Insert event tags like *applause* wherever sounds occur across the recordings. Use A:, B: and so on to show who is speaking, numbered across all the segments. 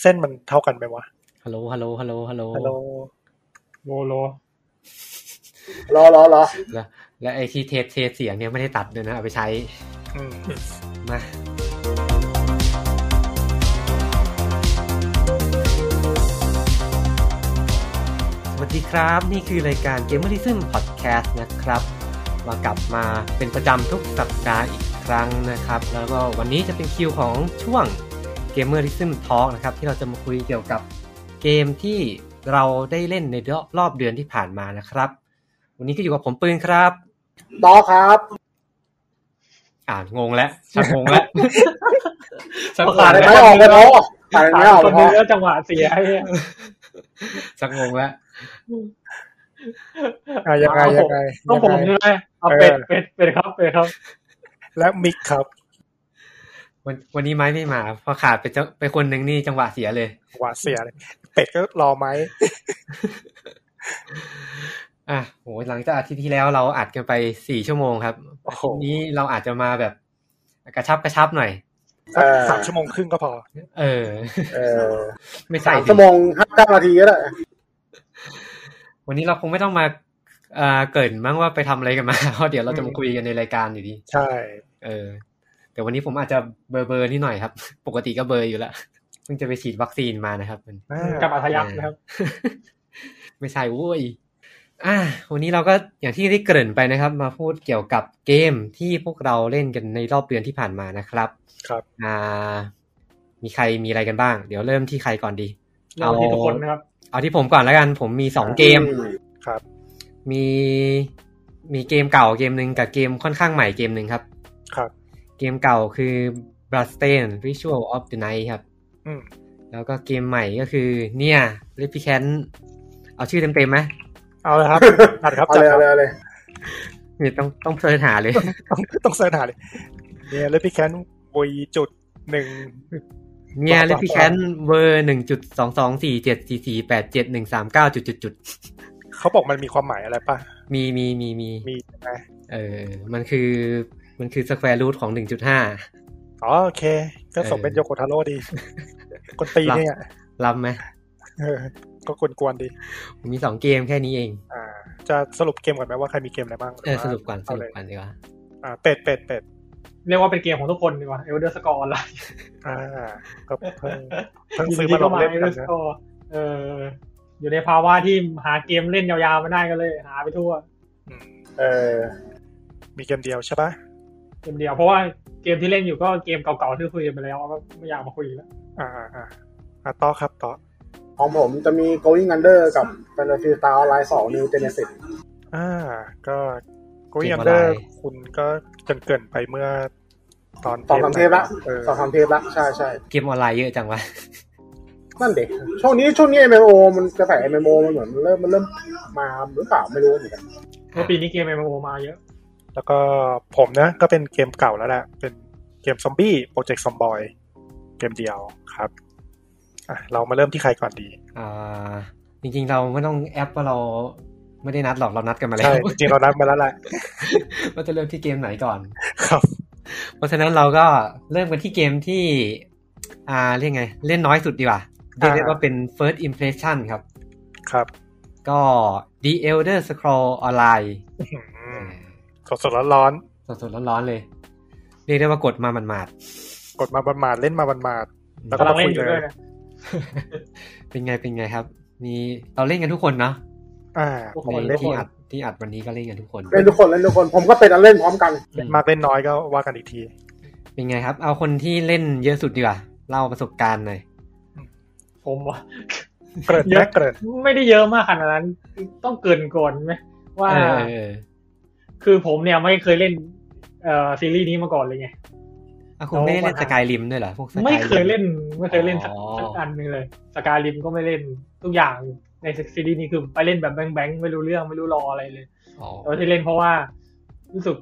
A: เส้นมันเท่ากันไหมวะ
B: ฮัลโหล ฮัลโหล ฮัลโหล ฮัลโหล
A: ฮัลโหลโลโล
C: รอรอรอ
B: แล้วและไอที่เทสเทสเสียงเนี่ยไม่ได้ตัดด้วยนะ เอาไปใช้
A: อืม
B: มา สวัสดีครับ นี่คือรายการ Gamerism Podcast นะครับ มากลับมาเป็นประจำทุกสัปดาห์อีกครั้งนะครับ แล้วก็วันนี้จะเป็นคิวของช่วง Gamerism Talk นะครับ ที่เราจะมาคุยเกี่ยวกับเกมที่เราได้เล่นในรอบเดือนที่ผ่านมานะครับ วันนี้ก็อยู่กับผมปืนครับ
C: ต่อครับ
B: อ่านงงแล้วชักงง *laughs* แล้ว
D: ฉัน
C: ผ่านไม่ออกไปเนาะผ่าน
D: สา
C: ไม่
D: ม
C: ออก
D: ค
C: ไป
D: น
C: เนาะ
D: เนื้อจังหวะเสียไอ้เนี่ย
B: ชักงงแล้ว
A: อ่ะยังไงยังไง
D: ต้องผม
A: ยัง
D: ใช่
A: ไง
D: ไหมเอา
A: เออ
D: เป็ดเป็ดเป็ดครับเป็ดครับ
A: และมิกครับ
B: วันวันนี้ไม้ไม่มาเพอขาดไปเจ้าไปคนหนึ่งนี่จังหวะเสียเลย
A: หวาดเสียเลยเป็ดก็รอไหม
B: อ่ะโหหลังจากอาทิตย์ที่แล้วเราอัดกันไปสี่ชั่วโมงครับ
A: โอ้โห
B: วันนี้เราอาจจะมาแบบกระชับกระชับหน่อย
A: สักสามชั่วโมงครึ่งก็พอ
B: เออ
C: เออ
B: ไม่
C: สา
B: ใส่
C: ม
B: ดิ
C: ชั่วโมงห้าเก้านาทีก็ได้
B: วันนี้เราคงไม่ต้องมาเอ่อเกริดมั้งว่าไปทำอะไรกันมา เพราะเดี๋ยวเราจะมาคุยกันในรายการอยู่ดี
A: ใช่
B: เออ แต่วันนี้ผมอาจจะเบอร์เบอร์นิดหน่อยครับ ปกติก็เบอร์อยู่แล้วเพิ่งจะไปฉีดวัคซีนมานะครับ
A: อ่า
D: กับอัธยักษ์นะครับ
B: *laughs* ไม่ใช่โว้ย อ่ะวันนี้เราก็อย่างที่ได้เกริ่นไปนะครับ มาพูดเกี่ยวกับเกมที่พวกเราเล่นกันในรอบเดือนที่ผ่านมานะครับ
A: ครับ
B: อ่า มีใครมีอะไรกันบ้าง เดี๋ยวเริ่มที่ใครก่อนดี
D: เราที่ทุกคนนะครับ
B: เอาที่ผมก่อนแล้วกัน ผมมีสองเกม มี มีเกมเก่าเกมหนึ่งกับเกมค่อนข้างใหม่เกมหนึ่งครับ
A: ครับ
B: เกมเก่าคือ b r a s t a n Ritual of the Night ครับ
A: อืม
B: แล้วก็เกมใหม่ก็คือเนี่ย Replicant เอาชื่อเต็มๆไหม
A: เอาเลยครับอัดครับ
C: เอา
A: จัด
C: เลย
A: ครับ
C: เอาเลยเอาเลย
B: นี่ต้องต้องเสิร์ชหา
A: *laughs*
B: เลย
A: ต้องต้องเสิร์ชหาเลยเนี่ยเลปิแคนวีจุดหนึ่ง
B: เนี่ย
A: บอก
B: เล
A: บอก
B: พิแคนเวอร์หนึ่งจุดสองสองสี่เจ็ดสี่สี่แปดเจ็ดหนึ่งสามเก้าจุดจุดจุด
A: เขาบอกมันมีความหมายอะไรป่ะ
B: มีมีมีมี
A: มีใช่ไหม
B: เออ มันคือมันคือสแควร์รูทของหนึ่งจุดห้า
A: อ๋อโอเค ก็สมเป็น
B: เออ
A: โยโกทาโร่ดี คนตีเนี่ย
B: รับไหม
A: เออ ก็กวนๆดี
B: มีสองเกมแค่นี้เอง
A: อ่า จะสรุปเกมก่อนไหมว่าใครมีเกมอะไรบ้าง
B: เออสรุปก่อนส
A: เอา
B: รุ
A: เล
B: ป
A: ย
B: ก่อนดีกว่า
A: อ่าเป็ดเป็ดเป็ด
D: เรียกว่าเป็นเกมของทุกคนดีกว่าเอลเดอร์สกอร์ละ
A: อ่า ก็ *laughs* เพิ่งเพิ่ง
D: ยิ
A: ซื้อน
D: ดี
A: มาล
D: เข้าง มา
A: เล่น
D: เอ
A: กั
D: ลเดอน ร์ส
A: นะ
D: กอร์เอออยู่ในภาวะที่หาเกมเล่นยาวๆไม่ได้ก็เลย หาไปทั่ว
A: อืม
C: เออ
A: มีเกมเดียวใช่ป่ะ
D: เกมเดียวเพราะว่าเกมที่เล่นอยู่ก็เกมเก่าๆที่คุยกันไปแล้วก็ไม่อยากมาคุยอีกแล้ว
A: อ่าอ่าอ่าอ่ะต่อครับต่อ
C: ของผมจะมี going under กับ Fantasy Star Online 2 New Genesis
A: อ่า ก็กุยอันเดอร์คุณก็จนเกรินไปเมื่อ ตอน
C: สองสามเทปละ
A: เออ
C: สองสามเทปละใช่ใช่
B: เกมออนไลน์เยอะจังวะ
C: นั่นเด็กช่วงนี้ช่วงนี้ MMO มันกระแส MMO มันเหมือนมันเริ่มมันเริ่มมาหรือเปล่าไม่รู้เหมือนกัน
D: เพราะปีนี้เกม MMO มาเยอะ
A: แล้วก็ผมนะ ก็เป็นเกมเก่าแล้วแหละเป็นเกมซอมบี้โปรเจกต์ซอมบอยเกมเดียวครับอ่ะเรามาเริ่มที่ใครก่อนดี
B: อ่า จริงๆเราไม่ต้องแอปว่าเราไม่ได้นัดหรอกเรานัดกันมาแล้
A: ใช่
B: ว
A: จริงๆเรานัดมาแล้วแหละ
B: ว่าจะเริ่มที่เกมไหนก่อน
A: ครับ
B: เพราะฉะนั้นเราก็เริ่มกันที่เกมที่ อ่าเรียกไง เล่นน้อยสุดดีกว่าเรียกได้
A: อ่า
B: ว่าเป็น first impression ครับ
A: ครับ
B: ก็ The Elder Scroll Online
A: อืมสดๆร้อน
B: สดๆร้อนๆเลย เรียกได้ว่ากดมาหมาด
A: ๆกดมาบันมาดเล่นมาบันมาด
B: ๆ
A: แล้ว
D: กำลังเล่นอยู่ด้วยนะ
B: เป็นไงเป็นไงครับ มีเราเล่นกันทุกคนเนาะ
A: อ่า
D: ทุกคน
B: ใน
D: ทุกค
B: ที่
D: น
B: อัดที่อัดวันนี้ก็เล่นกันทุกคน
C: เล่นทุกคนเล่นทุกคนผมก็เป็นอันเล่นพร้อมกัน
B: อืม
A: มากเล่นน้อยก็ว่ากันอีกที
B: เป็นไงครับ เอาคนที่เล่นเยอะสุดดีกว่าเล่าประสบการณ์หน่อย
D: ผมว่า
A: เกริ่น
D: เย
A: แร
D: อะ
A: กเกริ่น
D: ไม่ได้เยอะมากขนาดนั้น ต้องเกรินก่อนไหมว่า
B: เออเออเออ
D: คือผมเนี่ยไม่เคยเล่นเอ่อซีรีส์นี้มาก่อนเลยไง
B: อ่ะคุณไม่ได้เล่นสกายริมด้วยเหรอพวกสกาย
D: ไม่เคยเล่นไม่เคยเล่นสัก
B: อ๋อ
D: สักอันหนึ่งเลยสกายริมก็ไม่เล่นทุกอย่างในซีรีส์นี้คือไปเล่นแบบแบงค์ๆไม่รู้เรื่องไม่รู้รออะไรเลย
B: อ๋อ
D: แต่ว่าที่เล่นเพราะว่ารู้สึก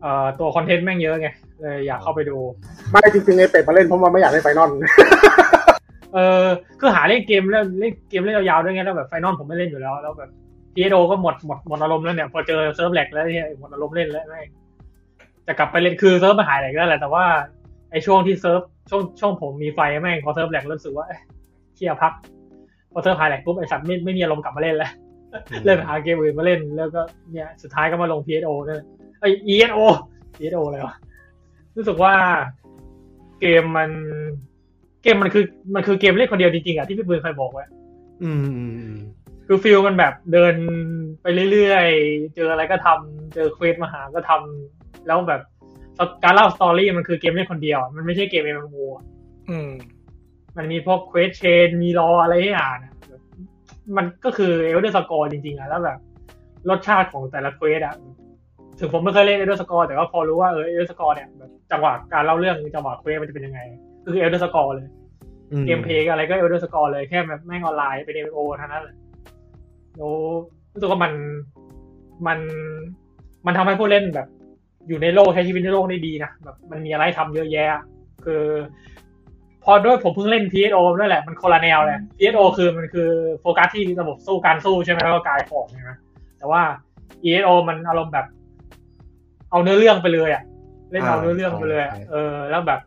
D: เอ่อตัวคอนเทนต์แม่งเยอะไงเลยอยากเข้าไปดู
C: ไม่จริงๆไอเป็ดมาเล่นเพราะมันไม่อยากเล่นไฟนอล *laughs*
D: เออคือหาเล่นเกมแล้วเล่นเกมเล่นยาวๆด้วยไงแล้วแบบไฟนอลผมไม่เล่นอยู่แล้วแล้วแบบพีโดก็หมดหมดหมดอารมณ์แล้วเนี่ยพอเจอเซิร์ฟแลกแล้วเนี่ยหมดอารมณ์เล่นแล้วแม่งจะกลับไปเล่นคือเซิร์ฟมันหายแลกแล้วแหละแต่ว่า ไอช่วงที่เซิร์ฟช่วงช่วงผมมีไฟแม่งพอเซิร์ฟแหลกเริ่มรู้สึกว่าเอ้ยเคลียร์พัก พอเซิร์ฟหายแหลกปุ๊บไอสัตว์ไม่ไม่มีอารมณ์กลับมาเล่นแล้ว เลยไปหาเกมอื่นมาเล่นแล้วก็เนี่ยสุดท้ายก็มาลง PSO นั่นแหละไอย ESO ESO อะไรวะรู้สึกว่าเกมมัน เกมมันคือมันคือเกมเล่นคนเดียวจริงๆอ่ะที่พี่ปืนเคยบอกไว้
B: อืมอืมอืม
D: คือฟิลมันแบบเดินไปเรื่อยๆ เจออะไรก็ทำเจอเควสมาหาก็ทำแล้วแบบการเล่าสตอรี่มันคือเกมเล่นคนเดียวอะมันไม่ใช่เกมเอ็มโอ
A: อืม
D: มันมีพวกเควสเชน มีรออะไรให้อ่านอะแบบมันก็คือเอลเดอร์สกอร์จริงๆอะแล้วแบบรสชาติของแต่ละเควสอะถึงผมไม่เคยเล่นเอลเดอร์สกอร์แต่ก็พอรู้ว่าเออเอลเดอร์สกอร์เนี่ยแบบจังหวะการเล่าเรื่องจังหวะเควสมันจะเป็นยังไง ก็คือเอลเดอร์สกอร์เลย
B: อื
D: เกมเพลย์อะไรก็เอลเดอร์สกอร์เลยแค่แบบแม่งออนไลน์เป็น MMO เท่านั้นแหละแล้วรู้สึกว่ามันมันมันทำให้ผู้เล่นแบบ อยู่ในโลกใช้ชีวิตในโลกได้ดีนะแบบมันมีอะไรทำเยอะแยะ คือ พอด้วยผมเพิ่งเล่น PSO ด้วยแหละมันคนละแนวเลย PSO คือมันคือโฟกัสที่ระบบสู้การสู้ใช่ไหมแล้วก็กายของใช่ไหมแต่ว่า ESO มันอารมณ์แบบ เอาเนื้อเรื่องไปเลยอะเล่นเอาเนื้อเรื่องไปเลยอะเออ แล้วแบบ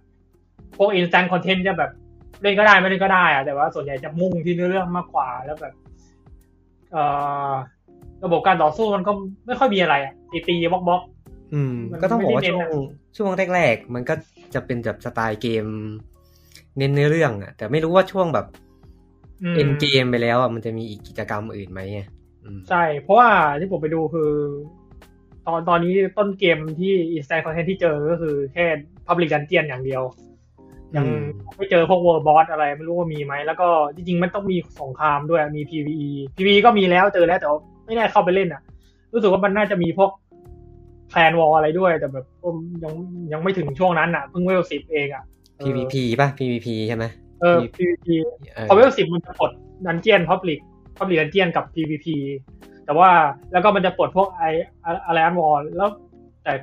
D: พวก instant content จะแบบ เล่นก็ได้ไม่เล่นก็ได้อะแต่ว่าส่วนใหญ่จะมุ่งที่เนื้อเรื่องมากกว่าแล้วแบบเอ่อระบบการต่อสู้มันก็ไม่ค่อยมีอะไรอะตีตีบล็อกบล็อก
B: อืม
D: มัน
B: ก็ต้องบอกว่า
D: ไม่ได้
B: ช่วงช่
D: เน้นอะ
B: วงแรกๆ มันก็จะเป็นแบบสไตล์เกม เน้นเนื้อเรื่องอะแต่ไม่รู้ว่าช่วงแบบ
D: อืม
B: เอ็นเกมไปแล้วอะมันจะมีอีกกิจกรรมอื่นไหมไงอืม
D: ใช่ เพราะว่าที่ผมไปดูคือ ตอนตอนนี้ต้นเกมที่อินสแตนคอนเทนที่เจอก็คือแค่ Public Dungeon อย่างเดียว ยัง
B: อืม
D: ไม่เจอพวก World Boss อะไรไม่รู้ว่ามีไหม แล้วก็จริงๆ มันต้องมีสงครามด้วยมี PVE PVE ก็มีแล้วเจอแล้วแต่ว่าไม่ได้เข้าไปเล่นอ่ะ รู้สึกว่ามันน่าจะมีพวกแพลนวอลอะไรด้วย แต่แบบก็ยังยังไม่ถึงช่วงนั้นอ่ะเพิ่งเวลสิบเองอ่ะ
B: เออ PVP ป่ะ PVP ใช่ไหม
D: เออ PVP
B: เออ
D: พอเวลสิบมันจะปลดดันเจียนพับลิกพับลิกดันเจียนกับ PVP แต่ว่าแล้วก็มันจะปลดพวกไออะไรอันวอลแล้ว แต่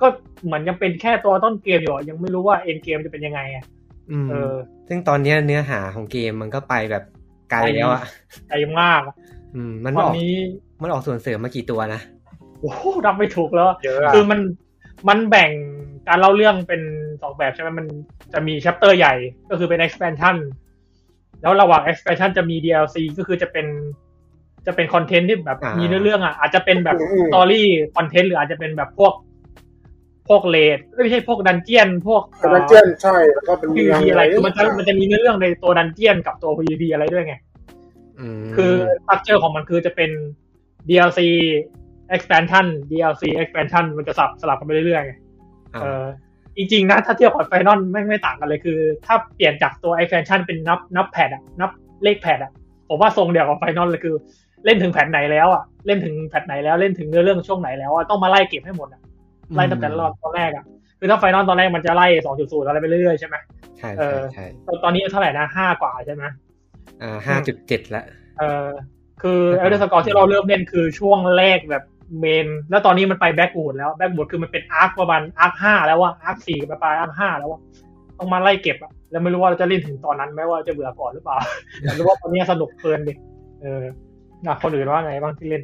D: ก็เหมือนยังเป็นแค่ตัวต้นเกมอยู่อะยังไม่รู้ว่าเอ็นเกมจะเป็นยังไงอะ
B: ม
D: เออ
B: ซึ่งตอนเนี้ยเนื้อหาของเกมมันก็ไปแบบไกลแล้วอะ
D: ใจมากอะ
B: อืมมัน
D: ตอ
B: อน อก
D: นี้
B: มันออกส่วนเสริมมากี่ตัวนะ
D: โอ้โหรับไม่ถูกแล้วอะ
A: เยอะอะ
D: คือมันมันแบ่งการเล่าเรื่องเป็นสองแบบใช่ไหมมันจะมี c h a p t e r ใหญ่ก็คือเป็น expansion แล้วระหว่าง expansion จะมี DLC ก็คือจะเป็น จะเป็นคอนเทนต์ที่แบบ
B: อ่ามี
D: มีเนื้อเรื่องอ่ะอาจจะเป็นแบบ
C: อืม
D: สตอรี่คอนเทนต์หรืออาจจะเป็นแบบพวก พวกเลดไม่ใช่พวกดันเจียน พวก
C: กับดันเจียนใช่แล้วก็เป็น
D: พี
C: เมือง
D: อะไรคือมันจะมันจะมีเนื้อเรื่องในตัวดันเจียนกับตัวพีพีอะไรด้วยไง
B: ม
D: คือตัคเจอของมันคือจะเป็น DLC expansion DLC expansion มันจะสลับสลับกันไปเรื่อยๆไง
B: อ่ะ
D: เออจริงๆนะ ถ้าเทียบกับไฟนอลไม่ไม่ต่างกันเลยคือ ถ้าเปลี่ยนจากตัว expansion เป็นนับนับแพดอะนับเลขแพดอะผมว่าทรงเดียวกับไฟนอลเลยคือ เล่นถึงแผนไหนแล้วอะเล่นถึงแผนไหนแล้วเล่นถึงเนื้อเรื่องช่วงไหนแล้วอะต้องมาไล่เก็บให้หมดอะไล่ตั้งแต่รอบตอนแรกอะคือถ้าไฟนอลตอนแรกมันจะไล่สองจุดศูนย์อะไรไปเรื่อยๆใช่ไหม
B: ใช่
D: เอ
B: ใช่
D: อ
B: ใช่
D: ตอนนี้เท่าไหร่นะห้ากว่าใช่ไหม
B: อ่าห้าจุดเจ็ดละ
D: เออคือเอ
B: อ่า
D: ลเดอร์สกอร์ที่เราเริ่มเล่นคือช่วงแรกแบบเมน แล้วตอนนี้มันไปแบ็กบูดแล้วแบ็กบูดคือมันเป็นอาร์คประมาณอาร์คห้าแล้วอะอาร์คสี่ไปปลายอาร์คห้าแล้วอะต้องมาไล่เก็บอะแล้วไม่รู้ว่าเราจะเล่นถึงตอนนั้นไหมว่าจะเบื่อก่อนหรือเปล่า *laughs* แต่รู้ว่าตอนนี้สนุกเพลินดิเออนะคนอื่นว่าไงบ้างที่เล่น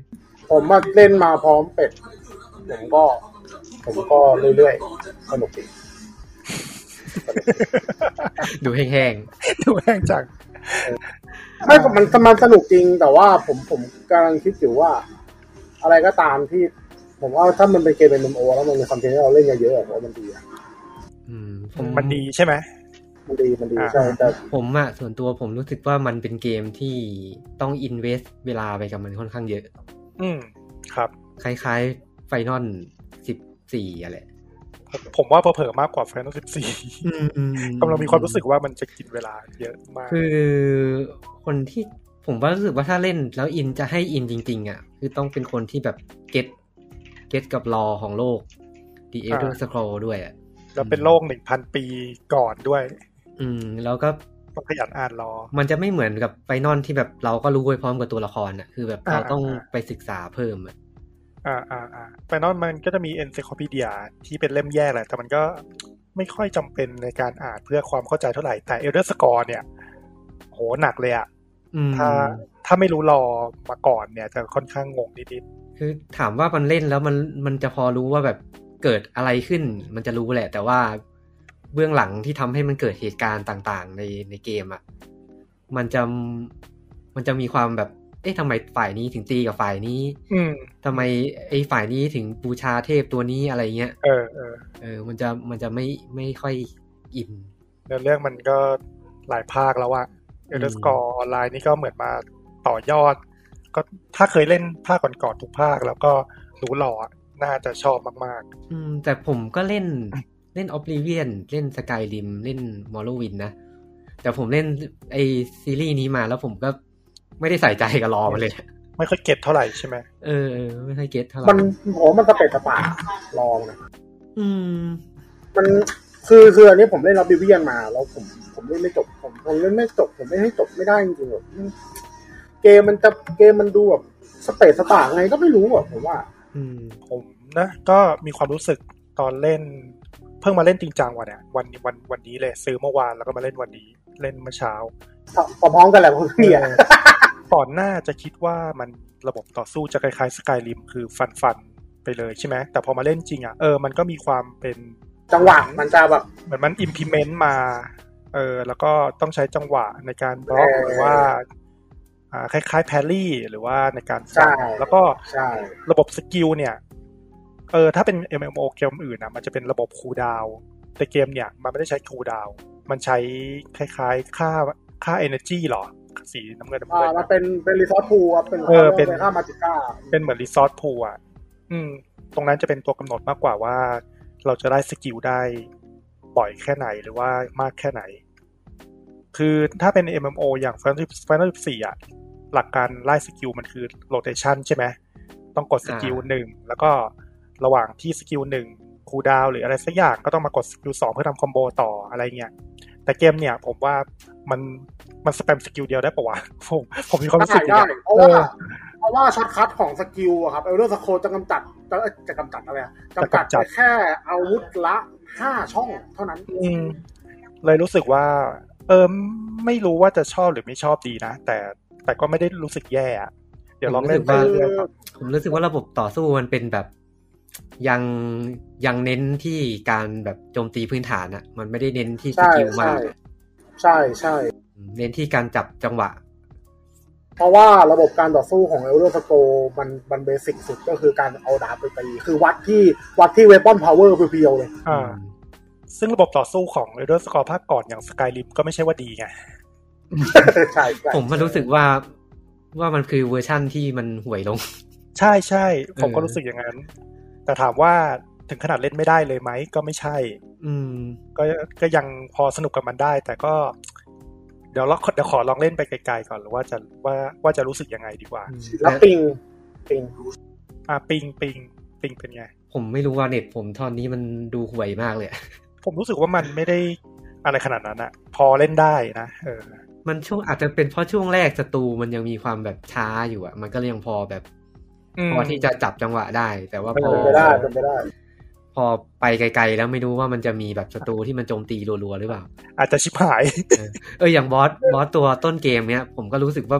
C: ผมมาเล่นมาพร้อมเป็ดผมก็ ผมก็เรื่อยๆสนุกดี
B: ดูแห้ง
A: ดูแห้งจัง
C: ไม่มันมันสนุกจริง แต่ว่าผมผมกำลังคิดอยู่ว่า อะไรก็ตามที่ ผมว่าถ้ามันเป็นเกมเป็นมโอแล้วมันมีคอนเทนต์ให้เราเล่นเยอะๆอะผมว่ามันดีอะ
B: ๆอืมผม
A: มันดีใช่ไหม
C: มันดีมันดี
A: อ่า
C: ใช่แต่
B: ผมอะส่วนตัวผมรู้สึกว่ามันเป็นเกมที่ต้องอินเวสเวลาไปกับมันค่อนข้างเยอะ
A: อืมครับ
B: คล้ายๆไฟนอลสิบสี่อะไร
A: ผมผมว่าเผลอๆมากกว่าแฟนตาซีสี่กำลังมีความรู้สึกว่ามันจะกินเวลาเยอะมาก
B: คือคนที่ผมว่ารู้สึกว่าถ้าเล่นแล้วอินจะให้อินจริง ๆอะคือต้องเป็นคนที่แบบเก็ตเก็ตกับรอของโลก The Elder
A: อ่า
B: Scroll ด้วยอะ
A: แล้วเป็นโลกหนึ่งพันปีก่อนด้วย
B: อืม แล้วก็
A: ต้องขยันอ่านรอ
B: มันจะไม่เหมือนกับไฟนอลที่แบบเราก็รู้ไปพร้อมกับตัวละครอ่ะคือแบบเรา
A: อ่า
B: ต้อง
A: อ่า
B: ไปศึกษาเพิ่มอะ
A: อ่าอ่าอ่าแฟนนอนมันก็จะมีเอน y c l ค p พีเดียที่เป็นเล่มแยกแหละ แต่มันก็ไม่ค่อยจำเป็นในการอ่านเพื่อความเข้าใจเท่าไหร่ แต่เอลเดอร์สกอร์เนี่ย โหหนักเลยอะ
B: อืม
A: ถ้าถ้าไม่รู้รอมาก่อนเนี่ย จะค่อนข้างงงนิด
B: คือถามว่ามันเล่นแล้วมันมันจะพอรู้ว่าแบบเกิดอะไรขึ้น มันจะรู้แหละ แต่ว่า เบื้องหลังที่ทำให้มันเกิดเหตุการณ์ต่าง ๆ ในในเกมอะ่ะมันจะมันจะมีความแบบ เอ๊ะทำไมฝ่ายนี้ถึงตีกับฝ่ายนี้
A: อืม
B: ทำไมไอ้ฝ่ายนี้ถึงบูชาเทพตัวนี้อะไรเงี้ย
A: เออเออ
B: เออมันจะมันจะไม่ไม่ค่อยอิน
A: เนื้อเรื่องมันก็หลายภาคแล้วอะเอเดอร์สกอร์ออนไลน์นี่ก็เหมือนมาต่อยอด ก็ถ้าเคยเล่นภาคก่อนๆทุกภาคแล้วก็รู้หล่ออะน่าจะชอบมาก
B: อืมแต่ผมก็เล่นเล่น Oblivion เล่น Skyrim เล่น Morrowind นะ แต่ผมเล่นไอซีรีส์นี้มาแล้วผมก็ไม่ได้ใส่ใจกับรอ
C: *laughs*
B: มันเลย
A: ๆ ไม่ค่อยเก็ตเท่าไหร่ใช่ไหม
B: เออเออไม่ค่อยเก็ตเท่าไห
C: มัน
B: ร่
C: ผมว่ามันสเปดสปาลองนะ
B: อืม
C: มันคือคืออันนี้ผมเล่นรับบิเวียนมา แล้วผมผมเล่นไม่จบผมผมเล่นไม่จบ ผมไม่ให้จบไม่ได้จริงๆแบบมันเกมมันจะเกมมันดูแบบสเปซสตางไงก็ไม่รู้อ่ะผมว่า
B: อืม
A: ผมนะ ก็มีความรู้สึกตอนเล่น เพิ่งมาเล่นจริงจังวันเนี่ยวันวันวันนี้เลยซื้อเมื่อวานแล้วก็มาเล่นวันนี้เล่นเมื่อเช้า
C: พอพร้อมกันแหละพวกเนี่ย
A: *laughs* ก่อนหน้าจะคิดว่ามันระบบต่อสู้จะคล้ายๆสกายริมคือฟันฟันๆไปเลยใช่ไหมแต่พอมาเล่นจริงอ่ะเออมันก็มีความเป็น
C: จังหวะมันจะแบบ
A: เหมือนมัน implement มา เออ แล้วก็ต้องใช้จังหวะในการบล็อก
C: เออ
A: หรือว่า อ่า คล้ายๆแพลลี่หรือว่าในการ
C: ใช่
A: ฟันแล้วก็
C: ใช่
A: ระบบสกิลเนี่ย เออ ถ้าเป็น MMO เกมอื่นนะมันจะเป็นระบบคูลดาวน์แต่เกมเนี่ย มันไม่ได้ใช้คูลดาวน์มันใช้คล้ายๆ ค่า ค่า energy หรอ สีน้ำเงินน้ำ
C: อ่า
A: เงิน
C: มัน
A: นะ
C: เป็นเป็นรีซอสพูครับเป็น
A: เออเป็น
C: ข้ามาจิก้า
A: เป็นเหมือนรีซอสพูอ่ะ อืม ตรงนั้นจะเป็นตัวกำหนดมากกว่าว่า เราจะได้สกิลได้บ่อยแค่ไหนหรือว่ามากแค่ไหน คือถ้าเป็น MMO อย่าง Final Final 14อ่ะ หลักการไล่สกิลมันคือ rotation ใช่ไหม ต้องกดสกิล
B: อ่า
A: หนึ่งแล้วก็ระหว่างที่สกิลหนึ่งคูลดาวน์หรืออะไรสักอย่างก็ต้องมากดสกิลสองเพื่อทำคอมโบต่ออะไรเงี้ย แต่เกมเนี่ยผมว่ามันมันสแปมสกิลเดียวได้ปะวะ *laughs* ผมผมมีความรู้สึก
C: ได้
A: อย่าง
C: ได้
A: เงี้ย
C: เพราะว่าเพราะว่าช็อตคัทของสกิลอะครับเอลเลอร์สโคจะกำจัดจะจะกำจัดอะไรอะกำจัดไปแค่อาวุธละห้าช่องเท่านั้น
A: อืม เลยรู้สึกว่า เออไม่รู้ว่าจะชอบหรือไม่ชอบดีนะ แต่แต่ก็ไม่ได้รู้สึกแย่อะเดี๋ยวลองเล่นไปเรื่อยๆครับ
B: ผมรู้สึกว่าระบบต่อสู้มันเป็นแบบ ยังยังเน้นที่การแบบโจมตีพื้นฐานอะมันไม่ได้เน้นที่ส
C: ใช่
B: กิลมาก
C: ใช่ใช่ใช่
B: เน้นที่การจับจังหวะ
C: เพราะว่าระบบการต่อสู้ของเอลเดอร์สโกมันมันเบสิกสุดก็คือการเอาดาบไปตี คือวัดที่วัดที่เวปอนพาวเวอร์เพียวๆเลย
A: อ่า ซึ่งระบบต่อสู้ของ Elder Scrolls ภาคก่อนอย่าง Skyrim ก็ไม่ใช่ว่าดีไง
C: ใช่ใช่
B: ผมมันรู้สึกว่าว่ามันคือเวอร์ชั่นที่มันห่วยลง *laughs*
A: ใช่ใช่ผมก็
B: เออ
A: รู้สึกอย่างนั้น แต่ถามว่าถึงขนาดเล่นไม่ได้เลยไหม ก็ไม่ใช่
B: อืม
A: ก็ก็ยังพอสนุกกับมันได้ แต่ก็ เดี๋ยวเราเดี๋ยวขอลองเล่นไปไกลๆก่อนหรือว่าจะว่าว่าจะรู้สึกยังไงดีกว่า
C: แล้วปิงปิง
A: อ่ะปิงปิงปิงเป็นไง
B: ผมไม่รู้ว่าเน็ตผมตอนนี้มันดูห่วยมากเลยอะ *laughs*
A: ผมรู้สึกว่ามันไม่ได้อะไรขนาดนั้นอะพอเล่นได้นะเออ
B: มันช่วงอาจจะเป็นเพราะช่วงแรกศัตรูมันยังมีความแบบช้าอยู่อะมันก็เลยยังพอแบบ
A: อืม
B: พอที่จะจับจังหวะได้ แต่ว่าพอ
A: เป็น
C: เป็นไป
A: ป
C: ได้เป็นไปได้
B: พอไปไกลๆ แล้วไม่รู้ว่ามันจะมีแบบศัตรูที่มันโจมตีรัวๆหรือเป
C: *laughs*
B: ล่า
A: อาจจะชิบหาย *laughs*
B: เอออย่างบอสบอสตัวต้นเกมเนี้ยผมก็รู้สึกว่า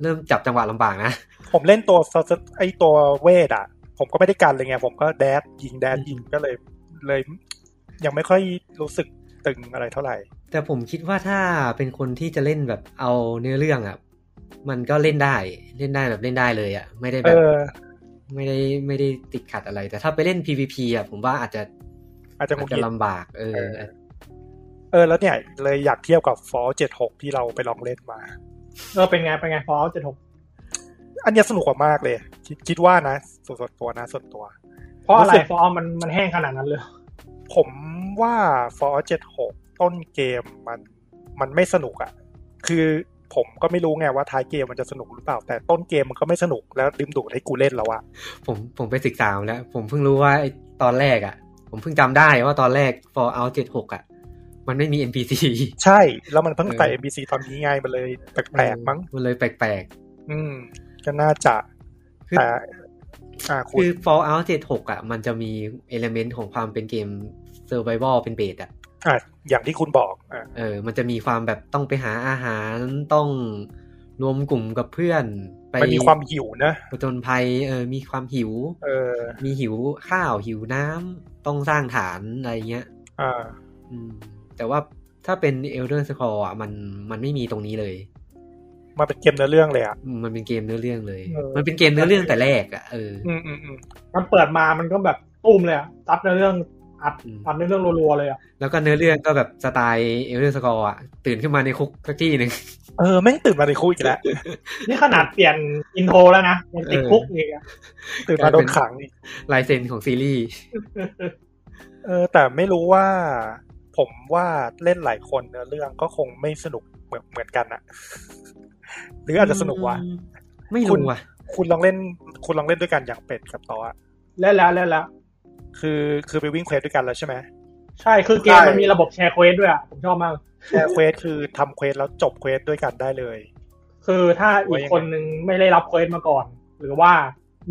B: เริ่มจับจังหวะลำบากนะ
A: ผมเล่นตัวซอสไอตัวเวทอะผมก็ไม่ได้กันเลยไง ผมก็แดดยิงแดดยิงก็เลยเลย ยังไม่ค่อยรู้สึกตึงอะไรเท่าไหร่
B: แต่ผมคิดว่าถ้าเป็นคนที่จะเล่นแบบเอาเนื้อเรื่องอะมันก็เล่นได้เล่นได้แบบเล่นได้เลยอะไม่ได้
A: เอ
B: แบบ
A: อ
B: ไม่ได้ไม่ได้ติดขัดอะไร แต่ถ้าไปเล่น PVP อ่ะผมว่าอาจจะ
A: อาจจะหงุดหงิด
B: ลำบาก เออ
A: เออแล้วเนี่ยเลยอยากเทียบกับฟอร์เจ็ดหกที่เราไปลองเล่นมา
D: เออเป็นไงเป็นไงพอเจ็ดหก
A: อันเนี้ยสนุกกว่ามากเลยคิดคิดว่านะส่วนส่วนตัวนะส่วนตัว
D: เพราะอะไร
A: รู้สึก
D: ฟอร์มมันมันแห้งขนาดนั้นเลย
A: ผมว่า f o r 76 ต้นเกมมันมันไม่สนุกอะ่ะ คือผมก็ไม่รู้ไงว่าท้ายเกมมันจะสนุกหรือเปล่า แต่ต้นเกมมันก็ไม่สนุกแล้วดึงดูดให้กูเล่นแล้วอะ
B: ผมผมไปศึกษามาแล้ว ผมเพิ่งรู้ว่าไอ้ตอนแรกอ่ะ ผมเพิ่งจำได้ว่าตอนแรก for out 76 อ่ะ มันไม่มี NPC
A: ใช่ แล้วมันเพิ่งใส่
B: เออ
A: MBC ตอนนี้ไงมันเลย *laughs* แปลกๆมั้ง
B: มันเลยแปลก
A: อืม ก็น่าจะ
B: ๆ คือ
A: แต่อ่าคุณ
B: คือ for out 76 อ่ะ มันจะมี element ของความเป็นเกม survival เป็นเบสอ่ะ
A: อ่ะอย่างที่คุณบอกอ่ะ
B: เออ มันจะมีความแบบต้องไปหาอาหาร ต้องรวมกลุ่มกับเพื่อน ไป
A: มันมีความหิวนะ
B: ผจญภัย เออ มีความหิว
A: เออ
B: มีหิวข้าวหิวน้ำต้องสร้างฐานอะไรเงี้ย
A: อ่า
B: อืมแต่ว่าถ้าเป็น Elder Scroll อ่ะมันมันไม่มีตรงนี้เลย
A: มาเป็นเกมเนื้อเรื่องเลยอ่ะ
B: อืมมันเป็นเกมเนื้อเรื่องเลย
D: เออ
B: มันเป็นเกมเนื้อเรื่องแต่แรกอ่ะเอออ
A: อืมอืมอืม
D: มันเปิดมามันก็แบบตุ้มเลยอะตัดในเรื่องอัด
B: อืม
D: อัดในเรื่องรัวๆเลยอะ
B: แล้วก็เนื้อเรื่องก็แบบสไตล์ Elder Scroll อ่ะตื่นขึ้นมาในคุกสักที่หนึ่ง *laughs*
A: เออแม่งตื่นมาในคุกอีกแล้ว
D: นี่ขนาดเปลี่ยนอินโทรแล้วนะยังติด
B: เออ
D: คุกอีกอะ
A: ตื่นมาโดนขังอีก
B: ลายเซ็นของซีรีส์
A: เออแต่ไม่รู้ว่าผมว่าเล่นหลายคนเนื้อเรื่องก็คงไม่สนุกเหมือนเหมือนกันอะ *laughs* หรืออาจจะสนุกวะ
B: ไม่
A: คุ
B: รู้
A: ณ
B: ว่ะ
A: คุณลองเล่น คุณลองเล่นด้วยกันอย่างเป็ดกับต่ออะ
D: แล้วแล้วแล้วแล้ว
A: คือคือไปวิ่งเควสด้วยกันแล้วใช่ไหม
D: ใช่คือเกมมันมีระบบแชร์เควสด้วยอะผมชอบมาก
A: แต่เควสคือทำเควสแล้วจบเควสด้วยกันได้เลย
D: คือถ้าอีกคนนึงไม่ได้รับเควสมาก่อน หรือว่า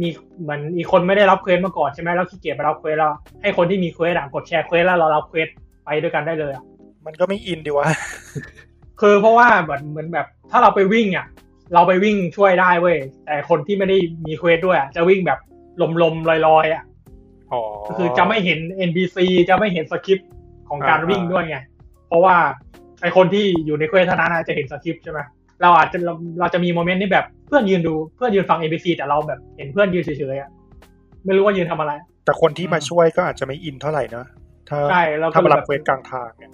D: มีเหมือนอีกคนไม่ได้รับเควสมาก่อนใช่ไหมแล้วขี้เกียจไปรับเควสแล้วให้คนที่มีเควสอะกดแชร์เควสแล้วเรารับเควสไปด้วยกันได้เลยอะ
A: มันก็ไม่อินดีวะ *laughs*
D: คือเพราะว่าเหมือนเหมือนแบบถ้าเราไปวิ่งอะเราไปวิ่งช่วยได้เว้ยแต่คนที่ไม่ได้มีเควสด้วยอะจะวิ่งแบบลมๆลอยๆอะ
A: อ๋อ
D: ก็คือจะไม่เห็น NPC จะไม่เห็นสคริปต์ของการ
A: อ่า
D: วิ่งด้วยไงเพราะว่าไอคนที่อยู่ในเควสเท่านั้นอะจะเห็นสคริปต์ใช่ไหม เราอาจจะเราเราจะมีโมเมนต์ที่แบบเพื่อนยืนดูเพื่อนยืนฟัง ABC แต่เราแบบเห็นเพื่อนยืนเฉยๆอะไม่รู้ว่ายืนทำอะไร
A: แต่คนที่มาช่วยก็อาจจะไม่อินเท่าไหร่เนอะถ้า
D: ใช่แล้วก็
A: ถ้ามารับ
D: แบบ
A: เควสกลางทางเนี่ย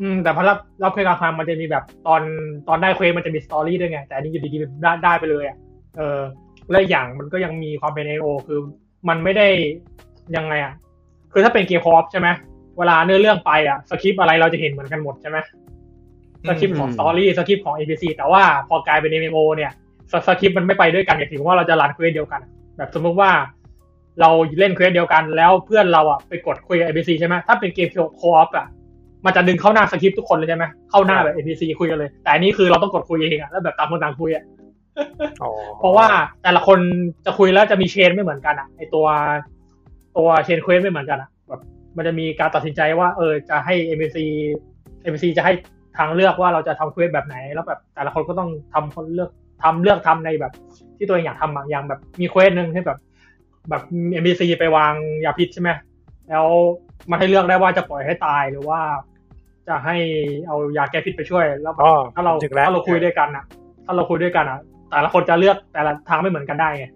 D: อืมแต่พอรับรับเควสกลางทางมันจะมีแบบตอนตอนได้เควสมันจะมีสตอรี่ด้วยไง แต่อันนี้อยู่ดีๆได้ได้ไปเลยอะเออและอีกอย่างมันก็ยังมีความเป็น AO คือมันไม่ได้ยังไงอะคือถ้าเป็นเกมคอร์ปใช่ไหมเวลาเนื้อเรื่องไปอะสคริปต์อะไรเราจะเห็นเหมือนกันหมดใช่ไหม สคริปต์ของสตอรี่สคริปต์ของ NPC แต่ว่าพอกลายเป็น MMO เนี่ยสสคริปต์มันไม่ไปด้วยกันเนี่ยถึงว่าเราจะรันเควสเดียวกัน แบบสมมติว่าเราเล่นเควสเดียวกันแล้วเพื่อนเราอ่ะไปกดคุยกับ NPC ใช่ไหมถ้าเป็นเกมโคออฟอ่ะมันจะดึงเข้าหน้าสคริปต์ทุกคนเลยใช่ไหมเข้าหน้าแบบ NPC คุยกันเลย แต่อันนี้คือเราต้องกดคุยเองอ่ะแล้วแบบตามคนต่างคุยอ่ะ
A: อ๋อ
D: เพราะว่าแต่ละคนจะคุยแล้วจะมีเชนไม่เหมือนกันอ่ะไอตัวตัวเชนเควสไม่เหมือนกันอ่ะแบบมันจะมีการตัดสินใจว่าเออจะให้ MPC MPC จะให้ทางเลือกว่าเราจะทำเควสแบบไหน แล้วแบบแต่ละคนก็ต้องทำคนเลือกทำเลือกทำในแบบ ที่ตัวเองอยากทำอะอย่างแบบมีเควสหนึ่งที่แบบ แบบมี MPC ไปวางยาพิษใช่ไหมแล้วมันให้เลือกได้ว่าจะปล่อยให้ตายหรือว่า จะให้เอายาแก้พิษไปช่วยแล้ว
A: อ๋อ
D: ถ้าเรา
A: ถึงแล้ว
D: ถ้าเราคุยด้วยกันนะถ้าเราคุยด้วยกันนะแต่ละคนจะเลือกแต่ละทางไม่เหมือนกันได้ไง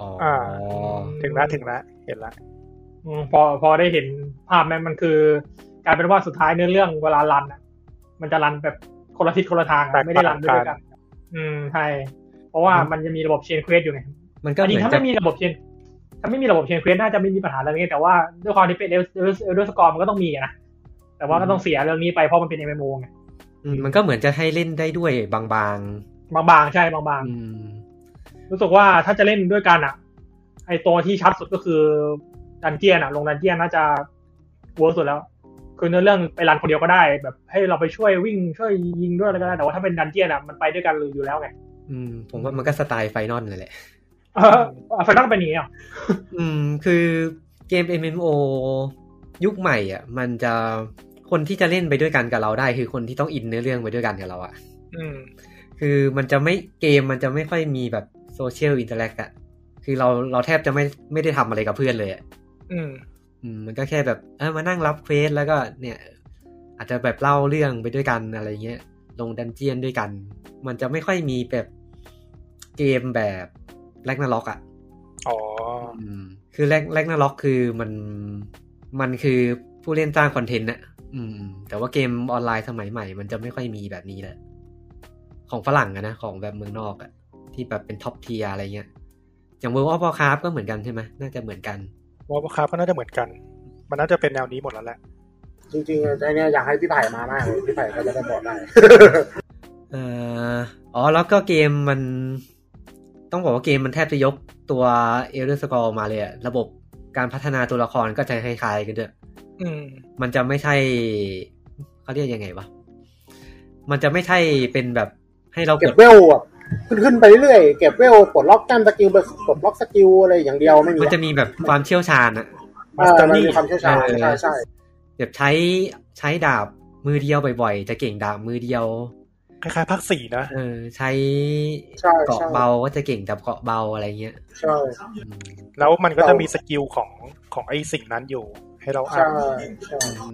B: อ๋อ
A: ถึงแล้วถึงแล้วเห็นแล้ว
D: อืมพอพอได้เห็นภาพนั้นมันคือกลายเป็นว่าสุดท้ายเนื้อเรื่องเวลารันน่ะ มันจะรันแบบคนละทิศคนละทางอะไม่ได้รันไปด้วยกัน อืมใช่เพราะว่ามันจะมีระบบเชนเควสอยู่ไง
B: มันก็
D: อัน
B: เห
D: นี้
B: มือน
D: ถ้า
B: จะ
D: ไม่มีระบบเชนถ้าไม่มีระบบเชนเควสน่าจะไม่มีปัญหาเรื่องนี้แต่ว่าด้วยความที่เป็นเอลเอลสกอร์มันก็ต้องมีอะนะแต่ว่าก็ต้องเสียเรื่องนี้ไปเพราะมันเป็น MMO ไง
B: อืมมันก็เหมือนจะให้เล่นได้ด้วยบาง
D: บางๆใช่บาง
B: ๆ
D: ๆ
B: อืม
D: รู้สึกว่าถ้าจะเล่นด้วยกันอ่ะ ไอตัวที่ชัดสุดก็คือดันเจียนอ่ะ ลงดันเจียนน่าจะเวิร์กสุดแล้ว คือเนื้อเรื่องไปรันคนเดียวก็ได้ แบบให้เราไปช่วยวิ่งช่วยยิงด้วยอะไรก็ได้แต่ว่าถ้าเป็นดันเจียนอ่ะมันไปด้วยกันอยู่แล้วไง *laughs*
B: อืมผมว่ามันก็สไตล์ไฟนอลเลยแหละ
D: เออไฟนอลเป็นอย่างนี้อ่ะ
B: อืมคือเกม MMO ยุคใหม่อ่ะ มันจะคนที่จะเล่นไปด้วยกันกับเราได้ คือคนที่ต้องอินเนื้อเรื่องไปด้วยกันกับเราอ่ะ
A: อืม
B: คือมันจะไม่เกมมันจะไม่ค่อยมีแบบโซเชียลอินเตอร์แอคอะคือเราเราแทบจะไม่ไม่ได้ทำอะไรกับเพื่อนเลยอะ
A: อืม
B: อืมมันก็แค่แบบเออมานั่งรับเควสแล้วก็เนี่ย อาจจะแบบเล่าเรื่องไปด้วยกันอะไรเงี้ยลงดันเจียนด้วยกัน มันจะไม่ค่อยมีแบบเกมแบบแลกนาล็อกอะ
A: อ๋อ
B: อืมคือแรกแรกนาล็อกคือมันมันคือผู้เล่นสร้างคอนเทนต์นะอืม แต่ว่าเกมออนไลน์สมัยใหม่ มันจะไม่ค่อยมีแบบนี้แหละ ของฝรั่งอะนะ ของแบบเมืองนอกอะที่แบบเป็นท็อปเทียอะไรเงี้ย อย่าง World of Warcraft ก็เหมือนกันใช่ไหมน่าจะเหมือนกัน
A: ว่าคาร์ก็น่าจะเหมือนกัน มันน่าจะเป็นแนวนี้หมดแล้วแหละ
C: จริงๆไอเนี่ยอยากให้พี่ไผ่มามากเลยพี่ไผ่ก็จะได้บอกได้
B: เอ่ออ๋อ แล้วก็เกมมัน ต้องบอกว่าเกมมันแทบจะยกตัว Elder Scrolls มาเลยอะระบบการพัฒนาตัวละครก็จะคล้ายๆกันด้วย
A: อืม
B: มันจะไม่ใช่เขาเรียกยังไงวะ มันจะไม่ใช่เป็นแบบให้เราก
C: เก็บ
B: ด
C: เวลอะขึ้นขึ้นไปเรื่อยๆเก็บเวลปลดล็อกแต้มสกิลปลดล็อกสกิลอะไรอย่างเดียวไม่มี
B: มันจะมีแบบความเชี่ยวชาญอะ
C: เออมัน
A: Mastery
C: มีความเชี่ยวชาญ
B: เออ
C: ใช่ใช่
B: แบบใช้ใช้ดาบมือเดียวบ่อยๆ จะเก่งดาบมือเดียว
A: คล้ายๆภาคสี่นะ
B: เออ ใช้
C: ใช่
B: เกาะ
C: ใช่
B: เบาก็จะเก่งดาบเกาะเบาอะไรเงี้ย
C: ใช่
B: อืม
A: แล้วมันก็จะมีสกิลของของไอ้สิ่งนั้นอยู่ ให้เราอ่า
C: ใช่
A: น
C: ใช่
B: อืม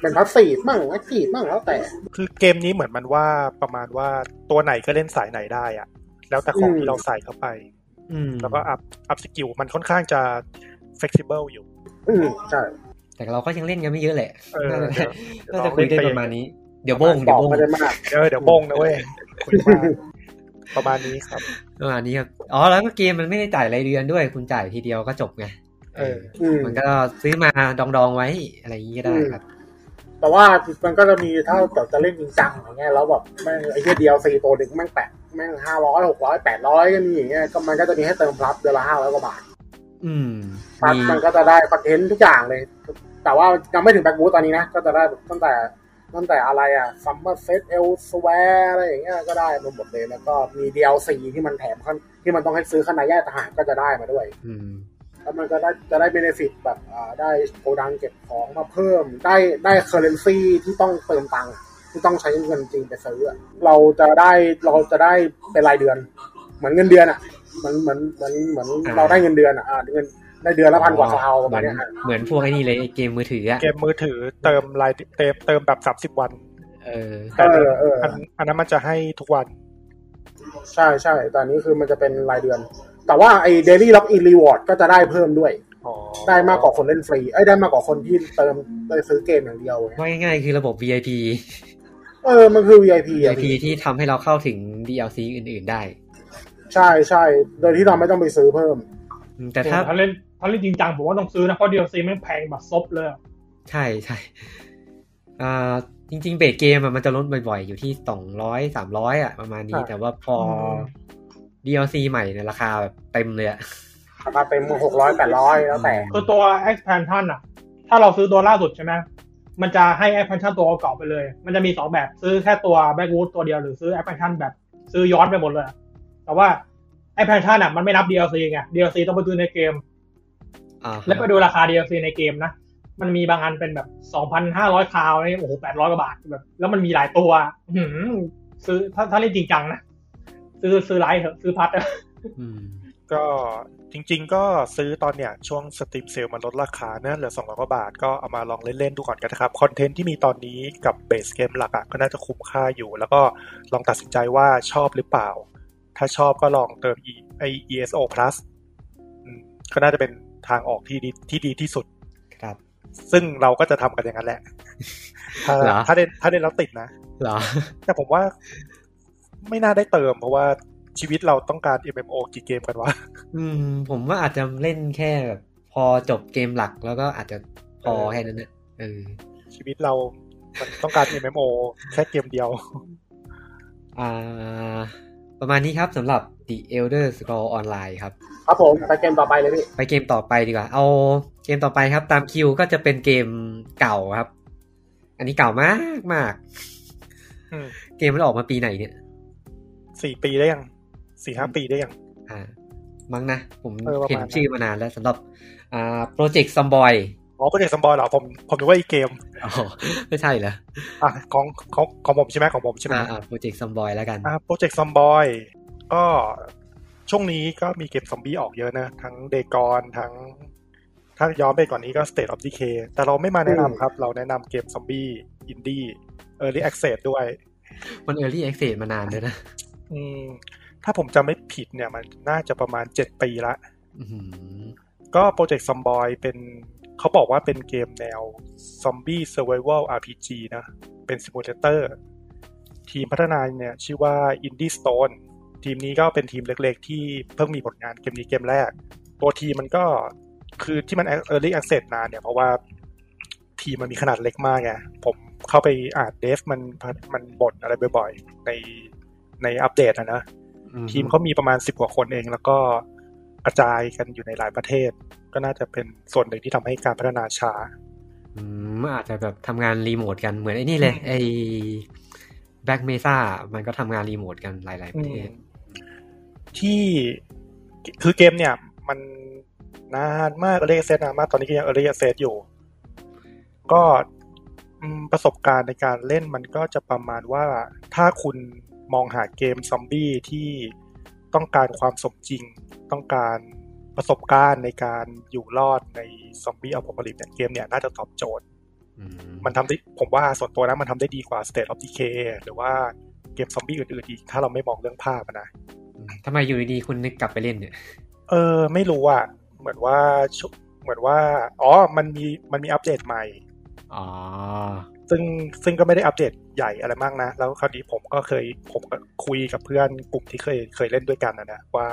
C: เป็นพัสซีฟมั่งแอคทีฟมั่งแล้วแต่
A: คือเกมนี้เหมือนมันว่าประมาณว่าตัวไหนก็เล่นสายไหนได้อะแล้วแต่ของ
C: อืม
A: ที่เราใส่เข้าไป
B: อืม
A: แล้วก็อัพอัพสกิลมันค่อนข้างจะ flexible อยู่
C: อืมใช่
B: แต่เราก็ยังเล่นกันไม่เยอะแหละ
A: เออ
B: น่าจะ
A: เดี๋ยว
B: น่าจะคุยได้ประมาณนี้ เดี๋ยวโบง
C: บ
B: เดี๋ย
C: อ
B: ว
C: ก
B: โบง
C: ไม่ได้มาก
A: เออเดี๋ยวโบ้งนะเว้ยคุยมากประมาณนี้ครับ
B: ประมาณนี้ครับอ๋อแล้วก็เกมมันไม่ได้จ่ายรายเดือนด้วย คุณจ่ายทีเดียวก็จบไง
A: เออ
C: อืม
B: มันก็ซื้อมาดองๆไว้อะไรอย่างนี้ก็ได้ครับ
C: แต่ว่ามันก็จะมีถ้าเกิดจะเล่นจริงจังอย่างเงี้ยแล้วแบบแม่งไอ้เหี้ยเดียวสี่ตัวหนึ่งแม่งแปดแม่งห้าร้อยหกร้อยแปดร้อยก็มีอย่างเงี้ยก็มันก็จะมีให้เติมพลัสเดือนละห้าร้อยกว่าบาท
B: อืม
C: พลัส
B: มี
C: มันก็จะได้คอนเทนต์ทุกอย่างเลย แต่ว่ายังไม่ถึงแบ็คบูตอนนี้นะ ก็จะได้แบบตั้งแต่ตั้งแต่อะไรอะซัมเมอร์เซตเอลสวร์อะไรอย่างเงี้ยก็ได้รวมหมดเลยแล้วก็มี DLC ที่มันแถมขั้นที่มันต้องให้ซื้อขนาดแยกทหารก็จะได้มาด้วย
B: อืม
C: แล้วมันก็ได้จะได้เบนฟิตแบบอ่าได้โกดังเก็บของมาเพิ่ม ได้ได้เคอร์เรนซีที่ต้องเติมตังค์อะที่ต้องใช้เงินจริงไปซื้ออะเราจะได้เราจะได้เป็นรายเดือน เหมือนเงินเดือนอ่ะเหมือนเหมือนเหมือนเหมือน
B: อ่า
C: เราได้เงินเดือนอ่ะอ่าเงินได้เดือนละพันกว่าคราวประมาณเนี้ย
B: เหมือ
C: ฮะ
B: นเหมือนพวกไอ้นี่เลยไอ้เกมมือถืออะ
A: เกมมือถือเติมรายเติมเติมแบบสามสิบ30 วัน
B: เออ
A: แต่
C: เออเออ
A: อันอันนั้นมันจะให้ทุกวัน
C: ใช่ใช่แต่อันนี้คือมันจะเป็นรายเดือน แต่ว่าไอ้เดลี่ล็อกอินรีวอร์ดก็จะได้เพิ่มด้วย ได้มากกว่าคนเล่นฟรีไอ้ยได้มากกว่าคนที่เติมได้ซื้อเกมอย่างเดียวเนี่ย
B: ว่าง่ายๆคือระบบ VIP
C: เออมันคือ VIP อะ
B: VIP ที่ทำให้เราเข้าถึง DLC อื่นๆได้
C: ใช่ใช่โดยที่เราไม่ต้องไปซื้อเพิ่ม
B: อืมแต่ถ้า
D: ถ้าเล่นถ้าเล่นจริงจังผมว่าต้องซื้อนะเพราะดีเอซีม่งแพงแบบซบเลยอะ
B: ใช่ใช่อ่าจริงๆ เบสเกมอะมันจะลดบ่อยๆ อยู่ที่สองร้อยสามร้อยอะประมาณนี้
A: อ่ะ
B: แต่ว่าพออ
D: ม
B: DLC ใหม่เนี่ยราคาแบบเต็มเลยอะ
C: ราคาเต็มหกร้อยแปดร้อยแล้วแต่
D: คือตัว expansion อะถ้าเราซื้อตัวล่าสุดใช่ไหมมันจะให้ expansion ตัวเก่าไปเลย มันจะมีสองแบบซื้อแค่ตัว backwood ตัวเดียวหรือซื้อ expansion แบบซื้อย้อนไปหมดเลยอะแต่ว่า expansion อะมันไม่นับ DLC ไง DLC ต้องไปดูในเกม
B: อ่า
D: แล้วไปดูราคา DLC ในเกมนะ มันมีบางอันเป็นแบบ 2,500 คราวนี่โอ้โห 800 กว่าบาทแบบ แล้วมันมีหลายตัวอื้อหือซื้อถ้าถ้าเล่นจริงจังนะ ซื้อซื้อไลท์เถอะซื้อพัดเถอะ
B: อืม
A: ก็จริง ๆ ก็ซื้อตอนเนี้ยช่วงสตรีมเซลมันลดราคาเนะเหลือสองร้อยกว่าบาทก็เอามาลองเล่น ๆ ดูก่อนกันนะครับ คอนเทนต์ที่มีตอนนี้กับเบสเกมหลักอะก็น่าจะคุ้มค่าอยู่ แล้วก็ลองตัดสินใจว่าชอบหรือเปล่า ถ้าชอบก็ลองเติม E ไอ ESO Plus อืมก็น่าจะเป็นทางออกที่ดีที่ดีที่สุด
B: ครับ
A: ซึ่งเราก็จะทำกันอย่างนั้นแหละ ถ้า
B: เหรอ
A: ถ้าเล่นถ้าเล่นแล้วติดนะ
B: เหรอ
A: แต่ผมว่าไม่น่าได้เติม เพราะว่าชีวิตเราต้องการ MMO กี่เกมกันวะ
B: อืม ผมว่าอาจจะเล่นแค่แบบพอจบเกมหลักแล้วก็อาจจะพอ
A: เออ
B: แค่นั้นนะเออ
A: ชีวิตเรามันต้องการ MMO แค่เกมเดียว
B: อ่า ประมาณนี้ครับสำหรับ The Elder Scroll Online ครับ
C: ครับผมไปเกมต่อไปเลยพี่
B: ไปเกมต่อไปดีกว่า เอาเกมต่อไปครับ ตามคิวก็จะเป็นเกมเก่าครับ อันนี้เก่ามากมาก
A: อืม
B: เกมมันออกมาปีไหนเนี่ย
A: สี่ปีได้ยังสี่ห้าปีได้ยัง
B: อ่า มั้งนะ ผม
A: เออประมาณ
B: เห็น
A: นั้น
B: ชื่อมานานแล้วสำหรับ อ่าโปรเจกต์ซอมบอย
A: อ๋อก็เด็กสมบอยเหรอผมผมนึกว่าอีกเกม
B: อ๋อไม่ใช่เหรอ
A: อ่ะของของของผมใช่ไหมของผมใช่ไหม
B: อ่าโปรเจกต์ซอมบอยแล้วกัน
A: อ่ะโปรเจกต์ซอมบอยก็ช่วงนี้ก็มีเกมซอมบี้ออกเยอะนะ ทั้งเดกอนทั้ง ถ้าย้อนไปก่อนนี้ก็ State of Decay แต่เราไม่มาแนะนำครับ เราแนะนำเกมซอมบี้อินดี้เออร์ลี่แอคเซสด้วย
B: มัน Early Access มานานด้วยนะ
A: อืมถ้าผมจำไม่ผิดเนี่ยมันน่าจะประมาณเจ็ดปีละ
B: อื้อหือ
A: ก็โปรเจกต์ซอมบอยเป็นเขาบอกว่าเป็นเกมแนวซอมบี้เซอร์ไว a l RPG นะ เป็นซิมูเลเตอร์ทีมพัฒนาเนี่ยชื่อว่า Indie Stone ทีมนี้ก็เป็นทีมเล็กๆ ที่เพิ่งมีผลงานเกมนี้เกมแรก ตัวทีมมันก็คือที่มัน Early Access นานเนี่ย เพราะว่าทีมมันมีขนาดเล็กมากไงผมเข้าไปอ่านเดฟมันมันบ่นอะไรบ่อยๆ ในในอัปเดตอะนะ
B: อื้อหือ
A: ทีมเขามีประมาณสิบกว่าคนเอง แล้วก็กระจายกันอยู่ในหลายประเทศ ก็น่าจะเป็นส่วนหนึ่งที่ทำให้การพัฒนาช้า
B: อืมอาจจะแบบทำงานรีโมทกันเหมือนไอ้นี่เลยไอ้แบ็กเมซ่ามันก็ทำงานรีโมทกันหลายๆประเทศ
A: ที่คือเกมเนี่ย มันนานมากเอเลเซนานมากตอนนี้ก็ยังเอเลเซนอยู่ ก็อืมประสบการณ์ในการเล่นมันก็จะประมาณว่าถ้าคุณมองหาเกมซอมบี้ที่ต้องการความสมจริง ต้องการประสบการณ์ในการอยู่รอดในซอมบี้อพอลิปเนี่ยเกมเนี่ยน่าจะตอบโจทย์
B: อื
A: มันทำได้ผมว่าส่วนตัวนะมันทำได้ดีกว่า State of Decay หรือว่าเกมซอมบี้อื่นๆอีก ถ้าเราไม่มองเรื่องภาพอะนะ
B: ทำไมอยู่ดีๆคุณนึกกลับไปเล่นเนี่ย
A: เออไม่รู้อ่ะเหมือนว่าชุเหมือนว่า อ๋อมันมีมันมีอัปเดตใหม่
B: อ๋อ
A: ซึ่งซึ่งก็ไม่ได้อัปเดตใหญ่อะไรมากนะ แล้วคราวนี้ผมก็เคยผมก็คุยกับเพื่อนกลุ่มที่เคยเคยเล่นด้วยกันนะนะว่า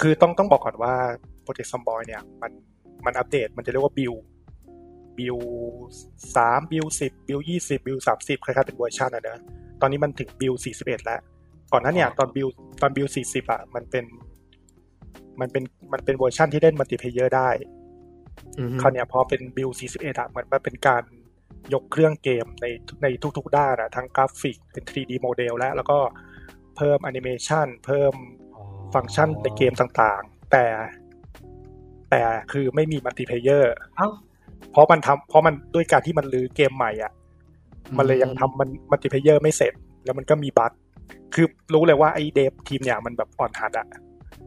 A: คือต้องต้องบอกก่อนว่าโปรเจกต์ซอมบอยเนี่ย มันมันอัปเดตมันจะเรียกว่าบิลบิลสามบิลสิบบิลยี่สิบบิลสามสิบคล้ายๆเป็นเวอร์ชันนะเนอะตอนนี้มันถึงบิลสี่สิบเอ็ดแล้ว ก่อนหน้าเนี่ยตอนบิลตอนบิลสี่สิบอ่ะมันเป็น มันเป็นมันเป็นเวอร์ชันที่เล่นมัลติเพเยอร์ได้
B: อืม
A: คราวเนี้ยพอเป็นบิล41อะมันมันเป็นการยกเครื่องเกมในในทุกๆด้านอะทั้งกราฟิกเป็น 3D โมเดลแล้ว แล้วก็เพิ่มแอนิเมชันเพิ่ม
B: อ๋อ
A: ฟังก์ชันในเกมต่างๆ แต่แต่คือไม่มีมัลติเพเยอร์
B: เอ้า
A: เพราะมันทำเพราะมันด้วยการที่มันรื้อเกมใหม่อ่ะ มันเลยยังทำมันมัลติเพเยอร์ไม่เสร็จ แล้วมันก็มีบั๊กคือรู้เลยว่าไอ้เดฟทีมเนี่ยมันแบบอ่อนหัดอะ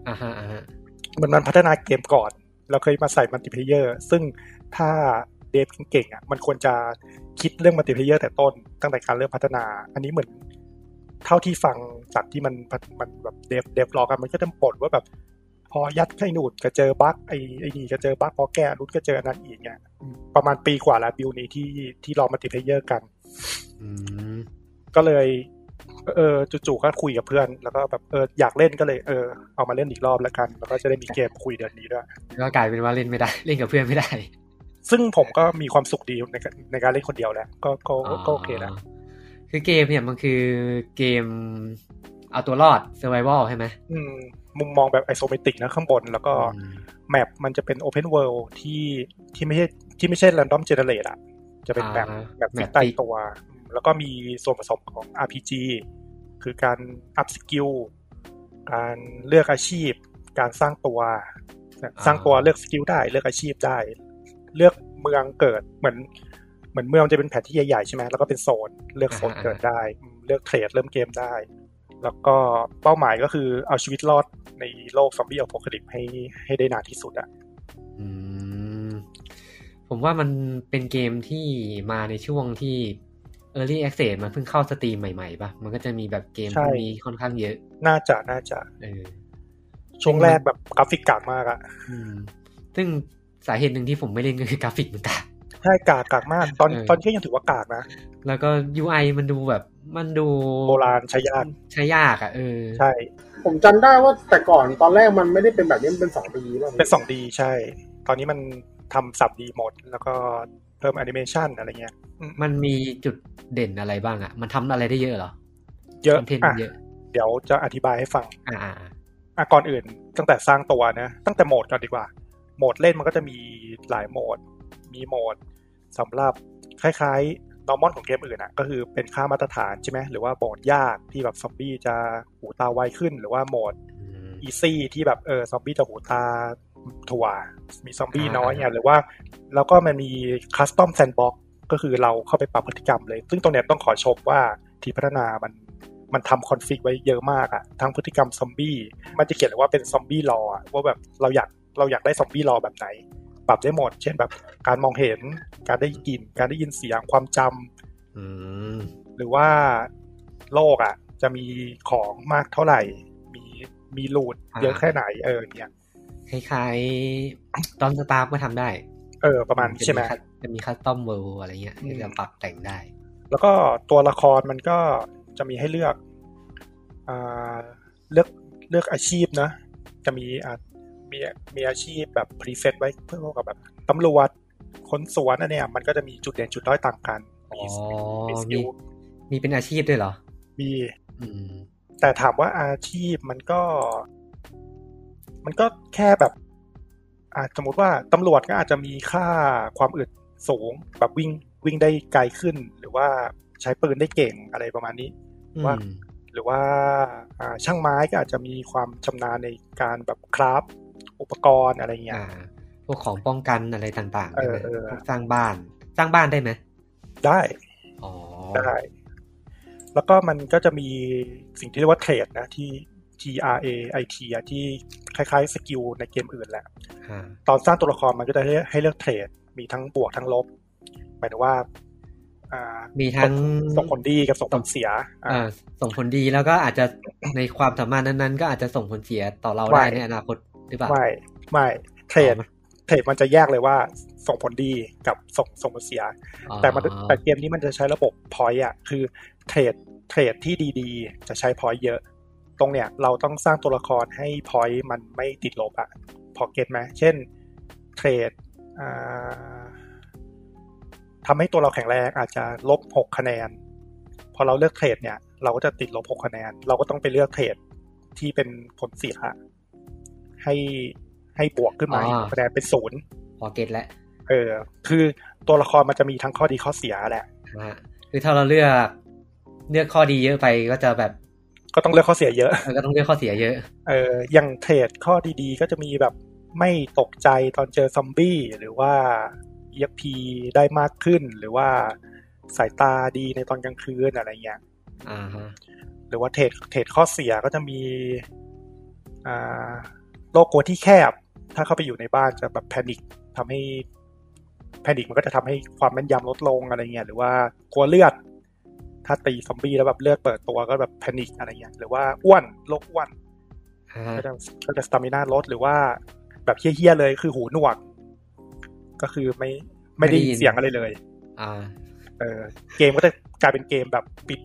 B: อ่าฮะอ่าฮะ
A: เหมือนมันพัฒนาเกมก่อน เราเคยมาใส่มัลติเพเยอร์ ซึ่งถ้าเดฟเก่งๆอ่ะ มันควรจะคิดเรื่องมัลติเพเยอร์แต่ต้น ตั้งแต่การเริ่มพัฒนา อันนี้เหมือนเท่าที่ฟังจากที่มันพัฒมันแบบเดฟเดฟลอกันมันก็จะปลดว่าแบบ พอยัดไอ้นูดก็เจอบั๊กไอ้ไอ้นี่ก็เจอบั๊กพอแก้รุดก็เจออันนั้นอีกเนี่ยอืมประมาณปีกว่าแล้วบิวนี้ที่ที่รอมัลติเพเยอร์กัน
B: อืม
A: ก็เลย เออจู่ๆก็คุยกับเพื่อน แล้วก็แบบเอออยากเล่นก็เลยเออเอามาเล่นอีกรอบแล้วกัน แล้วก็จะได้มีเกมคุยเดือนนี้ด้วย
B: ก็กลายเป็นว่าเล่นไม่ได้ *laughs* เล่นกับเพื่อนไม่ได้
A: ซึ่งผมก็มีความสุขดีในการในการเล่นคนเดียวแหละก็ก็ก็ก็โอเคแล้ว
B: คือเกมเนี่ยมันคือเกมเอาตัวรอด survival ใช่ไหม
A: อืมมุมมองแบบไอโซเมตริกนะข้างบน แล้วก็
B: อืม
A: แมปมันจะเป็นโอเพนเวิลด์ที่ที่ไม่ใช่ที่ไม่ใช่ r รนดอมเจเนเรตอะจะเป็นแบบ
B: อ่า
A: แบบ
B: แม
A: ฟีด
B: ป
A: ใต้
B: ติด
A: ตัว แล้วก็มีส่วนผสมของ RPG คือการอัพสกิลการเลือกอาชีพ การสร้างตัว สร้างตัวเลือกสกิลได้เลือกอาชีพได้ เลือกเมืองเกิดเหมือน เหมือนเมืองจะเป็นแผนที่ใหญ่ๆใช่ไหมแล้วก็เป็นโซนเลือกโซน
B: อ่าฮะ
A: เกิดได้อืมเลือกเทรดเริ่มเกมได้ แล้วก็เป้าหมายก็คือเอาชีวิตรอดในโลกซอมบี้อพอลิปให้ให้ได้นานที่สุดอะ
B: อืมผมว่ามันเป็นเกมที่มาในช่วงที่ Early Access มันเพิ่งเข้าสตรีมใหม่ๆป่ะ มันก็จะมีแบบเกมพวกนี้ค่อนข้างเยอะ
A: น่าจะน่าจะ
B: เออ
A: ช่วงแรกแบบกราฟิกกากมากอะ
B: อืม ซึ่งสาเหตุหนึ่งที่ผมไม่เล่นก็คือกรา *laughs* ฟิกมันกาก
A: ใช่กากกากมาก ตอน
B: เออ
A: ตอนที่ยังถือว่ากากนะ
B: แล้วก็ UI มันดูแบบ มันดู
A: โบราณใช้ยาก
B: ใช้ยากอะ่ะเออ
A: ใช่
C: ผมจำได้ว่าแต่ก่อนตอนแรกมันไม่ได้เป็นแบบนี้มันเป็นสองปีแล้ว
A: เป็น 2D ใช่ ตอนนี้มันทำสับดีหมด แล้วก็เพิ่มแอนิเมชันอะไรเงี้ยอืม
B: มันมีจุดเด่นอะไรบ้างอะ่ะ มันทำอะไรได้เยอะเหรอ
A: เยอะ
B: คอนเทนต์
A: อ่ะ
B: เยอะ
A: เดี๋ยวจะอธิบายให้ฟัง
B: อ่า
A: อ่ะก่อนอื่นตั้งแต่สร้างตัวนะ ตั้งแต่โหมดก่อนดีกว่า โหมดเล่นมันก็จะมีหลายโหมด มีโหมดสำหรับคล้ายๆ normal ของเกมอื่นอ่ะ ก็คือเป็นค่ามาตรฐานใช่ไหมหรือว่าโหมดยากที่แบบซอมบี้จะหูตาไวขึ้น หรือว่าโหมด
B: อืม
A: อีซี่ที่แบบเออซอมบี้จะหูตาถั่วมีซอมบี้
B: อ่า
A: น้อยเนี่ยหรือว่า แล้วก็มันมีคัสตอมแซนด์บ็อกก็คือเราเข้าไปปรับพฤติกรรมเลย ซึ่งตรงเนี้ยต้องขอชมว่าทีมพัฒนามันมันทำคอนฟิกไว้เยอะมากอะทั้งพฤติกรรมซอมบี้มันจะเขียนเลยว่าเป็นซอมบี้รออะว่าแบบเราอยากเราอยากได้ซอมบี้รอแบบไหน ปรับได้หมด เช่นแบบการมองเห็นการได้กลิ่นการได้ยินเสียงความจำ
B: อืม
A: หรือว่าโลกอ่ะ จะมีของมากเท่าไหร่ มีมีลูดเยอะแค่ไหนเออเนี่ย
B: คล้ายๆ ตอนสตาร์ก็ทำได้
A: เออประมาณนี้ใช่ไหม
B: จะคัสจะมีคัสตอมเวลอะไรเงี้ย
A: อืม
B: ที่จะปรับแต่งได้
A: แล้วก็ตัวละครมันก็จะมีให้เลือกอ่าเลือกเลือกอาชีพนะ จะมีอ่ะมีมีอาชีพแบบพรีเซตไว้เพื่อกับแบบตำรวจคนสวนอันเนี้ยมันก็จะมีจุดเด่นจุดด้อยต่างกัน
B: อ๋
A: มี
B: อ
A: มีส
B: มี
A: กิล
B: มีเป็นอาชีพด้วยเหรอ
A: มี
B: อืม
A: แต่ถามว่าอาชีพมันก็ มันก็แค่แบบอาสมมติว่าตำรวจก็อาจจะมีค่าความอึดสูง แบบวิ่งวิ่งได้ไกลขึ้น หรือว่าใช้ปืนได้เก่งอะไรประมาณนี้ ว่า
B: อืม
A: หรือว่าอ่าช่างไม้ก็อาจจะมีความชำนาญในการแบบคราฟต์อุปกรณ์อะไรเงี้ย
B: อ่า พวกของป้องกันอะไรต่างๆ
A: เออ
B: ใช่ไหม
A: เออ
B: พวกสร้างบ้าน สร้างบ้านได้ไหม
A: ได้
B: อ๋อ
A: ได้ แล้วก็มันก็จะมีสิ่งที่เรียกว่าเทรดนะที่ T R A I T อะที่คล้ายๆสกิลในเกมอื่นแหละ
B: อ่า
A: ตอนสร้างตัวละครมันก็จะให้ให้เลือกเทรด มีทั้งบวกทั้งลบ หมายถึงว่า อ่า
B: มีทั้ง
A: ส่งผลดีกับส่งผลเสียอ่า
B: อ่าส่งผลดีแล้วก็อาจจะในความสามารถนั้นๆ ก็อาจจะส่งผลเสียต่อเรา
A: ไม่
B: ได้ในอนาคตหรือเปล่า
A: ไม่ไม่เทรด
B: อ๋อ
A: เทรดมันจะแยกเลยว่าส่งผลดีกับส่งส่งผลเสีย
B: อ๋อ
A: แต่มันแต่เกมนี้มันจะใช้ระบบพอยต์อ่ะคือเทรดเทรดที่ดีๆ จะใช้พอยต์เยอะ ตรงเนี้ยเราต้องสร้างตัวละครให้พอยต์มันไม่ติดลบอ่ะพอเก็ตไหมเช่นเทรดอ่าทำให้ตัวเราแข็งแรงอาจจะลบหกคะแนน พอเราเลือกเทรดเนี่ย เราก็จะติดลบหกคะแนน เราก็ต้องไปเลือกเทรดที่เป็นผลเสียให้ให้บวกขึ้นมาอีกคะแนนเป็นศูนย์
B: พอเก็ตแล้ว
A: เออคือตัวละครมันจะมีทั้งข้อดีข้อเสียแหละ
B: นะฮะคือถ้าเราเลือกเลือกข้อดีเยอะไปก็จะแบบ
A: ก็ต้องเลือกข้อเสียเยอะ
B: เราก็ต้องเลือกข้อเสียเยอะ
A: เอออย่างเทรดข้อดีๆ ก็จะมีแบบไม่ตกใจตอนเจอซอมบี้หรือว่า EFP ได้มากขึ้น หรือว่าสายตาดีในตอนกลางคืนอะไรเงี้ย
B: อ่าฮะ
A: หรือว่าเทรดเทรดข้อเสียก็จะมีอ่าโลกกลัวที่แคบ ถ้าเข้าไปอยู่ในบ้านจะแบบแพนิคทำให้แพนิคมันก็จะทำให้ความแม่นยำลดลงอะไรเงี้ยหรือว่ากลัวเลือด ถ้าตีซอมบี้แล้วแบบเลือดเปิดตัวก็แบบแพนิคอะไรเงี้ยหรือว่าอ้วนโรคอ้วน
B: อ่าฮะ
A: ก็จะก็จะสตามินาลดหรือว่าแบบเฮี้ยๆเลยคือหูหนวก ก็คือไม่ไม่ได้ยินเสียงอะไรเลย
B: อ่า
A: เออเกมก็จะกลายเป็นเกมแบบปิด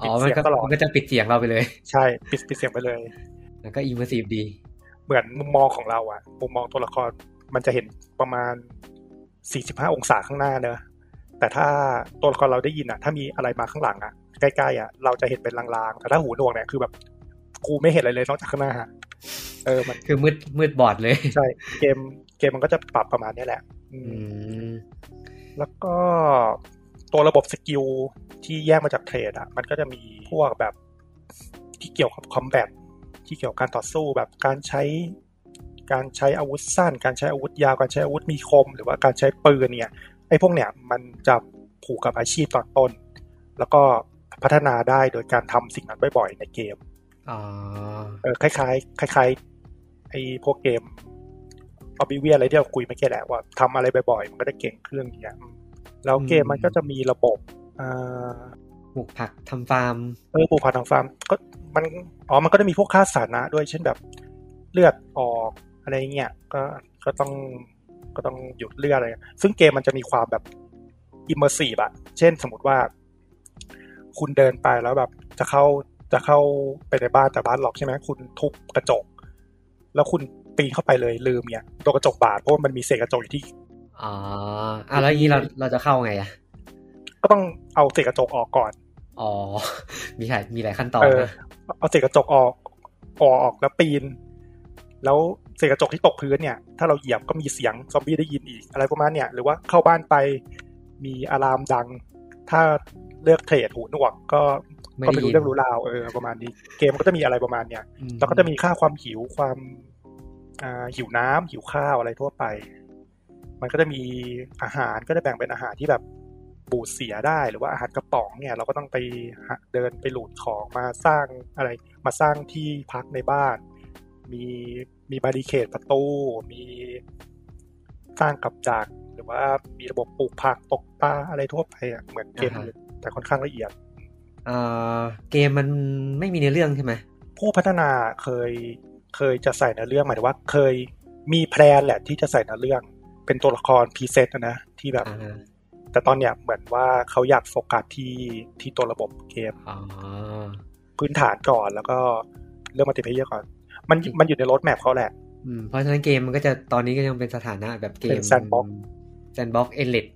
B: อ๋อมัน
A: ปิดเสี
B: ก็
A: ยงตลอด
B: มันก็จะปิดเสียงเราไปเลย *laughs*
A: ใช่ปิดปิดเสียงไปเลย
B: แล้วก็อิมเมอร์ซีฟดี
A: เหมือนมุมมองของเราอะมุมมองตัวละครมันจะเห็นประมาณ 45 องศาข้างหน้าเนอะแต่ถ้าตัวละครเราได้ยินอะถ้ามีอะไรมาข้างหลังอะใกล้ๆอะเราจะเห็นเป็นลางๆ แต่ถ้าหูหนวกเนี่ยคือแบบกูไม่เห็นอะไรเลยนอกจากข้างหน้าเออมัน
B: คือมืดมืดบอดเลย
A: ใช่เกมเกมมันก็จะปรับประมาณเนี้ยแหละอื
B: อื
A: ม
B: ม
A: แล้วก็ตัวระบบสกิลที่แยกมาจากเทรดอ่ะ มันก็จะมีพวกแบบที่เกี่ยวกับคอมแบทที่เกี่ยวกับการต่อสู้แบบการใช้ การใช้อาวุธสั้น การใช้อาวุธยาว การใช้อาวุธมีคม หรือว่าการใช้ปืนเนี่ยไอ้พวกเนี่ยมันจะผูกกับอาชีพตอนต้น แล้วก็พัฒนาได้โดยการทำสิ่งนั้นบ่อยๆในเกม
B: *laughs* อ๋อ
A: เออคล้ายๆคล้ายๆไอ้พวกเกมออบิเวียอะไรที่เราคุยเมื่อกี้แหละว่าทำอะไรบ่อยๆ มันก็จะเก่งขึ้นอย่างเงี้ยอืมแล้วเกมมันก็จะมีระบบเอ่อ
B: ปลูกผักทำฟาร์ม
A: เออปลูกผักทางฟาร์มก็มันอ๋อมันก็จะมีพวกค่าสาธารณะด้วยเช่นแบบเลือดออกอะไรเงี้ยก็ก็ต้องก็ต้องหยุดเลือดอะไรเงี้ยซึ่งเกมมันจะมีความแบบอิมเมอร์ซีฟอะเช่นสมมติว่า คุณเดินไปแล้วแบบจะเข้าจะเข้าไปในบ้านแต่บ้านล็อกใช่ไหมคุณทุบกระจก แล้วคุณปีนเข้าไปเลยลืมเนี่ยโดนกระจกบาดเพราะว่ามันมีเศษกระจกอยู่ที่
B: อ๋ออ่ะแล้วอย่างนี้เราเราจะเข้าไงอ่ะ
A: ก็ต้องเอาเศษกระจกออกก่อน
B: อ๋ *laughs* อมีหลายมีหลายขั้นตอน
A: เออ
B: นะ
A: เอาเศษกระจกออกออกออกแล้วปีน แล้วเศษกระจกที่ตกพื้นเนี่ย ถ้าเราเหยียบก็มีเสียงซอมบี้ได้ยินอีกอะไรประมาณเนี่ยหรือว่าเข้าบ้านไปมีอะลามดัง ถ้าเลือกเทรดหูหนวกก็
B: ไม่
A: ก็
B: ได้
A: ไม่รู้
B: ยิน
A: เรื่องรู้ราวเออประมาณนี้ เกมมันก็จะมีอะไรประมาณเนี่ย
B: อื
A: แล้วก็จะมีค่าความหิวความอ่าหิวน้ำหิวข้าวอะไรทั่วไป มันก็จะมีอาหารก็จะแบ่งเป็นอาหารที่แบบบูดเสียได้หรือว่าอาหารกระป๋องเนี่ย เราก็ต้องไปหาเดินไปหลูดของมาสร้างอะไร มาสร้างที่พักในบ้าน มีมีบาริเคดประตู มีสร้างกับดักหรือว่ามีระบบปลูกผักตกปลาอะไรทั่วไปอ่ะเหมือนเกมอื่นแต่ค่อนข้างละเอียด
B: เอ่อเกมมันไม่มีในอเรื่องใช่ไหม
A: ผู้พัฒนาเคยเคยจะใส่ในอเรื่องหมายถึงว่าเคยมีแพลนแหละที่จะใส่ในอเรื่องเป็นตัวละครพรีเซตนะนะที่แบบ
B: อ่า
A: แต่ตอนเนี้ยเหมือนว่าเขาอยากโฟกัสที่ที่ตัวระบบเกม
B: อ๋อ
A: พื้นฐานก่อนแล้วก็เรื่องมัลติเพเยอร์ก่อน มัน
B: จริง
A: มันอยู่ในรถแมพเขาแหละ
B: อืมเพราะฉะนั้นเกมมันก็จะตอนนี้ก็ยังเป็นสถานะแบบเก
A: เป็
B: ม
A: น sandbox
B: แซนด์บ็อกเอเลด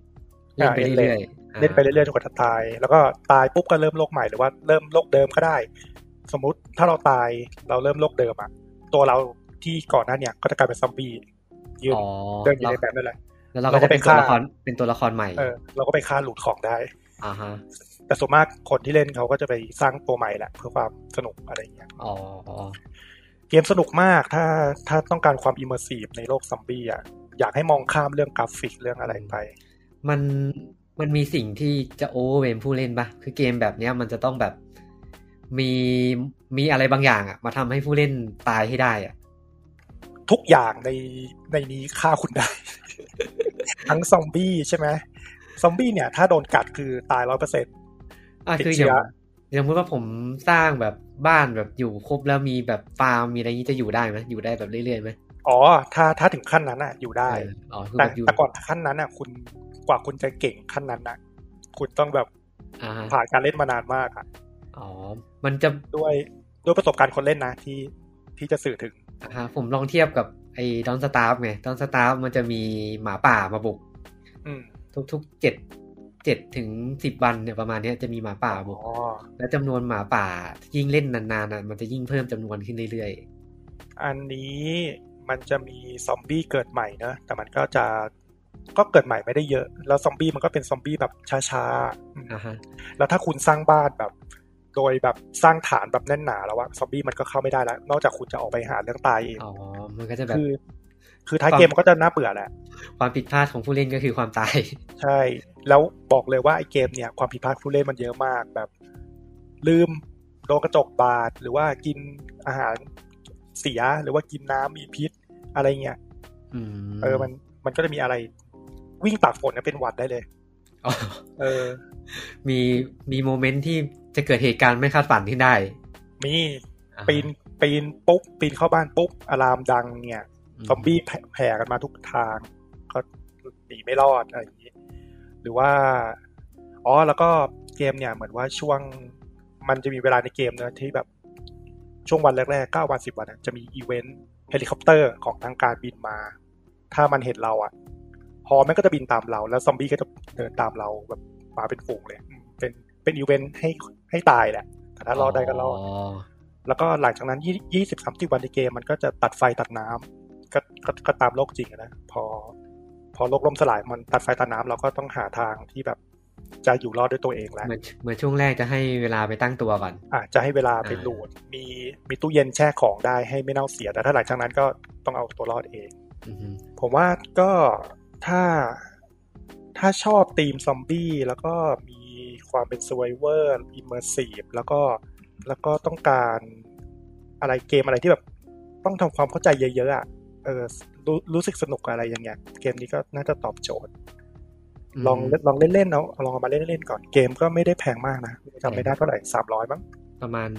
B: เล่นไป
A: อ่า endless
B: เรื่อยๆอ่า
A: เล่นไปเรื่อยๆจนกว่าจะตาย แล้วก็ตายปุ๊บก็เริ่มโลกใหม่หรือว่าเริ่มโลกเดิมก็ได้ สมมุติถ้าเราตายเราเริ่มโลกเดิมอะตัวเราที่ก่อนหน้าเนี่ยก็จะกลายเป็นซอมบี้ยืน
B: อ๋อ
A: เดินอยู่
B: แล้ว
A: ในแบบนั่นแหละ
B: แล้วเราก็จะเป็น
A: เราก็ไป
B: ตัว
A: ฆ่า
B: ละครเป็นตัวละครใหม่
A: เออเราก็ไปฆ่าหลุดของได้
B: อ่าฮะ
A: แต่ส่วนมากคนที่เล่นเขาก็จะไปสร้างตัวใหม่แหละเพื่อความสนุกอะไรอย่างเงี้ย
B: อ๋อ
A: เกมสนุกมากถ้าถ้าต้องการความอิมเมอร์ซีฟในโลกซอมบี้อ่ะอยากให้มองข้ามเรื่องกราฟิกเรื่องอะไรไป
B: มันมันมีสิ่งที่จะโอเวอร์เวมผู้เล่นปะคือเกมแบบเนี้ยมันจะต้องแบบมีมีอะไรบางอย่างอะมาทำให้ผู้เล่นตายให้ได้อะ
A: ทุก *laughs* อย่างในในนี้ฆ่าคุณได้ ทั้งซอมบี้ใช่ไหม ซอมบี้เนี่ย ถ้าโดนกัดคือตายร้อยเปอร์เซ็นต์
B: อ่ะ
A: ติด
B: คืออ
A: เชื้
B: ย่าง
A: อ
B: อย่างสมมติว่าผมสร้างแบบบ้านแบบอยู่ครบแล้วมีแบบฟาร์มมีอะไรอย่างนี้จะอยู่ได้ไหมอยู่ได้แบบเรื่อยๆไหม
A: อ๋อ ถ้าถ้าถึงขั้นนั้นอ่ะ อยู่ได้
B: เอออ๋อคือ
A: แต่
B: แบบอยู่
A: แต่ก่อนขั้นนั้นอ่ะ คุณกว่าคุณจะเก่งขั้นนั้นอ่ะ คุณต้องแบบ
B: อ่าฮะ
A: ผ่านการเล่นมานานมากอ่ะ
B: อ๋อมันจะ
A: ด้วยด้วยประสบการณ์คนเล่นนะที่ที่จะสื่อถึง
B: อ่าฮะผมลองเทียบกับไอ้ดอนสตาร์ฟไงดอนสตาร์ฟมันจะมีหมาป่ามาบุก
A: อืม
B: ทุกๆเจ็ดเจ็ดถึงสิบวันเนี่ยประมาณเนี้ยจะมีหมาป่าบุก
A: อ๋อ
B: แล้วจำนวนหมาป่ายิ่งเล่นนานๆน่ะมันจะยิ่งเพิ่มจำนวนขึ้นเรื่อย
A: อันนี้มันจะมีซอมบี้เกิดใหม่เนอะแต่มันก็จะก็เกิดใหม่ไม่ได้เยอะ แล้วซอมบี้มันก็เป็นซอมบี้แบบช้าๆอืม
B: ๆอ่ะฮะ
A: แล้วถ้าคุณสร้างบ้านแบบ โดยแบบสร้างฐานแบบแน่นหนาแล้วอะซอมบี้มันก็เข้าไม่ได้แล้ว นอกจากคุณจะออกไปหาเรื่องตายเอง
B: อ๋อมันก็จะแบบ
A: คือ คือท้ายเกมมันก็จะน่าเบื่อแหละ
B: ความผิดพลาดของผู้เล่นก็คือความตาย
A: ใช่ แล้วบอกเลยว่าไอ้เกมเนี่ยความผิดพลาดผู้เล่นมันเยอะมากแบบ ลืมโดนกระจกบาดหรือว่ากินอาหารเสียหรือว่ากินน้ำมีพิษอะไรเงี้ย
B: อืม
A: เออมันมันก็จะมีอะไรวิ่งตากฝนเนี่ยเป็นหวัดได้เลย
B: อ๋อ
A: เออ
B: มีมีโมเมนต์ที่จะเกิดเหตุการณ์ไม่คาดฝันขึ้นได้
A: มี
B: อ่าฮะ
A: ปีนปีนปุ๊บปีนเข้าบ้านปุ๊บอะลามดังเนี่ยซอมบี้แผ่แผ่กันมาทุกทาง ก็หนีไม่รอดอะไรอย่างนี้ หรือว่า อ๋อ แล้วก็เกมเนี่ย เหมือนว่าช่วงมันจะมีเวลาในเกมเนอะที่แบบช่วงวันแรกๆเก้าวันสิบวันอะจะมีอีเวนต์เฮลิคอปเตอร์ของทางการบินมา ถ้ามันเห็นเราอะฮอมันก็จะบินตามเรา แล้วซอมบี้ก็จะเดินตามเราแบบมาเป็นฝูงเลยอืมเป็นเป็นอีเวนต์ให้ให้ตายแหละ แต่ถ้ารอดได้ก็รอด แล้วก็หลังจากนั้นยี่สิบสามสิบวันในเกมมันก็จะตัดไฟตัดน้ำก็ก็ก็ตามโลกจริงอะนะพอ พอโลกล่มสลายมันตัดไฟตัดน้ำเราก็ต้องหาทางที่แบบจะอยู่รอดด้วยตัวเองแล้ว
B: เหมือนเหมือนช่วงแรกจะให้เวลาไปตั้งตัวก่อน
A: อาจจะให้เวลาไป
B: อ่า
A: ดูดมีมีตู้เย็นแช่ของได้ให้ไม่เน่าเสียแต่ถ้าหลังจากนั้นก็ต้องเอาตัวรอดเอง
B: อือฮึ
A: ผมว่าก็ถ้าถ้าชอบธีมซอมบี้แล้วก็มีความเป็น s u r v i v o r immersive แล้วก็แล้วก็ต้องการอะไรเกมอะไรที่แบบต้องทำความเข้าใจเยอะๆอ่ะเออรู้รู้สึกสนุกกับอะไรอย่างเงี้ยเกมนี้ก็น่าจะตอบโจทย์ ลองลองเล่นๆเอาลองเอามาเล่นๆก่อนเกมก็ไม่ได้แพงมากนะจำไม่ได้เท่าไหร่สามร้อยมั้ง
B: ประมาณ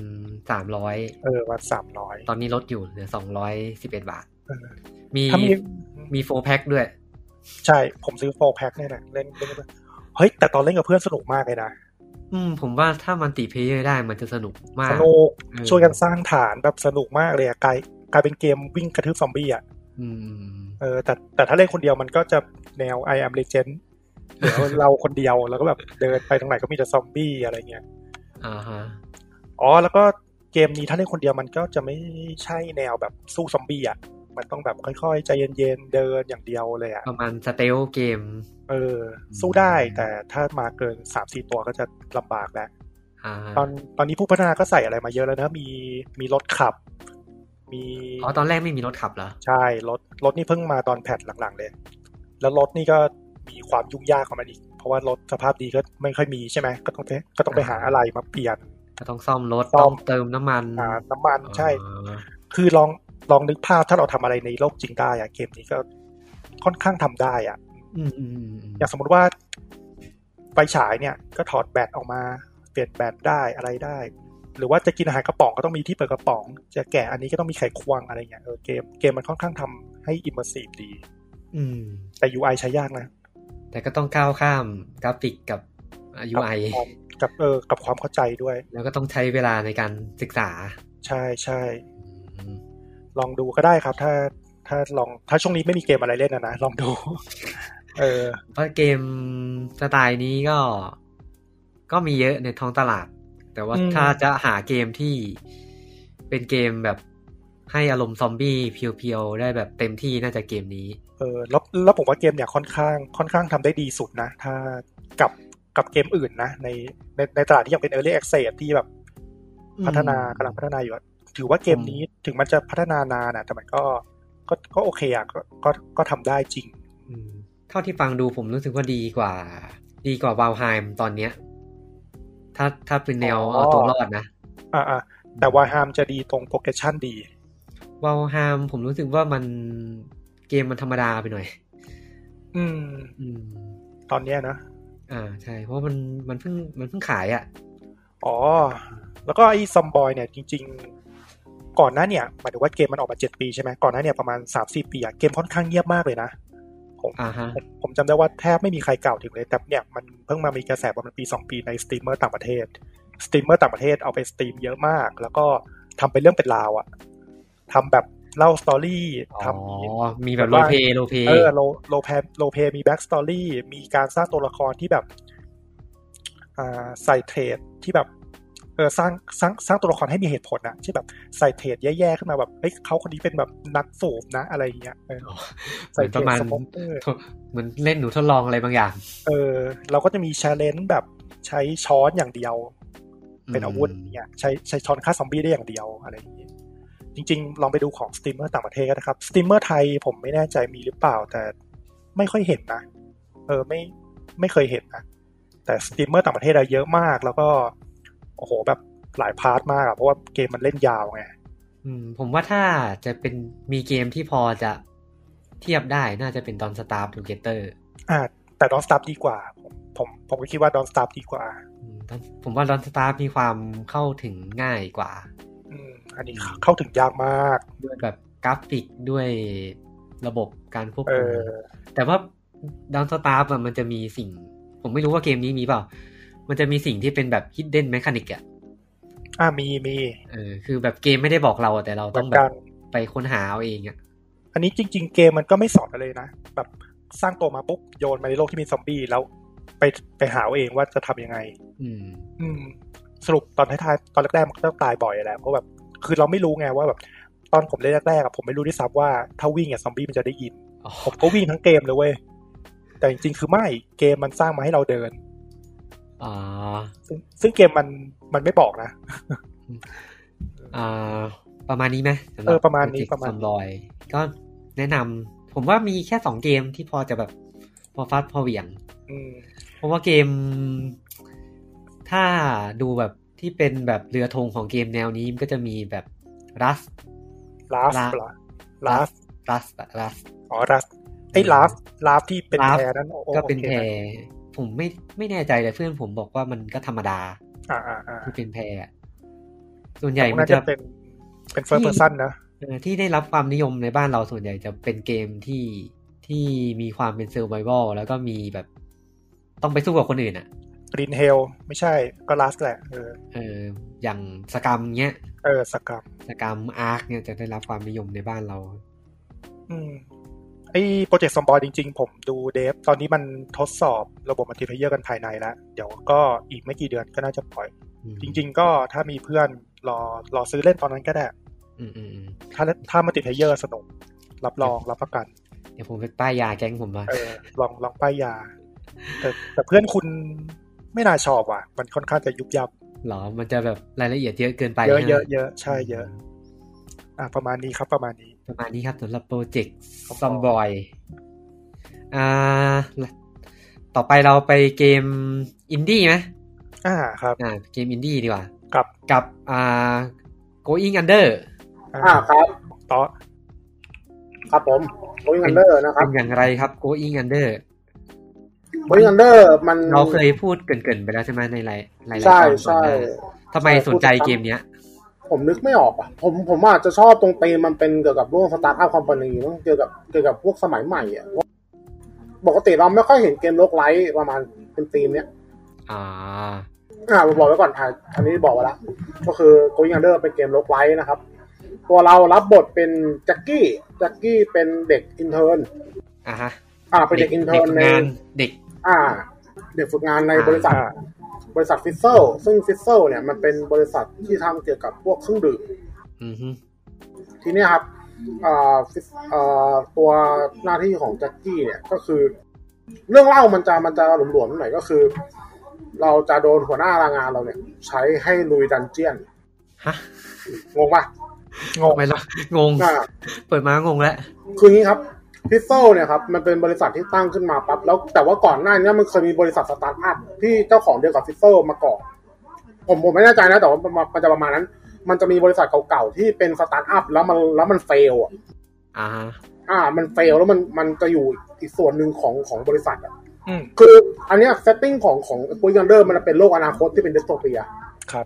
B: สามร้อย
A: เออวันสามร้อย
B: ตอนนี้ลดอยู่เหลือสองร้อยสิบเอ็ดบาท มี
A: ถ้ามี
B: มีโฟแพ็คด้วย
A: ใช่ผมซื้อโฟร์แพ็คเนี่ยนะเล่นเล่นกับเพื่อนเฮ้ย แต่ตอนเล่นกับเพื่อนสนุกมากเลยนะ
B: อืมผมว่าถ้ามันตีเพลเยอร์ได้มันจะสนุกมาก
A: สนุก
B: เออ
A: ช่วยกันสร้างฐานแบบสนุกมากเลยอะกลายกลายเป็นเกมวิ่งกระทืบซอมบี้อ่ะ
B: อืม
A: เออแต่แต่ถ้าเล่นคนเดียวมันก็จะแนว I am Legend เหลือเราคนเดียวแล้วก็แบบเดินไปตรงไหนก็มีแต่ซอมบี้อะไรเงี้ย
B: อ่าฮะ
A: อ๋อแล้วก็เกมนี้ถ้าเล่นคนเดียวมันก็จะไม่ใช่แนวแบบสู้ซอมบี้อ่ะมันต้องแบบค่อยๆ ใจเย็นๆ เดินอย่างเดียวเลยอ่ะ
B: ประมาณสเตลเกม
A: เออ สู้ได้แต่ถ้ามาเกินสามสี่ตัวก็จะลำบากแล้ว
B: อ่าฮะ
A: ตอนตอนนี้ผู้พัฒนาก็ใส่อะไรมาเยอะแล้วนะมีมีรถขับ มี
B: อ๋อตอนแรกไม่มีรถขับเหรอ
A: ใช่รถรถนี่เพิ่งมาตอนแพทหลังๆเลย แล้วรถนี่ก็มีความยุ่งยากของมันอีก เพราะว่ารถสภาพดีก็ไม่ค่อยมีใช่ไหมก็ต้องไปก็ต้องไปหาอะไรมาเปลี่ยน
B: ก็ต้องซ่อมรถ
A: ซ่
B: ต้
A: อ
B: อ
A: ม
B: งเติมน้ำมัน
A: หาน้ำมันใช่
B: อ๋อ
A: คือลองลองนึกภาพถ้าเราทำอะไรในโลกจริงได้อะเกมนี้ก็ค่อนข้างทำได้อะ
B: อืมอืมอืมอืม
A: อย่างสมมติว่าไฟฉายเนี่ยก็ถอดแบตออกมา เปลี่ยนแบตได้อะไรได้ หรือว่าจะกินอาหารกระป๋องก็ต้องมีที่เปิดกระป๋อง จะแกะอันนี้ก็ต้องมีไขควงอะไรเงี้ยเออเกมเกมมันค่อนข้างทำให้อิมเมอร์ซีฟดี
B: อืม
A: แต่ UI ใช้ยากนะ
B: แต่ก็ต้องก้าวข้ามกราฟิกกับอ่า UI
A: กับความกับเออกับความเข้าใจด้วย
B: แล้วก็ต้องใช้เวลาในการศึกษา
A: ใช่ใช่
B: อืม
A: ลองดูก็ได้ครับ ถ้าถ้าลองถ้าช่วงนี้ไม่มีเกมอะไรเล่นนะนะลองดู *laughs* เออ
B: เพราะเกมสไตล์นี้ก็ ก็มีเยอะในท้องตลาด แต่ว่า
A: อืม
B: ถ้าจะหาเกมที่เป็นเกมแบบให้อารมณ์ซอมบี้เพียวๆ ได้แบบเต็มที่น่าจะเกมนี้
A: เออแล้วแล้วผมว่าเกมเนี่ยค่อนข้างค่อนข้างทำได้ดีสุดนะ ถ้ากับกับเกมอื่นนะ ในในในตลาดที่ยังเป็น Early Access ที่แบบ
B: อืม
A: พัฒนากำลังพัฒนาอยู่อะถือว่าเกมนี้ถึงมันจะพัฒนานานอะแต่มันก็ก็ก็โอเคอะก็ก็ก็ทำได้จริง
B: อืมเท่าที่ฟังดูผมรู้สึกว่าดีกว่า ดีกว่าวา h ไฮมตอนเนี้ย ถ้าถ้าเป็นแนว
A: อ๋อ
B: เอาตัวรอดนะ
A: อ่าอ่าแต่วาฮามจะดีตรงโปรเกรสชันดี
B: วา h ไฮมผมรู้สึกว่ามันเกมมันธรรมดาไปหน่อย
A: อืม
B: อืม
A: ตอนเนี้ยนะ
B: อ่าใช่ เพราะมันมันเพิ่งมันเพิ่งขายอะ่ะ
A: อ๋อ แล้วก็ไอ้ซอมบอยเนี่ยจริง ๆ ก่อนหน้าเนี่ยหมายถึงว่าเกมมันออกมาเจ็ดปีใช่ไหมก่อนหน้าเนี่ยประมาณสามสี่ปีอะเกมค่อนข้างเงียบมากเลยนะผม
B: อ่าฮะ
A: ผมผมจำได้ว่าแทบไม่มีใครกล่าวถึงเลยแต่เนี่ยมันเพิ่งมามีกระแสประมาณปีสองปีในสตรีมเมอร์ต่างประเทศสตรีมเมอร์ต่างประเทศเอาไปสตรีมเยอะมาก แล้วก็ทำเป็นเรื่องเป็นราวอะทำแบบเล่าสตอรี่
B: อ๋
A: ทำ
B: อ มีแบบโลเ y โลเ y
A: เออโลโลแพโลเพมีแบ็กสตอรี่มีการสร้างตัวละครที่แบบอ่าใส่เทรดที่แบบเออสร้างสร้างสร้างตัวละครให้มีเหตุผลนะที่แบบใส่เทรดแย่ๆขึ้นมาแบบเฮ้ยเขาคนนี้เป็นแบบนักสูบนะอะไรอย่างเงี้ยเออ
B: เห
A: ใส่
B: มือน
A: เทรด
B: ประมาณ
A: สมองเออ
B: ทดเหมือนเล่นหนูทดลองอะไรบางอย่าง
A: เออเราก็จะมีชาเลนจ์แบบใช้ช้อนอย่างเดียว เป็นอาวุธ
B: ม
A: เนี่ยใช้ใช้ช้อนฆ่าซอมบี้ได้อย่างเดียวอะไรอย่างนี้จริง ๆ ลองไปดูของสตรีมเมอร์ต่างประเทศก็นะครับสตรีมเมอร์ไทยผมไม่แน่ใจมีหรือเปล่า แต่ไม่ค่อยเห็นนะเออไม่ไม่เคยเห็นนะแต่สตรีมเมอร์ต่างประเทศอะเยอะมาก แล้วก็โอ้โหแบบหลายพาร์ทมากอะเพราะว่าเกมมันเล่นยาวไง
B: อืมผมว่าถ้าจะเป็นมีเกมที่พอจะเทียบได้น่าจะเป็นดอนสตาร์ทูเกเตอร์
A: อ่าแต่ดอนสตาร์ดีกว่าผมผมผมก็คิดว่าดอนสตาร์ดีกว่า
B: ผมว่าดอนสตาร์มีความเข้าถึงง่ายกว่า
A: อืมอันนี้เข้าถึงยากมาก
B: ด้วยแบบกราฟิกด้วยระบบการควบ
A: เอ
B: คุม
A: อ
B: แต่ว่าดาวสตาร์มันจะมีสิ่ง ผมไม่รู้ว่าเกมนี้มีเปล่า มันจะมีสิ่งที่เป็นแบบ hidden mechanic อะ
A: อ่ามีมี
B: เออคือแบบเกมไม่ได้บอกเราอะแต่เรา
A: เหมื
B: ต้
A: อ
B: อน งแบ
A: กับ น
B: ไปค้นหาเอาเองอะ
A: อันนี้จริง ๆ เกมมันก็ไม่สอนอะไรเลยนะ แบบสร้างตัวมาปุ๊บโยนมาในโลกที่มีซอมบี้แล้วไปไปหาเอาเองว่าจะทำยังไง
B: อืม
A: อืม สรุปตอนท้ายๆตอนแรกๆมันก็ตายบ่อยแหละเพราะแบบคือเราไม่รู้ไงว่าแบบตอนผมเล่นแรกๆอะผมไม่รู้ด้วยซ้ำว่าถ้าวิ่งเนี่ยซอมบี้มันจะได้ยิน
B: อ๋อ
A: ผมก็วิ่งทั้งเกมเลยเว้ยแต่จริงๆ คือไม่เกมมันสร้างมาให้เราเดิน
B: อ่า
A: ซึ่งซึ่งเกมมันมันไม่บอกนะ
B: อ่า ประมาณนี้ไหมสำหบ
A: เออประมาณนี้
B: Project
A: ประมาณนี้
B: Zomboid ก็แนะนำผมว่ามีแค่สองเกมที่พอจะแบบพอฟัดพอเหวี่ยง
A: อืม
B: เพราะว่าเกม ถ้าดูแบบที่เป็นแบบเรือธงของเกมแนวนี้มันก็จะมีแบบรัส
A: ลาฟ
B: ลาฟ
A: เหรอลาฟ
B: รัสรัส
A: อ๋อลาฟไอ้ลาฟลาฟที่เป็น
B: Laugh
A: แพรนั้นโอ
B: ก็เป็น
A: โอค
B: แพ
A: ไหม
B: รผมไม่ไม่แน่ใจแต่เพื่อนผมบอกว่ามันก็ธรรมดา
A: อ่าอ่าอ่า
B: ที่เป็นแพรอะส่วนใหญ่
A: พวก
B: มัน
A: น่า
B: จะ
A: จะเป็นเป็นเฟิร์สเพอร์ซันนะ
B: เอ่อที่ได้รับความนิยมในบ้านเราส่วนใหญ่จะเป็นเกมที่ที่มีความเป็นเซอร์ไ a วลแล้วก็มีแบบต้องไปสู้กับคนอื่นอ่ะ
A: กรีนเฮลไม่ใช่ก็ลาสแหละเออ
B: เอออย่างสกรรมเนี้ย
A: เออสกรัม
B: สกรรมอาร์คเนี่ยจะได้รับความนิยมในบ้านเรา
A: อืมไอ้โปรเจกต์ซอมบอยจริงๆ ผมดูเดฟ ตอนนี้มันทดสอบระบบมัลติเพเยอร์กันภายในแล้ว เดี๋ยวก็อีกไม่กี่เดือนก็น่าจะปล่อย จริง ๆ ก็ถ้ามีเพื่อนรอรอซื้อเล่นตอนนั้นก็ได้
B: ๆอืมอืมอืม
A: ถ้าถ้ามัลติเพเยอร์สนุก รับรองรับประกัน
B: เดี๋ยวผมไปป้ายยาแก๊งผมมา
A: เออ ลองลองป้ายยา แต่แต่เพื่อนคุณไม่น่าชอบว่ะ มันค่อนข้างจะยุบยับ
B: หรอมันจะแบบรายละเอียดเยอะเกินไป
A: เยอะ
B: ใช่ไหม
A: เยอะเยอะใช่เยอะ อ่ะประมาณนี้ครับประมาณนี้
B: ประมาณนี้ครับสำหรับโปรเจกต์
A: ครับ
B: ซอมบอยอ่าต่อไปเราไปเกมอินดี้ไหม
A: อ่าครับ
B: อ่าเกมอินดี้ดีกว่า
A: กับ
B: กับอ่า going under
C: อ่าครับ
A: ต่อ
C: ครับผมโควิงอันเดอร์นะครั
B: เป็
C: บ
B: นอย่างไรครับ going under
C: โควิงอันเดอร์มัน
B: เราเคยพูดเกรินๆไปแล้วใช่ไหมในหลายหลายๆ
C: ใช่
B: ตอนก่อน
C: ใช่
B: หน้าทำไมสนใจเกมเนี้ย
C: ผมนึกไม่ออกอ่ะ ผมผมอาจจะชอบตรงตีมมันเป็นเกี่ยวกับเรื่องสตาร์ทอัพคอมพานีมั้งเกี่ยวกับเกี่ยวกับพวกสมัยใหม่อ่ะปกติเราไม่ค่อยเห็นเกมโลกไลท์ประมาณเป็นธีมเนี้ย
B: อ่า
C: อ่าผมบอกไว้ก่อนทายอันนี้บอกไว้ละก็คือโกยังเดอร์เป็นเกมโลกไลท์นะครับ ตัวเรารับบทเป็นแจ็คกี้แจ็คกี้เป็นเด็กอินเทอร์น
B: อ่าฮะ
C: อ่าเป็นเด็กอินเทอร์น
B: ฝึก
C: ใน
B: งานเด็ก
C: อ่า เด็กฝึกงานในบริษัท
A: อ่า
C: บริษัทฟิสเซลซึ่งฟิสเซลเนี่ยมันเป็นบริษัทที่ทำเกี่ยวกับพวกเครื่องดื่ม
B: อือฮึ
C: ทีเนี้ยครับเอ่อฟิสเอ่อตัวหน้าที่ของแจ็คกี้เนี่ยก็คือ เรื่องเล่ามันจะมันจะหลวมๆหน่อยก็คือ เราจะโดนหัวหน้ารางงานเราเนี่ย ใช้ให้ลุยดันเจียน
B: ฮะ
C: งงปะ
A: งง
B: ทำไมล่ะงง
C: อ่า
B: เปิดมางงแล้ว
C: คืองี้ครับพิซโซเนี่ยครับมันเป็นบริษัทที่ตั้งขึ้นมาปั๊บแล้วแต่ว่าก่อนหน้านี้มันเคยมีบริษัทสตาร์ทอัพที่เจ้าของเดียวกับพิซโซมาก่อนผมผมไม่แน่ใจนะแต่ว่ามันมันจะประมาณนั้น มันจะมีบริษัทเก่าๆที่เป็นสตาร์ทอัพแล้วมันแล้วมันเฟลอ่ะ
B: อ่าฮะ
C: อ่ามันเฟลแล้วมันมันจะอยู่อีกส่วนหนึ่งของของบริษัทอะ
A: อืม
C: คืออันเนี้ยเซตติ้งของของปุยยันเดอร์มันเป็นโลกอนาคตที่เป็นดิสโทเปีย
A: ครับ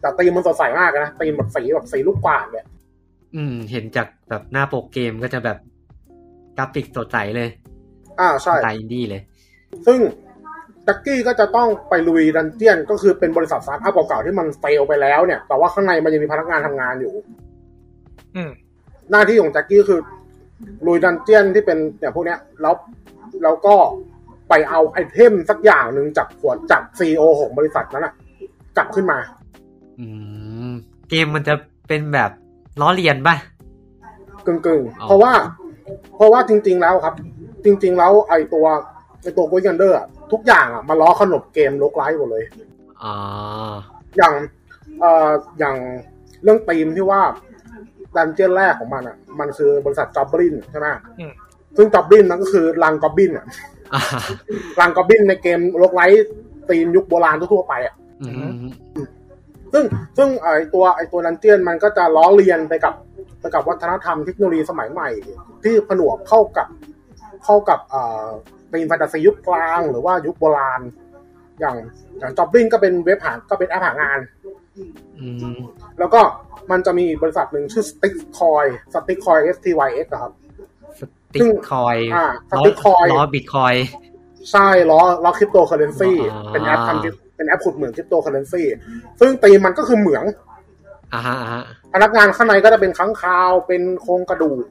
C: แต่ตีมมันสดใสมากนะตีมแบบสีแบบสีลูกกวาดเลย
B: อืม เห็นจากแบบหน้าโปรเกมก็จะแบบกราฟิกสดใสเลย
C: อ่าใช่
B: สไตล์อินดี้เลย
C: ซึ่งดักกี้ก็จะต้องไปลุยดันเจียน ก็คือเป็นบริษัทสตาร์ทอัพเก่าๆที่มันเฟลไปแล้วเนี่ย แต่ว่าข้างในมันยังมีพนักงานทำงานอยู่
A: อืม
C: หน้าที่ของแจ็คกี้คือลุยดันเจียนที่เป็นเนี่ยพวกเนี้ยแล้วแล้วก็ไปเอาไอเทมสักอย่างหนึ่งจากขวดจากซีอของบริษัทนั้นอะกลับขึ้นมา
B: อืม เกมมันจะเป็นแบบล้อเลียนป่ะ
C: กึ่งกึ่งๆ
B: อ๋อ
C: เพราะว่า เพราะว่าจริง ๆ แล้วครับ จริง ๆ แล้วไอตัวไอตัวโกยันเดอร์ทุกอย่างอะมาล้อขนบเกมลกไลท์หมดเลย
B: อ๋อ
C: อย่างเอ่ออย่างเรื่องธีมที่ว่าดันเจียนแรกของมันอ่ะ มันคือบริษัทจอบบินใช่ไหม
A: อืม
C: ซึ่งจอบบินมันก็คือรังกอบบินอ่ะ
B: อ่า
C: รังกอบบินในเกมโลกไลท์ธีมยุคโบราณทั่วๆไปอ่ะ
B: อืม
C: ซึ่งซึ่งไอตัวไอตัวดันเจียนมันก็จะล้อเลียนไปกับไปกับวัฒนธรรมเทคโนโลยีสมัยใหม่ ที่ผนวกเข้ากับเข้ากับเอ่อธีมแฟนตาซียุคกลางหรือว่ายุคโบราณ อย่างอย่างจอบบินก็เป็นเว็บหาก็เป็นแอปหางาน
B: อืม
C: แล้วก็มันจะมีอีกบริษัทหนึ่งชื่อ Stick Coin Stick Coin S T Y X อะครับ
B: สติ๊กคอย
C: อ่า
B: ล้อ
C: สติ๊กคอย
B: ล้อบิตคอย
C: ใช่ล้อล้อคริปโตเคอเรนซี
B: อ่า
C: เป็นแอปทำเป็นแอปขุดเหมืองคริปโตเคอเรนซีซึ่งตีมมันก็คือเหมือง
B: อ่าฮะอ่าฮะ
C: พนักงานข้างในก็จะเป็นค้างคาวเป็นโครงกระดูก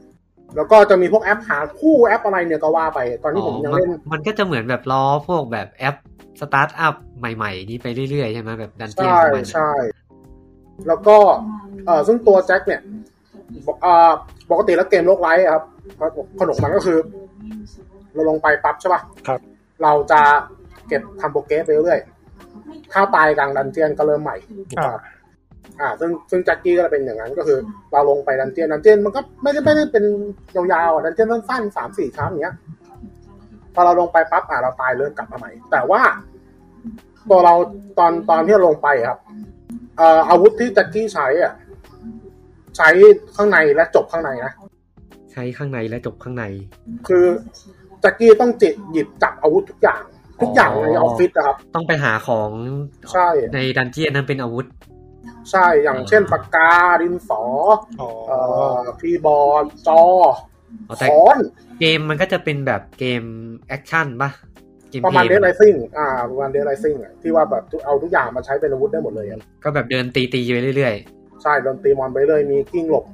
C: แล้วก็จะมีพวกแอปหาคู่แอปอะไรเนี่ยก็ว่าไป ตอน
B: อ๋
C: นี้
B: อ
C: ผมยัง
B: มัน
C: เล่น
B: มันก็จะเหมือนแบบล้อพวกแบบแอปสตาร์ทอัพใหม่ๆ นี้ไปเรื่อยๆ ใช่ไหมแบบดันเจียน
C: ใช่
B: ของมัน
C: ใช่ แล้วก็เออซึ่งตัวแจ็คเนี่ยบอกอ่าปกติแล้วเกมโลกไร้อะครับขนมมันก็คือ เราลงไปปั๊บใช่ป่ะ
A: ครับ
C: เราจะเก็บทำโปรเกสไปเรื่อยๆถ้าตายกลางดันเจียนก็เริ่มใหม่ถูก
A: อ่า
C: ปะอ่า ซึ่งซึ่งแจ็คกี้ก็จะเป็นอย่างนั้นก็คือ เราลงไปดันเจียนดันเจียนมันก็ไม่ได้ไม่ได้เป็นยาวๆอ่ะดันเจียนสั้นๆสามสี่ครั้งอย่างเงี้ยพอเราลงไปปั๊บอ่าเราตายเริ่มกลับมาใหม่ แต่ว่า ตัวเราตอนตอนที่เราลงไปครับเอ่ออาวุธที่แจ็คกี้ใช้อ่ะใช้ข้างในและจบข้างในนะ
B: ใช้ข้างในและจบข้างใน
C: คือแจ็คกี้ต้องจิตหยิบจับอาวุธทุกอย่าง ทุกอย่างในออฟฟิศนะครับ
B: ต้องไปหาของ
C: ใช่
B: ในดันเจียนนั้นเป็นอาวุธ
C: ใช่อย่างเช่นปากกาดินสอ
A: อ๋อ
C: เอ่อคีย์บอร์ดจอ
B: เอาแต่
C: ค้อน
B: เกมมันก็จะเป็นแบบเกมแอคชั่นปะเกม
C: ประมาณเด
B: เพล
C: ลไล
B: ย์
C: ซิ่งอ่าประมาณเดลไลซิ่งที่ว่าแบบเอาทุกอย่างมาใช้เป็นอาวุธได้หมดเลยอะ
B: ก็แบบเดินตีตีๆไปเรื่อย
C: ใช่โดนตีมอนไปเลยมีกิ้งหลบ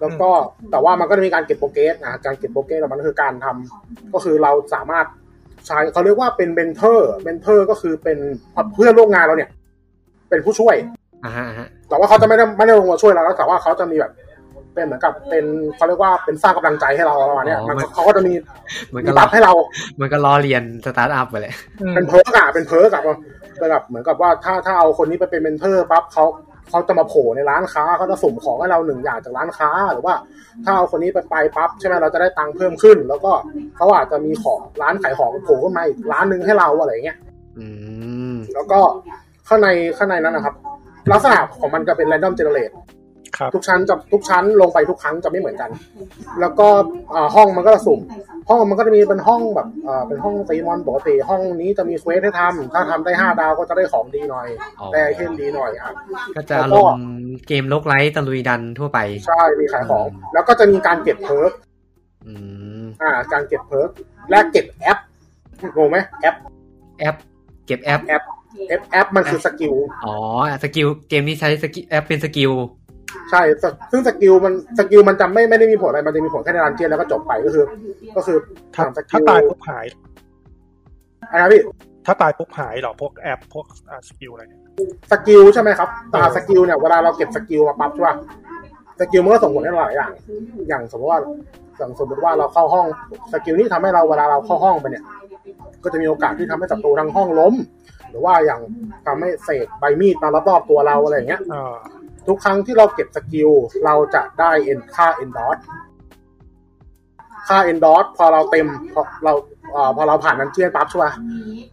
C: แล้วก็แต่ว่ามันก็จะมีการเก็บโปรเกสนะการเก็บโปรเกสแล้วมันก็คือการทำก็คือเราสามารถใช้เขาเรียกว่าเป็นเบนเทอร์เบนเทอร์ก็คือเป็นเพื่อนร่วมงานเราเนี่ย เป็นผู้ช่วย
B: ๆอ่าฮะอ่าฮะ
C: แต่ว่าเขาจะไม่ได้ไม่ได้ลงมาช่วยเราแล้วแต่ว่าเขาจะมีแบบเป็นเหมือนกับเป็นเขาเรียกว่าเป็นสร้างกำลังใจให้เราประมาณเนี้ยมันเขาก็จะมี
B: มัน
C: มี
B: ก็ล้
C: บั
B: อ
C: ฟให้เรา
B: มันก็ล้อเรียนสตาร์ทอัพไปเลย
A: อืม
C: เป็นเพิร์กอะเป็นเพิร์กอะระดับเหมือนกับว่าถ้าถ้าเอาคนนี้ไปเป็นเมนเทอร์ปั๊บเขาเขาจะมาโผล่ในร้านค้าเขาจะส่งของให้เราหนึ่งอย่างจากร้านค้าหรือว่า ถ้าเอาคนนี้ไปไปปั๊บใช่ไหมเราจะได้ตังค์เพิ่มขึ้น แล้วก็เขาอาจจะมีของร้านขายของโผล่ขึ้นมาอีกร้านหนึ่งให้เราอะไรอย่างเงี้ย
B: อืม
C: แล้วก็ข้างในข้างในนั้นนะครับ ลักษณะของมันจะเป็น random generate
A: ครับ
C: ทุกชั้นจะทุกชั้นลงไปทุกครั้งจะไม่เหมือนกัน แล้วก็อ่าห้องมันก็จะสุ่ม ห้องมันก็จะมีเป็นห้องแบบอ่าเป็นห้องซีมอนปกติห้องนี้จะมีเควสให้ทำถ้าทำได้ห้าดาวก็จะได้ของดีหน่อย
B: อ๋อ
C: ได้ไอเทมดีหน่อยอ่ะ
B: ก็จะอารมณ์เกมโลกไลท์ตะลุยดันทั่วไป
C: ใช่มีขายของ แล้วก็จะมีการเก็บเพิร์ก
B: อืม
C: อ่า การเก็บเพิร์กและเก็บแอปงงไหมแอป
B: แอป เก็บแอป
C: แอปแอปมันคือสกิล
B: อ๋อสกิลเกมนี้ใช้สกิลแอปเป็นสกิล
C: ใช่สซึ่งสกิลมันสกิลมันจะไม่ไม่ได้มีผลอะไรมันจะมีผลแค่ในรันเจียนแล้วก็จบไปก็คือ ก็คือ
A: ถ้า
C: สกิล
A: ถ้าตายปุ๊บหาย
C: อะไรนะพี่
A: ถ้าตายปุ๊บหายเหรอพวกแอปพวกสกิลอะไรเนี่ย
C: สกิลใช่ไหมครับแต่สกิลเนี่ยเวลาเราเก็บสกิลมาปั๊บใช่ป่ะสกิลมันก็ส่งผลให้เราหลายอย่าง อย่างสมมติว่าอย่างสมมติว่าเราเข้าห้องสกิลนี้ทำให้เราเวลาเราเข้าห้องไปเนี่ย ก็จะมีโอกาสที่ทำให้ศัตรูทั้งห้องล้ม หรือว่าอย่างทำให้เศษใบมีดมารอบๆตัวเราอะไรอย่างเงี้ย
A: อ่า
C: ทุกครั้งที่เราเก็บสกิลเราจะได้เอ็นค่าเอ็นดอสค่าเอ็นดอสพอเราเต็มพอเราเอ่อพอเราผ่านนันเจียนปั๊บใช่ป่ะ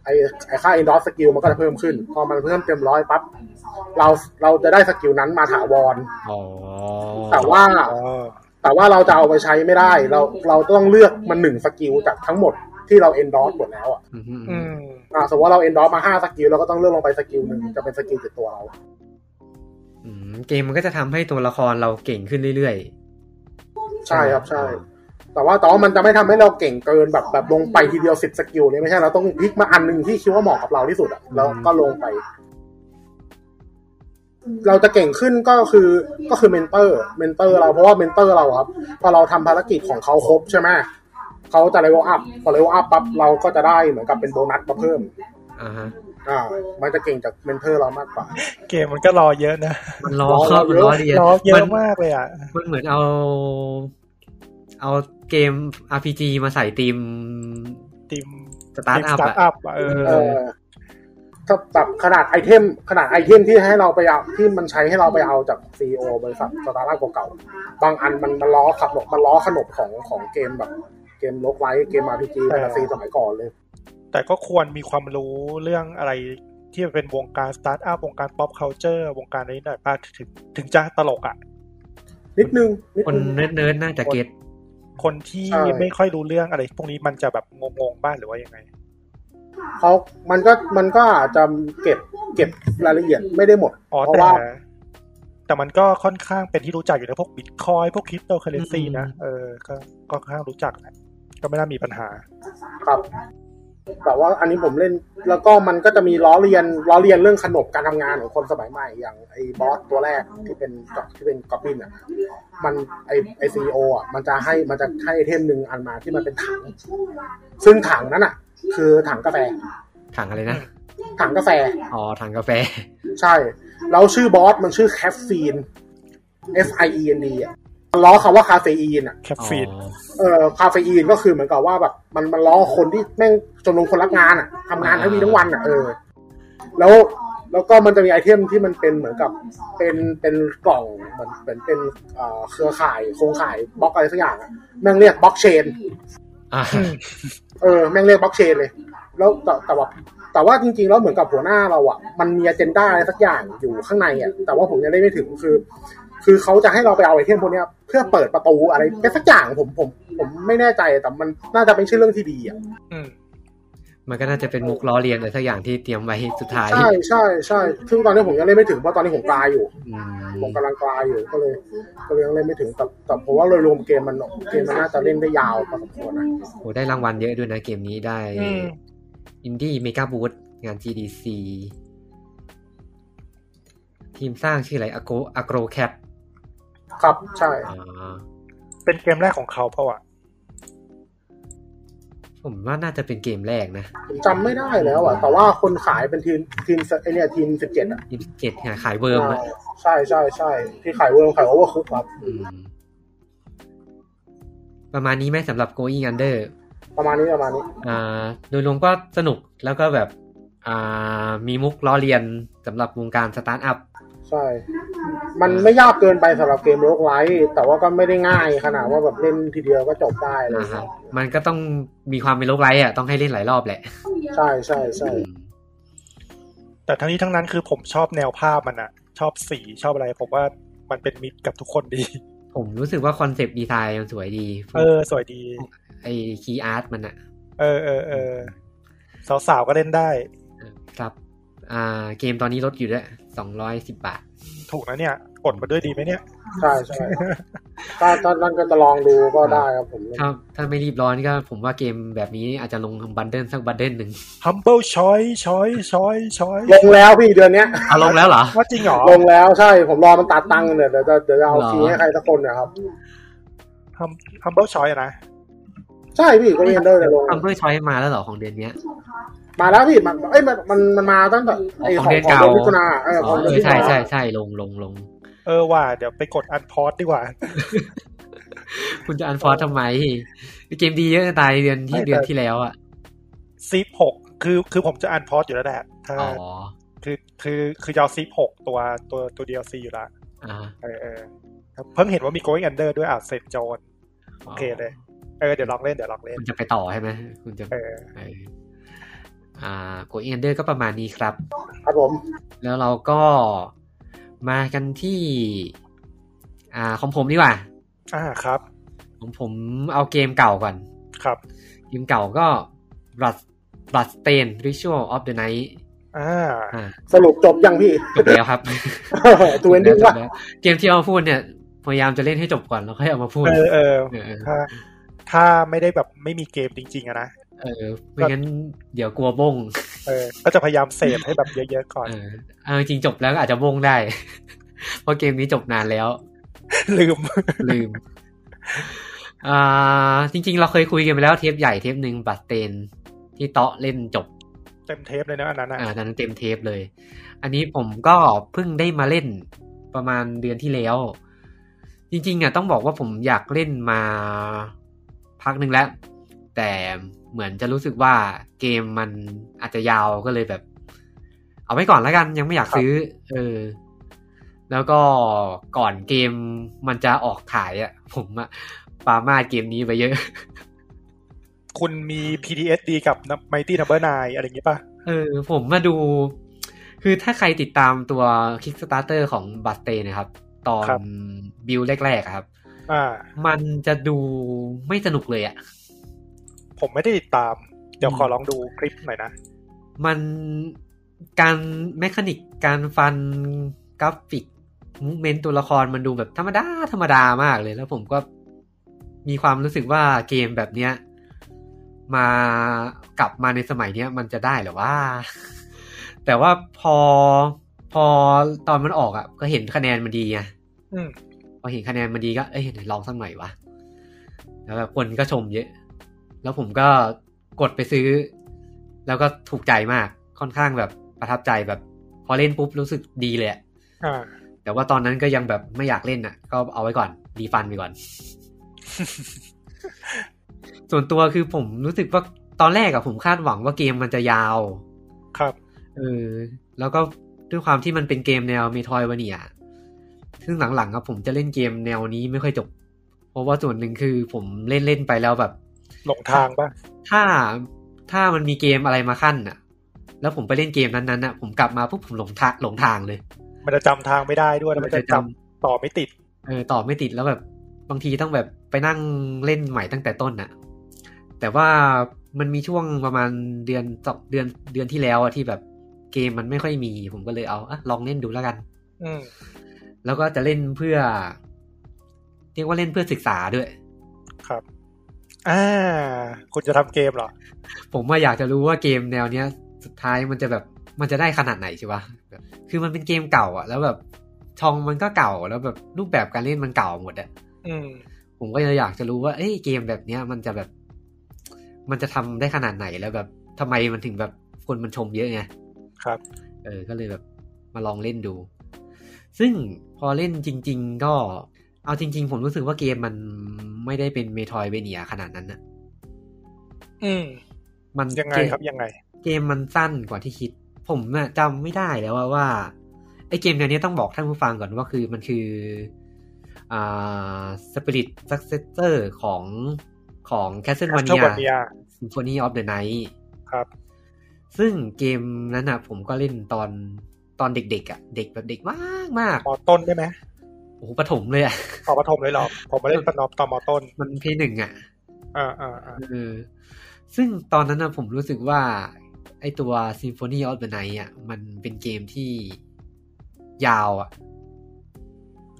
C: ไอไอค่าเอ็นดอสสกิลมันก็จะเพิ่มขึ้น พอมันเพิ่มเต็มร้อยปั๊บเราเราจะได้สกิลนั้นมาถาวร
B: อ๋อ
C: แต่ว่า
A: อ๋อ
C: แต่ว่าเราจะเอาไปใช้ไม่ได้ เราเราต้องเลือกมันหนึ่งสกิลจากทั้งหมด ที่เราเอนดอสหมดแล้วอ่ะ
B: อืมอืม
A: อื
B: อืม
A: ม
C: อ่าสมมติว่าเราเอนดอสมาห้าสกิลเราก็ต้องเลือกลงไปสกิลหนึ่งจะเป็นสกิลติดตัวเรา
B: อืมเกมมันก็จะทำให้ตัวละครเราเก่งขึ้นเรื่อยๆ
C: ใช่ครับใช่ แต่ว่าแต่ว่ามันจะไม่ทำให้เราเก่งเกินแบบแบบลงไปทีเดียวสิบสกิลเนี่ยไม่ใช่เราต้องพลิกมาอันหนึ่งที่คิดว่าเหมาะกับเราที่สุดอะแล้วก็ลงไป เราจะเก่งขึ้นก็คือก็คือเมนเตอร์เมนเตอร์เราเพราะว่าเมนเตอร์เราอะครับพอเราทำภารกิจของเขาครบใช่ไหมเขาจะเลเวลอัพพอเลเวลอัพปั๊บเราก็จะได้เหมือนกับเป็นโบนัสมาเพิ่ม
B: อ่าฮะ
C: อ่า มันจะเก่งจากเมนเทอร์เรามากกว่า
A: เกมมันก็รอเยอะนะ
B: มันล้อเข้ามันล้อเลียน
A: รอเย
B: มั
A: อะ
B: น
A: มากเลยอ่ะ
B: มันเหมือนเอา เอาเกม RPG มาใส่ทีม
A: ทีม
B: สตาร์
A: ที
B: ท
A: ม
B: อั
A: ส
B: พ
A: ตาร์ท
B: อะ
A: อัพอะเออ
C: เออถ้าแบบขนาดไอเทม ขนาดไอเทมที่ให้เราไปเอาที่มันใช้ให้เราไปเอาจากซีโอบริษัทสตาร์ทอัพเก่าๆบางอันมันมันล้อขับหนบมันล้อขนบของของเกมแบบเกมลกไลท์เกมอาร์พีจีแฟนตาซีสมัยก่อนเลย
A: แต่ก็ควรมีความรู้เรื่องอะไรที่มันเป็นวงการสตาร์ทอัพวงการ pop culture วงการนี้หน่อยป้าถึงถึงจะตลกอ่ะ
C: นิดนึง นิด
B: คน
C: นึง
B: เนิร์ดๆน่าจะเก็ต
A: คนที่
C: ใช่
A: ไม่ค่อยรู้เรื่องอะไร พวกนี้มันจะแบบงงๆบ้างหรือว่ายังไง
C: เขามันก็มันก็อาจจะเก็บเก็บรายละเอียดไม่ได้หมด
A: อ๋อ
C: เพราะ
A: แต่
C: ว่า
A: แต่มันก็ค่อนข้างเป็นที่รู้จักอยู่นะพวกบิตคอยพวกคริปโตเคอเรนซีนะเออก็ก็ค่อนข้างรู้จักแหละก็ไม่น่ามีปัญหา
C: ครับแต่ว่าอันนี้ผมเล่น แล้วก็มันก็จะมีล้อเลียนล้อเลียนเรื่องขนบการทำงานของคนสมัยใหม่ อย่างไอ้บอสตัวแรกที่เป็นที่เป็นกอบบินอ่ะ มันไอไอซีโออ่ะมันจะให้มันจะให้ไอเทมหนึ่งอันมาที่มันเป็นถัง ซึ่งถังนั้นอ่ะ คือถังกาแฟ
B: ถังอะไรนะ
C: ถังกาแฟ
B: อ๋อ ถังกาแฟ
C: ใช่ แล้วชื่อบอสมันชื่อแคฟฟีน F I E N D อ่ะมันล้อคำว่าคาเฟอีนอ่ะ
A: แคปฟีน
B: อ๋อ
C: เอ่อคาเฟอีนก็คือเหมือนกับว่าแบบมันมันล้อคนที่แม่งจนลงคนรักงานอ่ะทำงานทั้งวีทั้งวันอ่ะเออแล้วแล้วก็มันจะมีไอเทมที่มันเป็นเหมือนกับเป็นเป็นกล่องเหมือนเป็นเป็นเอ่อเครือข่ายโครงข่ายบล็อกอะไรสักอย่างอ่ะแม่งเรียกบล็อกเชน
B: อ่า
C: เออแม่งเรียกบล็อกเชนเลย แล้วแต่แต่ว่าแต่ว่าจริงๆแล้วเหมือนกับหัวหน้าเราอ่ะมันมีเจนด้าอะไรสักอย่างอยู่ข้างในอ่ะแต่ว่าผมยังได้ไม่ถึงคือ คือเขาจะให้เราไปเอาไอเทมพวกเนี้ยเพื่อเปิดประตูอะไรเป็นสักอย่างผมผม ผมไม่แน่ใจแต่มันน่าจะเป็นชื่อเรื่องที่ดีอ่ะ
A: อืม
B: มันก็น่าจะเป็นมุกล้อเลียนอะไรสักอย่างที่เตรียมไว้สุดท้าย
C: ใช่ใช่ใช่ซึ่งตอนนี้ผมยังเล่นไม่ถึงเพราะตอนนี้ผมกลายอยู่
B: อืม
C: ผมกำลังกลายอยู่ก็เลย ก็เลยยังเล่นไม่ถึงแต่แต่ผมว่าโดยรวมเกมมันเกมมันน่าจะเล่นได้ยาวพอสมควรนะ
B: โหได้รางวัลเยอะด้วยนะเกมนี้ได้
A: อืม
B: อินดี้เมกาบูธงาน GDC ทีมสร้างชื่ออะไรอโกอโกรแคป
C: ครับใช่
B: อ่า
A: เป็นเกมแรกของเขาเพราะว่า
B: ผมว่าน่าจะเป็นเกมแรกนะ
C: ผมจำไม่ได้แล้วอ่ะ แต่ว่าคนขายเป็นทีมทีมไอเนี่ยทีมสิบเจ็ดอ่ะ
B: ยีเจ็ดขายเวิร์มอะ
C: ใช่ใช่ใช่ที่ขายเวิร์มขายโอเวอร์คุกครับ
B: อืม ประมาณนี้ไหมสำหรับ going under
C: ประมาณนี้ประมาณนี้
B: อ่าโดยรวมก็สนุกแล้วก็แบบอ่ามีมุกล้อเลียนสำหรับวงการสตาร์ทอัพ
C: ใช่ มันไม่ยากเกินไปสำหรับเกมโลกไลท์แต่ว่าก็ไม่ได้ง่ายขนาดว่าแบบเล่นทีเดียวก็จบได้เลย
B: อ่าฮะมันก็ต้องมีความเป็นโลกไร้อะต้องให้เล่นหลายรอบแหละ
C: ใช่ใช่ใช่
B: อืม
A: แต่ทั้งนี้ทั้งนั้นคือผมชอบแนวภาพมันอะชอบสีชอบอะไร ผมว่ามันเป็นมิตรกับทุกคน
C: *laughs*
A: ดี
B: ผมรู้สึกว่าคอนเซปต์ดีไซน์มันสวยดี
A: เออ สวยดี
B: ไอคีย์อาร์ตมันอะ
A: เออเออเออสาวๆก็เล่นได้
B: ครับ อ่าเกมตอนนี้ลดอยู่ด้วยสองร้อยสิบบาท
A: ถูกนะเนี่ยกดมาด้วยดีไหมเนี่ย
C: ใช่ใช่ถ้าถ้านั่นก็จะลองดูก็ได้ครับผม
B: ถ้าถ้าไม่รีบร้อนก็ผมว่าเกมแบบนี้อาจจะลงบันเดิลสักบันเดิลหนึ่ง
A: humble choice choice choice choice
C: ลงแล้วพี่เดือนเนี้ย
B: เอาลงแล้วเหรอ
A: ว่าจริงเหรอ
C: ลงแล้วใช่ผมรอมันตัดตังค์เนี่ยเดี๋ยวจะเดี๋ยวจะเอา
B: เหรอ
C: ฟรีให้ใครสักคนเนะครับ
A: Hum- humble choice อะนะ
C: ใช่พี่ก็มีเดอร์เนี่ยลง
B: ทำด้วยชอยมาแล้วเหรอของเดือนเนี้ย
C: มาแล้วพี่มันเอ้ยมันมันมันมาตั้งแต่ไอ
B: ข
C: ข
B: อ
C: อง ง
B: เดือน
C: ของ
B: เก่า
C: เดือนมิถุนาเออ
B: อ๋
C: ข
B: อ
C: องเดื
B: เอ
C: อน
B: อ
C: มิถุ
B: ใช่
C: นา
B: ใช่ใช่ลงลงลง
A: เออว่า เดี๋ยวไปกด unpause ดีกว่า
B: คุณจะอันฟอร์ทำไม เกมดีเยอะจะตายเดือนที่
A: ไม่แต่
B: เดือนที่แล้วอะ
A: ซีฟหกคือคือผมจะ unpause อยู่แล้วแหละถ้า
B: อ๋อ
A: คือคือคือยาวซีฟหกตัวตัวตัว DLC อยู่ละ
B: อ่า
A: เออเออครับเพิ่งเห็นว่ามี going under ด้วยอ่ะเซนโจน โอเคเลย เออเดี๋ยวลองเล่นเดี๋ยวลองเล่น
B: คุณจะไปต่อใช่ไหมคุณจะ
A: เออ
B: เอออ่าโกเอนเดอร์ก็ประมาณนี้ครับ
C: ครับผม
B: แล้วเราก็มากันที่ อ่าของผมดีกว่า
A: อ่าครับ
B: ของผมเอาเกมเก่าก่อน
A: ครับ
B: เกมเก่าก็ บลัดบลัดสเตนริชวลออฟเดอะไนท์
A: อ่า
C: สรุปจบยังพี่
B: จบแล้วครับ
C: ตัวเอนดิ้ง
B: *laughs* จบ
C: ว่ะ
B: แล้วเกมที่เอามาพูดเนี่ย พยายามจะเล่นให้จบก่อนแล้วค่อยเอามาพูด
A: เออเออ
B: เออ
A: ถ้าถ้าไม่ได้แบบไม่มีเกมจริงๆอะนะ
B: เออไม่งั้นเดี๋ยวกลัวบง
A: เออก็จะพยายามเสพให้แบบเยอะๆก่อน
B: เออเอาจริงๆจบแล้วก็อาจจะบงได้ *laughs* เพราะเกมนี้จบนานแล้ว
A: *laughs* ลืม
B: *laughs* ลืม อ่า จริง ๆ เราเคยคุยกันไปแล้วเทปใหญ่เทปหนึ่งบัตเตน ที่เตาะเล่นจบ
A: เต็มเทปเลยนะอันนั้นอะ
B: อ่าอันนั้นเต็มเทปเลย อันนี้ผมก็เพิ่งได้มาเล่นประมาณเดือนที่แล้ว จริงๆอ่ะต้องบอกว่าผมอยากเล่นมาพักหนึ่งแล้ว แต่เหมือนจะรู้สึกว่าเกมมันอาจจะยาวก็เลยแบบ เอาไว้ก่อนแล้วกันยังไม่อยากซื้อ เออ แล้วก็ก่อนเกมมันจะออกขายอ่ะ ผมอ่ะปามาดเกมนี้ไปเยอะ
A: คุณมี PTSD กับ Mighty Number 9อะไรอย่างงี้ป่ะ
B: เออผมมาดู คือถ้าใครติดตามตัว Kickstarter ของบัสเตนะครับ ตอน
A: ครับ
B: บิลแรกๆอะครับ
A: อ่า
B: มันจะดูไม่สนุกเลยอะ่ะ
A: ผมไม่ได้ติดตาม เดี๋ยว
B: อืม
A: ขอลองดูคลิปหน่อยนะ
B: มันการแมคานิกการฟันกราฟิกมูเมนต์ตัวละครมันดูแบบธรรมดา ธรรมดามากเลย แล้วผมก็มีความรู้สึกว่าเกมแบบเนี้ย มากลับมาในสมัยเนี้ย มันจะ *laughs* ได้เหรือว่า แต่ว่าพอพอตอนมันออกอะ่ะ ก็เห็นคะแนนมันดีไง
A: อืม
B: พอเห็นคะแนนมันดีก็ เอ้ยไหนลองสักหน่อยวะ แล้วแบบคนก็ชมเยอะ แล้วผมก็กดไปซื้อ แล้วก็ถูกใจมาก ค่อนข้างแบบประทับใจแบบ พอเล่นปุ๊บรู้สึกดีเลยอะ
A: อ่า
B: แต่ว่าตอนนั้นก็ยังแบบไม่อยากเล่นอ่ะ ก็เอาไว้ก่อน ดีฟันไปก่อน *laughs* ส่วนตัวคือผมรู้สึกว่าตอนแรกอะผมคาดหวังว่าเกมมันจะยาว
A: ครับ
B: เออแล้วก็ด้วยความที่มันเป็นเกมแนวเมทอยวาเนียซึ่งหลังๆครับผมจะเล่นเกมแนวนี้ไม่ค่อยจบ เพราะว่าส่วนหนึ่งคือผมเล่นเล่นๆไปแล้วแบบ
A: หลงทางป่ะ
B: ถ้าถ้ามันมีเกมอะไรมาขั้นอ่ะ แล้วผมไปเล่นเกมนั้นๆน่ะผมกลับมาปุ๊บผมหลงทางหลงทางเลย
A: มันจะจำทางไม่ได้ด้วย มันจะจำต่อไม่ติด
B: เออต่อไม่ติดแล้วแบบบางทีต้องแบบไปนั่งเล่นใหม่ตั้งแต่ต้นน่ะ แต่ว่ามันมีช่วงประมาณเดือนสองเดือนเดือนที่แล้วอะที่แบบเกมมันไม่ค่อยมี ผมก็เลยเอาอะลองเล่นดูแล้วกัน
A: อืม
B: แล้วก็จะเล่นเพื่อ เรียกว่าเล่นเพื่อศึกษาด้วย
A: ครับ อ่า คุณจะทำเกมเหรอ
B: ผมว่าอยากจะรู้ว่าเกมแนวเนี้ย สุดท้ายมันจะแบบมันจะได้ขนาดไหนใช่ปะแบบคือมันเป็นเกมเก่า อ่ะ แล้วแบบช่องมันก็เก่าแล้วแบบรูปแบบการเล่นมันเก่าหมดอ่ะ
A: อืม
B: ผมก็เลยอยากจะรู้ว่าเอ้ยเกมแบบเนี้ย มันจะแบบ มันจะทำได้ขนาดไหนแล้วแบบทำไมมันถึงแบบคนมันชมเยอะไง
A: ครับ
B: เออ ก็เลยแบบมาลองเล่นดู ซึ่งพอเล่นจริง ๆ ก็ เอาจริง ๆ ผมรู้สึกว่าเกมมันไม่ได้เป็นเมทอยเบเนียขนาดนั้นนะ
A: อืม
B: มัน
A: ยังไง
B: เกม
A: ครับยังไง
B: เกมมันสั้นกว่าที่คิด ผมน่ะจำไม่ได้แล้วว่าว่าไอเกมแนวเนี้ยต้องบอกท่านผู้ฟังก่อนว่าคือมันคืออ่าสปิริตซักเซเตอร์ของของ Castlevania
A: Castlevania
B: Symphony of the Night
A: ครับ
B: ซึ่งเกมนั้นอ่ะ ผมก็เล่นตอนตอนเด็กๆอ่ะ เด็กแบบเด็กมากมาก
A: มอต้นได้ไหม
B: โอ้โหปฐมเลยอ่ะ
A: ต่อประถมเลยเหรอ ผมมาเล่นตอนมตอนมอต้น
B: มันพีหนึ่งอ่ะ
A: อ่าอ่าอ่า
B: เออซึ่งตอนนั้นอ่ะผมรู้สึกว่า ไอตัว Symphony of the Night อ่ะ มันเป็นเกมที่ยาวอ่ะ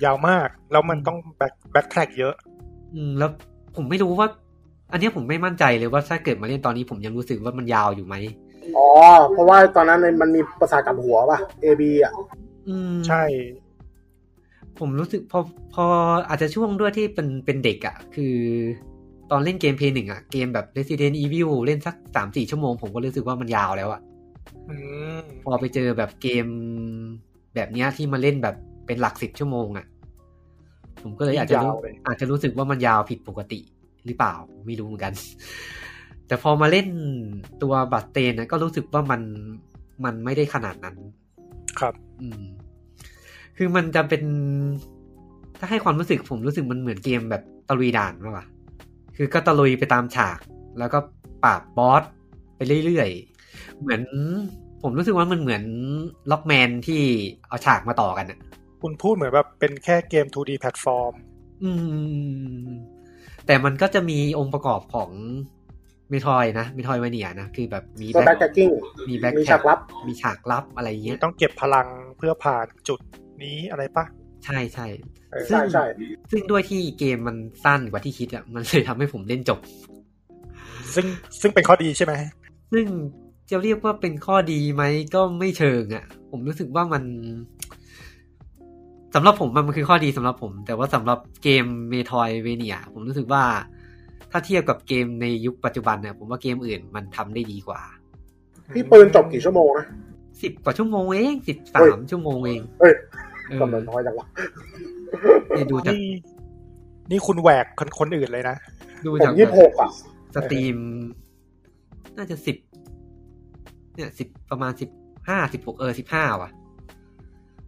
A: ยาวมาก แล้วมันต้องแบ็คแบ็คแทร็กเยอะ
B: อืมแล้วผมไม่รู้ว่า อันเนี้ยผมไม่มั่นใจเลยว่าถ้าเกิดมาเล่นตอนนี้ผมยังรู้สึกว่ามันยาวอยู่ไหม
C: อ๋อ เพราะว่าตอนนั้นมันมีภาษาทกับหัวป่ะ A B อ่ะ
B: อืม
A: ใช่
B: ผมรู้สึกพอพออาจจะช่วงด้วยที่เป็นเป็นเด็กอะ่ะ คือตอนเล่นเกมเพย์หนึ่งอ่ะ เกมแบบ Resident Evil เล่นสักสามสี่ชั่วโมง ผมก็รู้สึกว่ามันยาวแล้วอะ่ะ
A: อืม
B: พอไปเจอแบบเกมแบบเนี้ยที่มาเล่นแบบเป็นหลักสิบชั่วโมงอะ่ะ ผมก็เลยอาจจะรู้
A: ยาวเลย
B: อาจจะรู้สึกว่ามันยาวผิดปกติหรือเปล่า ไม่รู้เหมือน *laughs* กัน แต่พอมาเล่นตัวบัตเตนนะก็รู้สึกว่ามันมันไม่ได้ขนาดนั้น
A: ครับ
B: อืม คือมันจะเป็น ถ้าให้ความรู้สึกผมรู้สึกมันเหมือนเกมแบบตะลุยด่านมากกว่า คือก็ตะลุยไปตามฉาก แล้วก็ปราบบอสไปเรื่อยๆ เหมือน ผมรู้สึกว่ามันเหมือนล็อกแมนที่เอาฉากมาต่อกันอะ
A: คุณพูดเหมือนแบบเป็นแค่เกม 2D แพลตฟอร์ม
B: อืม แต่มันก็จะมีองค์ประกอบของเม มทอยนะเมทอยมาเนียนะคือแบบมี
C: ตัวแบ็คแท็กกิ้ง
B: มีแบ็ค
C: มีฉากลับ
B: มีฉากลับอะไรอย่างเงี้ย
A: ต้องเก็บพลังเพื่อผ่านจุดนี้อะไรปะ
B: ใช่ใช่
A: เออ
B: ซึ่ง
C: ใช่ใช่
B: ซึ่งด้วยที่เกมมันสั้นกว่าที่คิดอะมันเลยทำให้ผมเล่นจบ
A: ซึ่งซึ่งเป็นข้อดีใช่ไหม
B: ซึ่งจะเรียกว่าเป็นข้อดีไหมก็ไม่เชิงอะ่ะ ผมรู้สึกว่ามันสำหรับผมมันมันคือข้อดีสำหรับผม แต่ว่าสำหรับเกมเมทอยเวเนียผมรู้สึกว่า ถ้าเทียบกับเกมในยุคปัจจุบันเนี่ยผมว่าเกมอื่นมันทำได้ดีกว่า
C: พี่ปืนจบกี่ชั่วโมงนะ
B: สิบกว่าชั่วโมงเองสิบ
C: เฮ้
B: สาย มชั่วโมงเอง
C: เฮ้ย
B: เออก
C: ำลังน้อยจังวะ
B: เนี่ยดูจาก
A: นี่นี่คุณแหวกคนคนอื่นเลยนะ
B: ดู
C: ผ
B: จาม ก
C: ยี่สิบหกอ่ะ
B: สตรีม น่าจะสิบเนี่ยสิบประมาณสิบห้าสิบหกเออสิบห้าว่ะ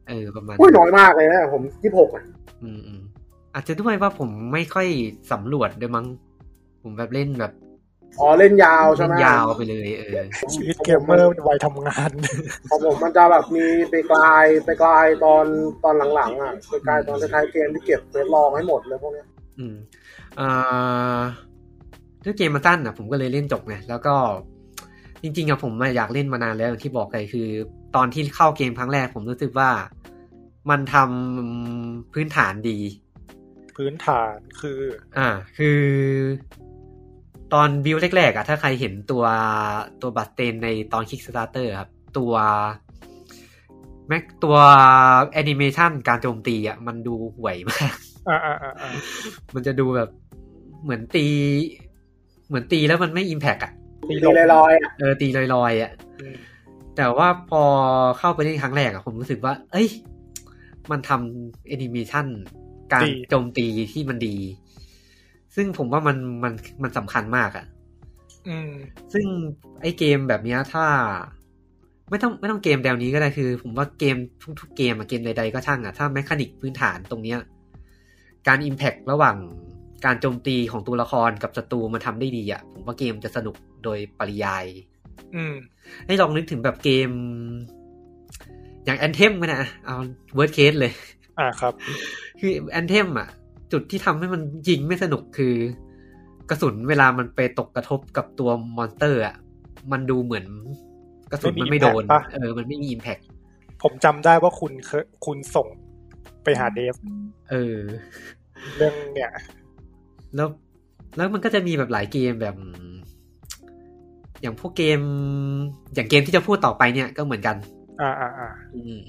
B: เออประมาณ
C: อุ้ยน้อยมากเลยนะผมยี่สิบหกอ่ะ
B: อืมอืมอาจจะด้วยว่าผมไม่ค่อยสำรวจด้วยมั้งผมแบบเล่นแบบ
C: อ๋อเล่นยาวใช่
B: เล่
C: ไหม
B: นยาวไปเลยเออ
A: ชีวิตเกมเมอร์วัยทำงาน *laughs*
C: ของผมมันจะแบบมีไปกลายไปกลายตอนตอนหลังๆอ่ะไปกลายตอนท้ายๆเกมที่เก็บเฟสลองให้หมดเลยพวกเนี้ย
B: อืมอ่าด้วยเกมมันสั้นอ่ะ ผมก็เลยเล่นจบไงแล้วก็ จริงๆอะผมอะอยากเล่นมานานแล้วอย่างที่บอกไปคือ ตอนที่เข้าเกมครั้งแรก ผมรู้สึกว่ามันทำพื้นฐานดี
A: พื้นฐานคือ
B: อ่า คือตอนบิวแรกๆอ่ะ ถ้าใครเห็นตัวตัวบัตเตนในตอน Kickstarter ครับ ตัวแม็กตัวแอนิเมชันการโจมตีอ่ะ มันดูห่วยมาก
A: อ่าอ่าอ่าอ่า
B: มันจะดูแบบเหมือนตี เหมือนตีแล้วมันไม่อิมแพกอ่ะ
A: ตี
C: ตี
A: ลม
C: ลอยๆอ่ะ
B: เออตีลอยๆอ่ะ
A: อืม
B: แต่ว่าพอเข้าไปเล่นครั้งแรกอ่ะ ผมรู้สึกว่า เอ้ย มันทำแอนิเมชันการ
A: ดี
B: โจมตีที่มันดี ซึ่งผมว่ามันมันมันสำคัญมากอ่ะ
A: อืม
B: ซึ่งไอ้เกมแบบเนี้ยถ้า ไม่ต้องไม่ต้องเกมแนวนี้ก็ได้คือ ผมว่าเกมทุกๆเกมอะเกมใดๆก็ช่างอะถ้าแมคานิกพื้นฐานตรงเนี้ย การอิมแพกระหว่างการโจมตีของตัวละครกับศัตรูมันทำได้ดีอะผมว่าเกมจะสนุกโดยปริยาย
A: อืม
B: ให้ลองนึกถึงแบบเกม อย่างแอนเทมก็นะอะเอาเวิร์ดเคสเลย
A: อ่าครับ
B: คือแอนเทมอ่ะ จุดที่ทำให้มันยิงไม่สนุกคือ กระสุนเวลามันไปตกกระทบกับตัวมอนสเตอร์อ่ะ มันดูเหมือนกระสุนมันไม่โดน
A: ไม่มี impact ปะ
B: เออ มันไม่มีอิมแพค
A: ผมจำได้ว่าคุณเคยคุณส่งไปหาเดฟ
B: เออ
A: เรื่องเนี่ย
B: แล้วแล้วมันก็จะมีแบบหลายเกมแบบ อย่างพวกเกม อย่างเกมที่จะพูดต่อไปเนี่ยก็เหมือนกัน
A: อ่าอ่าอ่า
B: อืม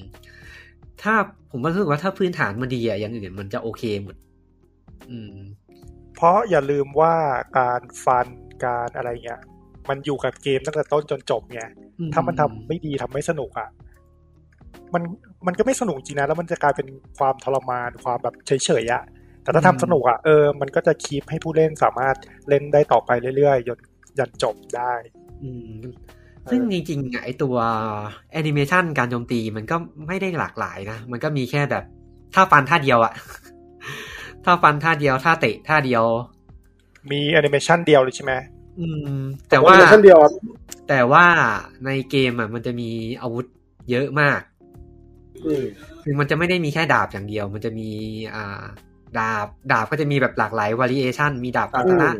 B: ถ้าผมว่ารู้สึกว่าถ้าพื้นฐานมันดีอะอย่างอื่นมันจะโอเคหมด อืม
A: เพราะอย่าลืมว่าการฟันการอะไรเงี้ย มันอยู่กับเกมตั้งแต่ต้นจนจบไง ถ้ามันทำไม่ดีทำไม่สนุกอะ่ะ มันมันก็ไม่สนุกจริงนะ แล้วมันจะกลายเป็นความทรมานความแบบเฉยๆอะแต่ถ้าทำ
B: อืม
A: สนุกอะ่ะเออมันก็จะคีปให้ผู้เล่นสามารถเล่นได้ต่อไปเรื่อยๆจนยันจบได้
B: อืมซึ่งจริงๆอะไอตัวแอนิเมชันการโจมตีมันก็ไม่ได้หลากหลายนะ มันก็มีแค่แบบท่าฟันท่าเดียวอะ *laughs* ท่าฟันท่าเดียวท่าเตะท่าเดียว
A: มีแอนิเมชันเดียวเลยใช่ไหม
B: อืม แต่ว่า
C: เวอร์ชันเดียวอะ
B: แต่ว่าในเกมอะมันจะมีอาวุธเยอะมาก
C: อืม
B: คือมันจะไม่ได้มีแค่ดาบอย่างเดียว มันจะมีอ่า ดาบ ดาบก็จะมีแบบหลากหลายวา r i เอชันมีดาบ
C: อื
B: พัฒนะ
C: ม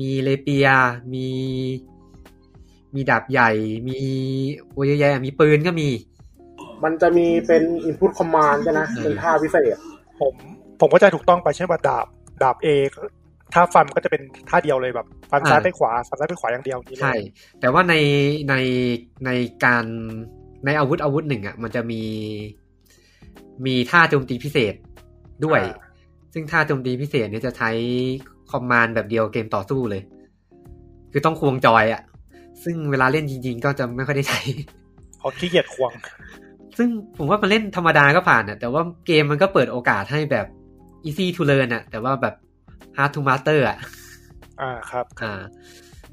B: มีเลเปีย มี มีดาบใหญ่ มีโอ้ยเยอะแยะมีปืนก็มี
C: มันจะมีเป็น input command ใช่ไหมเป็นท่าพิเศษ
A: ผมผมก็จะถูกต้องไปใช่ไหมว่าดาบดาบเอถ้าฟันมันก็จะเป็นท่าเดียวเลยแบบ ฟันซ้าย
B: อ่า
A: ไปขวาฟันซ้ายไปขวาอย่างเดียวอย่างนี้เลย
B: ใช่ แต่ว่าในในในการในอาวุธอาวุธหนึ่งอ่ะ มันจะมี มีท่าโจมตีพิเศษด้วย ซึ่งท่าโจมตีพิเศษเนี่ยจะใช้คอมมานด์แบบเดียวเกมต่อสู้เลย คือต้องควงจอยอ่ะ ซึ่งเวลาเล่นจริงๆ ก็จะไม่ค่อยได้ใช้ *laughs*
A: เพราะขี้เกียจควง
B: ซึ่งผมว่ามันเล่นธรรมดาก็ผ่านอ่ะ แต่ว่าเกมมันก็เปิดโอกาสให้แบบ easy to learn อ่ะ แต่ว่าแบบ hard to master อ่ะ
A: อ่าครับ
B: อ่า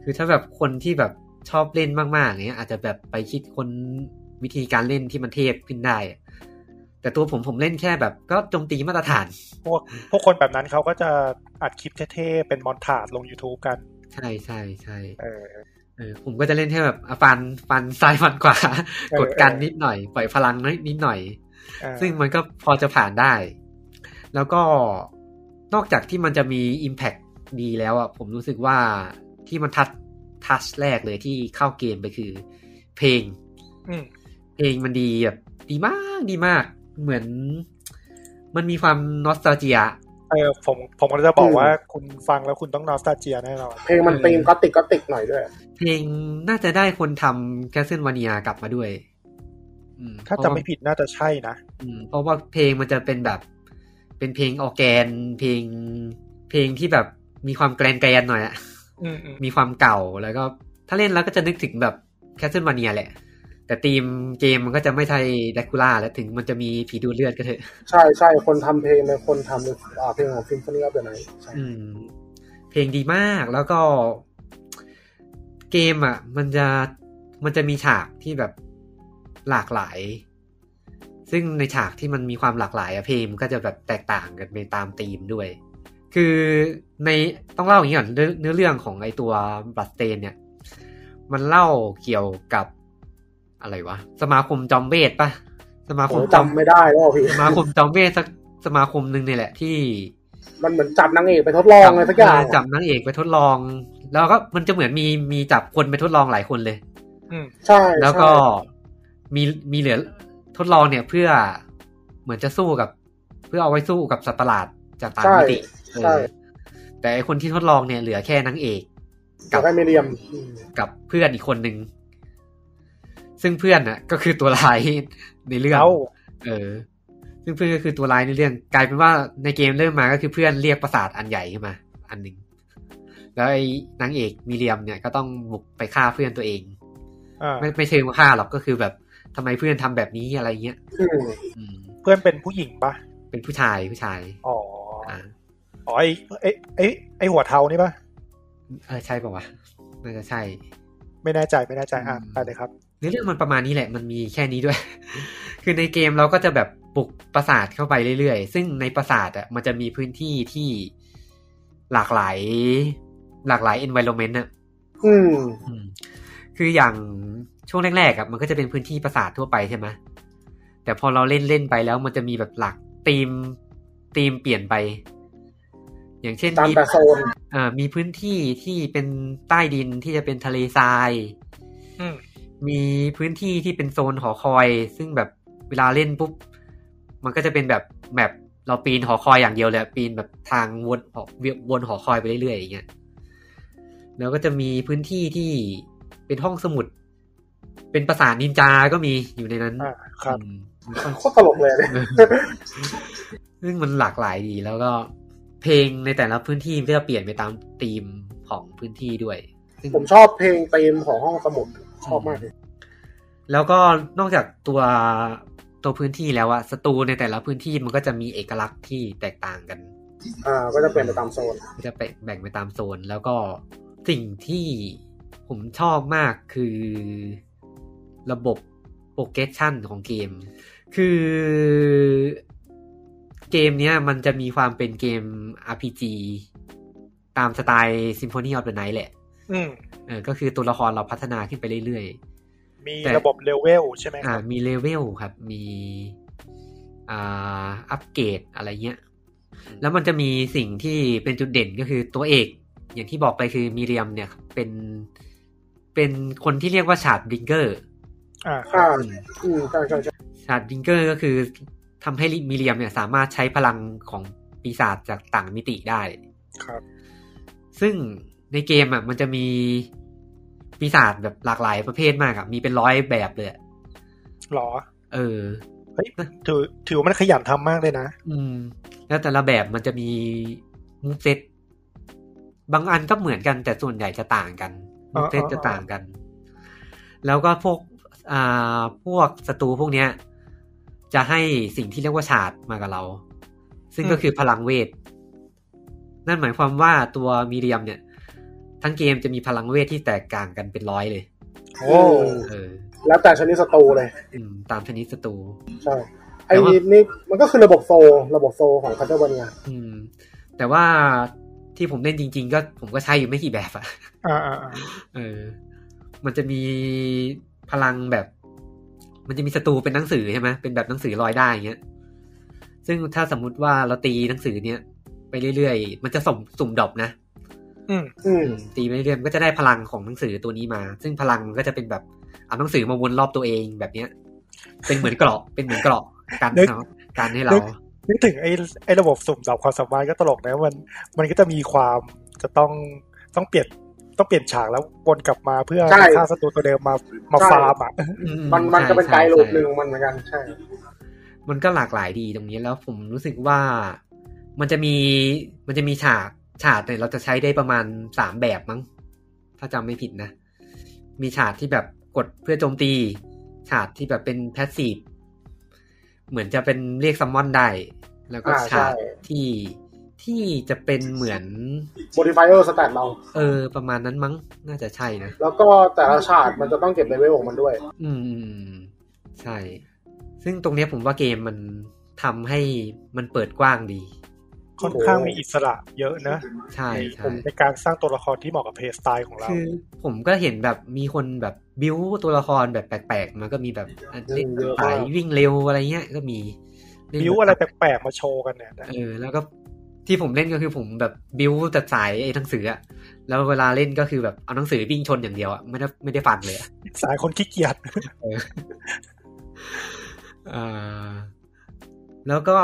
B: คือถ้าแบบคนที่แบบชอบเล่นมากๆอย่างเงี้ยอาจจะแบบไปคิดคนวิธีการเล่นที่มันเทพขึ้นได้อะแต่ตัวผมผมเล่นแค่แบบก็โจมตีมาตรฐาน
A: พวกพวกคนแบบนั้นเขาก็จะอัดคลิปเท่ๆเป็นมอนทาดลง YouTube กัน
B: ใช่ใช่ใช่
A: เออ
B: เออผมก็จะเล่นแค่แบบอ่ะฟันฟันซ้ายฟันขวา
A: อ
B: กดกันนิดหน่อย ปล่อยพลังนิดนิดหน่อย
A: อ่า
B: ซึ่งมันก็พอจะผ่านได้ แล้วก็นอกจากที่มันจะมี Impact ดีแล้วอ่ะ ผมรู้สึกว่าที่มันทัด ทัชแรกเลยที่เข้าเกมไปคือ เพลง
A: อืม
B: เพลงมันดีแบบดีมากดีมาก เหมือน มันมีความนอสตาเจีย
A: เออผมผมก็จะบอก
C: อืม
A: ว่าคุณฟังแล้วคุณต้องนอสตาเจียแน่นอน
C: เพลงมันตีมก็ติกก็ติกหน่อยด้วย
B: เพลงน่าจะได้คนทำแคสเซิลวานียกลับมาด้วยอื
A: ถ้าจำไม่ผิดน่าจะใช่นะ
B: อืมเพราะว่าเพลงมันจะเป็นแบบ เป็นเพลงออร์แกน เพลง เพลงที่แบบมีความแกรนแกรนหน่อยอะ
A: อืมอืม
B: มีความเก่าแล้วก็ถ้าเล่นแล้วก็จะนึกถึงแบบแคสเซิลวานียแหละ แต่ธีมเกมมันก็จะไม่ใช่แดกคูล่าแล้วถึงมันจะมีผีดูดเลือดก็เถอะ
C: ใช่ใช่คนทำเพลงเป็นคนทำอ่าเพลงของฟิมโฟนีออฟเดอะไนท์ใช่
B: อืม เพลงดีมากแล้วก็ เกมอ่ะ มันจะมันจะมีฉากที่แบบหลากหลาย ซึ่งในฉากที่มันมีความหลากหลายอะเพลงมันก็จะแบบแตกต่างกันไปตามธีมด้วย คือในต้องเล่าอย่างนี้ก่อนเนื้อเนื้อเรื่องของไอตัวบัสเตนเนี่ย มันเล่าเกี่ยวกับอะไรวะ สมาคมจอมเวทปะสมาค
C: ผม ม
B: จ
C: จำ
B: อม
C: ไม่ได้แล้วอะพี่
B: สมาคมจอมเวทสักสมาคมหนึ่งเนี่ยแหละที่
C: มันเหมือนจับนางเอกไปทดลองอะไรสักอย่าง
B: เจับนางเอกไปทดลอง แล้วก็มันจะเหมือนมีมีจับคนไปทดลองหลายคนเลย
A: อืม
C: ใช่
B: แล้วก็
C: ใช่
B: มีมีเหลือทดลองเนี่ยเพื่อเหมือนจะสู้กับ เพื่อเอาไว้สู้กับสัตว์ประหลาดจากต่าง
C: ใช่
B: มิติเอ
C: ใช่
B: อแต่ไอคนที่ทดลองเนี่ยเหลือแค่นางเอก
C: กับไอเมเรียมอืม
B: กับเพื่อนอีกคนหนึ่งซึ่งเพื่อนน่ะ ก็คือตัวร้ายในเรื่อง
A: เอ้า
B: เออ ซึ่งเพื่อนก็คือตัวร้ายในเรื่อง กลายเป็นว่าในเกมเริ่มมาก็คือเพื่อนเรียกประสาทอันใหญ่ขึ้นมา อันหนึ่ง แล้วไอ้นางเอกมิเรียมเนี่ยก็ต้องบุกไปฆ่าเพื่อนตัวเอง
A: อ่า
B: ไม่ไม่เชิงว่าฆ่าหรอกก็คือแบบทำไมเพื่อนทำแบบนี้อะไรเงี้ย
C: อืม
B: อืม
A: เพื่อนเป็นผู้หญิงปะ
B: เป็นผู้ชายผู้ชาย
A: อ๋อ
B: อ่า
A: อ๋อไอไอไอไอหัวเทานี่ปะ
B: เออใช่ป่าวะน่าจะใช่
A: ไม่แน่ใจไม่แน่ใจอ่ะ
B: อืม
A: ไปเลยครับ
B: เนื้อเรื่องมันประมาณนี้แหละ มันมีแค่นี้
C: *laughs*
B: ด้วย คือในเกมเราก็จะแบบปลุกปราสาทเข้าไปเรื่อยๆ ซึ่งในปราสาทอ่ะ มันจะมีพื้นที่ที่หลากหลาย หลากหลาย environment อ่ะ
C: อืม
B: อืม คืออย่างช่วงแรกๆอ่ะ มันก็จะเป็นพื้นที่ปราสาททั่วไปใช่ไหมแต่พอเราเล่นเล่นๆไปแล้ว มันจะมีแบบหลักธีมธีมเปลี่ยนไป อย่างเช่น
C: ตาม
B: มี
C: แต่โซน
B: เอ่อมีพื้นที่ที่เป็นใต้ดินที่จะเป็นทะเลทราย
A: อืม
B: มีพื้นที่ที่เป็นโซนหอคอย ซึ่งแบบเวลาเล่นปุ๊บ มันก็จะเป็นแบบแบบเราปีนหอคอยอย่างเดียวเลยอะปีนแบบทางวนหอวนหอคอยไปเรื่อยๆอย่างเงี้ย แล้วก็จะมีพื้นที่ที่เป็นห้องสมุด เป็นปราสาทนินจาก็มีอยู่ในนั้น
A: อ่าครับ
B: อืม
C: โคตรตลกเลยเนี่ย
B: ซึ่งมันหลากหลายดีแล้วก็เพลงในแต่ละพื้นที่มันก็จะเปลี่ยนไปตามธีมของพื้นที่ด้วยซึ่ง
C: ผมชอบเพลงเต็มของห้องสมุดชอบมากเลย
B: แล้วก็นอกจากตัวตัวพื้นที่แล้วอะสตูในแต่ละพื้นที่มันก็จะมีเอกลักษณ์ที่แตกต่างกัน
C: อ่า ก็จะเปลี่ยนไปตามโซน
B: ก็จะไปแบ่งไปตามโซน แล้วก็สิ่งที่ผมชอบมากคือระบบโปรเกชชั่นของเกม คือเกมเนี้ยมันจะมีความเป็นเกม RPG ตามสไตล์ Symphony of the Night แหละ
A: อืม
B: เออก็คือตัวละครเราพัฒนาขึ้นไปเรื่อย
A: มี
B: แต่
A: ระบบเลเวลใช่ไหมค
B: ๆอ่า
A: รับ
B: มีเลเวลครับ มีอ่าอัปเกรดอะไรเงี้ย แล้วมันจะมีสิ่งที่เป็นจุดเด่นก็คือตัวเอก อย่างที่บอกไปคือมีเรียมเนี่ยเป็นเป็นคนที่เรียกว่าฉาดดิงเกอร์
A: อ่าครั
C: อ่า
A: บ
C: อืมใช่ใช่ใช่
B: ฉาดดิงเกอร์ก็คือทำให้มีเรียมเนี่ยสามารถใช้พลังของปีศาจจากต่างมิติได้
A: ครับ
B: ซึ่งในเกมอ่ะมันจะมีปีศาจแบบหลากหลายประเภทมากอ่ะมีเป็นร้อยแบบเลยอะ
A: หรอ
B: เออ
A: เฮ้ยถือถือว่ามันขยันทำมากเลยนะ
B: อืม แล้วแต่ละแบบมันจะมีมูฟเซตบางอันก็เหมือนกันแต่ส่วนใหญ่จะต่างกัน
A: อ๋
B: มู
A: อ
B: ฟเซต
A: อ๋อ
B: จะต่างกัน แล้วก็พวกอ่าพวกศัตรูพวกเนี้ย จะให้สิ่งที่เรียกว่าฉาดมากับเรา ซึ่งก็คือพลังเวท นั่นหมายความว่าตัวมีเดียมเนี่ย ทั้งเกมจะมีพลังเวทที่แตกต่างกันเป็นร้อยเลย
A: โอ้
C: ม
B: เออ
C: แล้วแต่ชนิดศัตรูเลย
B: อืมตามชนิดศัตรู
C: ใช่ ไอ้นี่นี่มันก็คือระบบโซลระบบโซลของคาเทอร์วานีย
B: อืม แต่ว่าที่ผมเล่นจริง ๆ ก็ผมก็ใช้อยู่ไม่กี่แบบอะ
A: อ่าอ่าอ่า
B: เออ มันจะมีพลังแบบ มันจะมีศัตรูเป็นหนังสือใช่ไหมเป็นแบบหนังสือลอยได้อย่างเงี้ย ซึ่งถ้าสมมุติว่าเราตีหนังสือเนี้ยไปเรื่อยๆ มันจะส่มสุ่มดรอปนะ
A: อืม
C: อืม
B: ตีไปเรื่อยๆมันก็จะได้พลังของหนังสือตัวนี้มา ซึ่งพลังมันก็จะเป็นแบบเอาหนังสือมาวนรอบตัวเองแบบเนี้ย เป็นเหมือนเกราะเป็นเหมือนเกราะกัน
A: นึก
B: เนาะการให้เรา
A: นึกถึงไอ้ไอ้ระบบสุ่มจับความสามารถก็ตลกนะมันมันก็จะมีความจะต้องต้องเปลี่ยนต้องเปลี่ยนฉากแล้ววนกลับมาเพื่อ
C: ใช่
A: ฆ่าศัตรูตัวเดิมมามา
C: ใช่
A: ฟาร์มอ่ะ
C: มันมัน
B: ใช่
C: จะเป็น
B: ใช่
C: ไกด์โลก
B: ใช่
C: หนึ่งของมันเหมือนกันใช่
B: มันก็หลากหลายดีตรงนี้แล้วผมรู้สึกว่ามันจะมีมันจะมีฉากฉากเนี่ยเราจะใช้ได้ประมาณสามแบบมั้ง ถ้าจำไม่ผิดนะ มีฉากที่แบบกดเพื่อโจมตี ฉากที่แบบเป็นแพสซีฟเหมือนจะเป็นเรียกซัมมอนได้ แล้วก็
C: อ่าใช่
B: ฉากที่ที่จะเป็นเหมือน
C: โมดิฟายเออร์สแตทเรา
B: เออ ประมาณนั้นมั้ง น่าจะใช่นะ
C: แล้วก็แต่ละฉากมันจะต้องเก็บเลเวลของมันด้วย
B: อืมอืมอืมใช่ ซึ่งตรงเนี้ยผมว่าเกมมันทำให้มันเปิดกว้างดี
A: ค่อนข้างมีอิสระเยอะนะ
B: ใช่
A: ใน
B: ใช่
A: ผมในการสร้างตัวละครที่เหมาะกับเพลย์สไตล์ของเรา
B: คือผมก็เห็นแบบมีคนแบบบิวตัวละครแบบแปลกๆ มันก็มีแบบอันเล็ก
C: เยอะมาก
B: สายวิ่งเร็วอะไรเงี้ยก็มีเน
A: บิวอะไรแปลกๆมาโชว์กันเนี่ยนะ
B: เออแล้วก็ที่ผมเล่นก็คือผมแบบบิวแต่สายไอ้หนังสืออะแล้วเวลาเล่นก็คือแบบเอาหนังสือวิ่งชนอย่างเดียวอะไม่ได้ไม่ได้ฟันเลยอะ
A: สายคนขี้เกียจ
B: เออแล้วก็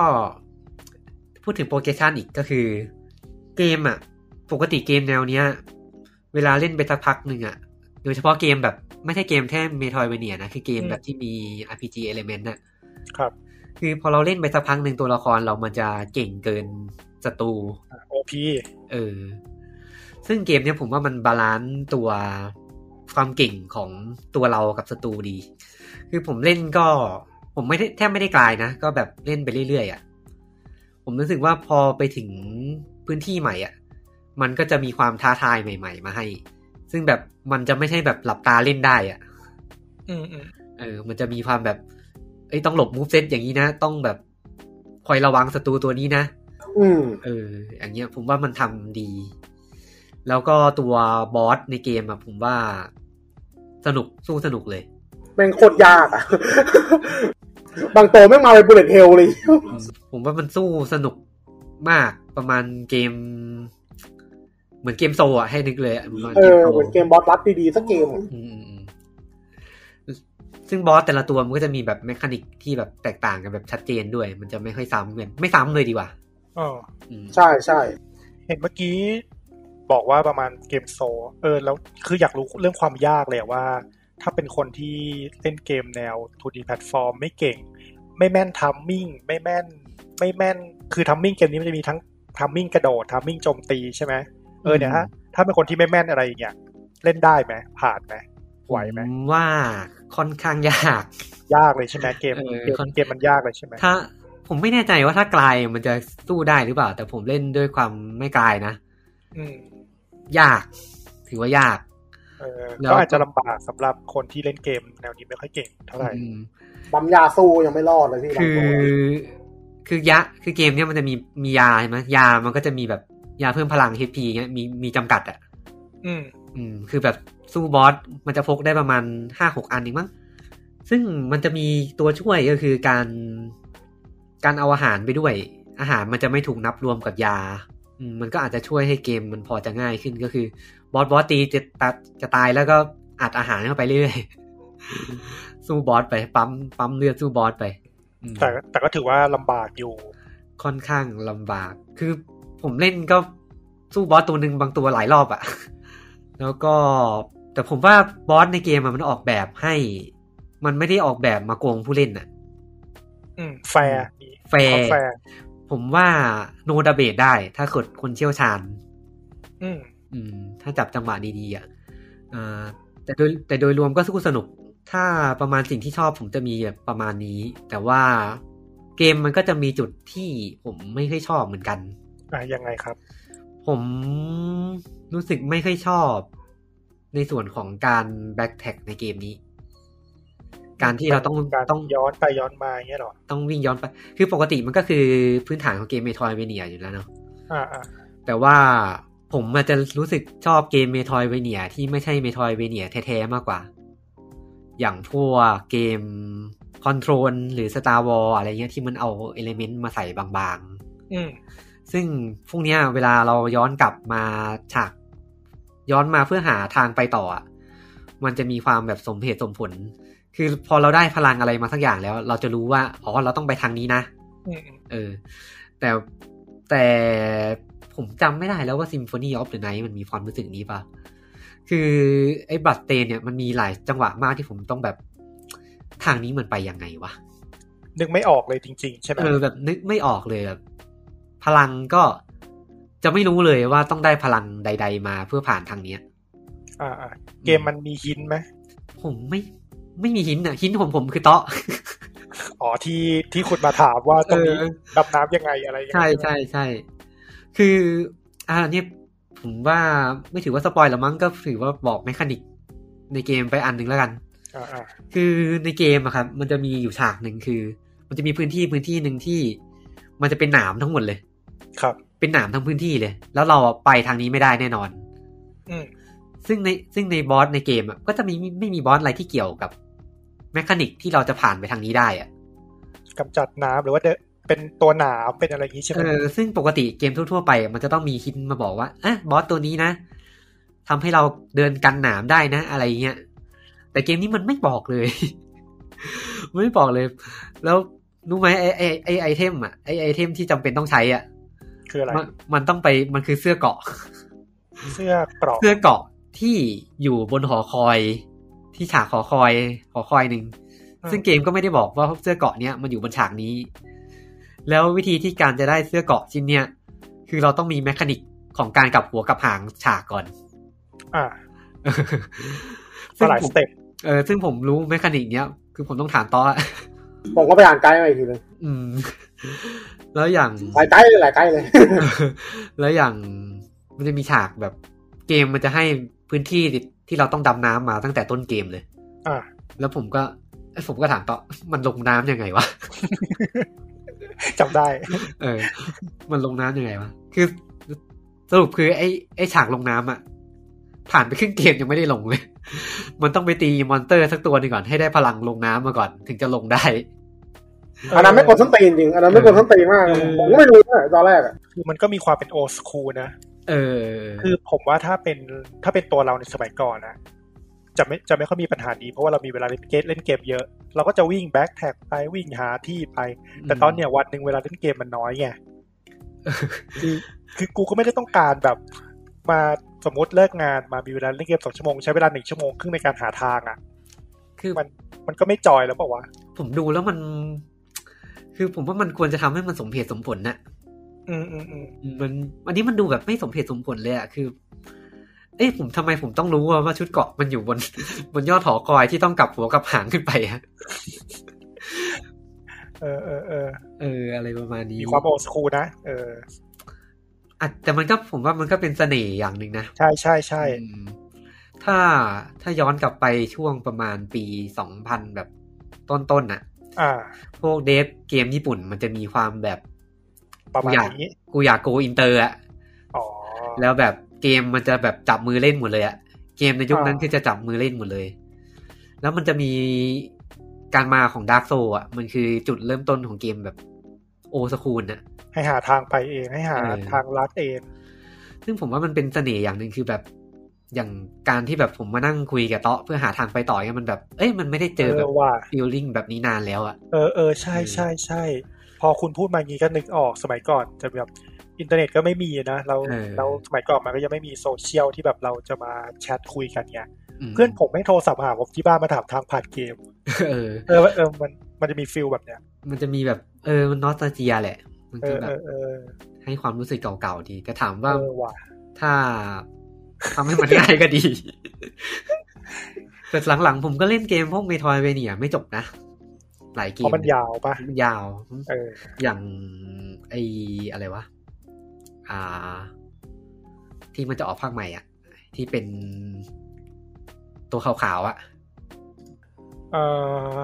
B: พูดถึงโปรเกรสชันอีกก็คือ เกมอะปกติเกมแนวเนี้ย เวลาเล่นไปสักพักหนึ่งอะโดยเฉพาะเกมแบบไม่ใช่เกมแค่เมทอยเวเนียนะคือเกมแบบที่มี RPG element น่ะ
A: ครับ
B: คือพอเราเล่นไปสักพักหนึ่งตัวละครเรามันจะเก่งเกินศัตรู
A: โอพี
B: เออ ซึ่งเกมเนี้ยผมว่ามันบาลานซ์ตัวความเก่งของตัวเรากับศัตรูดี คือผมเล่นก็ ผมไม่ได้แทบไม่ได้กลายนะ ก็แบบเล่นไปเรื่อยๆอะ่ะ ผมรู้สึกว่าพอไปถึงพื้นที่ใหม่อะ่ะ มันก็จะมีความท้าทายใหม่ ๆ มาให้ ซึ่งแบบมันจะไม่ใช่แบบหลับตาเล่นได้อ่ะ
A: อืมอืม
B: เออ มันจะมีความแบบ เอ้ย ต้องหลบมูฟเซตอย่างนี้นะ ต้องแบบคอยระวังศัตรูตัวนี้นะ
C: อืม
B: เออ อย่างเงี้ย ผมว่ามันทำดี แล้วก็ตัวบอสในเกมอะผมว่าสนุกสู้สนุกเลย
C: แม่งโคตรยากอะ *laughs* บางตัวแม่งมาเป็นบุลเลตเฮลเลย *laughs*
B: ผมว่ามันสู้สนุกมากประมาณเกม เหมือนเกมโซอะให้นึกเลยอะประมาณ
C: เอ
B: เกม
C: อ
B: โซ
C: เหมือนเกมบอสรัดดีๆสักเกมอะ
B: อืมอืมอืมซึ่งบอสแต่ละตัวมันก็จะมีแบบแมคานิกที่แบบแตกต่างกันแบบชัดเจนด้วย มันจะไม่ค่อยซ้ำกันไม่ซ้ำเลยดีกว่า
A: อ๋อ
B: อืม
C: ใช่ใช่
A: เห็นเมื่อกี้บอกว่าประมาณเกมโซลเออ แล้วคืออยากรู้เรื่องความยากเลยอะว่า ถ้าเป็นคนที่เล่นเกมแนว 2D แพลตฟอร์มไม่เก่ง ไม่แม่นทัมมิ่งไม่แม่น ไม่แม่น คือทัมมิ่งเกมนี้มันจะมีทั้งทัมมิ่งกระโดดทัมมิ่งโจมตีใช่ไหมเออเนี่ยฮะถ้าเป็นคนที่ไม่แม่นอะไรอย่างเงี้ยเล่นได้ไหมผ่านไหมไหวไหม
B: ผว่าค่อนข้างยาก
A: ยากเลยใช่ไหมเกม
B: เออ
A: เกม
B: ค่อน
A: เกมมันยากเลยใช่ไหม
B: ถ้าผมไม่แน่ใจว่าถ้ากลายมันจะสู้ได้หรือเปล่า แต่ผมเล่นด้วยความไม่กลายนะ
A: อืม
B: ยาก ถือว่ายาก
A: เออ
B: แล้ว
A: ก็อาจจะลำบากสำหรับคนที่เล่นเกมแนวนี้ไม่ค่อยเก่งเท่าไหร่
B: อืม
C: บัมยาสู้ยังไม่รอดเลยพี่บาง
B: คือ
C: ตัว
B: คือยะคือเกมเนี้ยมันจะมีมียาใช่ไหมยามันก็จะมีแบบยาเพิ่มพลัง HP เงี้ยมีมีจำกัดอ่ะ
A: อืม
B: อืมคือแบบสู้บอสมันจะพกได้ประมาณห้าหกอันเองมั้งซึ่งมันจะมีตัวช่วยก็คือการการเอาอาหารไปด้วย อาหารมันจะไม่ถูกนับรวมกับยาอืมมันก็อาจจะช่วยให้เกมมันพอจะง่ายขึ้นก็คือบอสบอสตีจะตะจะตายแล้วก็อัดอาหารเข้าไปเรื่อยๆ สู้บอสไปปั๊มปั๊มเลือดสู้บอสไปอืม
A: แต่แต่ก็ถือว่าลำบากอยู่
B: ค่อนข้างลำบาก คือผมเล่นก็สู้บอสตัวหนึ่งบางตัวหลายรอบอะ *laughs* แล้วก็แต่ผมว่าบอสในเกมอะมันออกแบบให้ มันไม่ได้ออกแบบมาโกงผู้เล่นอะ
A: อืมแฟร์มี
B: แฟ
A: ค
B: ร์
A: วามแฟร์
B: ผมว่าโนดาเบตได้ถ้าเกิดคนเชี่ยวชาญ
A: อืม
B: อืม ถ้าจับจังหวะดีๆอะอ่าแต่โดยแต่โดยรวมก็สู้สนุก ถ้าประมาณสิ่งที่ชอบผมจะมีแบบประมาณนี้ แต่ว่าเกมมันก็จะมีจุดที่ผมไม่ค่อยชอบเหมือนกัน
A: อ่ะยังไงครับ
B: ผมรู้สึกไม่ค่อยชอบในส่วนของการแบ็กแท็กในเกมนี้ การที่เราต้อง
A: การ
B: ต้อง
A: ย้อนไปย้อนมาอย่างเงี้ยเหรอ
B: ต้องวิ่งย้อนไป คือปกติมันก็คือพื้นฐานของเกมเมทอยเวเนียอยู่แล้วเนาะ
A: อ่าอ่า
B: แต่ว่าผมอาจจะรู้สึกชอบเกมเมทอยเวเนียที่ไม่ใช่เมทอยเวเนียแท้ๆมากกว่า อย่างพวกเกมคอนโทรลหรือ Star War อะไรเงี้ยที่มันเอาเอลเมนต์มาใส่บางๆ
A: อืม
B: ซึ่งพวกเนี้ยเวลาเราย้อนกลับมาฉาก ย้อนมาเพื่อหาทางไปต่ออะมันจะมีความแบบสมเหตุสมผล คือพอเราได้พลังอะไรมาสักอย่างแล้ว เราจะรู้ว่าอ๋อเราต้องไปทางนี้นะ
A: อืมอืม
B: เออ แต่แต่ผมจำไม่ได้แล้วว่า Symphony of the Night มันมีความรู้สึกนี้ปะคือไอ้บลัดเตนเนี่ยมันมีหลายจังหวะมากที่ผมต้องแบบทางนี้มันไปยังไงวะ
A: นึกไม่ออกเลยจริง ๆ ใช่ไหม
B: เออแบบนึกไม่ออกเลยแบบพลังก็จะไม่รู้เลยว่าต้องได้พลังใด ๆ มาเพื่อผ่านทางเนี้ย
A: อ่าอ่าเกมมันมีหินไหม
B: ผมไม่ไม่มีหินอ่ะหินผมผมคือเตาะ
A: อ๋อที่ที่คุณมาถามว่าตรงนี้
B: เออ
A: ดำน้ำยังไงอะไรยังไง
B: ใช่ใช่ใช่ คือ อ่าเนี่ยผมว่าไม่ถือว่าสปอยล์หรอมั้งก็ถือว่าบอกแมคานิกในเกมไปอันหนึ่งแล้วกัน
A: อ่าอ่า
B: คือในเกมอะครับ มันจะมีอยู่ฉากหนึ่งคือ มันจะมีพื้นที่พื้นที่หนึ่งที่ มันจะเป็นหนามทั้งหมดเลย
A: ครับ
B: เป็นหนามทั้งพื้นที่เลย แล้วเราอะไปทางนี้ไม่ได้แน่นอน
A: อืม
B: ซึ่งในซึ่งในบอสในเกมอะก็จะมีไม่มีบอสอะไรที่เกี่ยวกับแมคานิกที่เราจะผ่านไปทางนี้ได้อะ
A: กำจัดน้ำหรือว่าเดเป็นตัวหนามเป็นอะไรอย่างนี้ใช่ไหม
B: เออซึ่งปกติเกมทั่วๆไปมันจะต้องมีฮินมาบอกว่าอ่ะบอสตัวนี้นะทำให้เราเดินกันหนามได้นะ อะไรเงี้ยแต่เกมนี้มันไม่บอกเลย *laughs* มันไม่บอกเลย แล้วรู้ไหมไอไอไอไอเทมอ่ะไอไอเทมที่จำเป็นต้องใช้อ่ะ
A: คืออะไร
B: มันมันต้องไปมันคือเสื้อเกราะ
A: เสื้อเกราะ
B: เสื้อเกราะที่อยู่บนหอคอย ที่ฉากหอคอยหอคอยหนึ่ง ซึ่งเกมก็ไม่ได้บอกว่าเสื้อเกราะเนี้ยมันอยู่บนฉากนี้ แล้ววิธีที่การจะได้เสื้อเกราะชิ้นเนี้ยคือเราต้องมีแมคานิกของการกลับหัวกลับหางฉากก่อน
A: อ่าก็หลาย
B: ซึ่ง
A: ส
B: ผม
A: เต็ป *laughs*
B: เออซึ่งผมรู้แมคานิกเนี้ยคือผมต้องถามต่ออะ *laughs*
C: ผมก็ไปอ่านไกด์มาอีกทีหนึง
B: อืม แล้วอย่าง
C: หลายไกด์เลยหลายไก *laughs* ด์เลย
B: *laughs* แล้วอย่างมันจะมีฉากแบบเกมมันจะให้พื้นที่ที่เราต้องดำน้ำมาตั้งแต่ต้นเกมเลย
A: อ่า
B: แล้วผมก็เอ้ยผมก็ถามต่อ *laughs* มันลงน้ำยังไงวะ
A: จำได้
B: เออ *laughs* มันลงน้ำยังไงวะ คือสรุปคือไอ้ไอ้ฉากลงน้ำอะผ่านไปครึ่งเกมยังไม่ได้ลงเลย *laughs* มันต้องไปตีมอนเตอร์สักตัวหนึ่งก่อนให้ได้พลังลงน้ำมาก่อน ถึงจะลงได้
C: อันนั้นไม่กดส้นตีนจริงอันนั้นไม่กดส้นตีนมาก
B: เออ
C: ผมก็ไม่รู้นะตอนแรกอะ
A: คือมันก็มีความเป็นโอสคูนะ
B: เออ
A: คือผมว่าถ้าเป็นถ้าเป็นตัวเราในสมัยก่อนนะจะไม่จะไม่ค่อยมีปัญหานี้เพราะว่าเรามีเวลาเล่นเกมเล่นเกมเยอะ เราก็จะวิ่งแบ็กแท็กไปวิ่งหาที่ไป แต่ตอนเนี้ยวันหนึ่งเวลาเล่นเกมมันน้อย
B: *laughs*
A: ไงคือคือกูก็ไม่ได้ต้องการแบบมาสมมติเลิกงานมามีเวลาเล่นเกมสองชั่วโมงใช้เวลาหนึ่งชั่วโมงครึ่งในการหาทางอ่ะ
B: คือ
A: มันมันก็ไม่จอยแล้วเปล่าวะ
B: ผมดูแล้วมัน คือผมว่ามันควรจะทำให้มันสมเหตุสมผลนะ
A: อืมอืมอืม
B: มันอันนี้มันดูแบบไม่สมเหตุสมผลเลยอะคือ เอ้ยผมทำไมผมต้องรู้ว่าว่าชุดเกราะมันอยู่บน *laughs* บนยอดหอคอยที่ต้องกลับหัวกลับหางขึ้นไปอะ
A: เออเออเออ
B: เออ อะไรประมาณนี้
A: มีความโอสคูนะเออ
B: อ่ะแต่มันก็ผมว่ามันก็เป็นเสน่ห์อย่างหนึ่งนะ
A: ใช่ใช่ใช่
B: อืมถ้าถ้าย้อนกลับไปช่วงประมาณปีสองพันแบบต้นๆน่ะ
A: อ่า
B: พวกเดฟเกมญี่ปุ่นมันจะมีความแบบ
A: ประมาณ
B: กูอยก
A: นี้
B: กูอยากโกอินเตอร์อะ
A: อ๋อ
B: แล้วแบบเกมมันจะแบบจับมือเล่นหมดเลยอะเกมในยุคนั้น
A: อ่า
B: คือจะจับมือเล่นหมดเลย แล้วมันจะมีการมาของดาร์กโซอะมันคือจุดเริ่มต้นของเกมแบบโอสคูลน่ะ
A: ให้หาทางไปเองให้หา
B: เออ
A: ทางลัดเอง
B: ซึ่งผมว่ามันเป็นเสน่ห์อย่างหนึ่งคือแบบอย่างการที่แบบผมมานั่งคุยกับเตาะเพื่อหาทางไปต่อเนี่ยมันแบบ เอ้ยมันไม่ได้เจอแบบ
A: ว่า
B: ฟีลลิ่งแบบนี้นานแล้วอะ
A: เออเออใช่
B: เออ
A: ใช่ใช่ พอคุณพูดมางี้ก็นึกออกสมัยก่อนจะแบบอินเทอร์เน็ตก็ไม่มีนะเรา
B: เออ
A: เราสมัยก่อนมันก็ยังไม่มีโซเชียลที่แบบเราจะมาแชทคุยกันไง
B: ม
A: เพื่อนผมให้โทรศัพท์หาผมที่บ้านมาถามทางผ่านเกม
B: เออ
A: เออเออมันมันจะมีฟิลแบบเนี้ย
B: มันจะมีแบบ เออมันนอสตาเจียแหละ มัน
A: เอ
B: คือ
A: อ
B: แบ
A: เอบ อเออ
B: ให้ความรู้สึกเก่าๆดีแต่ถาม
A: เอ
B: ว่า
A: อว่ะ
B: ถ้าทำให้มันง่ายก็ดี แต่หลังๆ ผมก็เล่นเกมพวกเมทอยเวเนียไม่จบนะ หลายเก
A: เพ
B: ม
A: ราะมันยาวปะ
B: มันยาว
A: เออ
B: อย่างไออะไรวะ อ่า ที่มันจะออกภาคใหม่อ่ะ ที่เป็นตัวขาวๆอ่ะ
A: เออ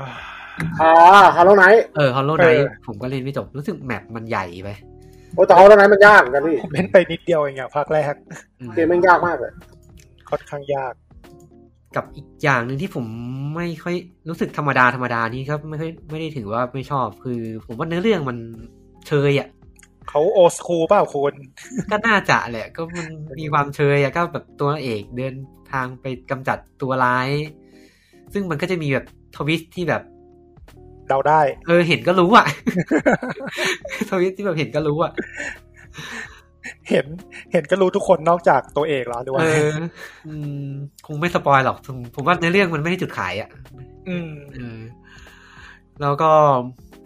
C: อ่าฮาร์โลไนท์
B: เออฮอลโลไน
A: เออ
B: ผมก็เล่นไม่จบ รู้สึกแมปมันใหญ่ไป
C: โอ้แต่ฮาร์โลไนท์มันยากเหมือนกันพี่
A: ผมเล่นไปนิดเดียวเองอะภาคแรก
B: อืม
C: เกมมันยากมากเลย
A: ค่อนข้างยาก
B: กับอีกอย่างหนึ่งที่ผมไม่ค่อยรู้สึกธรรมดาธรรมดานี่ครับไม่ค่อยไม่ได้ถือว่าไม่ชอบคือ ผมว่าเนื้อเรื่องมันเชยอะ *laughs*
A: เขาโอสคูเปล่าคุณ
B: ก็น่าจะแหละ ก็มันมีความเชยอะก็แบบตัวเอกเดินทางไปกำจัดตัวร้าย ซึ่งมันก็จะมีแบบทวิสต์ที่แบบ
A: เดาได้
B: เออเห็นก็รู้อะ *laughs* ทวิสต์ที่แบบเห็นก็รู้อะ
A: เห็นเห็นก็รู้ทุกคนนอกจากตัวเอกแล้วด้วย
B: เออ อืม คงไม่สปอยหรอกผมผมว่าในเรื่องมันไม่ให้จุดขายอะ
A: อืม
B: เออแล้วก็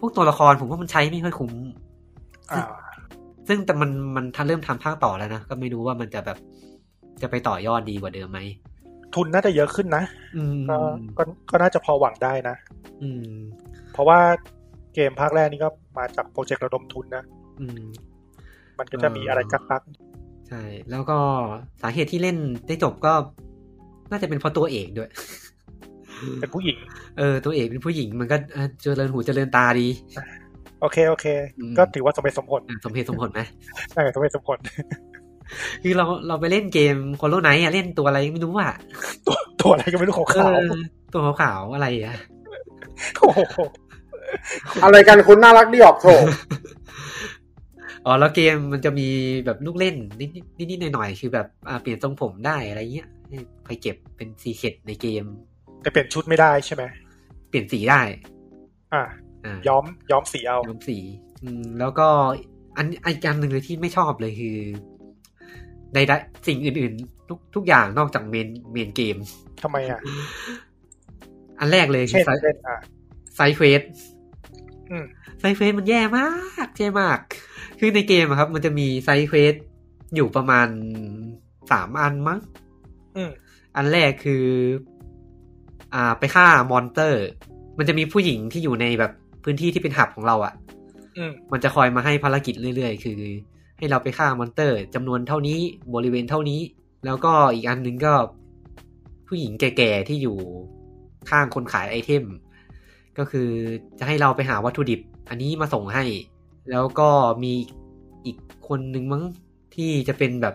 B: พวกตัวละครผมว่ามันใช้ไม่ค่อยคุ้ม
A: อ่า
B: ซึ่งแต่มันมันถ้าเริ่มทำภาคต่อแล้วนะ ก็ไม่รู้ว่ามันจะแบบจะไปต่อยอดดีกว่าเดิมไหม
A: ทุนน่าจะเยอะขึ้นนะ
B: อืม
A: ก็ก็ก็น่าจะพอหวังได้นะ
B: อืม
A: เพราะว่าเกมภาคแรกนี่ก็มาจากโปรเจกต์ระดมทุนนะ
B: อืม
A: มันก็จะมีอะไรกักกัก
B: ใช่ แล้วก็สาเหตุที่เล่นได้จบก็ น่าจะเป็นเพราะตัวเอกด้วย
A: เป็นผู้หญิง
B: เออ ตัวเอกเป็นผู้หญิงมันก็เออเจริญหูเจริญตาดี
A: โอเคโอเค
B: อืม
A: ก็ถือว่าสมเหตุสมผล
B: อ่ะสมเหตุสมผลไหม
A: เออสมเหตุสมผล
B: คือเราเราไปเล่นเกมค o โลไนท์อะเล่นตัวอะไรไม่รู้อ่ะ
A: ตัวตัวอะไรก็ไม่รู้ของ
B: เอ
A: เขาว
B: อตัวขาวๆอะไรอ่ะ
A: โอ้โห
C: อะไรกันคุณน่ารักดีออก *laughs* โถ
B: อ๋อแล้วเกมมันจะมีแบบลูกเล่นนิดนิดนิดหน่อยๆคือแบบอ่าเปลี่ยนทรงผมได้อะไรเงี้ยให้ไปเก็บเป็นซีเคดในเกม
A: แต่เปลี่ยนชุดไม่ได้ใช่ไหม
B: เปลี่ยนสีได้
A: อ่ะ
B: อ่า
A: ย้อมย้อมสีเอา
B: ย้อมสีอืมแล้วก็อันอีกอันหนึ่งเลยที่ไม่ชอบเลยคือใดๆสิ่งอื่นๆ ทุกทุกอย่างนอกจากเมนเมนเกม
A: ทำไมอ่ะ
B: อันแรกเลยคื
A: เช่
B: อน
A: เช่นอ่ะ
B: ไซเควส
A: อืม
B: ไซเควสมันแย่มากแย่มาก คือในเกมอะครับ มันจะมีไซเควสอยู่ประมาณสามอันมั้ง
A: อืม
B: อันแรกคือ อ่า ไปฆ่ามอนเตอร์ มันจะมีผู้หญิงที่อยู่ในแบบพื้นที่ที่เป็นหับของเราอะ่ะ
A: อืม
B: มันจะคอยมาให้ภารกิจเรื่อยๆ คือ ให้เราไปฆ่ามอนเตอร์จำนวนเท่านี้บริเวณเท่านี้ แล้วก็อีกอันหนึงก็ ผู้หญิงแก่ๆที่อยู่ข้างคนขายไอเทม ก็คือจะให้เราไปหาวัตถุดิบ อันนี้มาส่งให้ แล้วก็มีอีกคนหนึ่งมั้งที่จะเป็นแบบ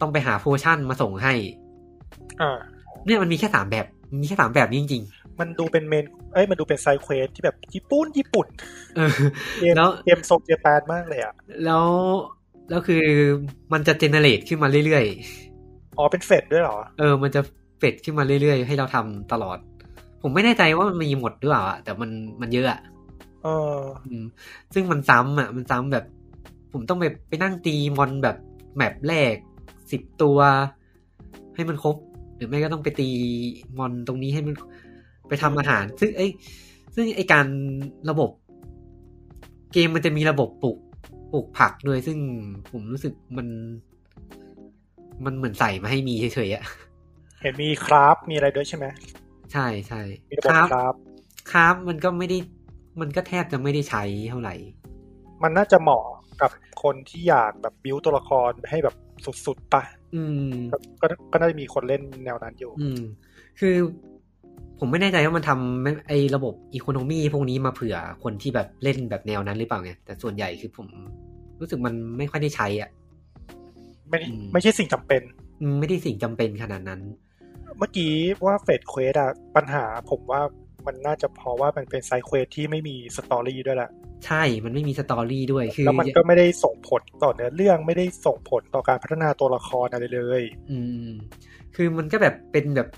B: ต้องไปหาโพชั่นมาส่งให้
A: อ่า
B: เนี่ยมันมีแค่สามแบบ มีแค่สามแบบนี้จริง
A: มันดูเป็นเมน เอ้ย มันดูเป็นไซเควสที่แบบญี่ปุ่นญี่ปุ่น
B: ๆ *laughs* เออ
A: เกม
B: แล้ว
A: เกมโซเจแปนมากเลยอ่ะ
B: แล้ว แล้วคือมันจะเจเนเรตขึ้นมาเรื่อย
A: อ๋อ เป็นเฟดด้วยเหรอ
B: ๆ เออ มันจะเฟดขึ้นมาเรื่อยๆ ให้เราทำตลอด ผมไม่แน่ใจว่ามันมีหมดหรือเปล่าอะแต่มัน มันเยอะอะ
A: เออ
B: อืม ซึ่งมันซ้ำอะมันซ้ำแบบ ผมต้องไปไปนั่งตีมอนแบบแมปแรกสิบตัว ให้มันครบ หรือไม่ก็ต้องไปตีมอนตรงนี้ให้มันไปทำอาหาร ซึ่งไอ้ยซึ่งไอ้การระบบ เกมมันจะมีระบบปลูกปลูกผักด้วย ซึ่งผมรู้สึกมัน มันเหมือนใส่มาให้มีเฉยๆอะ
A: เห็นมีคราฟ มีอะไรด้วยใช่ไหม
B: ใช่ใช่
A: มีระบบ
B: ครับ
A: คราฟ
B: ครับมันก็ไม่ได้ มันก็แทบจะไม่ได้ใช้เท่าไหร่
A: มันน่าจะเหมาะกับคนที่อยากแบบบิวตัวละครให้แบบสุดๆปะ
B: อืม
A: ก็ก็ก็น่าจะมีคนเล่นแนวนั้นอยู่
B: อืม คือผมไม่แน่ใจว่ามันทำไม่ไอ้ระบบอีโคโนมีพวกนี้มาเผื่อคนที่แบบเล่นแบบแนวนั้นหรือเปล่าไง แต่ส่วนใหญ่คือผมรู้สึกมันไม่ค่อยได้ใช้อ่ะ
A: ไม่ได้
B: อืม
A: ไม่ใช่สิ่งจำเป็น
B: อืมไม่ได้สิ่งจำเป็นขนาดนั้น
A: เมื่อกี้ว่าเฟดเควสอะปัญหาผมว่ามันน่าจะเพราะว่ามันเป็นไซเควสที่ไม่มีสตอรี่ด้วยแหละ
B: ใช่ มันไม่มีสตอรี่ด้วย คือ
A: แล้วมันก็ไม่ได้ส่งผลต่อเนื้อเรื่องไม่ได้ส่งผลต่อการพัฒนาตัวละครอะไรเลย
B: อืม คือมันก็แบบเป็นแบบ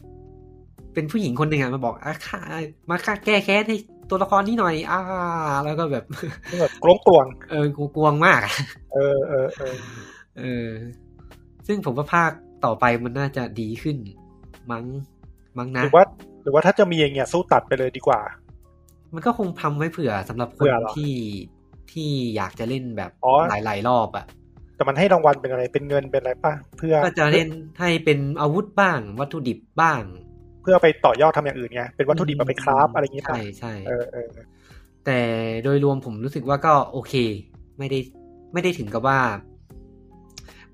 B: เป็นผู้หญิงคนหนึ่งอ่ะมาบอกอ่ะค่ะมาค่ะแก้แค้นให้ตัวละครนี้หน่อย อ่า แล้วก็แบบ *laughs*
A: แบบกลวงกลวง
B: เออกูกวงมากอะ
A: ๆเออเออเออ
B: เออ ซึ่งผมว่าภาคต่อไปมันน่าจะดีขึ้น มั้ง มั้ง
A: ห
B: นะ
A: รือว่า หรือว่าถ้าจะมีอย่างเงี้ยสู้ตัดไปเลยดีกว่า
B: มันก็คงทำไว้เผื่อสำหรับค
A: เผื่
B: น
A: อเหรอ
B: ที่ที่อยากจะเล่นแบบ
A: อ๋อ
B: หลายๆรอบอะ่ะ
A: แต่มันให้รางวัลเป็นอะไรเป็นเงินเป็นอะไรป่ะเพื่อ
B: ก็จะเล่นให้เป็นอาวุธบ้าง วัตถุดิบบ้าง
A: เพื่อไปต่อยอดทำอย่างอื่นไงเป็นวัตถุดิบเอาไปคราฟอะไรอย่างงี้ป่ะ
B: ใช่ใช่
A: เออเออ
B: แต่โดยรวมผมรู้สึกว่าก็โอเค ไม่ได้ไม่ได้ถึงกับว่า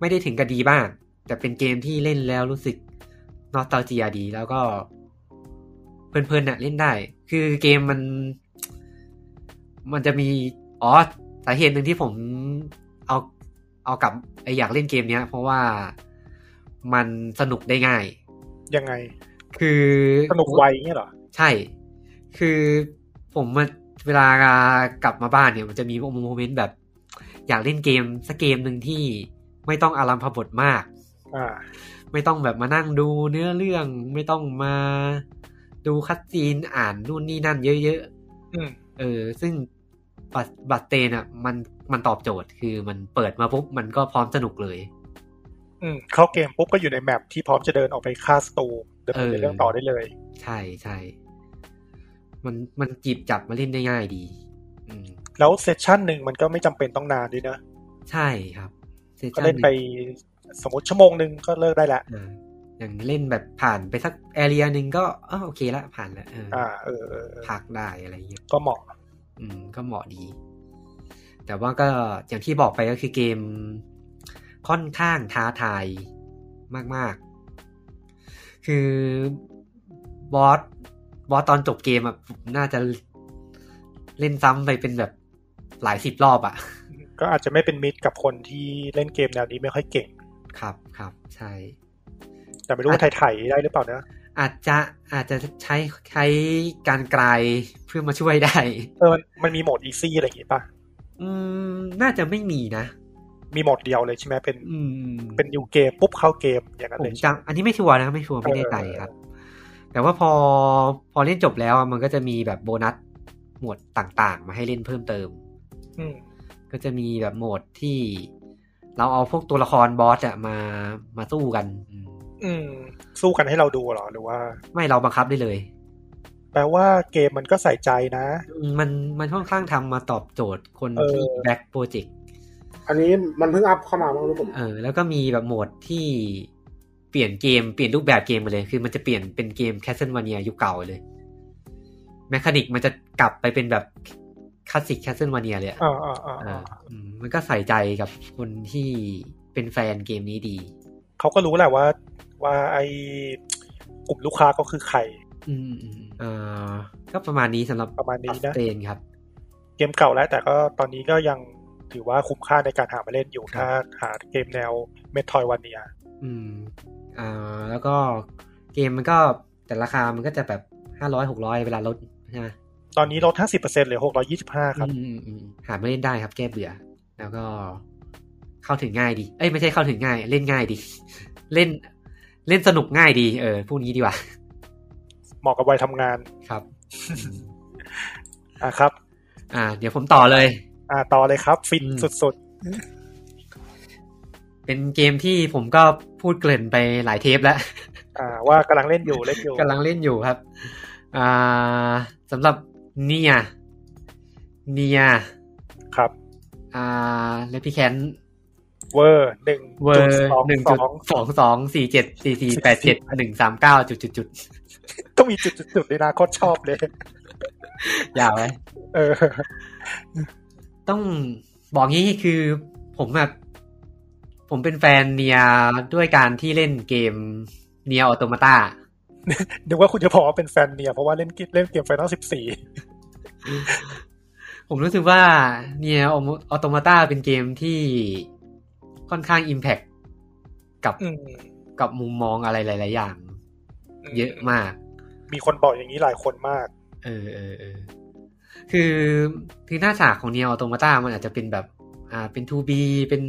B: ไม่ได้ถึงกับดีบ้าง แต่เป็นเกมที่เล่นแล้วรู้สึกนอสตาเจียดี แล้วก็ เพลินๆน่ะเล่นได้ คือเกมมัน มันจะมีอ๋อสาเหตุหนึ่งที่ผมเอาเอากลับไออยากเล่นเกมเนี้ย เพราะว่ามันสนุกได้ง่าย
A: ยังไง
B: คือ
A: สนุกไวเงี้ยเหรอ
B: ใช่ คือผมมาเวลากลับมาบ้านเนี่ย มันจะมีโมเมนต์แบบ อยากเล่นเกมสักเกมหนึ่งที่ไม่ต้องอารัมพบทมาก
A: อ่า
B: ไม่ต้องแบบมานั่งดูเนื้อเรื่อง ไม่ต้องมาดูคัดซีนอ่านนู่นนี่นั่นเยอะ
A: อืม
B: ๆ เออ ซึ่งบัตบัตเตนอ่ะ มันมันตอบโจทย์คือมันเปิดมาปุ๊บ มันก็พร้อมสนุกเลย
A: อืม เข้าเกมปุ๊บก็อยู่ในแมปที่พร้อมจะเดินออกไปฆ่าสตูดำเนินเรื่องต่อได้เลย
B: ใช่ใช่มันมันจีบจับมาเล่นได้ง่ายดี อืม
A: แล้วเซสชั่นหนึ่งมันก็ไม่จำเป็นต้องนานด้วยนะ
B: ใช่ครับ
A: ก็
B: Session
A: เล่นไปสมมติชั่วโมงหนึ่งก็เลิกได้ละ
B: อ่าอย่างเล่นแบบผ่านไปสักแอเรียหนึ่งก็อ้าวโอเคละผ่านละเอออ
A: อ่า เออเออเออ
B: พักได้อะไรอย่างเงี้ย
A: ก็เหมาะ
B: อืมก็เหมาะดี แต่ว่าก็อย่างที่บอกไปก็คือเกมค่อนข้างท้าทายมาก ๆ คือบอสบอสตอนจบเกมอ่ะผมน่าจะเล่นซ้ำไปเป็นแบบหลายสิบรอบอ่ะ
A: ก็อาจจะไม่เป็นมิตรกับคนที่เล่นเกมแนวนี้ไม่ค่อยเก่ง
B: ครับครับใช่
A: แต่ไม่รู้ว่า
B: อ่ะ
A: ไทยๆได้หรือเปล่านะ
B: อาจจะอาจจะใช้ใช้การไกลเพื่อมาช่วยได้
A: เออมันมันมีโหมดอีซี่อะไรอย่างงี้ป่ะ
B: อืม น่าจะไม่มีนะ
A: มีโหมดเดียวเลยใช่ไหมเป็น
B: อืม
A: เป็นยูเกมปุ๊บเข้าเกมอย่างนั้น
B: ผ
A: เลย
B: ม
A: ใช่ไหม
B: จำอันนี้ไม่ชัวร์นะไม่ชัวร์ไม่แน่ใจครับ แต่ว่าพอพอเล่นจบแล้วอะมันก็จะมีแบบโบนัสโหมดต่างๆ มาให้เล่นเพิ่มเติม
A: อืม
B: ก็จะมีแบบโหมดที่เราเอาพวกตัวละครบอสอะมามาสู้กันอืม
A: อืม สู้กันให้เราดูเหรอหรือว่า
B: ไม่เราบังคับได้เลย
A: แปลว่าเกมมันก็ใส่ใจนะ
B: อืมมันมันค่อนข้างทำมาตอบโจทย์คน
A: เออ
B: ที่แบ็กโปรเจกต์
C: อันนี้มันเพิ่งอัพเข้ามาบ้างหรือผม
B: เออแล้วก็มีแบบโหมดที่เปลี่ยนเกมเปลี่ยนรูปแบบเกมไปเลย คือมันจะเปลี่ยนเป็นเกมแคสเซิลวานียุคเก่าเลยแมคานิกมันจะกลับไปเป็นแบบคลาสสิกแคสเซิลวานีเลยอะ
A: อ่าอ่าอ่า
B: เอ
A: อ่า
B: ออืมมันก็ใส่ใจกับคนที่เป็นแฟนเกมนี้ดี
A: เขาก็รู้แหละว่า ว่าไอกลุ่มลูกค้าก็คือใคร
B: อืมอืมเออก็ประมาณนี้สำหรับ
A: ประมาณนี้นะ
B: เตนครับ
A: เกมเก่าแล้วแต่ก็ตอนนี้ก็ยังถือว่าคุ้มค่าในการหามาเล่นอยู่
B: ครับ
A: ถ้าหาเกมแนวเมทอยวันเนีย
B: อืมเอ่าแล้วก็เกมมันก็แต่ราคามันก็จะแบบห้าร้อยหกร้อยเวลาลดใช่ไหม
A: ตอนนี้ลด 50%เหลือ 625 ครับ
B: อืมอืมอืมหาไม่เล่นได้ครับแก้เบื่อ แล้วก็เข้าถึงง่ายดี เอ้ยไม่ใช่เข้าถึงง่าย เล่นง่ายดี *laughs* เล่นเล่นสนุกง่ายดี เออพูดงี้ดีกว่า *laughs*
A: เหมาะกับวัยทำงาน
B: ครับ
A: อ่ะครับ
B: อ่า เดี๋ยวผมต่อเลย
A: อ่ะต่อเลยครับ ฟิน
B: อืม
A: สุด
B: เป็นเกมที่ผมก็พูดเกริ่นไปหลายเทปแล้ว *laughs*
A: ๆ อ่าว่ากำลังเล่นอยู่เล่นอยู่
B: กำลังเล่นอยู่ครับ อ่าสำหรับเนียเนีย
A: ครับ
B: อ่าเลพิแคน
A: เวอร์หนึ่ง
B: เวอ
A: จุด
B: ร์
A: สอง
B: หนึ่ง
A: ส
B: จุด
A: อง
B: สองสองสี่เจ็ดสี่สี่แปดเจ็ดหนึ่งสามเก้าจุดจุดจุด
A: ต้องมีจุดจุดจุดด้วยนะโคตรชอบเลย
B: ยาวไหม
A: เออ
B: ต้องบอกงี้คือผมแบบผมเป็นแฟนเนียด้วยการที่เล่นเกมเนียออโตมาตา
A: นึกว่าคุณจะบอกว่าเป็นแฟนเนี่ย เพราะว่าเล่นเล่นเกมไฟนอลสิบสี่
B: ผมรู้สึกว่าเนี่ยออโตมาตาเป็นเกมที่ค่อนข้างอิมแพคกับกับมุมมองอะไรหลาย ๆ อย่าง เยอะมาก
A: มีคนบอกอย่างนี้หลายคนมาก
B: เออเออเออคือคือหน้าฉากของเนียออโตมาตามันอาจจะเป็นแบบ อ่า เป็น 2B เป็น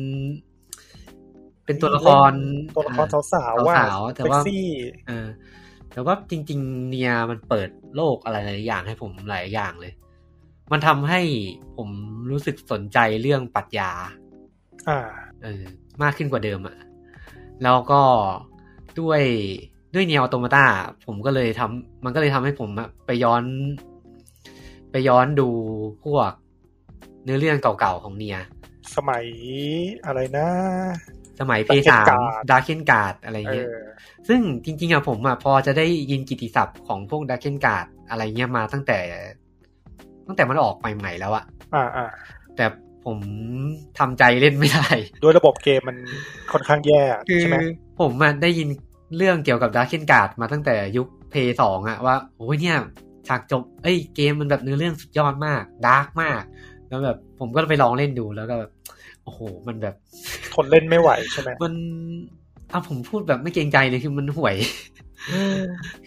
B: เป็นตัวละคร
A: ตัวละคร
B: อ่า
A: สาวๆว่า
B: สาวๆแต่ว่า
A: เซ็กซี่
B: เออแต่ว่าจริง ๆ เนียมันเปิดโลกอะไรหลายอย่างให้ผมหลายอย่างเลย มันทำให้ผมรู้สึกสนใจเรื่องปรัชญา
A: อ่า
B: เออมากขึ้นกว่าเดิมอะแล้วก็ด้วยด้วยเนียออโตมาตาผมก็เลยทำมันก็เลยทำให้ผมอะไปย้อน ไปย้อนดูพวกเนื้อเรื่องเก่าๆของเนีย
A: สมัยอะไรนะ
B: สมัยเพ
A: Darken
B: สาม
A: Guard
B: ดาร์เคนการ์ดอะไร
A: เอ
B: เงี้ย
A: อ
B: ซึ่งจริงๆอะผมอะพอจะได้ยินกิตติศัพท์ของพวกดาร์เคนการ์ดอะไรเงี้ยมาตั้งแต่ ตั้งแต่มันออกใหม่ๆแล้วอะ
A: อ่าอ่า
B: แต่ผมทำใจเล่นไม่ได้
A: ด้วยระบบเกมมันค่อนข้างแย่
B: คือ
A: *laughs* ใช่ไหม
B: ผมอะได้ยินเรื่องเกี่ยวกับดาร์คเคนการ์ดมาตั้งแต่ยุคเพย์สองอะว่าโอ้ยเนี่ยฉากจบ เอ้ยเกมมันแบบเนื้อเรื่องสุดยอดมากดาร์กมาก แล้วแบบผมก็ไปลองเล่นดูแล้วก็แบบโอ้โห มันแบบ
A: ทนเล่นไม่ไหวใช่ไหม
B: มันอ่ะผมพูดแบบไม่เกรงใจเลยคือมันห่วย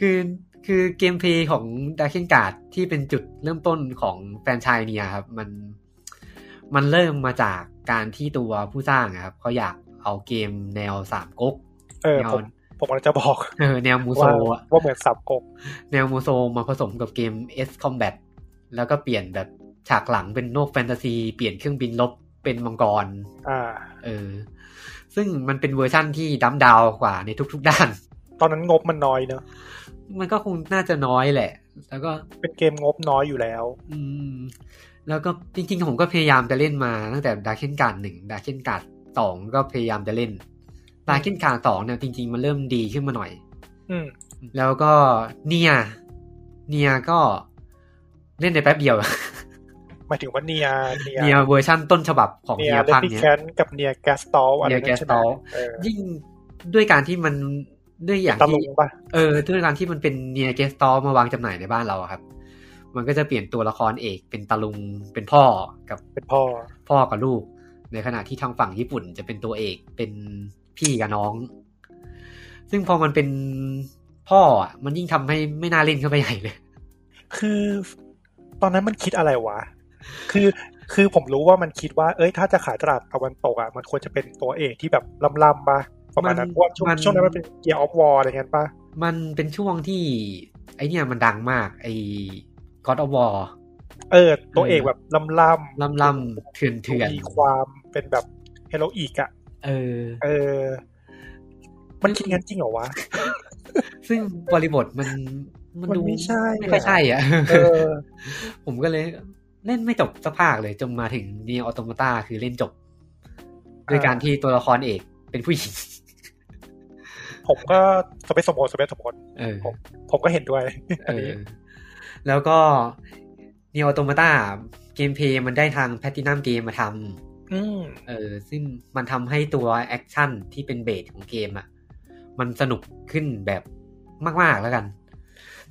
B: คือคือเกมเพลย์ของดาร์คเคนการ์ดที่เป็นจุดเริ่มต้นของแฟรนไชายเนี่ยครับ มันมันเริ่มมาจาก การที่ตัวผู้สร้างอะครับเขาอยากเอาเกมแนวสามก๊ก
A: เออ
B: แนว
A: ผมผมกำลังจะบอก
B: เออแนวมูโซ
A: ว่า
B: อะ
A: ว่าเหมือนสับกก
B: แนวโมโซมาผสมกับเกม S Combat แล้วก็เปลี่ยนแบบฉากหลังเป็นโลกแฟนตาซี เปลี่ยนเครื่องบินลบเป็นมังกร
A: อ่า
B: เออ ซึ่งมันเป็นเวอร์ชั่นที่ดัมดาวกว่าในทุกๆด้าน
A: ตอนนั้นงบมันน้อยเนอะ
B: มันก็คงน่าจะน้อยแหละ แล้วก็
A: เป็นเกมงบน้อยอยู่แล้ว
B: อืม แล้วก็จริงๆ ผมก็พยายามจะเล่นมาตั้งแต่ดาร์เคนการ์ดหนึ่งดาร์เคนการ์ดสองก็พยายามจะเล่นดาร์เคนการ์ดสองเนี่ยจริง ๆ มันเริ่มดีขึ้นมาหน่อย
A: อืม
B: แล้วก็เนียเนียก็เล่นในแป๊บเดียว
A: หมายถึงว่าเนียเนีย
B: เนียเวอร์ชั่นต้นฉบับของ
A: เนี
B: เนี
A: ย
B: ย
A: เล
B: ภาค
A: ติ
B: เนี้ย
A: แคนกับเนียแกสตอลอะไรนั่นใช่ไหม
B: Near Gaston
A: เออ
B: ยิ่งด้วยการที่มันด้วยอย่าง
A: ตะลุ
B: ที่
A: งป่ะ
B: เออด้วยการที่มันเป็นเนียเกสตอมาวางจำหน่ายในบ้านเราอะครับ มันก็จะเปลี่ยนตัวละครเอกเป็นตาลุงเป็นพ่อกับ
A: เป็นพ่อ
B: พ่อกับลูก ในขณะที่ทางฝั่งญี่ปุ่นจะเป็นตัวเอกเป็นพี่กับน้อง ซึ่งพอมันเป็นพ่ออะมันยิ่งทำให้ไม่น่าเล่นเข้าไปใหญ่เลย
A: คือตอนนั้นมันคิดอะไรวะ คือคือผมรู้ว่ามันคิดว่า เอ้ย ถ้าจะขายตลาดตะวันตกอ่ะ มันควรจะเป็นตัวเอกที่แบบล่ำๆปะประมาณนั้
B: มัน
A: นเพราะว่าช่วง
B: มัน
A: ช่วงนั้นมันเป็นเกียร์ออฟวอร์อะไรเงี้ยปะ
B: มันเป็นช่วงที่ ไอเนี่ยมันดังมาก ไอ God of War
A: เออ ตัวเอกแบบล่ำ
B: ล่ำล่ำๆเถื่อน
A: ๆ
B: เถื่อน
A: มีความเป็นแบบเฮโรอีกอ่ะ
B: เออ
A: เออ มันคิดงั้นจริงเหรอวะ
B: ซึ่งบริบทมันมัน
A: มัน
B: ดู
A: ไม่ใช่
B: ไม่ค่อย
A: อะ
B: ใช่อ่ะ
A: เออ
B: ผมก็เลยเล่นไม่จบสักภาคเลยจนมาถึงเนียออโตมาตาคือเล่นจบ โดยการที่ตัวละครเอกเป็นผู้หญิง
A: ผมก็สเปซสมผลสเปซสมผล
B: เออ
A: ผมก็เห็นด้วย *laughs*
B: เออ แล้วก็เนียออโตมาตาเกมเพย์มันได้ทางแพทินัมเกมมาท
A: อืม
B: ำเออ ซึ่งมันทำให้ตัวแอคชั่นที่เป็นเบสของเกมอ่ะ มันสนุกขึ้นแบบมาก ๆ แล้วกัน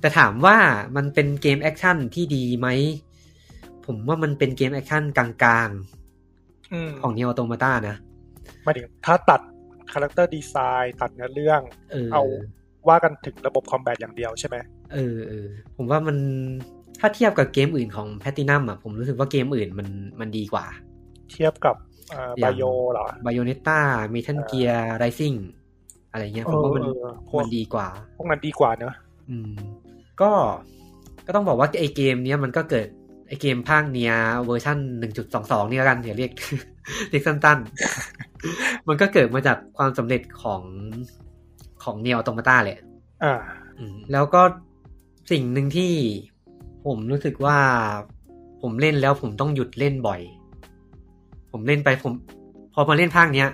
B: แต่ถามว่ามันเป็นเกมแอคชั่นที่ดีไหม ผมว่ามันเป็นเกมแอคชั่นกลาง
A: อืม
B: ๆ ของ n น o อ t o m a t a นะ
A: หมายถึงถ้าตัดคาแรคเตอร์ดีไซน์ตัดเนื้อเรื่อง
B: เออ
A: เอา ว่ากันถึงระบบคอมแบทอย่างเดียวใช่ไหม
B: เออเออ ผมว่ามันถ้าเทียบกับเกมอื่นของแพตตินัมอ่ะ ผมรู้สึกว่าเกมอื่นมันมันดีกว่า
A: เทียบกับ
B: อ
A: ไบ
B: ย่าง
A: โอ Bio เหรอ
B: b i o n e t t a m e t a l Gear Rising อะไรเงี้ย ผมว่ามัน
A: เออเออพวก
B: มันดีกว่า
A: พวกนั้นดีกว่าเนอะ
B: อืมก็ก็ต้องบอกว่าไอเกมเนี้ยมันก็เกิดไอเกมภาคเนี้ยเวอร์ชัน1.22 เนี่ยละกันเดี๋ยวเรียก *laughs* เรียกสั้นๆ *laughs* มันก็เกิดมาจากความสำเร็จของของเนียออโตมาตาแหละ
A: อ่า
B: อืมแล้วก็สิ่งหนึ่งที่ผมรู้สึกว่าผมเล่นแล้วผมต้องหยุดเล่นบ่อย ผมเล่นไปผม พอมาเล่นภาคเนี้ย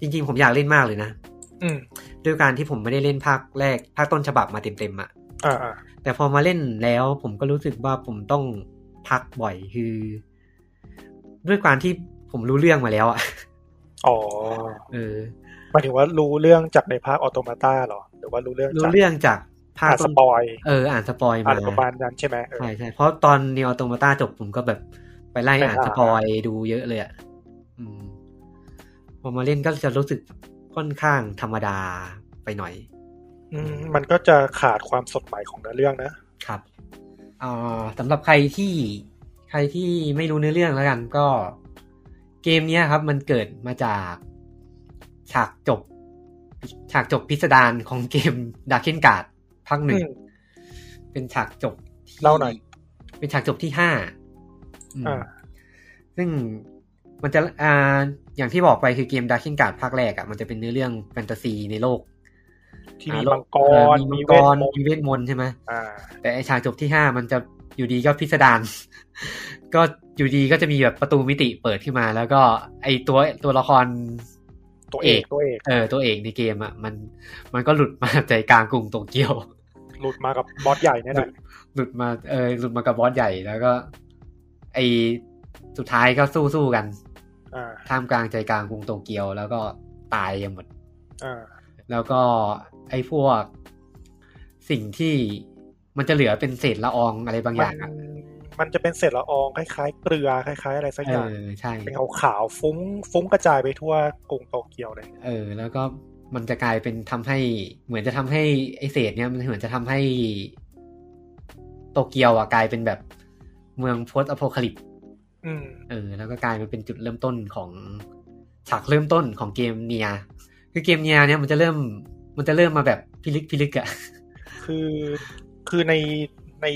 B: จริงๆ ผมอยากเล่นมากเลยนะ
A: อืม
B: ด้วยการที่ผมไม่ได้เล่นภาคแรกภาคต้นฉบับมาเต็มๆอ่ะ
A: อ่าอ่า
B: แต่พอมาเล่นแล้วผมก็รู้สึกว่าผมต้องพักบ่อยคือ ด้วยความที่ผมรู้เรื่องมาแล้วอะ
A: อ๋อ
B: เออ
A: หมายถึงว่ารู้เรื่องจากในภาคออโตมาตาเหรอ หรือว่ารู้เรื่อง
B: รู้
A: จาก
B: เรื่องจากภาค
A: อ่านสปอย
B: เอออ่านสปอย
A: อะไร
B: มา
A: ประมาณนั้นใช่ไหมเออ
B: ใช่ใช่เพราะตอนเน o อ t ตมาตาจบผมก็แบบไปไล่
A: ไป
B: อ่าน
A: หา
B: สปอยดูเยอะเลยอะอืมพอมาเล่นก็จะรู้สึกค่อนข้างธรรมดาไปหน่อย
A: อืมมันก็จะขาดความสดใหม่ของเนื้อเรื่องนะ
B: ครับเอ่อสำหรับใครที่ใครที่ไม่รู้เนื้อเรื่องแล้วกันก็เกมเนี้ยครับ มันเกิดมาจากฉากจบ ฉากจบพิสดารของเกมดาร์เคนการ์ดภาคหนึ่ง
A: อืม
B: เป็นฉากจบที่
A: เล่าหน่อย
B: เป็นฉากจบที่ห้าอืม
A: อ่า
B: ซึ่งมันจะอ่าอย่างที่บอกไปคือเกมดาร์เคนการ์ดภาคแรกอะมันจะเป็นเนื้อเรื่องแฟนตาซีในโลก
A: ที่
B: อ่า
A: มี
B: โล
A: มังก
B: เอ่อ
A: ร
B: มีมัง
A: มี
B: ก
A: เวทมน
B: รมี
A: ต์
B: เวทมนต์ใช่ไหม
A: อ่า
B: แต่ไอฉากจบที่ห้ามันจะอยู่ดีก็พิสดาร *laughs* ก็อยู่ดีก็จะมีแบบประตูมิติเปิดขึ้นมา แล้วก็ไอตัวตัวละคร
A: ตัวเอก
B: เอก
A: ตัวเอก
B: เออตัวเอกในเกมอ่ะมันมันก็หลุดมาใจกลางกรุงโตเกียว
A: หลุดมากับบอสใหญ่เนี่ยแหละ
B: หลุดมาเออหลุดมากับบอสใหญ่แล้วก็ ไอสุดท้ายก็สู้สู้กัน
A: อ่า
B: ท่ามกลางใจกลางกรุงโตเกียว แล้วก็ตายกันหมด
A: อ่า
B: แล้วก็ไอ้พวกสิ่งที่มันจะเหลือเป็นเศษละอองอะไรบางอ
A: มั
B: ย่าน งอ่ะ
A: มันจะเป็นเศษละอองคล้ายๆเกลือคล้ายๆ อะไรสัก
B: เอ
A: อย่าง
B: อใช่
A: เป็นขาวๆฟุ้งฟุ้งกระจายไปทั่วกรุงโตเกียวเลย
B: เออแล้วก็มันจะกลายเป็นทำให้ เหมือนจะทำให้ไอเศษเนี่ยมันเหมือนจะทำให้ โตเกียวอ่ะกลายเป็นแบบเมืองโพสต์อโพคาลิป
A: อืม
B: เออแล้วก็กลายมาเป็นจุดเริ่มต้นของฉากเริ่มต้นของเกมเนียคือเกมเนียเนี่ยมันจะเริ่มมันจะเริ่มมาแบบพิลึกพิลึ *laughs* กอะ
A: คือคือในใน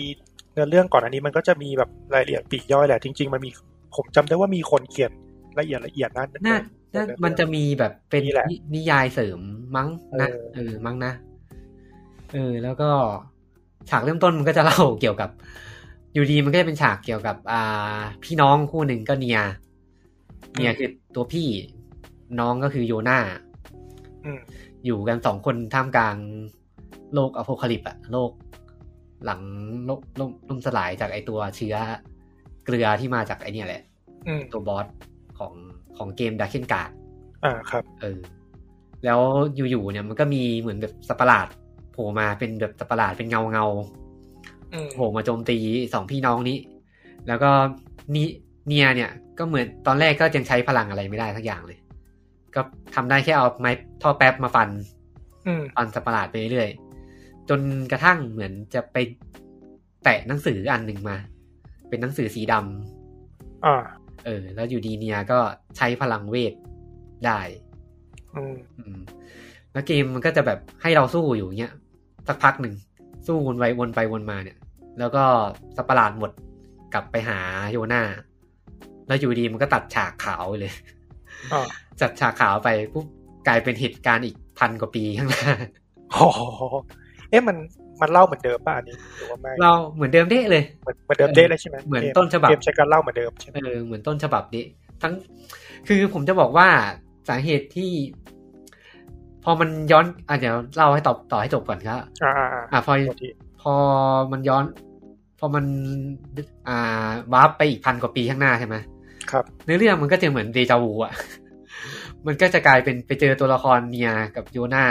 A: เนื้อเรื่องก่อนอันนี้มันก็จะมีแบบรายละเอียดปลีกย่อยแหละ จริง ๆ มันมีผมจำได้ว่ามีคนเขียนละเอียดละเอียดนะ
B: น่าน่ามันจะมีแบบเป็น
A: มีแหละ
B: นินิยายเสริมมั้งนะ
A: เออ
B: เออมั้งนะเออแล้วก็ฉากเริ่มต้นมันก็จะเล่า เกี่ยวกับ อยู่ดีมันก็จะเป็นฉากเกี่ยวกับ อ่า พี่น้องคู่หนึ่งก็เนียเนียคือตัวพี่น้องก็คือโยนา
A: อืม
B: อยู่กันสองคนท่ามกลางโลกอโพคาลิปส์อะโลกหลังโลกล่มล่มสลายจากไอตัวเชื้อเกลือที่มาจากไอเนี่ยแหละ
A: อืม
B: ตัวบอสของของเกมดาเคนการ์ด
A: อ่าครับ
B: เออแล้วอยู่ๆเนี่ยมันก็มีเหมือนแบบสัตว์ประหลาดโผล่มาเป็นแบบสัตว์ประหลาดเป็นเงาเงา
A: อืม
B: ๆโผล่มาโจมตีสองพี่น้องนี้ แล้วก็นีเนียเนี่ยก็เหมือนตอนแรกก็ยังใช้พลังอะไรไม่ได้ทักอย่างเลย ก็ทำได้แค่เอาไม้ท่อแป๊บมาฟัน
A: อืม
B: ฟันสัตว์ประหลาดไปเรื่อยๆจนกระทั่งเหมือนจะไปแตะหนังสืออันหนึ่งมา เป็นหนังสือสีดำ
A: อ่า
B: เออ แล้วอยู่ดีเนียก็ใช้พลังเวทได้
A: อืม *laughs*
B: อืมแล้วเกมมันก็จะแบบให้เราสู้อยู่อย่างเงี้ยสักพักหนึ่งสู้วนไปวนไปวนมาเนี่ย แล้วก็สัตว์ประหลาดหมดกลับไปหาโยนาแล้วอยู่ดีมันก็ตัดฉากขาวไปเลย
A: อ่า
B: จัดฉากขาวไปปุ๊บกลายเป็นเหตุการณ์อีกพันกว่าปีข้างหน้า
A: โอ้โหเอ๊ะมันมันเล่าเหมือนเดิมป่ะอันนี้หรือว่าไม่
B: เราเหมือนเดิมเด้เลย
A: เหมือนเหมือนเดิมเด้เลยใช่ไหม
B: เหมือน
A: ก
B: ต้นฉบับ
A: เกมใช้การเล่าเหมือนเดิมใช่ไหม
B: เออเหมือนต้นฉบับดิทั้งคือผมจะบอกว่าสาเหตุที่ พอมันย้อนอ่ะเดี๋ยวเล่าให้ตอบต่อให้จบก่อนครับ
A: อ่าอ่าอ่า
B: อ่ะพอ
A: โทษที
B: พอมันย้อน พอมันอ่าวับไปอีกพันกว่าปีข้างหน้าใช่ไหม
A: ครับ
B: เนื้อเรื่องมันก็จะเหมือนเดจาวูอ่ะ *laughs* มันก็จะกลายเป็นไปเจอตัวละครเนียกับโยนา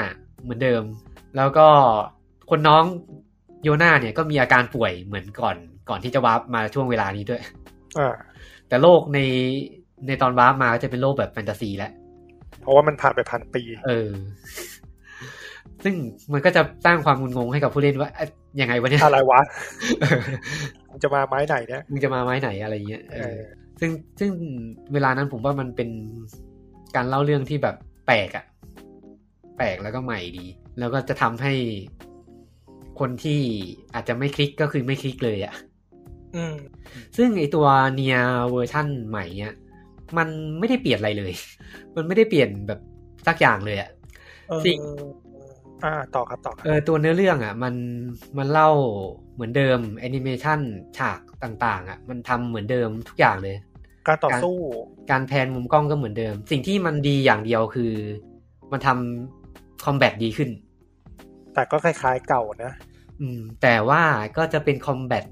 B: เหมือนเดิม แล้วก็คนน้องโยนาเนี่ยก็มีอาการป่วยเหมือนก่อน ก่อนที่จะวับมาช่วงเวลานี้ด้วย
A: อ่า
B: แต่โลกในในตอนวับมาก็จะเป็นโลกแบบแฟนตาซีแล้ว
A: เพราะว่ามันผ่านไปพันปี
B: เออ *laughs* ซึ่งมันก็จะสร้างความงุนงงให้กับผู้เล่นว่าเอ๊ะยังไงวะเนี่ย
A: อะไรวะมันจะมาไม้ไหนเนี่ย
B: มึงจะมาไม้ไหนอะไรอย่างเงี้ยเออ
A: เออ
B: ซึ่งซึ่งเวลานั้นผมว่ามันเป็นการเล่าเรื่องที่แบบแปลกอะแปลกแล้วก็ใหม่ดี แล้วก็จะทำให้คนที่อาจจะไม่คลิกก็คือไม่คลิกเลยอะ
A: อืม
B: ซึ่งไอตัวเนียเวอร์ชั่นใหม่เนี่ยมันไม่ได้เปลี่ยนอะไรเลย *laughs* มันไม่ได้เปลี่ยนแบบสักอย่างเลยอะ
A: เออ
B: สิ่ง
A: อ่า ต่อครับต่อครับ
B: เออตัวเนื้อเรื่องอ่ะมันมันเล่าเหมือนเดิมแอนิเมชันฉากต่าง ๆอ่ะมันทำเหมือนเดิมทุกอย่างเลย
A: การต่อสู้
B: การแพนมุมกล้องก็เหมือนเดิม สิ่งที่มันดีอย่างเดียวคือ มันทำคอมแบทดีขึ้น
A: แต่ก็คล้ายๆเก่านะ
B: อืม แต่ว่าก็จะเป็นคอมแบท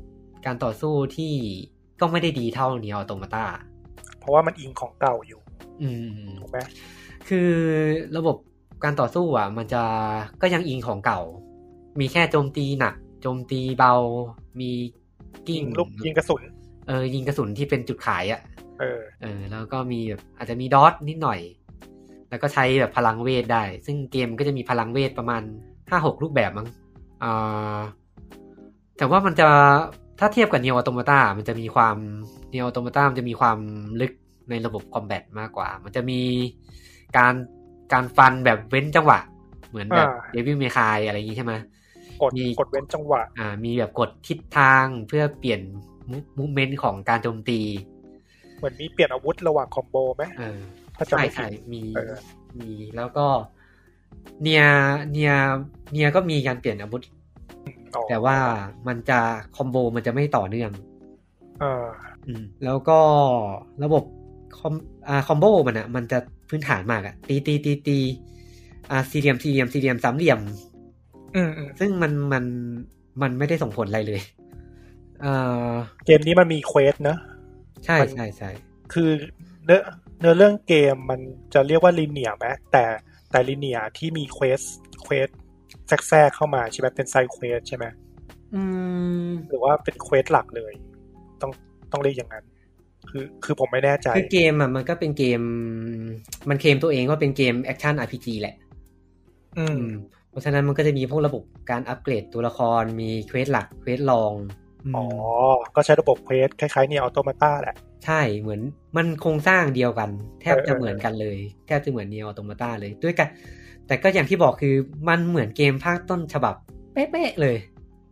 B: การต่อสู้ที่ก็ไม่ได้ดีเท่าเนียออโตมาตา
A: เพราะว่ามันอิงของเก่าอยู่
B: อืม
A: ถูกไหม
B: คือระบบการต่อสู้อ่ะ มันจะก็ยังอิงของเก่า มีแค่โจมตีหนัก โจมตีเบา มี
A: ยิ
B: กิ้ง
A: งลูกยิงกระสุน
B: เออยิงกระสุนที่เป็นจุดขายอ่ะ
A: เออ
B: เออแล้วก็มีแบบอาจจะมีดอทนิดหน่อย แล้วก็ใช้แบบพลังเวทได้ ซึ่งเกมก็จะมีพลังเวทประมาณห้าหกรูปแบบมั้งอ่าแต่ว่ามันจะถ้าเทียบกับเน o อ u โตมาตามันจะมีความเน o อ u โตมาตามันจะมีความลึกในระบบคอมแบทมากกว่า มันจะมีการการฟันแบบเว้นจังหวะ เหมือนแบบ
A: อ่า
B: เดวิลเมคายอะไรอย่างงี้ใช่ไหม
A: กด
B: มี
A: กดเว้นจังหวะ
B: อ่ามีแบบกดทิศทางเพื่อเปลี่ยนมูเมนต์ของการโจมตี
A: เหมือนมีเปลี่ยนอาวุธระหว่างคอมโบไหม
B: เออ
A: ถ้าจำ
B: ใช่
A: ไม่ผิ
B: ใช่
A: ด
B: มี
A: เออ
B: มีแล้วก็ เนียเนียเนียก็มีการเปลี่ยนอาวุธ
A: อ๋อ
B: แต่ว่ามันจะคอมโบมันจะไม่ต่อเนื่อง
A: เออ
B: แล้วก็ระบบคอมอ่าคอมโบมันอะมันจะพื้นฐานมากอะตีตีตีตีอ่าสี่เหลี่ยมสี่เหลี่ยมสี่เหลี่ยมสามเหลี่ยม
A: อืมอืม
B: ซึ่งมันมันมันไม่ได้ส่งผลอะไรเลยเอ่อ
A: เกมนี้มันมีเควสเนอะ
B: ใช่
A: มัน
B: ใช่ใช่
A: คือเนื้อเนื้อเรื่องเกมมันจะเรียกว่าลิเนียไหมแต่แต่ลิเนียที่มีเควสเควสแทรกๆเข้ามาใช่ไหมเป็นไซเควสใช่ไหม
B: อืม
A: หรือว่าเป็นเควสหลักเลย ต้องต้องเรียกอย่างนั้น คือคือผมไม่แน่ใจ
B: คือเกมอ่ะมันก็เป็นเกม มันเคลมตัวเองว่าเป็นเกมแอคชั่น RPG แหละ
A: อืม
B: เพราะฉะนั้นมันก็จะมีพวกระบบการอัปเกรดตัวละครมีเควสหลักเควสรอง
A: อ๋อ ก็ใช้ระบบเควสคล้ายๆเนี่ยออโตมาต้าแหละ
B: ใช่เหมือนมันโครงสร้างเดียวกัน แทบ
A: เออเออ
B: จะเหมือนกันเลยแทบจะเหมือนเนียออโตมาตาเลยด้วยกัน แต่ก็อย่างที่บอกคือมันเหมือนเกมภาคต้นฉบับ เป๊ะๆเลย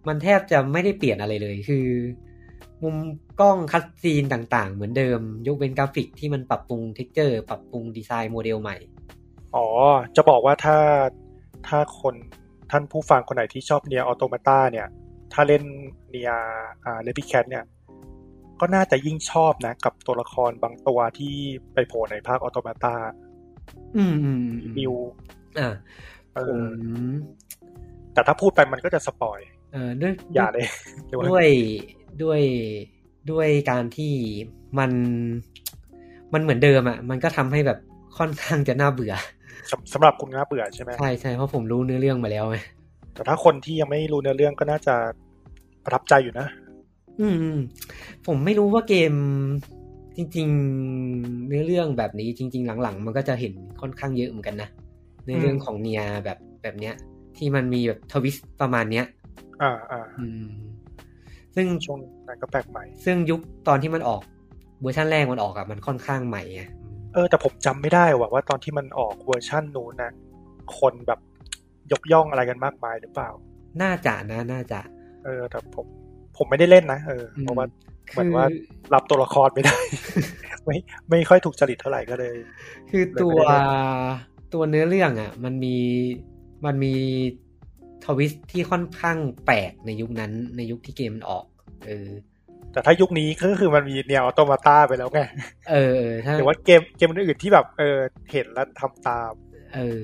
B: มันแทบจะไม่ได้เปลี่ยนอะไรเลยคือ มุมกล้องคัดซีนต่างๆ เหมือนเดิม ยกเว้นกราฟิกที่มันปรับปรุงเท็กเจอร์ ปรับปรุงดีไซน์โมเดลใหม่
A: อ๋อ จะบอกว่าถ้าถ้าคนท่านผู้ฟังคนไหนที่ชอบเนียออโตมาตาเนี่ย ถ้าเล่นเนียอ่าเลปิแคทเนี่ย ก็น่าจะยิ่งชอบนะ กับตัวละครบางตัวที่ไปโผล่ในภาคออโตมาตา
B: อืมอืมอืม
A: มิว
B: อ่า
A: เอ
B: ผ
A: อ
B: ม
A: แต่ถ้าพูดไปมันก็จะสปอย
B: เออด้วย
A: อย่าเลยเดี๋ยว
B: ด้วยด้วยด้วยการที่มันมันเหมือนเดิมอะ่ะ มันก็ทำให้แบบค่อนข้างจะน่าเบื่อ
A: สำสำหรับคุณน่าเบื่อใช่ไหม
B: ใช่ใช่เพราะผมรู้เนื้อเรื่องมาแล้วไง
A: แต่ถ้าคนที่ยังไม่รู้เนื้อเรื่องก็น่าจะประทับใจอยู่นะ
B: อืมอืมผมไม่รู้ว่าเกมจริง ๆ เนื้อเรื่องแบบนี้จริง ๆ หลังๆ มันก็จะเห็นค่อนข้างเยอะเหมือนกันนะเนื้อเรื่องของเนียแบบแบบเนี้ย ที่มันมีแบบทวิสต์ประมาณเนี้ย
A: อ่าอ่า
B: อืม ซึ่ง
A: ช่วงนั้นก็แปลกใหม่
B: ซึ่งยุคตอนที่มันออกเวอร์ชันแรกมันออกอะมันค่อนข้างใหม่ไง
A: เออแต่ผมจำไม่ได้ว่าว่าตอนที่มันออกเวอร์ชั่นนู้นนะคนแบบยกย่องอะไรกันมากมายหรือเปล่า
B: น่าจะนะน่าจะ
A: เออแต่ผมผมไม่ได้เล่นนะเอออ
B: อืม
A: เพราะว่า เหมือน
B: คือ
A: ว่า รับตัวละครไม่ได้ *laughs* ไม่ไม่ค่อยถูกจริตเท่าไหร่ก็เลย
B: คือ
A: เลยไม่ได้
B: ตัว
A: เล่
B: ตัวเนื้อเรื่องอ่ะ มันมีมันมีทวิสต์ที่ค่อนข้างแปลกในยุคนั้นในยุคที่เกมมันออก เออ
A: แต่ถ้ายุคนี้ก็คือมันมีเนียออโตมาตาไปแล้วไง
B: เออเออถ้า
A: หรือว่าเกมเกมอื่นๆที่แบบเออเห็นแล้วทำตาม
B: เออ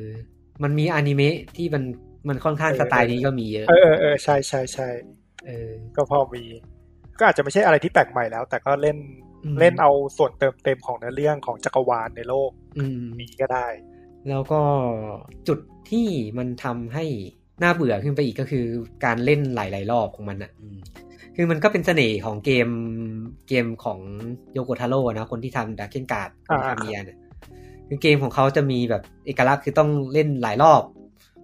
B: มันมีอนิเมะที่มันมันค่อนข้าง
A: เออ
B: สไตล์นี้ก็มีเยอะ
A: เออเออเออใช่ใช่ใช่
B: เออ
A: ก็พอมี ก็อาจจะไม่ใช่อะไรที่แปลกใหม่แล้ว แต่ก็เล่น
B: อืม
A: เล่นเอาส่วนเติมเต็มของเนื้อเรื่องของจักรวาลในโลก
B: อืม
A: นี้ก็ได้
B: แล้วก็จุดที่มันทำให้น่าเบื่อขึ้นไปอีกก็คือการเล่นหลาย ๆ รอบของมันอ่ะอืมคือมันก็เป็นเสน่ห์ของเกมเกมของโยโกทาโร่นะคนที่ทำดักเก้นการ์ดคนที่
A: อ่า
B: ทำเมียเนี่ยคือเกมของเขาจะมีแบบเอกลักษณ์คือต้องเล่นหลายรอบ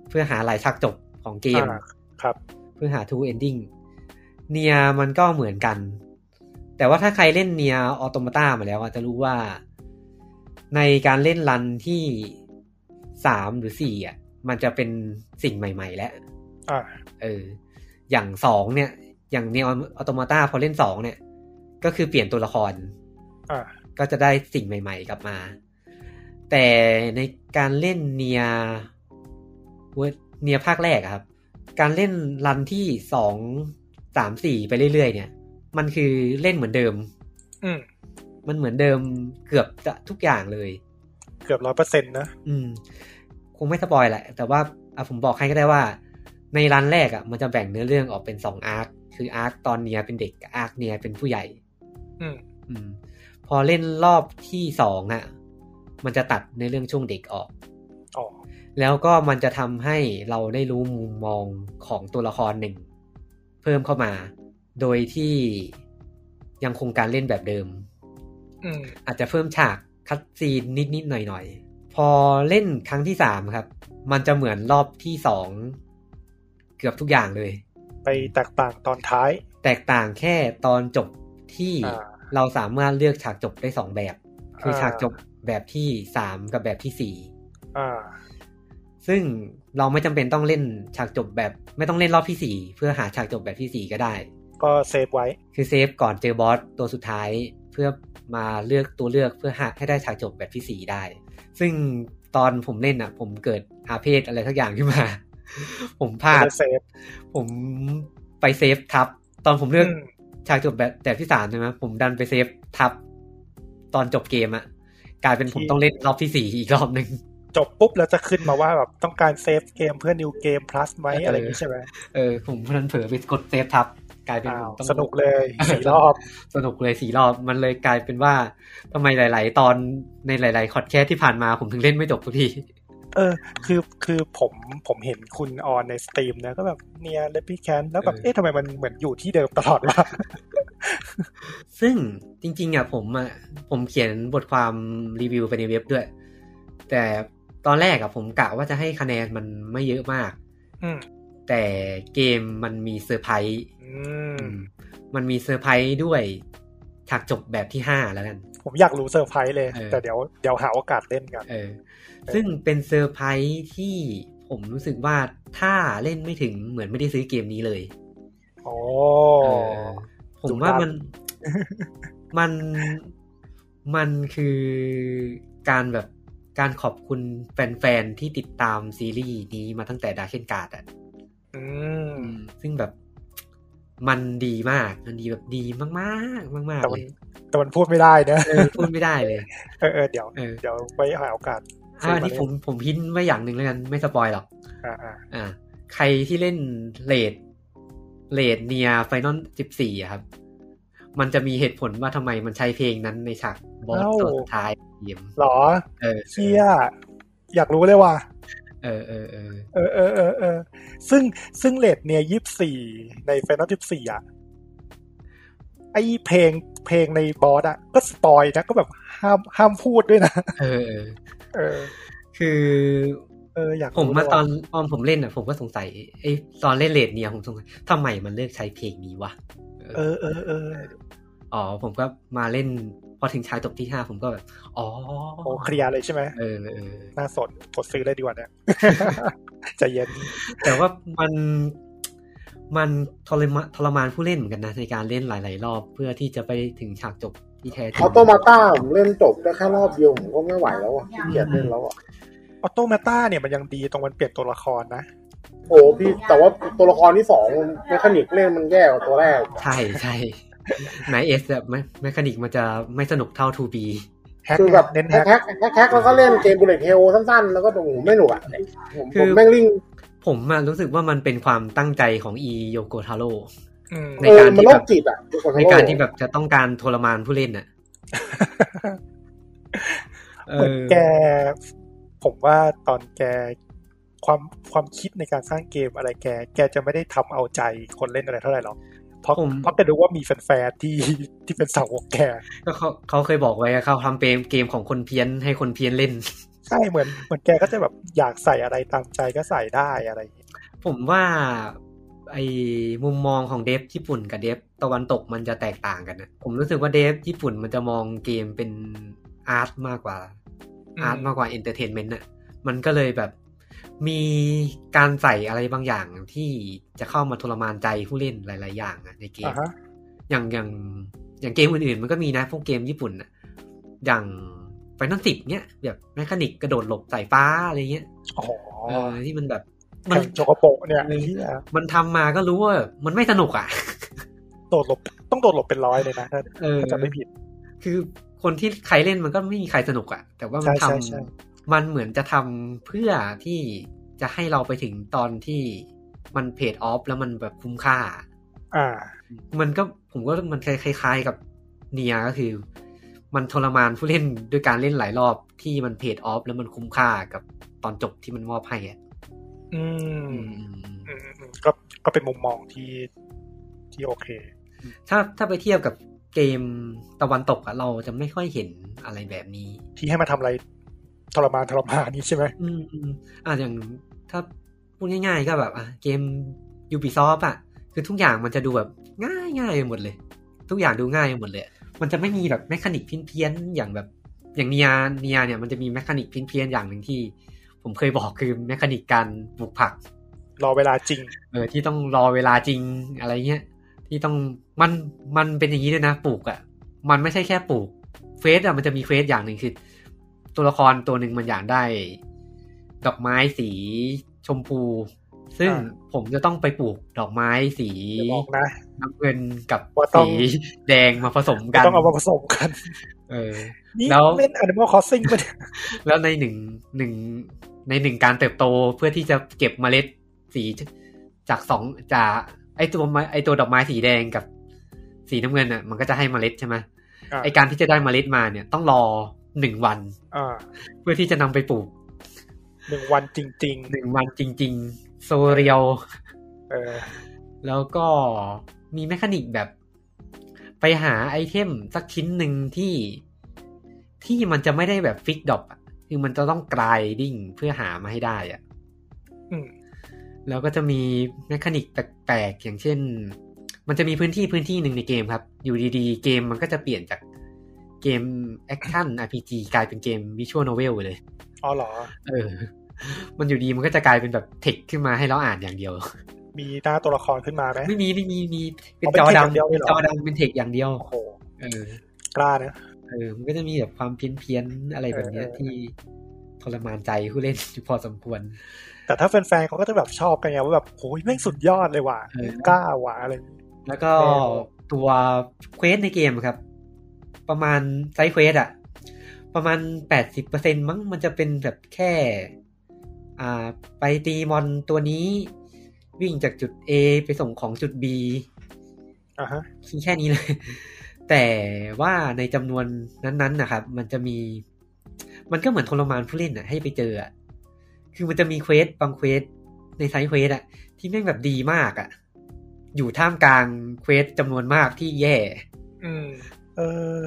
B: เพื่อหาหลายฉากจบของเกม
A: อ่าครับ
B: เพื่อหา true ending เนียมันก็เหมือนกัน แต่ว่าถ้าใครเล่นเนียออโตมาตามาแล้วอะจะรู้ว่า ในการเล่นรันที่สามหรือสี่อ่ะ มันจะเป็นสิ่งใหม่ ๆ แล้ว
A: อ่า
B: เออ อย่างสองเนี่ย อย่างเนียออโตมาตาพอเล่นสองเนี่ย ก็คือเปลี่ยนตัวละคร
A: อ่า
B: ก็จะได้สิ่งใหม่ๆ กลับมา แต่ในการเล่นเนียเนียภาคแรกอะครับ การเล่นรันที่สองสามสี่ไปเรื่อยๆ เนี่ย มันคือเล่นเหมือนเดิม
A: อืม
B: มันเหมือนเดิมเกือบจะทุกอย่างเลย
A: เกือบร้อยเปอร์เซ็นต์นะ
B: อืม คงไม่สปอยแหละ แต่ว่าอ่ะผมบอกให้ก็ได้ว่า ในรันแรกอะ่ะ มันจะแบ่งเนื้อเรื่องออกเป็นสองอาร์ค คืออาร์คตอนเนียเป็นเด็กกับอาร์คเนียเป็นผู้ใหญ่
A: อืม
B: อืมพอเล่นรอบที่สองอ่ะ มันจะตัดในเรื่องช่วงเด็กออก
A: อ๋อ
B: แล้วก็มันจะทำให้เราได้รู้มุมมองของตัวละครหนึ่ง เพิ่มเข้ามา โดยที่ยังคงการเล่นแบบเดิม
A: อืม
B: อาจจะเพิ่มฉากคัดซีนนิดนิดๆหน่อยหน่อยๆ พอเล่นครั้งที่สามครับ มันจะเหมือนรอบที่สองเกือบทุกอย่างเลย
A: ไปแตกต่างตอนท้าย
B: แตกต่างแค่ตอนจบที่
A: อ่า
B: เราสามารถเลือกฉากจบได้สองแบบ คือฉากจบแบบที่สามกับแบบที่สี่
A: อ่า
B: ซึ่งเราไม่จำเป็นต้องเล่นฉากจบแบบ ไม่ต้องเล่นรอบที่สี่เพื่อหาฉากจบแบบที่สี่ก็ได้
A: ก็เซฟไว้
B: คือเซฟก่อนเจอบอสตัวสุดท้ายเพื่อมาเลือกตัวเลือกเพื่อหาให้ได้ฉากจบแบบที่สี่ได้ ซึ่งตอนผมเล่นอ่ะ ผมเกิดอาเพศอะไรทักอย่างขึ้นมา *laughs* ผมพลาด
A: ไม่ได้เซฟ
B: ผมไปเซฟทับ ตอนผมเลือก
A: อืม
B: ฉากจบแบบแบบที่สามใช่ไหมผมดันไปเซฟทับ ตอนจบเกมอะกลายเป็นผม
A: ที่
B: ต้องเล่นรอบที่สี่อีกรอบหนึ่ง
A: จบปุ๊บแล้วจะขึ้นมาว่าแบบต้องการเซฟเกมเพื่อ New Game Plus ไหม
B: เอออ
A: อะไรอย่างนี้ใช่ไหม
B: เออผมพลันเผลอไปกดเซฟทับ กลายเป็น
A: อ้า
B: ผ
A: ว
B: มต้อง
A: สนุกเลยสี่รอบ
B: สนุกเลยสี่รอบมันเลยกลายเป็นว่าทำไมหลาย ๆ ตอนในหลาย ๆ คอดแคสต์ที่ผ่านมาผมถึงเล่นไม่จบทุกที
A: เออ คือคือผมผมเห็นคุณออนในสตรีมนะก็แบบเนียเลปี้แคนแล้วแบบ
B: เออ
A: เอ๊ะทำไมมันเหมือนอยู่ที่เดิมตลอดวะ
B: ซึ่งจริง ๆอะผมอะผมเขียนบทความรีวิวไปในเว็บด้วย แต่ตอนแรกอะผมกะว่าจะให้คะแนนมันไม่เยอะมาก
A: อืม
B: แต่เกมมันมีเซอร์ไพรส์
A: อืม
B: มันมีเซอร์ไพรส์ด้วย ฉากจบแบบที่ห้าแล้วกัน
A: ผมอยากรู้เซอร์ไพรส์เลย
B: เออ
A: แต่เดี๋ยวเดี๋ยวหาโอกาสเล่นกัน
B: เออ ซึ่งเป็นเซอร์ไพรส์ที่ผมรู้สึกว่าถ้าเล่นไม่ถึงเหมือนไม่ได้ซื้อเกมนี้เลย
A: โอ้
B: เออผมว่ามัน มัน มันคือการแบบการขอบคุณแฟนๆ ที่ติดตามซีรีส์นี้มาตั้งแต่ดาเคนการ์ดอ่ะ
A: อืม
B: ซึ่งแบบ มันดีมาก มันดีแบบดีมากๆ มาก
A: แต่
B: ๆ
A: มั
B: เล
A: น
B: ย
A: แต่มันพูดไม่ได้นะ
B: เออพูดไม่ได้เลย
A: เออเออเดี๋ยว
B: เออ
A: เดี๋ยวไว้หาโอกาส
B: อ่ะอันนี้ผมผมพินไว้อย่างหนึ่งแล้วกัน ไม่สปอยหรอก
A: อ่าอ่า
B: อ่า ใครที่เล่นเลดเลดเนียไฟนอลสิบสี่ครับ มันจะมีเหตุผลว่าทำไมมันใช้เพลงนั้นในฉากบอสตัวสุดท้ายเกม
A: หรอ
B: เออ
A: เชียอยากรู้เลยว่ะ
B: เออเออเออ
A: เออเออเออเออซึ่งซึ่งเลดเนี่ยยี่สี่ในแฟนตาซีสี่อ่ะ ไอเพลงเพลงในบอสอ่ะ ก็สปอยนะ ก็แบบห้ามห้ามพูดด้วยนะ
B: เออเออ
A: เออ
B: คือ
A: เอออยากรู้
B: ผมมา
A: เลยว่ะ
B: ตอนตอนผมเล่นอ่ะ ผมก็สงสัยไอ้ตอนเล่นเลดเนียผมสงสัยทำไมมันเลือกใช้เพลงนี้วะเออ
A: เออเออเออ
B: อ๋อผมก็มาเล่นพอถึงฉากจบที่ห้าผมก็แบบ อ๋อ
A: โอ้เคลียร์เลยใช่ไหม
B: เออเออ
A: น่าสนกดซื้อเลยดีกว่าเนี่ย *laughs* ใจเย็น
B: แต่ว่ามันมันทรมานทรมานผู้เล่นเหมือนกันนะ ในการเล่นหลาย ๆ รอบเพื่อที่จะไปถึงฉากจบที่แท้จริง
C: ออโตมาต้าผมเล่นจบได้แค่รอบเดียวผมก็ไม่ไหวแล้วอ่ะขี้เกียจเล่นแล้วอ่ะ
A: ออโตเมตาเนี่ยมันยังดีตรงมันเปลี่ยนตัวละครนะ
C: โอ้พี่แต่ว่าตัวละครที่สองเมคานิกเล่นมันแย่กว่าตัวแรก
B: ใช่ใช่ *laughs* ไหนเอสแบบแมคานิกมันจะไม่สนุกเท่า 2B
A: แฮก
C: คือแบบ
A: เน้น
C: แฮ
A: แฮ
C: ก
A: ก
C: แฮกแฮกแฮกแล้วก็เล่นเกมบุลเลตเฮลสั้นๆ แล้วก็ตรงไม่หนุกอ่ะผม
B: คื
C: ผม
B: อ
C: แม่งลิ่ง
B: ผมอะรู้สึกว่ามันเป็นความตั้งใจของอีโยโกทาโร่
A: อืม
B: ใน
C: เออ
B: การที่
C: มันโร
B: แบ
C: ค
B: บ
C: จิตอ่ะทุคน
B: ในการที่แบบจะต้องการทรมานผู้เล่นน่ะเอ
A: เหมือน
B: อ
A: แก ผมว่าตอนแกความความคิดในการสร้างเกมอะไรแก แกจะไม่ได้ทำเอาใจคนเล่นอะไรเท่าไหร่หรอก เพราะเพราะแกรู้ว่ามีแฟน *laughs* ๆที่ที่เป็นสาวกแก
B: ก็เขาเขาเคยบอกไว้อะเขาทำเกมเกมของคนเพี้ยนให้คนเพี้ยนเล่น
A: ใช่เหมือนเหมือนแกก็จะแบบอยากใส่อะไรตามใจก็ใส่ได้อะไรอย่างเงี้ย
B: ผมว่าไอ้มุมมองของเดฟญี่ปุ่นกับเดฟตะวันตกมันจะแตกต่างกันนะผมรู้สึกว่าเดฟญี่ปุ่นมันจะมองเกมเป็นอาร์ตมากกว่า อาร์ตมากกว่าเอนเตอร์เทนเมนต์น่ะมันก็เลยแบบมีการใส่อะไรบางอย่างที่จะเข้ามาทรมานใจผู้เล่นหลาย ๆ อย่างอะในเกม
A: อ่าฮะ
B: อย่างอย่างอย่างเกมอื่นๆ มันก็มีนะพวกเกมญี่ปุ่นน่ะอย่างไฟนอลสิบเนี้ยแบบแมคานิกกระโดดหลบสายฟ้าอะไรเงี้ย
A: โอ้โห
B: เออที่มันแบบมั
A: แข่
B: น
A: งโจโกโปะเนี่ย
B: เออ
A: เหี้ย
B: มันทำมาก็รู้ว่ามันไม่สนุกอ่ะ *laughs*
A: โดดหลบต้องโดดหลบเป็นร้อยเลยนะถ้า
B: เออ
A: ถ้าจำไม่ผิด
B: คือคนที่ใครเล่นมันก็ไม่มีใครสนุกอ่ะ แต่ว่ามันทำ
A: ใช่ใช่ใช่
B: มันเหมือนจะทำเพื่อที่จะให้เราไปถึงตอนที่มันเพจออฟแล้วมันแบบคุ้มค่า
A: อ่า
B: มันก็ผมก็มันคล้ายๆกับเนียก็คือ มันทรมานผู้เล่นด้วยการเล่นหลายรอบที่มันเพจออฟแล้วมันคุ้มค่ากับตอนจบที่มันมอบให้อ่ะ
A: อืม
B: อืม
A: อืมอืมอืมก็ก็เป็นมุมมองที่ที่โอเค
B: ถ้าถ้าไปเทียบกับเกมตะวันตกอะเราจะไม่ค่อยเห็นอะไรแบบนี้
A: ที่ให้มาทำอะไรทรมานทรมานนี้ใช่ไหม
B: อืมอืมอ่ะอย่างถ้าพูดง่ายๆก็แบบอ่ะเกม Ubisoft อะคือทุกอย่างมันจะดูแบบง่ายง่ายไปหมดเลย ทุกอย่างดูง่ายไปหมดเลย มันจะไม่มีแบบแมคานิกเพี้ยนๆอย่างแบบอย่างเนียเนียเนี่ยมันจะมีแมคานิกเพี้ยนๆอย่างหนึ่งที่ ผมเคยบอกคือแมคานิกการปลูกผัก
A: รอเวลาจริง
B: เออที่ต้องรอเวลาจริงอะไรเงี้ยที่ต้องมันมันเป็นอย่างนี้ด้วยนะปลูกอะ่ะ มันไม่ใช่แค่ปลูกเฟสอะ่ะมันจะมีเฟสอย่างหนึ่งคือ ตัวละครตัวหนึ่งมันอยากได้ ดอกไม้สีชมพู ซึ่ง
A: อ่า
B: ผมจะต้องไปปลูกดอกไม้สี
A: อย่าบอกนะ
B: น้ำเงินกับ
A: ว่าต้อ
B: สี
A: ง
B: แดงมาผสมกัน
A: ต้องเอามาผสมกัน
B: เออ
A: นี่
B: แล้ว
A: เล่น Animal Crossing ปะเนี่ย
B: แล้วในหนึ่งหนึ่งในหนึ่งการเติบโตเพื่อที่จะเก็บเมล็ดสีจากสองจากไอตัวไม้ไอตัวดอกไม้สีแดงกับสีน้ำเงินอ่ะ มันก็จะให้เมล็ดใช่ไหมไอการที่จะได้เมล็ดมาเนี่ยต้องรอหนึ่งวัน
A: อ่า
B: เพื่อที่จะนำไปปลูก
A: หนึ่งวันจริง
B: หนึ่งวันจริง ๆ โซเรียว
A: ๆ เออ
B: แล้วก็มีแมคานิกแบบ ไปหาไอเทมสักชิ้นหนึ่งที่ที่มันจะไม่ได้แบบฟิกดรอปอะคือมันจะต้องกรายดิ้งเพื่อหามาให้ได้อะ
A: อืม
B: แล้วก็จะมีแมคานิกแปลกๆ อย่างเช่น มันจะมีพื้นที่พื้นที่หนึ่งในเกมครับ อยู่ดีๆ เกมมันก็จะเปลี่ยนจากเกมแอคชั่น RPG กลายเป็นเกมวิชวลโนเวลไปเลย
A: อ๋อเหรอ
B: เออ มันอยู่ดีมันก็จะกลายเป็นแบบเทคขึ้นมาให้เราอ่านอย่างเดียว
A: มีหน้าตัวละครขึ้นมาไหม
B: ไม่มีไม่มีมีเป็น
A: เอาเป็
B: จ
A: น text อ
B: อ
A: ย่างเดียว
B: ดำ
A: เลย
B: เป็
A: เห
B: น
A: รอ
B: จอดำเป็นเทคอย่างเดียว
A: โอ้โห
B: เออ
A: กล้านะ
B: เออ มันก็จะมีแบบความเพี้ยนเพี้ยนๆอะไรแบบเนี้ย
A: เออเออ
B: ที่ทรมานใจผู้เล่นอยู่พอสมควร
A: แต่ถ้าแฟนๆเขาก็จะแบบชอบกันไงว่าแบบโอ้ยแม่งสุดยอดเลยว่ะ
B: เออ
A: กล้าว่ะอะไรอย่างงี้
B: แล้วก็
A: เออ
B: ตัวเควสในเกมครับ ประมาณไซส์เควสอะประมาณแปดสิบเปอร์เซ็นมั้งมันจะเป็นแบบแค่ อ่า ไปตีมอนตัวนี้ วิ่งจากจุด A ไปส่งของจุด B
A: อ่ะฮะ
B: แค่นี้เลย แต่ว่าในจำนวนนั้นๆนะครับ มันจะมี มันก็เหมือนทรมานผู้เล่นอะให้ไปเจออะคือมันจะมีเควสบางเควสในไซต์เควสอะที่แม่งแบบดีมากอะอยู่ท่ามกลางเควสจำนวนมากที่แย่
D: อืม
A: เอ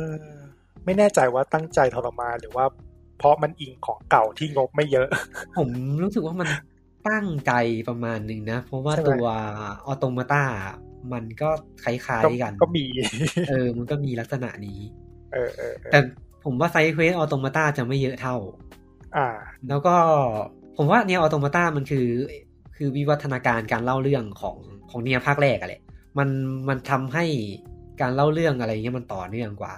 A: อ ไม่แน่ใจว่าตั้งใจทรมานหรือว่า เพราะมันอิงของเก่าที่งบไม่เยอะ
B: ผมรู้สึกว่ามันตั้งใจประมาณหนึ่งนะ เพราะว่า
A: ใช่ไหม
B: ตัวออโตมาตามันก็คล้าย
A: ก็
B: ๆกัน
A: ก็มี *laughs*
B: เออ มันก็มีลักษณะนี้
A: เออเออเออ
B: แต่ผมว่าไซต์เควสออโตมาตาจะไม่เยอะเท่า
A: อ่า
B: แล้วก็ผมว่าเนียออโตมาตามันคือ คือวิวัฒนาการการเล่าเรื่องของของเนียภาคแรกอะแหละมันมันทำให้การเล่าเรื่องอะไรเงี้ยมันต่อเนื่องกว่า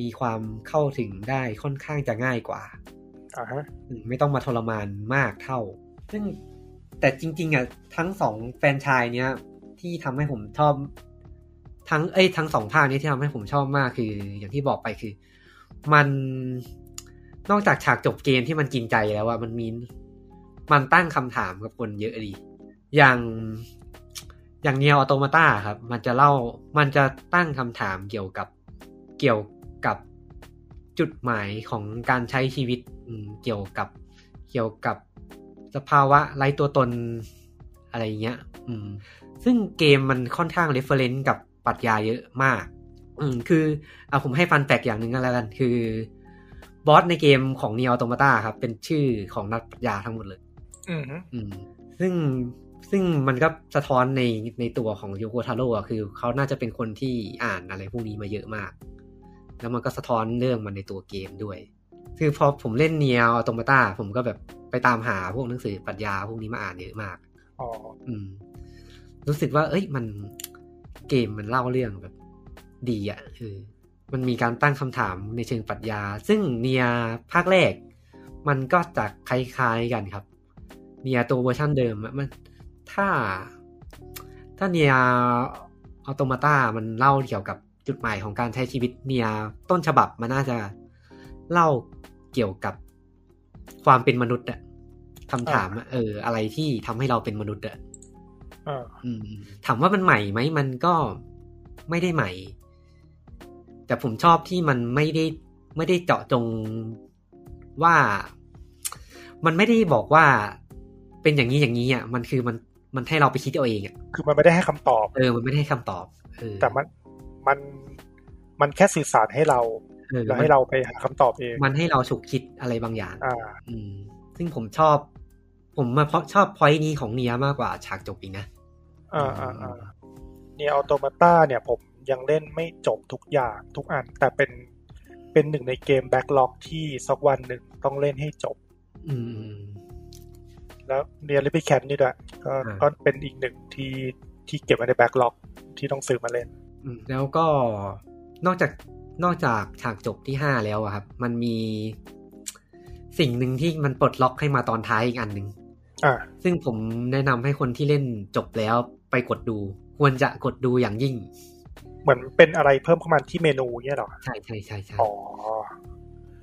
B: มีความเข้าถึงได้ค่อนข้างจะง่ายกว่า
A: อ่าฮะ
B: อืมไม่ต้องมาทรมานมากเท่า ซึ่งแต่จริง ๆอ่ะทั้งสองแฟรนไชายเนี้ยที่ทำให้ผมชอบ ทั้งเอ้ยทั้งสองภาคเนี้ยที่ทำให้ผมชอบมากคือ อย่างที่บอกไปคือ มันนอกจากฉากจบเกมที่มันกินใจแล้วอะมันมีมันตั้งคำถามกับคนเยอะดีอย่างอย่างเนียออโตมาตาครับ มันจะเล่ามันจะตั้งคำถามเกี่ยวกับเกี่ยวกับจุดหมายของการใช้ชีวิตอืมเกี่ยวกับเกี่ยวกับสภาวะไร้ตัวตนอะไรอย่างเงี้ย อืม ซึ่งเกมมันค่อนข้างเรฟเฟรนซ์กับปรัชญาเยอะมาก อืมคือเอาผมให้ฟันแฟกอย่างหนึ่งก็แล้วกัน คือบอสในเกมของ n น o อ t ต m a ตาครับ เป็นชื่อของนักปรัชญาทั้งหมดเลย
A: อืม
B: อืม ซึ่งซึ่งมันก็สะท้อนในในตัวของโยโกทาโร่อะคือเขาน่าจะเป็นคนที่อ่านอะไรพวกนี้มาเยอะมาก แล้วมันก็สะท้อนเรื่องมันในตัวเกมด้วย คือพอผมเล่นเนียออโตมาตาผมก็แบบไปตามหาพวกหนังสือปรัชญาพวกนี้มาอ่านเยอะมาก
A: อ๋อ
B: อืม รู้สึกว่า เอ้ย มันเกมมันเล่าเรื่องแบบ ดีอะ่ะเออมันมีการตั้งคำถามในเชิงปรัชญา ซึ่งเนียภาคแรก มันก็จะคล้ายๆกันครับ เนียตัวเวอร์ชั่นเดิมอะมัน ถ้า ถ้าเนียออโตมาตามันเล่าเกี่ยวกับจุดหมายของการใช้ชีวิตเนียต้นฉบับมันน่าจะเล่าเกี่ยวกับความเป็นมนุษย์อะคำถามอะเออ อะไรที่ทำให้เราเป็นมนุษย์อะ
A: อ่า
B: อืมถามว่ามันใหม่ไหมมันก็ไม่ได้ใหม่ แต่ผมชอบที่มันไม่ได้ไม่ได้เจาะจงว่า มันไม่ได้บอกว่าเป็นอย่างนี้อย่างนี้อ่ะมันคือมันมันให้เราไปคิดเอาเองอ่ะ
A: คือมันไม่ได้ให้คำตอบ
B: เออมันไม่ได้ให้คำตอบเออ
A: แต่มัน มัน มันแค่สื่อสารให้เรา
B: เออ
A: แล้ว
B: มั
A: ให้
B: น
A: เราไปหาคำตอบเอง
B: มันให้เราฉุกคิดอะไรบางอย่าง
A: อ่า
B: อืม ซึ่งผมชอบ ผมมาเพราะชอบพอยต์นี้ของเนียมากกว่าฉากจบอีกนะ
A: อ่าอ่าอ่าเนี่ยออโตมาตาเนี่ยผมยังเล่นไม่จบทุกอย่างทุกอัน แต่เป็นเป็นหนึ่งในเกมแบ็กล็อกที่สักวันหนึ่งต้องเล่นให้จบ
B: อืม
A: แล้วเรียนริพิแคนนี่ด้วยก็
B: อ่า
A: ก็เป็นอีกหนึ่งที่ที่เก็บไว้ในแบ็กล็อกที่ต้องซื้อมาเล่น
B: อืมแล้วก็นอกจากนอกจากฉากจบที่ห้าแล้วอะครับ มันมีสิ่งหนึ่งที่มันปลดล็อกให้มาตอนท้ายอีกอันหนึ่ง
A: อ่า
B: ซึ่งผมแนะนำให้คนที่เล่นจบแล้วไปกดดู ควรจะกดดูอย่างยิ่ง
A: เหมือนเป็นอะไรเพิ่มเข้ามาที่เมนูเนี่ยเหรอ
B: ใช่ใช่ใช่ใช่
A: อ๋อ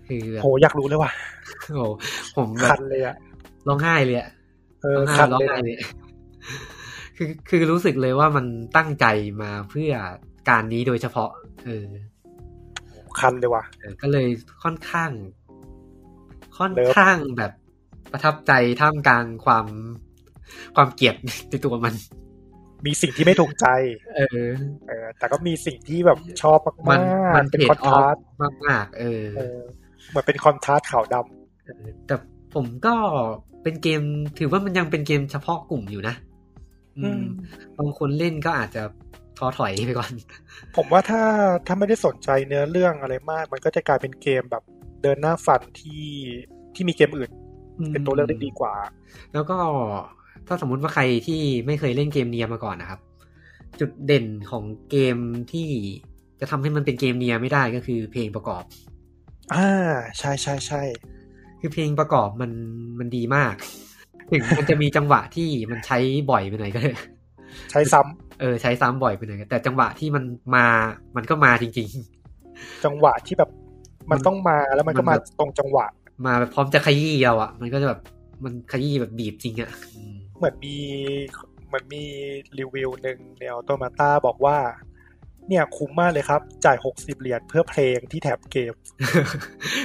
B: คือแบบ
A: โหอยากรู้เลยว่ะ
B: โอ้โหผมแบ
A: คั
B: บ
A: นเลยอะ
B: ร้องไห้เลยอะ
A: เออ
B: ร้องไห้
A: คัน
B: ร้อง
A: เลย
B: ไห้
A: อะ
B: เลย *laughs* คือคือรู้สึกเลยว่ามันตั้งใจมาเพื่อการนี้โดยเฉพาะ เออ
A: คันเลยว่ะ
B: เออก็เลยค่อนข้าง ค่อน
A: เลิฟ
B: ข้างแบบประทับใจท่ามกลางความความเกลียด ในตัวมัน
A: มีสิ่งที่ไม่ถูกใจ
B: เออ
A: เออแต่ก็มีสิ่งที่แบบชอบม
B: มัน
A: าก
B: มัน
A: ๆเป็น
B: เผ็ด
A: คอน
B: ออ
A: ทราส
B: ฟ
A: ต์
B: มากมากๆเออ
A: เออเหมือนเป็นคอนทราสต์ขาวด
B: เออ แต่ผมก็เป็นเกม ถือว่ามันยังเป็นเกมเฉพาะกลุ่มอยู่นะ
A: ำ
B: อืม บางคนเล่นก็อาจจะ ท้อถอยไปก่อน
A: ผมว่าถ้าถ้าไม่ได้สนใจเนื้อเรื่องอะไรมาก มันก็จะกลายเป็นเกมแบบเดินหน้าฟันที่ที่มีเกมอื่น เป็นตัวเลือกได้ดีกว่า
B: แล้วก็ถ้าสมมุติว่าใครที่ไม่เคยเล่นเกมเนียมาก่อนนะครับ จุดเด่นของเกมที่จะทำให้มันเป็นเกมเนียไม่ได้ก็คือเพลงประกอบ
A: อ่า ใช่ใช่ใช่
B: คือเพลงประกอบมันมันดีมาก ถึงมันจะมีจังหวะที่มันใช้ *laughs* บ่อยไปหน่อยก็เถอะ
A: ใช้ซ้ำ
B: เออใช้ซ้ำบ่อยไปหน่อยก็แต่จังหวะที่มันมามันก็มาจริง
A: จังหวะที่แบบมันต้องมาแล้วมันก็
B: มั
A: มาน
B: แบบ
A: ตรงจังหวะ
B: ๆ มาแบบพร้อมจะขยี้เราอะมันก็จะแบบมันขยี้แบบบีบจริงอะ *laughs* อืม
A: เหมือนมีเหมือนมีรีวิวหนึ่งในออโตมาตาบอกว่า เนี่ยคุ้มมากเลยครับ จ่ายหกสิบเหรียญเพื่อเพลงที่แถบเกม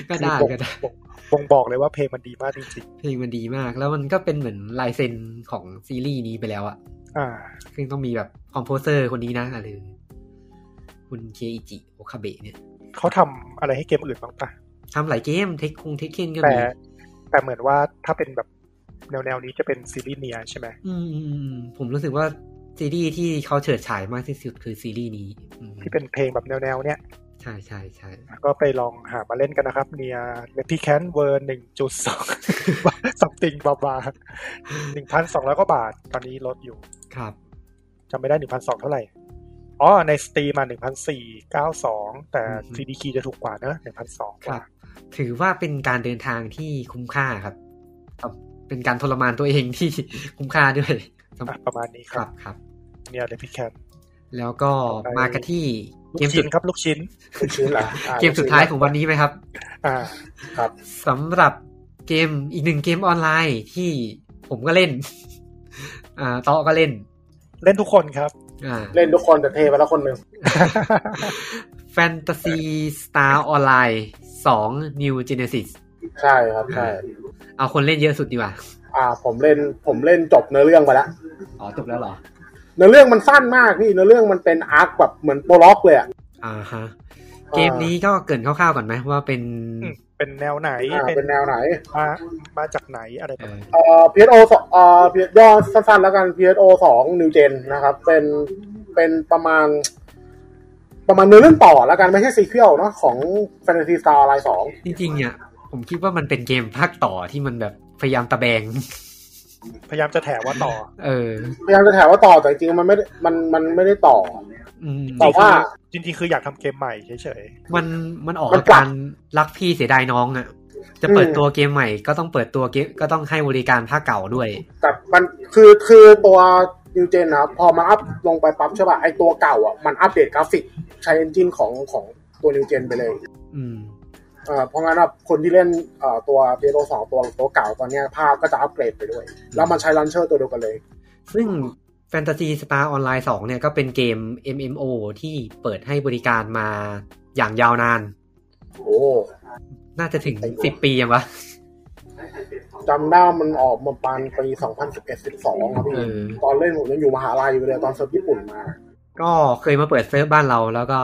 B: ก็ได้
A: คือบ่ง
B: ก็ได้
A: บ่งบ่งบอกเลยว่าเพลงมันดีมากจริง
B: เพลงมันดีมาก แล้วมันก็เป็นเหมือนลายเซ็นของซีรีส์นี้ไปแล้วอะ
A: ๆอ่า
B: ซึ่งต้องมีแบบคอมโพเซอร์คนนี้นะหรือคุณเคอิจิโอคาเบะเนี่ย
A: เขาทำอะไรให้เกมอื่นบ้างปะ
B: ทำหลายเกมเทคคงเทคเคนก็
A: แต่
B: มี
A: แต่เหมือนว่าถ้าเป็นแบบแนวแนวๆนี้จะเป็นซีรีส์เนียใช่ไหม
B: อืมอืมอืมผมรู้สึกว่าซีรีส์ที่เขาเฉิดฉายมากที่สุดคือซีรีส์นี้อืม
A: ที่เป็นเพลงแบบแนวแนวๆเนี้ย
B: ใช่ใช่ใช่
A: ก็ไปลองหามาเล่นกันนะครับเนียเลพีแคนเวอร์หนึ่งจุดสอง *laughs* สัมติงบาบาหนึ่งพันสองร้อยกว่าบาท ตอนนี้ลดอยู่
B: ครับ
A: จำไม่ได้หนึ่งพันสองเท่าไหร่ อ๋อ ในสตรีมาหนึ่งพันสี่เก้าสองแต่ซีดีคีจะถูกกว่านะหนึ่งพันสอง
B: ครัถือว่าเป็นการเดินทางที่คุ้มค่าครับครับเป็นการทรมานตัวเอง *laughs* ที่ คุ้มค่าด้วย
A: ประมาณนี้
B: ค
A: ค
B: รั
A: รั
B: บบ ครับ
A: เนี่ยเลยพี่แคน
B: แล้วก็มากันที่
A: ลู
B: เก
A: ก
B: มสุ
A: ชิ้
B: ด
A: นครับลูกชิ้น
C: คุณชิ้นเหรออ่ะ
B: เกมสุดท้ายของวันนี้ไหมครับ
A: อ่า
B: สำหรับเกมอีกหนึ่งเกมออนไลน์ที่ผมก็เล่น *laughs* อ่าโต๊ะก็เล่น
A: เล่นทุกคนครับ
B: อ่า
C: เล่นทุกคนแต่เทไปแล้วคนหนึ่ง
B: แฟนตาซีสตาร์ออนไลน์สอง New Genesis
C: ใช่ครับใช่
B: เอาคนเล่นเยอะสุดดีกว่า
C: อ่า ผมเล่นผมเล่นจบเนื้อเรื่องไปแล้ว
B: อ๋อจบแล้วเหรอ
C: เนื้อเรื่องมันสั้นมากพี่เนื้อเรื่องมันเป็นอาร์คแบบเหมือนโปรล็อกเลยอ่ะ
B: อ่าฮะ
C: อ่า
B: เกมนี้ก็เกรินคร่าวๆก่อนไหมว่าเป็น
A: อืม เป็นแนวไหน
C: อ่า
A: เป็
C: เป็น
A: น
C: แนวไหน
A: มามาจากไหนอะไรป
B: เอ
A: ระมาณ
B: อ
A: นี้
C: เอ่อ PSO สองเอ่อ PS ย่อสั้นๆแล้วกัน PSO สอง New Gen นะครับ เป็นเป็นประมาณ ประมาณเนื้อเรื่องต่อแล้วกัน ไม่ใช่ซีเคียลเนาะของ Fantasy Star Online สอง
B: จริงๆเนี่ยผมคิดว่ามันเป็นเกมภาคต่อที่มันแบบพยายามตะแบง *laughs*
A: พยายามจะแถว่าต่อ
B: เออ
C: พยายามจะแถวว่าต่อแต่จริงๆมันไม่ได้มันมันไม่ได้ต่อ
B: อืม
C: แต่ว่า
A: จริงๆ คืออยากทำเกมใหม่เฉย
B: มันมันออก
C: มัน
B: อาก
C: ลั
B: กา
C: บ
B: รรักพี่เสียดายน้องอะ่ะ จะเปิด
C: อืม
B: ตัวเกมใหม่ก็ต้องเปิดตัวเกมก็ต้องให้บริการภาคเก่าด้วย
C: แต่มันคือคือตัว New Gen นะครับพอมาอัพลงไปปั๊บใช่ป่ะไอตัวเก่าอ่ะมันอัปเดตกราฟิก ใช้เอนจินของของตัว New Gen ไปเลย
B: อืม
C: เอ่อเพราะงั้นอะคนที่เล่นเอ่อตัว PSO สองตัวตัวเก่าตอนเนี้ยภาพก็จะอัปเกรดไปด้วย แล้วมันใช้ลันเชอร์ตัวเดียวกันเลย
B: ซึ่ง Fantasy Star Online 2 เนี่ยก็เป็นเกม MMO ที่เปิดให้บริการมาอย่างยาวนาน
C: โอ้
B: น่าจะถึง 10 ปียังวะ
C: จำได้มันออกมาปานปี2011-12ครับ
B: เอ
C: พี่
B: อ
C: ตอนเล่นผมยังอยู่มหาลัยอยู่เลยตอนเซิร์ฟญี่ปุ่นมา
B: ก็เคยมาเปิดเฟซบ้านเราแล้วก็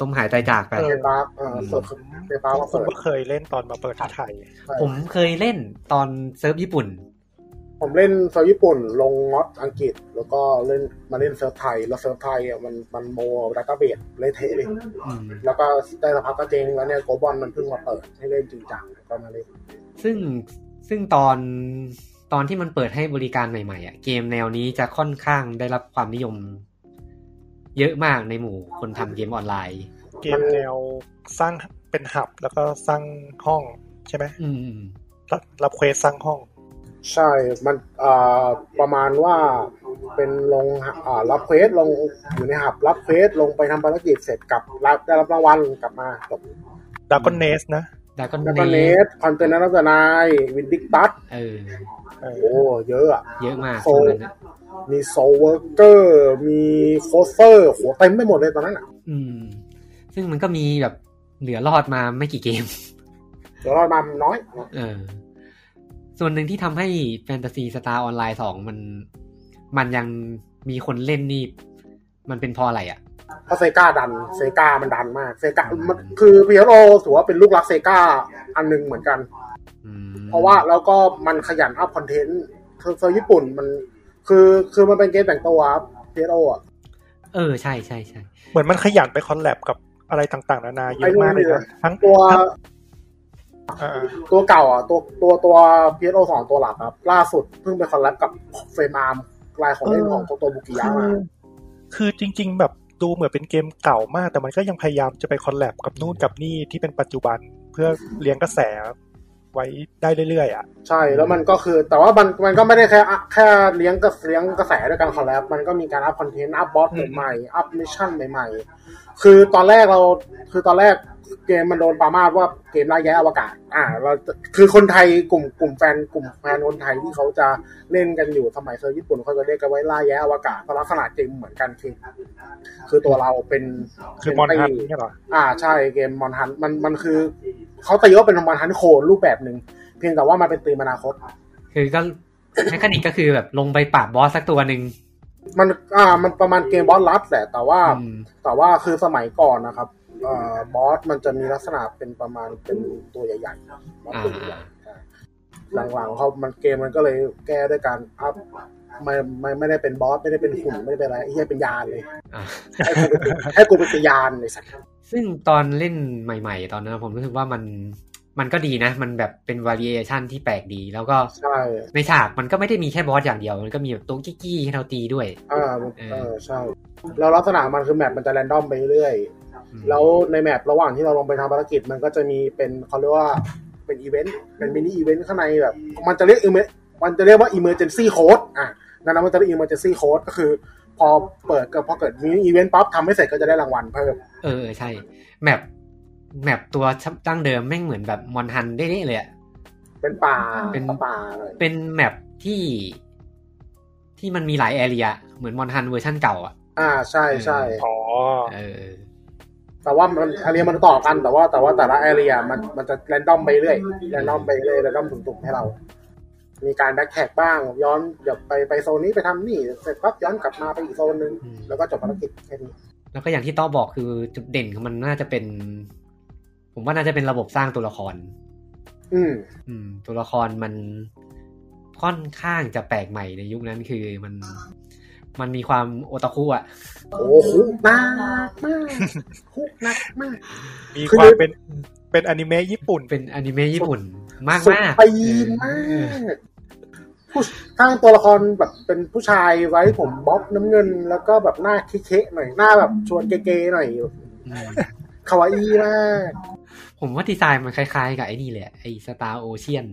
B: สมหายตายจากไป
C: เปปาร์คเออเซิร์ฟเป
A: ๆ
C: ปาร์คมา
A: ผม
C: เปิด
A: ก็เคยเล่นตอนมาเปิดที่ไทย
B: ผมเคยเล่นตอนเซิร์ฟญี่ปุ่น
C: ผมเล่นเซิร์ฟญี่ปุ่น ลงน็อตอังกฤษ แล้วก็เล่นมาเล่นเซิร์ฟไทย แล้วเซิร์ฟไทยอ่ะมันมันโมดักกาเบดเละเทะเลย
B: อืม
C: แล้วก็ได้สักพักก็เจงแล้วเนี่ยโกบอลมันเพิ่งมาเปิดให้เล่นจริงจังก็มาเล่น
B: ซึ่งซึ่งตอนตอนที่มันเปิดให้บริการใหม่ๆอ่ะเกมแนวนี้จะค่อนข้างได้รับความนิยม เยอะมากในหมู่คนทำเกมออนไลน์
A: เกมแนวสร้างเป็นหับแล้วก็สร้างห้องใช่ไหม
B: อืม
A: รับรับเควสสร้างห้อง
C: ใช่ มันอ่าประมาณว่าเป็นลงอ่ารับเควสลงอยู่ในหับ รับเควสลงไปทำภารกิจเสร็จกลับรับได้รับรางวัลกลับมาจบ
A: ดากอนเนสนะ
B: ดากอน
C: แล้วก็เน
B: เน
C: สคอนเทนเนอร์นายวินดิกตัส
B: เออ
A: เออ
C: โอ้เยอะอ่ะ
B: เยอะมาก
C: โอ้
B: ช่วงนั้นอะ
C: มีโซเวอร์เกอร์มีโคเซอร์โหเต็มไปหมดเลยตอนนั้นอ่ะ
B: อืม ซึ่งมันก็มีแบบเหลือรอดมาไม่กี่เกม *laughs*
C: เดี๋ยวเรามาน้อย
B: เออ ส่วนหนึ่งที่ทำให้แฟนตาซีสตาร์ออนไลน์สองมัน มันยังมีคนเล่นนี่ มันเป็นเพราะอะไรอ่ะ
C: เพราะเซกาดันเซกามันดันมากเซกามันคือพีโอถือว่าเป็นลูกรักเซกาอันหนึงเหมือนกัน
B: อืม
C: เพราะว่าแล้วก็มันขยันอัพคอนเทนต์คือเซอร์ญี่ปุ่นมัน คือคือมันเป็นเกมแต่งตัวครับ PSO อ่ะ
B: เออใช่ใช่ใช่
A: เหมือนมันขยันไปคอลแลบกับอะไรต่างๆ นานาเยอะมากเลยนะทั้ง
C: ตัว
A: เอ่อ
C: ตัวเก่าอ่ะตัวตัวตัว PSO สองตัวหลักครับ ล่าสุดเพิ่งไปคอลแลบกับเฟรมามลายของเล่นของตัวตัวบุกิยะ
A: คือ
C: มา
A: คือจริง ๆ แบบดูเหมือนเป็นเกมเก่ามาก แต่มันก็ยังพยายามจะไปคอลแลบกับนู่นกับนี่ที่เป็นปัจจุบันเพื่อเลี้ยงกระแสไว้ได้เรื่อยๆอ่ะ
C: ใช่แล้วมันก็คือ แต่ว่ามันมันก็ไม่ได้แค่แค่เลี้ยงกระเลี้ยงกระแสด้วยการคอลแลบมันก็มีการอัพคอนเทนต์อัพบอสใหม่ๆอัพมิชชั่นใหม่ ๆ คือตอนแรกเราคือตอนแรกเกมมันโดนปรามาสว่าเกมล่าแย่อวกาศ อ่าเราคือคนไทยกลุ่มกลุ่มแฟนกลุ่มแฟนคนไทยที่เขาจะเล่นกันอยู่สมัยเซอร์ญี่ปุ่นเขาจะเรียกกันไว้ล่าแย่อวกาศเพราะลักษณะเกมเหมือนกันคือคือตัวเราเป็น
A: คือมอนฮันนี่ยเหรอ
C: อ่าใช่เกมมอนฮันมันมันคือเขาตีว่าเป็นมอนฮันโคนรูปแบบหนึ่งเพียงแต่ว่ามันเป็นตีมอนาคต
B: คือก็ แมคานิกก็คือแบบลงไปปราบบอสสักตัวหนึ่ง
C: มันอ่ามันประมาณเกมบอสลัดแหละแต่ว่า
B: อืม
C: แต่ว่าคือสมัยก่อนนะครับเอ่อบอสมันจะมีลักษณะเป็นประมาณเป็นตัวใหญ่ๆบอสตัวใหญ่ๆใช่หลังๆเขามันเกมมันก็เลยแก้ด้วยการอัพไม่ไม่ไม่ได้เป็นบอสไม่ได้เป็นหุ่นไม่ได้เป็นอะไรไอ้เหี้ยเป็นยาน
B: *laughs*
C: เลย
B: อ่ะ
C: ให้กูเป็นให้กูเป็นยานเลยสัตว์
B: ซึ่งตอนเล่นใหม่ ๆ ตอนนั้นผมรู้สึกว่ามันมันก็ดีนะ มันแบบเป็น variation ที่แปลกดี แล้วก็
C: ใช่
B: ในฉากมันก็ไม่ได้มีแค่บอสอย่างเดียว มันก็มีแบบตัวกี้ๆให้เราตีด้วย
C: อ่าเออใช่แล้วลักษณะมันคือแมปมันจะแรนดอมไปเรื่อย แล้วในแมประหว่างที่เราลงไปทำภารกิจมันก็จะมีเป็นเขาเรียกว่าเป็นอีเวนต์เป็นมินิอีเวนต์ข้างในแบบ มันจะเรียก emer- มันจะเรียกว่า emergency code อ่ะนั่นนะมันจะเป็น emergency code ก็คือ พอเปิดก็พอเกิดมินิอีเวนต์ปั๊บทำไม่เสร็จก็จะได้รางวัลเพิ่ม
B: เออเออใช่ แมปแมปตัวตั้งเดิมแม่งเหมือนแบบมอนฮันได้เลยอะ
C: เป็นป่า
B: เป็น
C: ป่าอะไร
B: เป็นแมปที่ที่มันมีหลายแอเรียเหมือนมอนฮันเวอร์ชั่นเก่าอ่ะ
C: อ่าใช่ใช่
A: อ๋อ
B: เออ
C: แต่ว่ามันแอเรียมันต่อกันแต่ว่า แต่ว่าแต่ละแอเรียมันมันจะแรนดอมไปเรื่อยแรนดอมไปเรื่อยแรนดอมตุ่มๆให้เรา มีการแบ็คแท็กบ้าง ย้อนเดี๋ยวไปไปโซนนี้ไปทำนี่เสร็จปั๊บย้อนกลับมาไปอีกโซนนึงแล้วก็จบภารกิจแค่นี้
B: แล้วก็อย่างที่ต้อบอกคือจุดเด่นของมันน่าจะเป็น ผมว่าน่าจะเป็นระบบสร้างตัวละคร
C: อืม
B: อืม ตัวละครมันค่อนข้างจะแปลกใหม่ในยุคนั้นคือมันมันมีความโอตาคุอ่ะ
C: โอ้คุกหนักมากคุกหนักมาก
A: มี
C: คือ
A: ความเป็นเป็นอนิเมะญี่ปุ่น
B: เป็นอนิเมะญี่ปุ่นมาก
C: สุด
B: มาก
C: ปีนมากผู้ข้างตัวละครแบบเป็นผู้ชายไว้ผมบ๊อบน้ำเงิน แล้วก็แบบหน้าเคะๆหน่อยหน้าแบบชวนเก๋ๆหน่อยคาวาอี้มาก
B: ผมว่าดีไซน์มันคล้ายๆกับไอ้นี่แหละ ไอ้สตาร์โอเชียน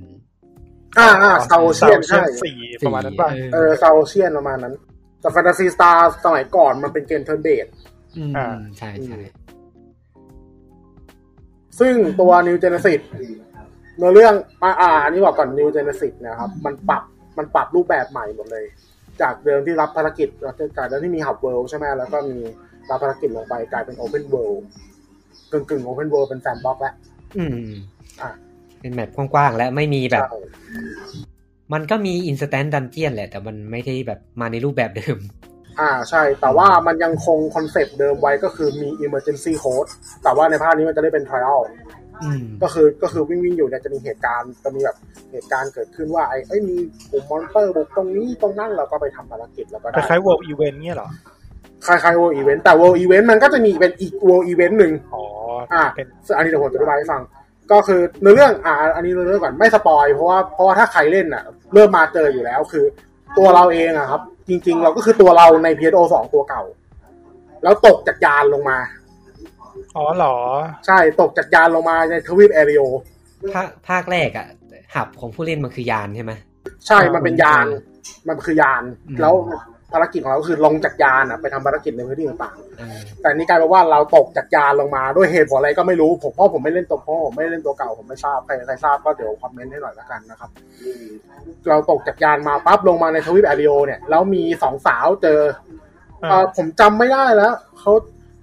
C: อ่าอ่าเซาเซียนใช่
A: สี่ประมาณนั้นป่ะ
C: เออเซาเซียนประมาณนั้น แต่แฟนตาซีสตาร์สมัยก่อนมันเป็นเกมเทิร์นเบส
B: อืม
A: อ่า
B: ใช่ใช่
C: ซึ่งตัว New Genesis เนื้อเรื่องอ่าอ่าอันนี้บอกก่อน New Genesis นะครับ มันปรับมันปรับรูปแบบใหม่หมดเลย จากเดิมที่รับภารกิจจากเดิมที่มี Hub World ใช่ไหมแล้วก็มีรับภารกิจลงไปกลายเป็น Open World กึ่งกึ่ง Open World เป็นแซนด์บ็อกแล้ว
B: อืม
C: อ่ะ
B: เป็นแมปกว้างๆและไม่มีแบบ
C: ใช่
B: มันก็มีอินสแตนต์ดันเจียนแหละ แต่มันไม่ได้แบบมาในรูปแบบเดิม
C: อ่าใช่ แต่ว่ามันยังคงคอนเซปต์เดิมไว้ก็คือมี Emergency Code แต่ว่าในภาคนี้มันจะได้เป็น Trial
B: อืม
C: ก็คือก็คือวิ่งวิ่งอยู่เนี่ยจะมีเหตุการณ์จะมีแบบเหตุการณ์เกิดขึ้นว่าไอ้ไอ้ยมีกลุ่มมอนสเตอร์บุกตรงนี้ตรงนั้นเราก็ไปทำภารกิจแล้วก็
A: ค
C: ได้
A: ล้ายๆ World Event เนี่ยเหรอ
C: คล้ายๆ World Event แต่ World Event มันก็จะมีเป็นอีก World Event หนึ่ง
A: อ๋อ
C: อ่ะ
A: เป็น
C: ซึ่งอันนี้เดี๋ยวผมจะอธิบายให้ฟัง ก็คือเนื้อเรื่องอ่ะอันนี้เนื้อเรื่องก่อนไม่สปอยเพราะว่าเพราะว่าถ้าใครเล่นอ่ะ เริ่มมาเจออยู่แล้วคือ ตัวเราเองอ่ะครับ จริง ๆ เราก็คือตัวเราใน PSO สองตัวเก่า แล้วตกจากยานลงมา
A: อ๋อเหรอ
C: ใช่ตกจากยานลงมาในทวีปแอริโอ
B: ภาคภาคแรกอะหับของผู้เล่นมันคือยานใช่ไหม
C: ใช่ มันเป็นยาน
B: อืม
C: มันคือยาน
B: อืม
C: แล้วภารกิจของเราก็คือลงจากยานอะไปทำภารกิจในพื้นที่ต่าง
B: เออ *laughs*
C: ๆ แต่นี่กลายเป็นว่าเราตกจากยานลงมาด้วยเหตุผลอะไรก็ไม่รู้ ผมเพราะผมไม่เล่นตัวเพราะผมไม่เล่นตัวเก่าผมไม่ทราบใครใครทราบก็เดี๋ยวคอมเมนต์ให้หน่อยละกันนะครับ เราตกจากยานมาปั๊บลงมาในทวีปแอริโอเนี่ยแล้วมีสองสาวเจอ
A: เออ
C: เอ่อผมจำไม่ได้แล้วเขา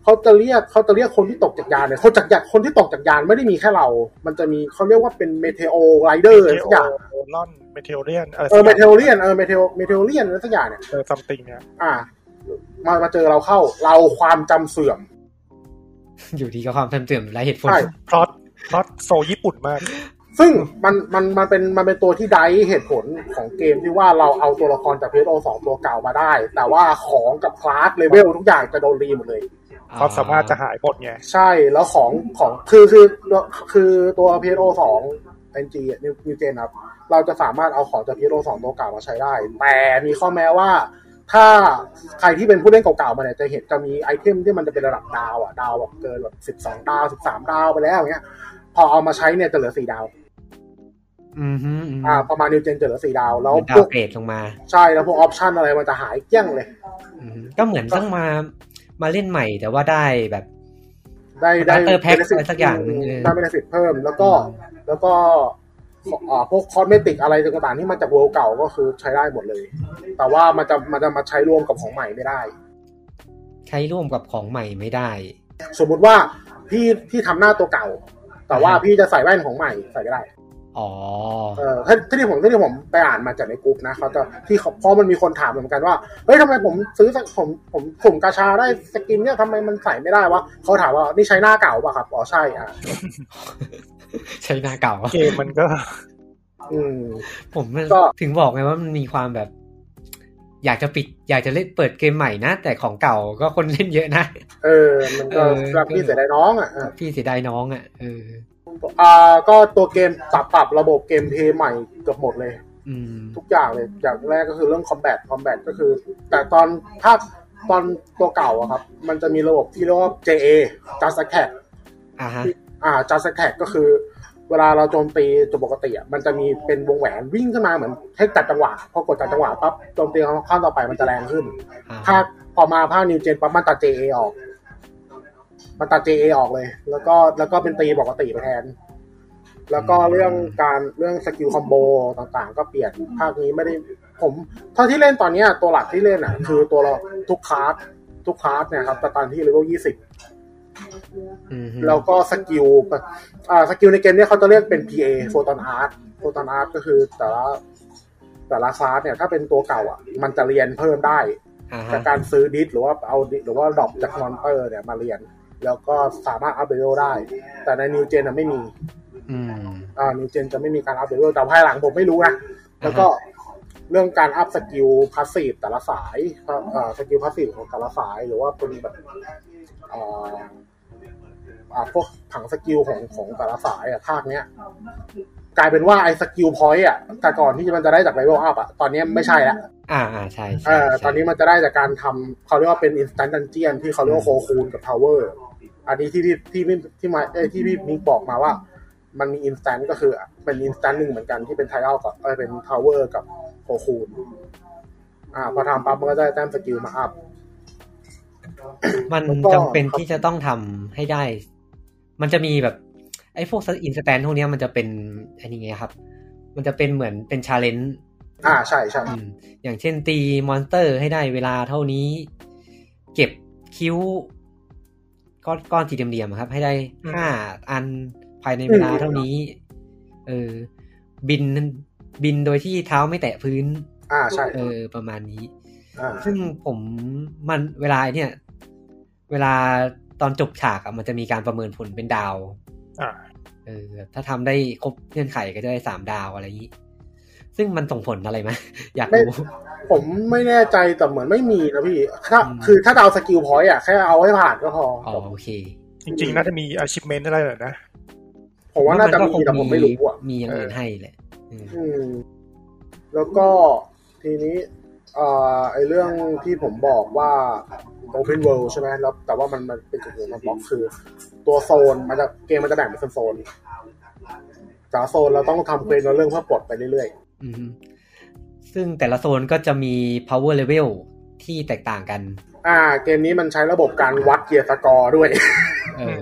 C: เขาจะเรียกเขาจะเรียกคนที่ตกจากยานเนี่ยคนจากยานคนที่ตกจากยานไม่ได้มีแค่เรา มันจะมีเขาเรียกว่าเป็นเมเทโอไรเดอร์สักอย่าง
A: เทลอนเมเทเรียนอะไร
C: เอ
A: สั
C: อก
A: อ
C: เม
A: ย่าง
C: เทโอเรียนเออเมเทโอเมเทโอเรียนอะไรสักอย่างเนี่ย
A: เออซัมติงเนี่ย
C: อ่า มามาเจอเราเข้า เราความจำเสื่อม
B: อยู่ดีก็ความจำเสื่อมไรเหตุผล
C: ใช่
A: พลอตพลอตโซญี่ปุ่นมาก
C: ซึ่งมันมันมันเป็นมันเป็นตัวที่ไดเหตุผลของเกมที่ว่าเราเอาตัวละครจากเพโอสองตัวเก่ามาได้ แต่ว่าของกับคลาสเลเวลทุกอย่างจะโดนรีหมดเลย
A: ความสามารถจะหายหมดไง
C: ใช่แล้วของของคือคือคือตัว PSO สอง NG นิวนิวเจนครับ เราจะสามารถเอาของจาก PSO สองตัวเก่ามาใช้ได้ แต่มีข้อแม้ว่า ถ้าใครที่เป็นผู้เล่นเก่าๆมาเนี่ยจะเห็นจะมีไอเทมที่มันจะเป็นระดับดาวอ่ะ ดาวแบบเกินแบบสิบสองดาวสิบสามดาวไปแล้วอย่างเงี้ย พอเอามาใช้เนี่ยจะเหลือสี่ดาว
B: อืมฮึอืม
C: อ่าประมาณนิวเจนจะเหลือสี่ดาว แล้ว
B: ดา
C: พ
B: ว
C: วก
B: เกรดลงมา
C: ใช่แล้วพวกออปชั่นอะไรมันจะหายเกลี้ยงเลย
B: อืมก็เหมือนต้องมามาเล่นใหม่ แต่ว่าได้แบบ
C: ได้ได้
B: Starter Pack
C: benefit
B: อะไรสักอย่างหนึ่งเออ
C: ได้เบนฟิตเพิ่มแล้วก็ แล้วก็เอ่อพวกคอสเมติกอะไรต่างๆที่มาจากเวลเก่าก็คือใช้ได้หมดเลย แต่ว่ามันจะมันจะมาใช้ร่วมกับของใหม่ไม่ได้
B: ใช้ร่วมกับของใหม่ไม่ได้
C: สมมุติว่าพี่พี่ทำหน้าตัวเก่า แต่ว่า
B: อ่าฮะ
C: พี่จะใส่แว่นของใหม่ใส่ไม่ได้
B: อ๋อ
C: เออถ้าถ้าที่ผมถ้าที่ผมไปอ่านมาจากในกลุ่มนะเขาจะที่เขาเพราะมันมีคนถามเหมือนกันว่าเฮ้ยทำไมผมซื้อสักผมผมผมกาชาได้สกินเนี่ยทำไมมันใส่ไม่ได้วะเขาถามว่านี่ใช้หน้าเก่าป่ะครับอ๋อใช่อ่ะ
B: ใช้หน้าเก่ *laughs* า
A: เกมมันก็
C: อืม
B: ผมมัน
C: ก็
B: ถึงบอกไงว่ามันมีความแบบ อยากจะปิด อยากจะเล่นเปิดเกมใหม่นะ แต่ของเก่าก็คนเล่นเยอะนะ
C: เออ มันก็
B: เออ
C: สำหรับพี่เสียดายน้องอ่ะเออ
B: พี่เสียดายน้องอ่ะเออ
C: อ่า ก็ตัวเกมปรับปรับระบบเกมเพลย์ใหม่เกือบหมดเลย
B: อืม
C: ทุกอย่างเลย อย่างแรกก็คือเรื่องคอมแบท คอมแบทก็คือ แต่ตอนถ้าตอนตัวเก่าอะครับ มันจะมีระบบที่เรียกว่า JA Just Attack
B: อ่าฮะ
C: อ่า Just Attack ก็คือ เวลาเราโจมตีตัวปกติอะมันจะมีเป็นวงแหวนวิ่งขึ้นมาเหมือนให้จัดจังหวะ พอกดจัดจังหวะปั๊บโจมตีข้างต่อไปมันจะแรงขึ้น
B: อ่า
C: ภาคพอมาภาคนิวเจนปั๊บมันตัด JA ออก มันตัด JA ออกเลย แล้วก็แล้วก็เป็นตีปกติไปแทน แล้วก็เรื่องการเรื่องสกิลคอมโบต่างๆ ก็เปลี่ยนภาคนี้ไม่ได้ผมเท่าที่เล่นตอนเนี้ยตัวหลักที่เล่นอ่ะ คือตัวเราทุกคลาสทุกคลาสเนี่ยครับแต่ตอนที่เลเวลยี่สิบ
B: อืมฮึ
C: แล้วก็สกิลอ่าสกิลในเกมเนี้ยเขาจะเรียกเป็น PA โฟตอนอาร์ตโฟตอนอาร์ตก็คือแต่ละแต่ละคลาสเนี่ย ถ้าเป็นตัวเก่าอ่ะ มันจะเรียนเพิ่มได้
B: อ่าฮะ
C: จากการซื้อดิสหรือว่าเอาดิสหรือว่าดรอปจากมอนเตอร์เนี่ยมาเรียน แล้วก็สามารถอัพเดเวลได้ แต่ในนิวเจนไม่มี
B: อืม
C: อ่านิวเจนจะไม่มีการอัพเดเวลแต่ภายหลังผมไม่รู้นะแล้วก็เรื่องการอัพสกิลพาสซีฟแต่ละสายเอ่อสกิลพาสซีฟของแต่ละสาย หรือว่าเป็นแบบเอ่ออ่าพวกผังสกิลของของแต่ละสายอะภาคเนี้ย กลายเป็นว่าไอ้สกิลพอยต์อะแต่ก่อนที่มันจะได้จากเลเวลอัพอะตอนเนี้ยไม่ใช่ละ
B: อ่าอ่าใช่ใช่
C: เอ่อ
B: ใช่
C: ตอนนี้มันจะได้จากการทำเขาเรียกว่าเป็น instant dungeon ที่เขาเรียกว่าโคคูนกับ tower อันนี้ที่ที่ที่ที่ที่มาเอ้ยที่พี่มิกบอกมาว่า มันมี instant ก็คือเป็น instant หนึ่งเหมือนกันที่เป็น trial กับเอ้ยเป็น tower กับโคคูนอ่า พอทำปั๊บมันก็ได้แต้มสกิลมาอัพ
B: มัน
C: แล้วก็
B: จำเป็นที่จะต้องทำให้ได้ มันจะมีแบบ ไอ้พวกอินสแตนพวกเนี้ยมันจะเป็นอันนี้ไงครับ มันจะเป็นเหมือนเป็นชาเลนจ์
C: อ่าใช่ใช่
B: อืมอย่างเช่นตีมอนสเตอร์ให้ได้เวลาเท่านี้ เก็บคิ้วก้อนก้อนสี่เหลี่ยมๆอะครับ ให้ได้
D: อืม
B: ห้าอันภายในเวลา
C: อืม
B: เท่านี้ เออ บินบินโดยที่เท้าไม่แตะพื้น
C: อ่าใช่
B: เออ ประมาณนี้
C: อ่า
B: ซึ่งผมมันเวลาไอ้เนี่ย เวลาตอนจบฉากอะมันจะมีการประเมินผลเป็นดาว
A: อ่า
B: เออ ถ้าทำได้ครบเงื่อนไขก็จะได้สามดาวอะไรอย่างนี้ ซึ่งมันส่งผลอะไรไหม *laughs* อยาก
C: ไม่
B: รู้
C: ผมไม่แน่ใจแต่เหมือนไม่มีนะพี่ถ้า
B: อืม
C: คือถ้าดาวสกิลพอยต์อ่ะแค่เอาให้ผ่านก็พอ
B: อ๋อโอเค
A: จริงๆ น่าจะมี achievement อะไรแบบนะ
C: ผมว่าน่าจะมีแต่ผมไม่รู้อ่ะ
B: มีอย่างอื่น
A: เออ
B: ให้แหละอืม
C: อืมแล้วก็ทีนี้เอ่อไอเรื่องที่ผมบอกว่า Open World ใช่ไหมแล้วแต่ว่ามันมันเป็นจุดหนึ่งมันบล็อกคือ ตัวโซนมันจะเกมมันจะแบ่งเป็นโซนๆแต่ละโซนเราต้องทำเควสเรื่องเพื่อปลดไปเรื่อย
B: อืมซึ่งแต่ละโซนก็จะมี power level ที่แตกต่างกัน
C: ๆ อ่า เกมนี้มันใช้ระบบการวัดเกียร์สกอร์ด้วย *laughs*
B: เออ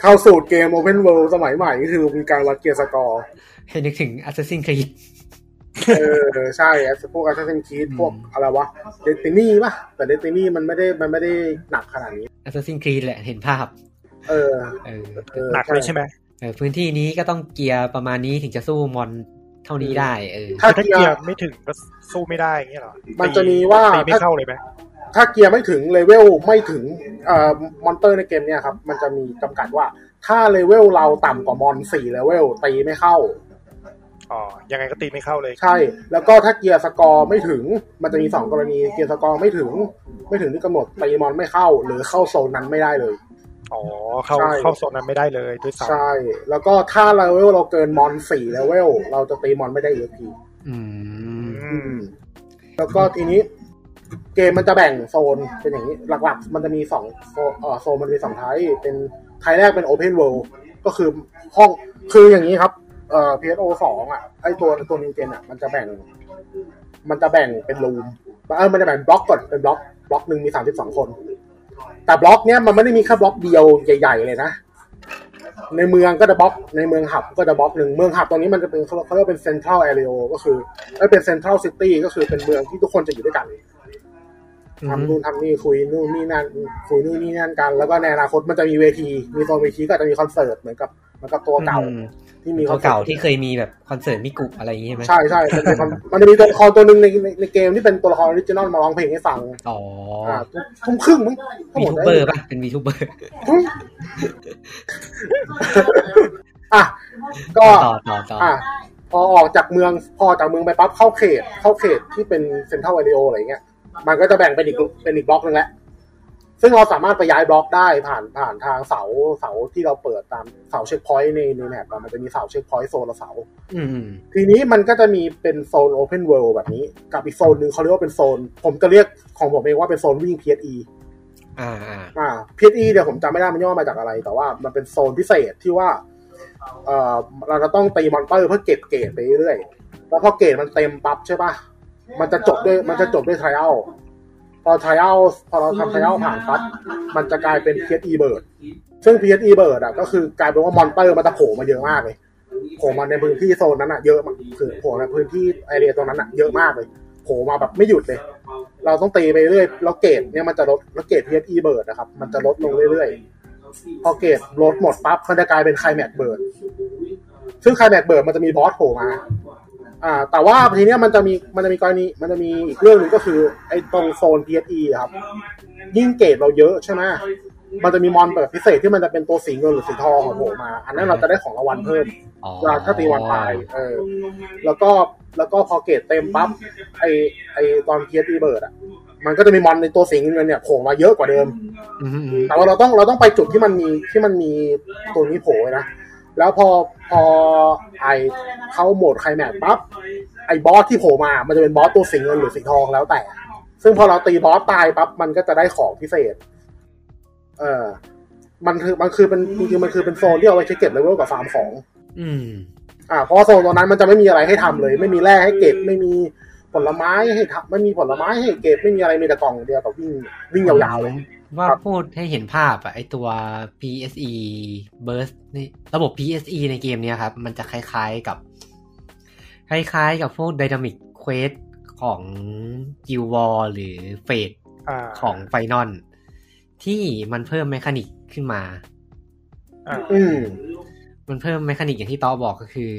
C: เข้าสู่เกม Open World สมัยใหม่ก็คือมีการวัดเกียร์สกอร์
B: ให้นึกถึง Assassin's Creed
C: เออ ใช่พวก Assassin's Creed พวกอะไรวะ Destiny ป่ะ แต่ Destiny มันไม่ได้มันไม่ได้หนักขนาดนี้
B: Assassin's Creed แหละเห็นภาพ
C: เออ
B: เออ
C: ออ
A: หนักเลยใช่ไหม
B: เออพื้นที่นี้ก็ต้องเกียร์ประมาณนี้ถึงจะสู้มอนเท่านี้ได้ เออ
C: ถ้า
A: ถ้า
C: เกี
A: เกี
C: ย
A: ย
C: ร์
A: ร์ไม่ถึงก็สู้ไม่ได้อย่างเงี้ยเหรอ
C: มันจะมีว่า
A: ตีไม่
C: ถ้า
A: เข้าเลยไหม
C: ถ้าเกียร์ไม่ถึงเลเวลไม่ถึงเอ่อมอนเตอร์ในเกมเนี่ยครับ มันจะมีจำกัดว่า ถ้าเลเวลเราต่ำกว่ามอนสี่เลเวลตีไม่เข้า
A: อ๋อยังไงก็ตีไม่เข้าเลย
C: ใช่ แล้วก็ถ้าเกียร์สกอร์ไม่ถึง มันจะมีสองกรณีเกียร์สกอร์ไม่ถึง ไม่ถึงที่กำหนดตีมอนไม่เข้า หรือเข้าโซนนั้นไม่ได้เลย
A: อ๋อเข้า
C: ใช่
A: เข้าโซนนั้นไม่ได้เลยด้วยซ้
C: ใช่ แล้วก็ถ้าเลเวลเราเกินมอนสี่เลเวลเราจะตีมอนไม่ได้เลยที
B: อืม
A: ำอืม
C: แล้วก็ทีนี้ เกมมันจะแบ่งโซนเป็นอย่างนี้หลักๆ มันจะมีสองโซนเอ่อโซนมันมีสองไทยเป็นไทยแรกเป็นโอเพนเวิลด์ก็คือห้องคืออย่างนี้ครับเอ่อ PSO สองอ่ะไอตัวตัวนินเจนอ่ะ มันจะแบ่ง มันจะแบ่งเป็นรูมเออมันจะแบ่งบล็อกก่อนเป็นบล็อกบล็อกหนึ่งมีสามสิบสองคน แต่บล็อกเนี้ยมันไม่ได้มีแค่บล็อกเดียวใหญ่ ๆ เลยนะ ในเมืองก็จะบล็อกในเมืองหับก็จะบล็อกหนึ่งเมืองหับตรงนี้มันจะเป็นเขาเขาเรียกว่าเป็นเซ็นทรัลแอเรียก็คือไม่เป็นเซ็นทรัลซิตี้ก็คือเป็นเมืองที่ทุกคนจะอยู่ด้วยกัน
B: อืม
C: ทำนู่นทำนี่คุยนู่นนี่นั่นคุยนู่นนี่นั่นกัน แล้วก็ในอนาคตมันจะมีเวที มีโซนเวทีก็จะมีคอนเสิร์ตเหมือนกับเหมือนกับตัวเก่า
B: อืม
C: ที่มีค
B: ตั
C: อ
B: วน
C: สิร์ต
B: เก่าที่เคยมีแบบคอนเสิร์ตมิกุอะไรอย่างงี้ใช่ไหม
C: ใช่ใช่มันจะมีความมันจะมีตัวละครตัวหนึ่งในในในเกมที่เป็นตัวละครออริจินอลมาร้องเพลงให้ฟัง
B: อ๋อ
C: อ่าทุ่มครึ่งมั้งทั้ง
B: วี
C: หมด
B: ทู
C: ได้
B: เบอร์ป่ะ เป็นวีทูเบอร์
C: ทุ่มอ่ะ ก็
B: ต่อต่อต่อ
C: อ่ะพอออกจากเมืองพอออกจากเมืองไปปั๊บเข้าเขต เข้าเขตที่เป็นเซ็นทรัลวิดีโออะไรเงี้ย มันก็จะแบ่งเป็นอีกเป็นอีกบล็อกหนึงแหละ ซึ่งเราสามารถไปย้ายบล็อกได้ผ่านผ่านทางเสาเสาที่เราเปิดตามเสาเช็คพอยต์ในในแมปอะมันจะมีเสาเช็คพอยต์โซนละเสา
B: อืมอืม
C: ทีนี้มันก็จะมีเป็นโซนโอเพนเวิลด์แบบนี้ กับอีกโซนหนึ่งเขาเรียกว่าเป็นโซน ผมจะเรียกของผมเองว่าเป็นโซนวิ่ง PSE
B: อ่าอ่า
C: อ่า PSE เดี๋ยวผมจำไม่ได้มันย่อมาจากอะไร แต่ว่ามันเป็นโซนพิเศษที่ว่าเออเราจะต้องตีมอนเตอร์เพื่อเก็บเกรดไปเรื่อยๆแล้วพอเกรดมันเต็มปั๊บใช่ปะมันจะจบด้วยมันจะจบด้วยทริอัลพอทริอัลพอเราทำทริอัลผ่านปั๊บมันจะกลายเป็น PSE Bird ซึ่ง PSE Bird อ่ะก็คือกลายเป็นว่ามอนเตอร์มันจะโผล่มาเยอะมากเลย โผล่มาในพื้นที่โซนนั้นอะเยอะมากคือโผล่ในพื้นที่ไอเรียตรงนั้นอะเยอะมากเลยโผล่มาแบบไม่หยุดเลย เราต้องตีไปเรื่อยแล้วเกรดเนี่ยมันจะลดแล้วเกรด PSE เบิร์ดนะครับ มันจะลดลงเรื่อยๆ พอเกรดลดหมดปั๊บมันจะกลายเป็นไคลแม็กเบิร์ดซึ่งไคลแม็กเบิร์ดมันจะมีบอสโผล่มา อ่า แต่ว่าทีเนี้ยมันจะมีมันจะมีกรณีมันจะมีอีกเรื่องหนึงก็คือไอ้ตรงโซน PSE อะครับ ยิ่งเกรดเราเยอะใช่ไหมมันจะมีมอนแบบพิเศษที่มันจะเป็นตัวสีเงินหรือสีทองอะโผล่มา อันนั้นเราจะได้ของรางวัลเพิ่ม
B: อ๋อ
C: เวลาถ้าตีวันตายเออ แล้วก็ แล้วก็พอเกรดเต็มปั๊บ ไอไอตอนเพียรีเบิร์ดอ่ะ มันก็จะมีมอนในตัวสิงห์เงินเนี่ยโผล่มาเยอะกว่าเดิม
B: อืมอืมอืม
C: แต่ว่าเราต้อง เราต้องไปจุดที่มันมี ที่มันมีตัวนี้โผล่ไว้นะ แล้วพอ พอไอเข้าโหมดไคลแม็กซ์ปั๊บ ไอบอสที่โผล่มา มันจะเป็นบอสตัวสิงห์เงินหรือสิงห์ทองแล้วแต่ ซึ่งพอเราตีบอสตายปั๊บ มันก็จะได้ของพิเศษ เออ มันคือ มันคือเป็น จริงๆ มันคือเป็นโซนที่เอาไว้ใช้เก็บเลเวลกับฟาร์มของ
B: อืม
C: อ่าเพราะว่าโซนตรงนั้นมันจะไม่มีอะไรให้ทำเลย ไม่มีแร่ให้เก็บไม่มีผลไม้ให้ทำไม่มีผลไม้ให้เก็บไม่มีอะไรมีแต่กล่องเดียวแต่วิ่งวิ่งยาวๆเลย
B: ว่า
C: ครับ
B: พูดให้เห็นภาพอะไอตัว PSE Burst นี่ระบบ PSE ในเกมเนี้ยครับ มันจะคล้ายๆกับ คล้ายๆกับพวก Dynamic Quest ของ Guild War หรือ Fate
A: อ่า
B: ของไฟนอลที่มันเพิ่มแมคานิกขึ้นมา
A: อ่า
C: อืม
B: มันเพิ่มแมคานิกอย่างที่ตอบอกก็คือ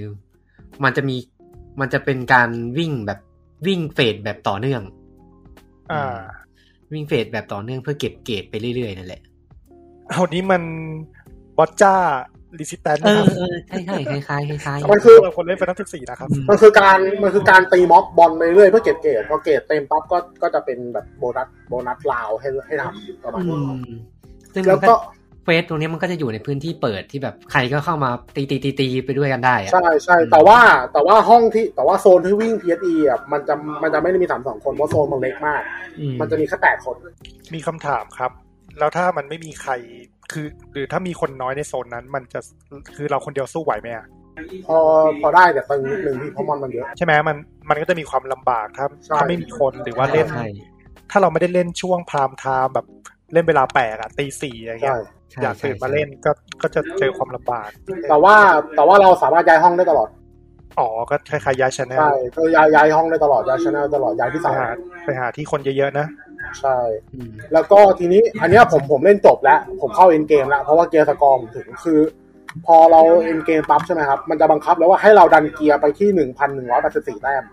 B: มันจะมีมันจะเป็นการวิ่งแบบวิ่งเฟสแบบต่อเนื่อง
A: อ่า
B: วิ่งเฟสแบบต่อเนื่องเพื่อเก็บเกรดไปเรื่อยๆนั่นแหละ
A: เอานี้มันบอสจ้าลิซิแตนนะค
B: เออ
A: รับ
B: เออใช่ใช่คล้ายคล้ายๆคล้ายๆ
C: มันคือ
A: สำหรับคนเล่นแฟนตาซีสี่นะครับ
B: อืม
C: มันคือการมันคือการตีม็อบบอลไปเรื่อยเพื่อเก็บเกรดพอเกรดเต็มปั๊บก็ก็จะเป็นแบบโบนัสโบนัสลาวให้ให้ทำประมาณ
B: อื
C: นี้
B: มซึ่งแล้
C: แล้
B: ว
C: ว
B: ก็
C: ก็
B: เฟสตรงนี้มันก็จะอยู่ในพื้นที่เปิดที่แบบใครก็เข้ามาตีตีตีตีไปด้วยกันได้อะ
C: ใช่ใช่แต่ว่าแต่ว่าห้องที่แต่ว่าโซนที่วิ่ง PSE อ่ะมันจะมันจะไม่ได้มีสามสองคนเพราะโซนมันเล็กมาก
B: อื
C: มันจะมีแค่แปดคน
A: มีคำถามครับ แล้วถ้ามันไม่มีใครคือหรือถ้ามีคนน้อยในโซนนั้น มันจะคือเราคนเดียวสู้ไหวไหมอะ
C: พอพอได้แต่ตึงนิดนึงพี่เพราะมอนมันเยอะ
A: ใช่ไหมมันมันก็จะมีความลำบากถ้า
C: ใช่
A: ถ้าไม่มีคนหรือว่าเล่น
B: ใช่
A: ถ้าเราไม่ได้เล่นช่วงพรามไทม์แบบเล่นเวลาแปลกอะตีสี่อะไร
C: ใช่
A: เงี้ย
B: ใช่
A: อยากตื่นมาเล่นก็ก็จะเจอความลำบาก
C: แต่ว่าแต่ว่าเราสามารถย้ายห้องได้ตลอด
A: อ๋อก็คล้ายๆย้ายชแนล
C: ใช่ก็ย้ายย้ายห้องได้ตลอดย้ายชแนลตลอดย้ายที่
A: ไป
C: สาม
A: หาไปหาที่คนเยอะๆนะ
C: ใช่
B: อืม
C: แล้วก็ทีนี้อันเนี้ยผมผมเล่นจบแล้ว ผมเข้าเอ็นเกมแล้ว เพราะว่าเกียร์สกอร์ผมถึงคือ พอเราเอ็นเกมปั๊บใช่ไหมครับ มันจะบังคับแล้วว่าให้เราดันเกียร์ไปที่หนึ่งพันหนึ่งร้อยแปดสิบสี่แต้ม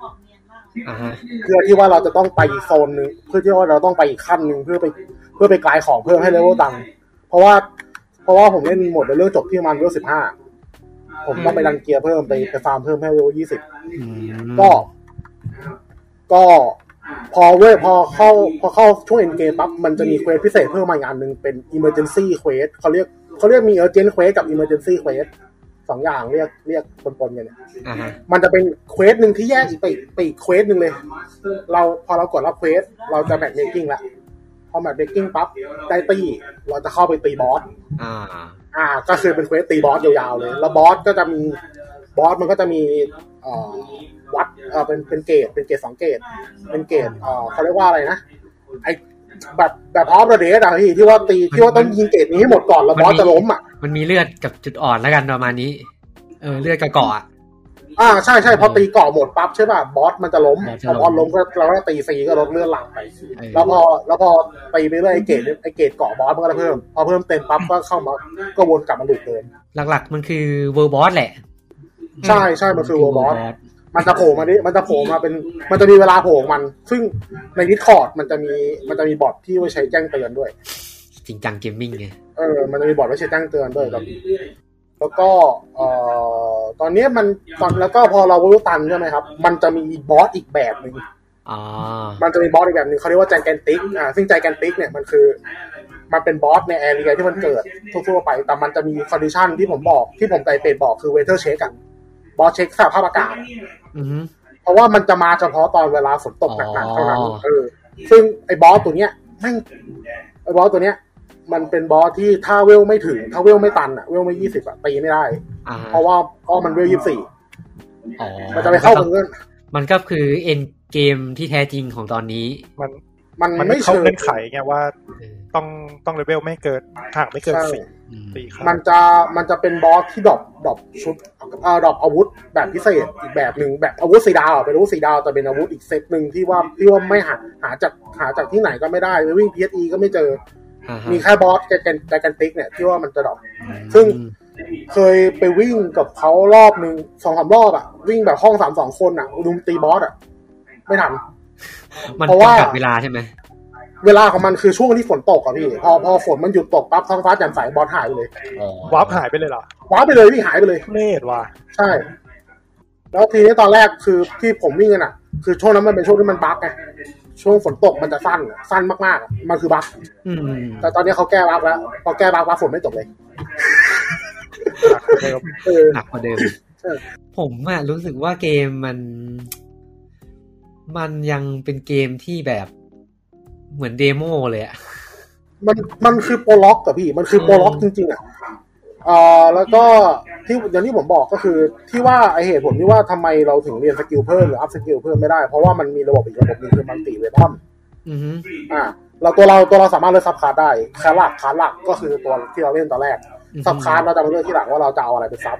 B: อ่าฮะ
C: เพื่อที่ว่าเราจะต้องไปอีกโซนหนึ่งเพื่อที่ว่าเราต้องไปอีกขั้นหนึ่งเพื่อไปเพื่อไปกลายของเพิ่มให้เลเวลตังค์เพราะว่าเพราะว่าผมเล่นหมดเลเวลจบที่ประมันเลเวลสิบห้า ผมต้องไปรันเกียร์เพิ่มไปไปฟาร์มเพิ่มให้เวลยี่สิบ
B: อืม
C: ก็ ก็พอเว้ยพอเข้าพอเข้าช่วงเอ็นเกมปั๊บมันจะมีเควสพิเศษเพิ่มมาอย่างหนึ่งเป็น emergency quest เขาเรียกเขาเรียกมี urgent quest กับ emergency quest สองอย่างเรียกเรียกปนๆกันเนี่ย
B: อ่าฮะ
C: มันจะเป็นเควสหนึ่งที่แยกอีกไปไปอีกเควสหนึ่งเลย เราพอเรากดรับเควสเราจะแมทเมคกิ้งละพอแมทเมคกิ้งปั๊บได้ตีเราจะเข้าไปตีบอส
B: อ่า
C: อ่าก็คือเป็นเควสตีบอสยาวๆเลย แล้วบอสก็จะมีบอสมันก็จะมีเอ่อวัดเอ่อเป็นเป็นเกรดเป็นเกรดสองเกรดเป็นเกรดเอ่อเขาเรียกว่าอะไรนะไอแบบแบบออฟเดอะอะพี่ที่ว่าตีที่ว่าต้องยิงเกรดนี้ให้หมดก่อนแล้วบอสจะล้มอ่ะ
B: มันมีเลือดกับจุดอ่อนแล้วกันประมาณนี้ เออเลือดกับเกาะอะ
C: อ่าใช่ใช่พอตีเกาะหมดปั๊บใช่ป่ะบอสมันจะล้ม
B: บอสจะ
C: พอ
B: ล้ม
C: บอสล้มก็เราก็ตีฟรีก็ลดเลือดหลังไป
B: เออ
C: แล้วพอแล้วพอตีไปเรื่อยไอเกรดไอเกรดเกาะบอสมันก็จะเพิ่มพอเพิ่มเต็มปั๊บก็เข้ามาก็วนกลับมาลูกเดิม
B: หลักๆ มันคือเวอร์บอสแหละ
C: ใช่ใช่มันคือวอลบอส
B: เวิร์
C: มันจะโผล่มาดิมันจะโผล่มาเป็น มันจะมีเวลาโผล่ของมัน ซึ่งในดิสคอร์ดมันจะมี มันจะมีบอทที่ไว้ใช้แจ้งเตือนด้วย
B: จริงจังเกมมิ่งไง
C: เออ มันจะมีบอทไว้ใช้แจ้งเตือนด้วยแบบแล้วก็ เอ่อ ตอนเนี้ยมันตอนแล้วก็พอเรารู้ตันใช่ไหมครับ มันจะมีบอสอีกแบบหนึ่ง
B: อ๋อ
C: มันจะมีบอสอีกแบบหนึ่งเขาเรียกว่าแจงแกนติก อ่า ซึ่งแจงแกนติกเนี่ยมันคือ มันเป็นบอสในแอเรียที่มันเกิดทั่วๆไป แต่มันจะมีคอนดิชันที่ผมบอก ที่ผมไตเปดบอกคือเวเทอร์เช็คอะบอสเช็คสภาพอากาศ
B: อือฮึ
C: เพราะว่ามันจะมาเฉพาะตอนเวลาฝนตกหนักๆเท่านั้น
B: อ๋อ
C: เออซึ่งไอ้บอสตัวเนี้ยแม่งไอ้บอสตัวเนี้ย มันเป็นบอสที่ถ้าเวลไม่ถึง ถ้าเวลไม่ตันอะเวลไม่ยี่สิบอะตีไม่ได้
B: อ่า
C: เพราะว่าเพราะมันเวลยี่สิบสี่
B: อ๋อ
C: มันจะไปเข้ากับเงื่อน
B: มันก็คือเอ็นเกมที่แท้จริงของตอนนี้
A: มัน
C: มัน
A: มั
C: มัน น
A: ไม่
C: ไม่
A: เข้า
C: เชิง
A: เงื่อนไขไงว่า
B: เออ
A: ต้องต้องเลเวลไม่เกินห่างไม่เกิน
C: ใช่
A: สี่
B: อืม
A: ตีครับ
C: มันจะมันจะเป็นบอสที่ดรอปดรอปชุดเอ่อดรอปอาวุธแบบพิเศษอีกแบบหนึ่งแบบอาวุธสีดาวอะเป็นอาวุธสีดาวแต่เป็นอาวุธอีกเซตหนึ่งที่ว่าที่ว่าไม่หาหาจากหาจากที่ไหนก็ไม่ได้ไปวิ่งพีเอก็ไม่เจอ
B: อ่าฮะ
C: มีแค่บอสแจกันแจกันติกเนี่ยที่ว่ามันจะดรอป ซึ่ง เคยไปวิ่งกับเขารอบหนึ่งสองสามรอบอะวิ่งแบบห้องสามสองคนอะรุมตีบอสอะไม่ทัน
B: มัน
C: เพราะว่า
B: จำกัดเวลาใช่ไหม
C: เวลาของมันคือช่วงที่ฝนตกอะพี่ พอพอฝนมันหยุดตกปั๊บท้องฟ้าแจ่มใสบอสหายไปเลย
B: อ๋อ
A: วาร์ปหายไปเลยเหรอ
C: ว้าไปเลยวิ่งหายไปเลย
A: ทุเรศว่ะ
C: ใช่ แล้วทีนี้ตอนแรกคือที่ผมวิ่งกันอะคือช่วงนั้นมันเป็นช่วงที่มันบั๊กไงช่วงฝนตกมันจะสั้นอะสั้นมากๆอะมันคือบั๊ก
B: อืม
C: แต่ตอนนี้เขาแก้บั๊กแล้วพอแก้บั๊กปั๊บฝนไม่ตกเลย
A: หนักกว่าเดิม
C: เออ
B: หนักกว่าเดิม
C: เออ
B: ผมอะรู้สึกว่าเกมมัน มันยังเป็นเกมที่แบบเหมือนเดโมเลยอะ
C: มันมันคือโปรล็อกกับพี่ มันคือโปรล็อกจริงๆอ่ะเอ่อแล้วก็ที่อย่างที่ผมบอกก็คือที่ว่าไอเหตุผลที่ว่าทำไมเราถึงเรียนสกิลเพิ่มหรืออัพสกิลเพิ่มไม่ได้ เพราะว่ามันมีระบบอีกระบบหนึงคือมัลติเวทอน
B: อือฮึ
C: อ่าเราตัวเราตัวเราสามารถเลือกซับคาร์ดได้คาร์ดหลักคาร์ดหลักก็คือตัวที่เราเล่นตอนแรกซับคาร์ดเราจะมาเลือกที่หลังว่าเราจะเอาอะไรเป็นซับ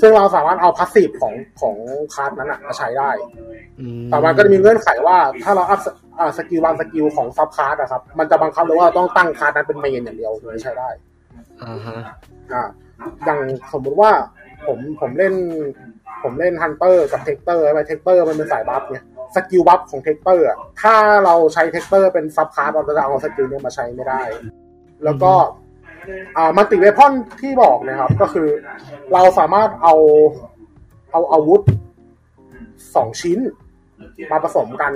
C: ซึ่งเราสามารถเอาพาสซีฟของของคาร์ดนั้นอะมาใช้ได้
B: อื
C: แต่มันก็จะมีเงื่อนไขว่าถ้าเราอัพสอ่าสกิลบางสกิลของซับคาร์ดนะครับมันจะบังคับเลยว่าเราต้องตั้งคาร์ดนั้นเป็นเมนอย่างเดียวถึงจะใช้ได้
B: อ่าฮะ
C: อ่าอย่างสมมุติว่าผมผมเล่น ผมเล่นฮันเตอร์กับเทคเตอร์ไปเทคเตอร์มันเป็นสายบัฟเนี่ยสกิลบัฟของเทคเตอร์ถ้าเราใช้เทคเตอร์เป็นซับคาร์ดเราจะเอาสกิลเนี่ยมาใช้ไม่ได้ แล้วก็อ่ามัลติเวพอนที่บอกนะครับ ก็คือเราสามารถเอาเอาอาวุธสองชิ้นมาผสมกัน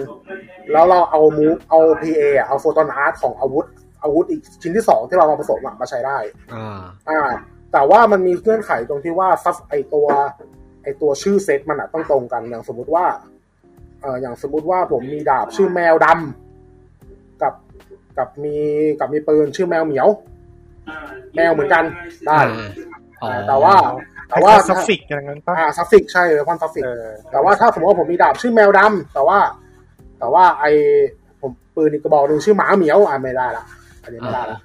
C: แล้วเราเอามูฟเอา PA อะเอาโฟตอนอาร์ตของอาวุธ อาวุธอีกชิ้นที่สองที่เรามาผสมอะมาใช้ได้
B: อ่า
C: อ่าแต่ว่ามันมีเงื่อนไขตรงที่ว่าซับไอตัว ไอตัวชื่อเซตมันอะต้องตรงกันอย่างสมมติว่าเอออย่างสมมติว่าผมมีดาบชื่อแมวดำกับกับมีกับมีปืนชื่อแมวเหมียว แมวเหมือนกันได้
B: อ๋อ
C: แต่ว่า *laughs* แต่ว่า
A: ว่าซัฟฟิกอย่างนั้นปะ
C: อ่าซับฟิกใช่เลยพอนซับฟิก
A: เออ
C: แต่ว่าถ้าสมมติว่าผมมีดาบชื่อแมวดำแต่ว่า แต่ว่าไอผมปืนอีกกระบอกหนึ่งชื่อหมาเหมียวอ่ะไม่ได้ละอันนี้ไม่ได้ละ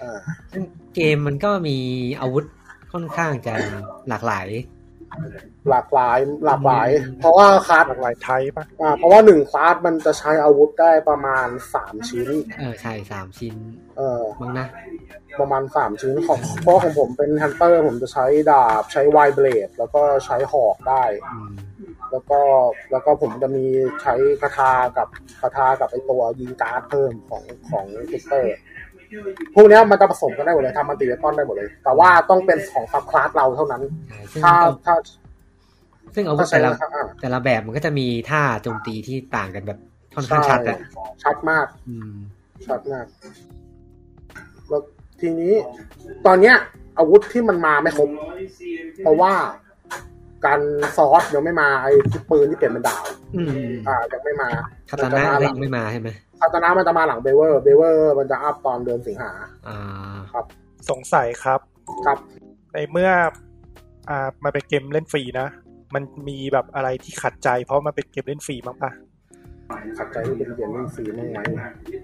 C: เออ
B: ซึ่งเกมมันก็มีอาวุธค่อนข้างจะหลากหลาย
C: หลากหลายหลากหลาย เพราะว่าคาร์ด
A: หลากหลายไทป์ปะ
C: อ่าเพราะว่าหนึ่งคลาสมันจะใช้อาวุธได้ประมาณสามชิ้น
B: เออ ใช่สามชิ้น
C: เออ
B: มั้งนะ
C: ประมาณสามชิ้นของเพราะของผมเป็นฮันเตอร์ผมจะใช้ดาบใช้ไวเบลดแล้วก็ใช้หอกได้
B: อืม
C: แล้วก็แล้วก็ผมจะมีใช้คาทากับคาทากับไอตัวยิงการ์ดเพิ่มของของเทคเตอร์ พวกเนี้ยมันจะผสมกันได้หมดเลยทำมันติเลตอนได้หมดเลย แต่ว่าต้องเป็นของซับคลาสเราเท่านั้น
B: ซึ่ง
C: ถ้าถ้า
B: ซึ่งอาวุธ
C: ถ้าใช้
B: แต่ละ
C: ราคาอ่ะ
B: แต่ละแบบมันก็จะมีท่าโจมตีที่ต่างกันแบบค่อนข้างชัดอ่ะ
C: ชัดมาก
B: อืม
C: ชัดมากแล้วทีนี้ตอนเนี้ย อาวุธที่มันมาไม่ครบ เพราะว่าการซอสยังไม่มาไอ้ที่ปืนที่เปลี่ยนเป็นดาว
B: อืม
C: อ่ายังไม่มา
B: คาตานะอะไรยังไม่มาใช่ไหม
C: คาตานะมันจะมาหลังเบเวอร์ เบเวอร์มันจะอัพตอนเดือนสิงหา
B: อ่า
A: สงสัยครับ
C: ครับ
A: ในเมื่อ อ่ามันเป็นเกมเล่นฟรีนะ มันมีแบบอะไรที่ขัดใจ เพราะมันเป็นเกมเล่นฟรีมั้งปะ
C: ขัดใจที่เป็นเดือนเรื่องสีนั่งไหม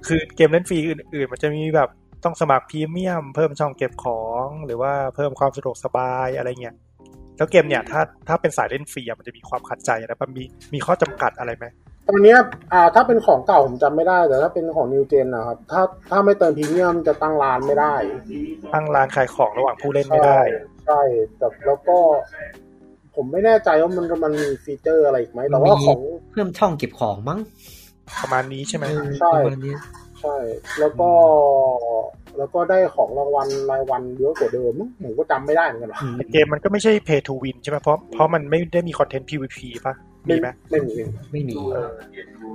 A: คือเกมเล่นฟรีอื่น ๆ มันจะมีแบบต้องสมัครพรีเมียม เพิ่มช่องเก็บของหรือว่าเพิ่มความสะดวกสบายอะไรเงี้ยแล้วเกมเนี่ยถ้าถ้าเป็นสายเล่นฟรีอะมันจะมีความขัดใจนะมันมีมีข้อจำกัดอะไรไหม
C: ตอนเนี้ยอ่า ถ้าเป็นของเก่าผมจำไม่ได้ แต่ถ้าเป็นของนิวเจนนะครับ ถ้าถ้าไม่เติมพรีเมียมจะตั้งร้านไม่ได้
A: ตั้งร้านขายของระหว่างผู้เล่นไม่ได้
C: ใช่แต่แล้วก็ ผมไม่แน่ใจว่ามันมันมีฟีเจอร์อะไรอีกไหมแต่ว่าของ
B: เพิ่มช่องเก็บของมั้ง
A: ประมาณนี้ใช่ไหม
B: เออ
C: ใช่
B: ประมาณเนี้ย
C: ใช่ แล้วก็ แล้วก็ได้ของรางวัลรายวันเยอะกว่าเดิมมั้งผมก็จำไม่ได้เหมือนกันว่ะ
B: อืม
A: เกมมันก็ไม่ใช่ pay to win ใช่ไหมเพราะเพราะมันไม่ได้มีคอนเทนต์ PVP ปะมีไหม
C: ไม่มีไม่
B: ไม่
C: มี
B: มี
C: เออ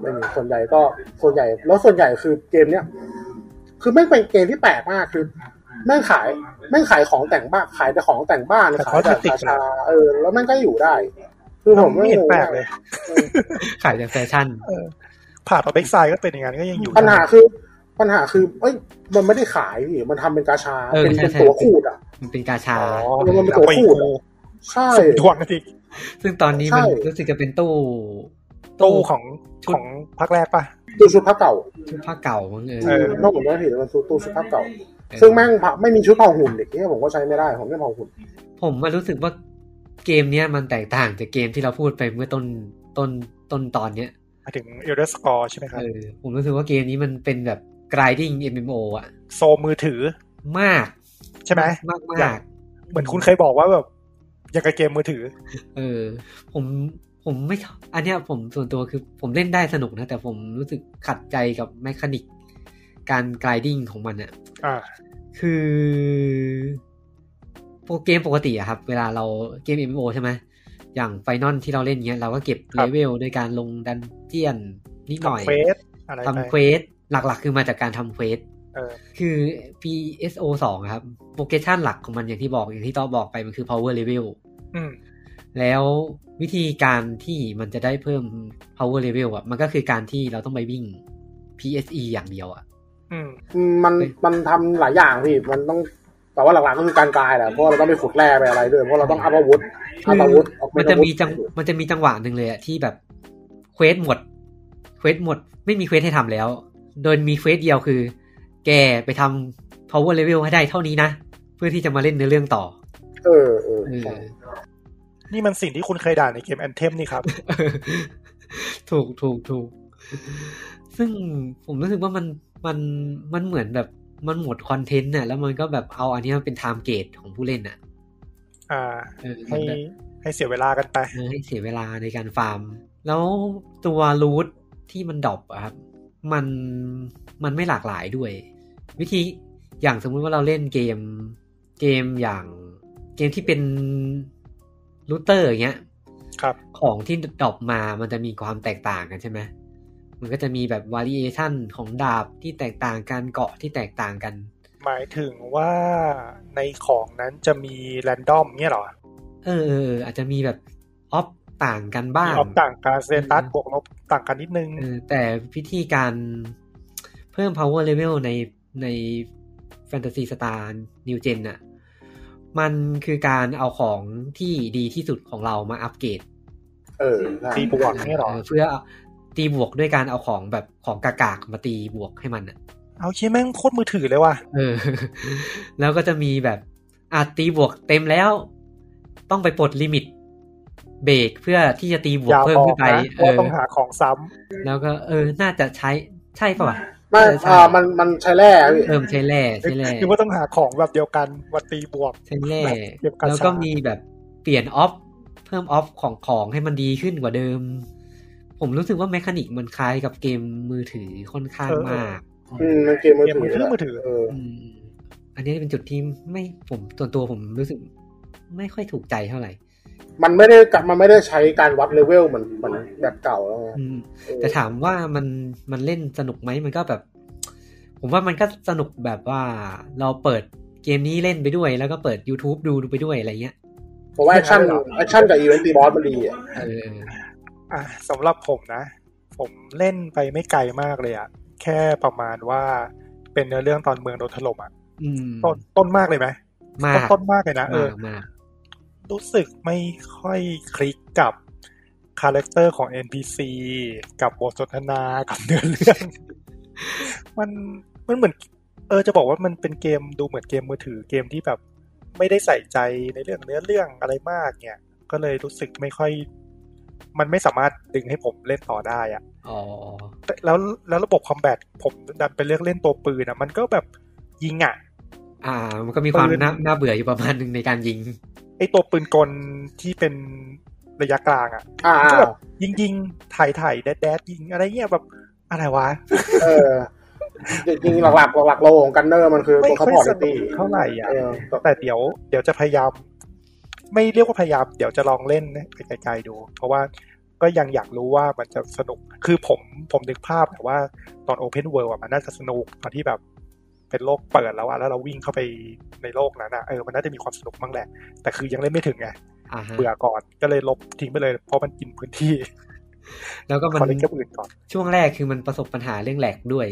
C: ไม่มีส่วนใหญ่ก็ส่วนใหญ่ แล้วส่วนใหญ่คือเกมเนี้ยคือไม่งเป็นเกมที่แปลกมากคือแม่งขายแม่งขายของแต่งบ้านขายแต่ของแต่งบ้านขายแต่ราชาเออ แล้วแม่งก็อยู่ได้ คือผม
A: ไม่เห็นแปลกเลย
B: ขายแต่แฟชั่น
A: ผ่านออกเบ็กไซด์ก็เป็นอย่างนั้นก็ยังอยู่
C: ปัญหาคือ ปัญหาคือเอ้ยมันไม่ได้ขายพี่มันทำเป็นกาชา
B: เออ
C: เป็น
B: ใช่
C: เป็น
B: ใช่
C: ตัวขูดอ่ะ
B: มันเป็นกาชา
A: อ๋อ
C: มันเป็นตัวคู่อะ ใช่
A: สุดดวงจริง
B: ซึ่งตอนนี้มัน
C: ใช่
B: รู้สึกจะเป็นตู้
A: ตู้ของ
B: ชุด
A: ของภาคแรกปะ
C: ตู้ชุดผ้าเก่า
B: ชุดผ้าเก่ามั้งเออ
A: เอ
C: นอกจากนั้นเห็นมันตู้ชุดผ้าเก่า
B: เออ
C: ซึ่งแม่งเผาไม่มีชุดเผาหุ่นเด็กเนี่ยผมก็ใช้ไม่ได้ผมไม่เผาหุ่น
B: ผมมารู้สึกว่าเกมเนี้ยมันแตกต่างจากเกมที่เราพูดไปเมื่อต้นต้นต้นตอนเนี้ย
A: หมายถึงเอลเดอร์สกอร์ใช่ไหมครับ
B: เออผมรู้สึกว่าเกมนี้มันเป็นแบบ grinding MMO อะ
A: โซมือถือ
B: มาก
A: ใช่ไหม
B: มาก
A: อ
B: มาย
A: าก ก เหมือนคุณเคยบอกว่าแบบอย่างกับเกมมือถือ
B: เออ ผมผมไม่ชอบอันเนี้ยผมส่วนตัวคือผมเล่นได้สนุกนะ แต่ผมรู้สึกขัดใจกับแมคานิกการ grinding ของมันอะ
A: อ่า
B: คือโปรเกมปกติอะครับ เวลาเราเกม MMO ใช่ไหมอย่างไฟนอลที่เราเล่นเงี้ย เราก็เก็บ
A: ครั
B: เล
A: บ
B: เวลด้วยการลงดันเจียนนิดหน่อย
A: ทำเฟสอะไรไป
B: ทำเควสหลักๆ คือมาจากการทำเควส
A: เออ
B: คือ PSO 2อะครับโปรเกชันหลักของมันอย่างที่บอกอย่างที่ต้อบอกไปมันคือ power level
A: อืม
B: แล้ววิธีการที่มันจะได้เพิ่ม power level อะมันก็คือการที่เราต้องไปวิ่ง PSE อย่างเดียวอะ
A: อืม
C: อืมมันมันทำหลายอย่างพี่มันต้องแต่ว่าหลักๆก็คือการกายแหละเพราะว่าเราต้องไปขุดแร่ไปอะไรด้วยเพราะเราต้องอัพอาวุธอัพอาวุธออกเป็
B: มัน
C: น
B: จะ
C: อาวุ
B: มี
C: ธ
B: จังมันจะมีจังหวะหนึ่งเลยอะที่แบบเควสหมดเควสหมด ไม่มีเควสให้ทำแล้ว โดยมีเควสเดียวคือ แกไปทำ power level ให้ได้เท่านี้นะ เพื่อที่จะมาเล่นเนื้อเรื่องต่อ
C: เออเออ
B: เออ
C: ใช่
A: นี่มันสิ่งที่คุณเคยด่าในเกมแอนเทมนี่ครับ
B: *laughs* ถูกถูกถูกซึ่งผมรู้สึกว่ามันมันมันเหมือนแบบมันหมดคอนเทนต์น่ะแล้วมันก็แบบเอาอันเนี้ยเป็นไทม์เกตของผู้เล่นน่ะ
A: อ่า
B: เออเหมื
A: ให้
B: อนแบบ
A: ให้เสียเวลากันไป
B: เออให้เสียเวลาในการฟาร์ม แล้วตัวรูทที่มันดรอปอะครับ มันมันไม่หลากหลายด้วย วิธีอย่างสมมุติว่าเราเล่นเกมเกมอย่างเกมที่เป็นรูเตอร์อย่างเงี้ย
A: ครับ
B: ของที่ดรอปมามันจะมีความแตกต่างกันใช่ไหมมันก็จะมีแบบ variation ของดาบที่แตกต่างกันเกาะที่แตกต่างกัน
A: หมายถึงว่าในของนั้นจะมีแรนดอมเนี่ยเหรอ
B: เออเออเอออาจจะมีแบบออฟต่างกัน
A: มี
B: บ้า
A: อง อฟต่างการเซตัสบวกลบต่างกันนิดนึง
B: เออแต่พิธีการเพิ่ม power level ในใน Fantasy Star New Gen น่ะ มันคือการเอาของที่ดีที่สุดของเรามาอัปเกรด
C: เออใช่
A: ตีบวกเนี่ยเหรอ
B: เออเพื่อตีบวกด้วยการเอาของแบบของกากากๆมาตีบวกให้มันน่ะ
A: เอาเชี่ยแม่งโคตรมือถือเลยว่ะ
B: เออ แล้วก็จะมีแบบอาตีบวกเต็มแล้ว ต้องไปปลดลิมิตเบรกเพื่อที่จะตีบวก
A: อย่า
B: เพิ่ม
A: บอก
B: ขึ้นไป
A: นะ
B: เอ
A: ว่า
B: อ
A: ต้องหาของซ้ำ
B: แล้วก็เออ น่าจะใช้ใช่ป่ะวะ
C: ไม่
B: ใช่ใช่
C: อ่ามันมันใช้แร่พี่
B: เออใช้แร่ใช้แร่
A: คือว่าต้องหาของแบบเดียวกันวัตีบวก
B: ใช่แน่
A: แบบเก็บกาชา
B: แล้วก็มีแบบเปลี่ยนออฟ เพิ่มออฟของของให้มันดีขึ้นกว่าเดิม ผมรู้สึกว่าแมคานิกมันคล้ายกับเกมมือถือค่อนข้างมาก
C: อืมมันเกมมือ
A: เกมมื
C: ถื
A: อ
C: อ
A: เครื่องมือถือ
C: เออ
B: อืมอันนี้เป็นจุดที่ไม่ผมส่วนตัวผมรู้สึก ไม่ค่อยถูกใจเท่าไหร่
C: มันไม่ได้กลับมันไม่ได้ใช้การวัดเลเวลเหมือนเหมือนแบบเก่าแล้วไง
B: อืม
C: เออ
B: แต่ถามว่ามันมันเล่นสนุกไหมมันก็แบบ ผมว่ามันก็สนุกแบบว่าเราเปิดเกมนี้เล่นไปด้วย แล้วก็เปิด YouTube ดูดูไปด้วยอะไรเงี้ย
C: เพราะว่าแอคชั่นแอคชั่นกับอีเวนต์ตีบอสมันดีอ่ะ
B: เออ
A: อ่ะสำหรับผมนะ ผมเล่นไปไม่ไกลมากเลยอะแค่ประมาณว่าเป็นเนื้อเรื่องตอนเมืองโดนถล่มอะ
B: อืม
A: ต้นต้นมากเลยไหม
B: มา
A: ต้น
B: ก
A: ต้นมากเลยนะเอ
B: มา
A: อ
B: กมาก
A: รู้สึกไม่ค่อยคลิกกับคาแรคเตอร์ของ NPC กับบทสนทนากับเนื้อเรื่อง *laughs* มันมันเหมือน เออจะบอกว่ามันเป็นเกมดูเหมือนเกมมือถือเกมที่แบบ ไม่ได้ใส่ใจในเรื่องเนื้อเรื่องอะไรมากเนี่ย ก็เลยรู้สึกไม่ค่อย มันไม่สามารถดึงให้ผมเล่นต่อได้อะ
B: อ๋อ
A: แต่แล้วแล้วระบบคอมแบทผมดันไปเลือกเล่นตัวปืนอะมันก็แบบยิงอะ
B: อ่า มันก็มีความน่าน่าเบื่ออยู่ประมาณหนึ่งในการยิง
A: ไอตัวปืนกลที่เป็นระยะกลางอะ
C: อ่า
A: ก็แบบยิงยิงถ่ายถ่ายแดดแดดยิงอะไรเงี้ยแบบอะไรวะ
C: เออจริงๆหลักๆหลักๆโลของกันเนอร์มันคือตัว
A: ไม่
C: เขา
A: ค่อย
C: พอร์
A: ส
C: ต
A: นุ
C: ตี้
A: กเท่าไหร่อะ
C: เออ
A: แต่เดี๋ยวเดี๋ยวจะพยายาม ไม่เรียกว่าพยายามเดี๋ยวจะลองเล่นไปไกลๆดู เพราะว่าก็ยังอยากรู้ว่ามันจะสนุกคือผมผมนึกภาพแต่ว่าตอนโอเพนเวิลด์มันน่าจะสนุกตอนที่แบบเป็นโลกเปิดแล้วอะแล้วเราวิ่งเข้าไปในโลกนั้นอะเออมันน่าจะมีความสนุกบ้างแหละ แต่คือยังเล่นไม่ถึงไง
B: อ่าฮะ
A: เบื่อก่อนก็เลยลบทิ้งไปเลย เพราะมันกินพื้นที่
B: แล้วก็มัน
A: ขอเล่นเกมอื่นก่อน
B: ช่วงแรกคือมันประสบปัญหาเรื่องแหลกด้วย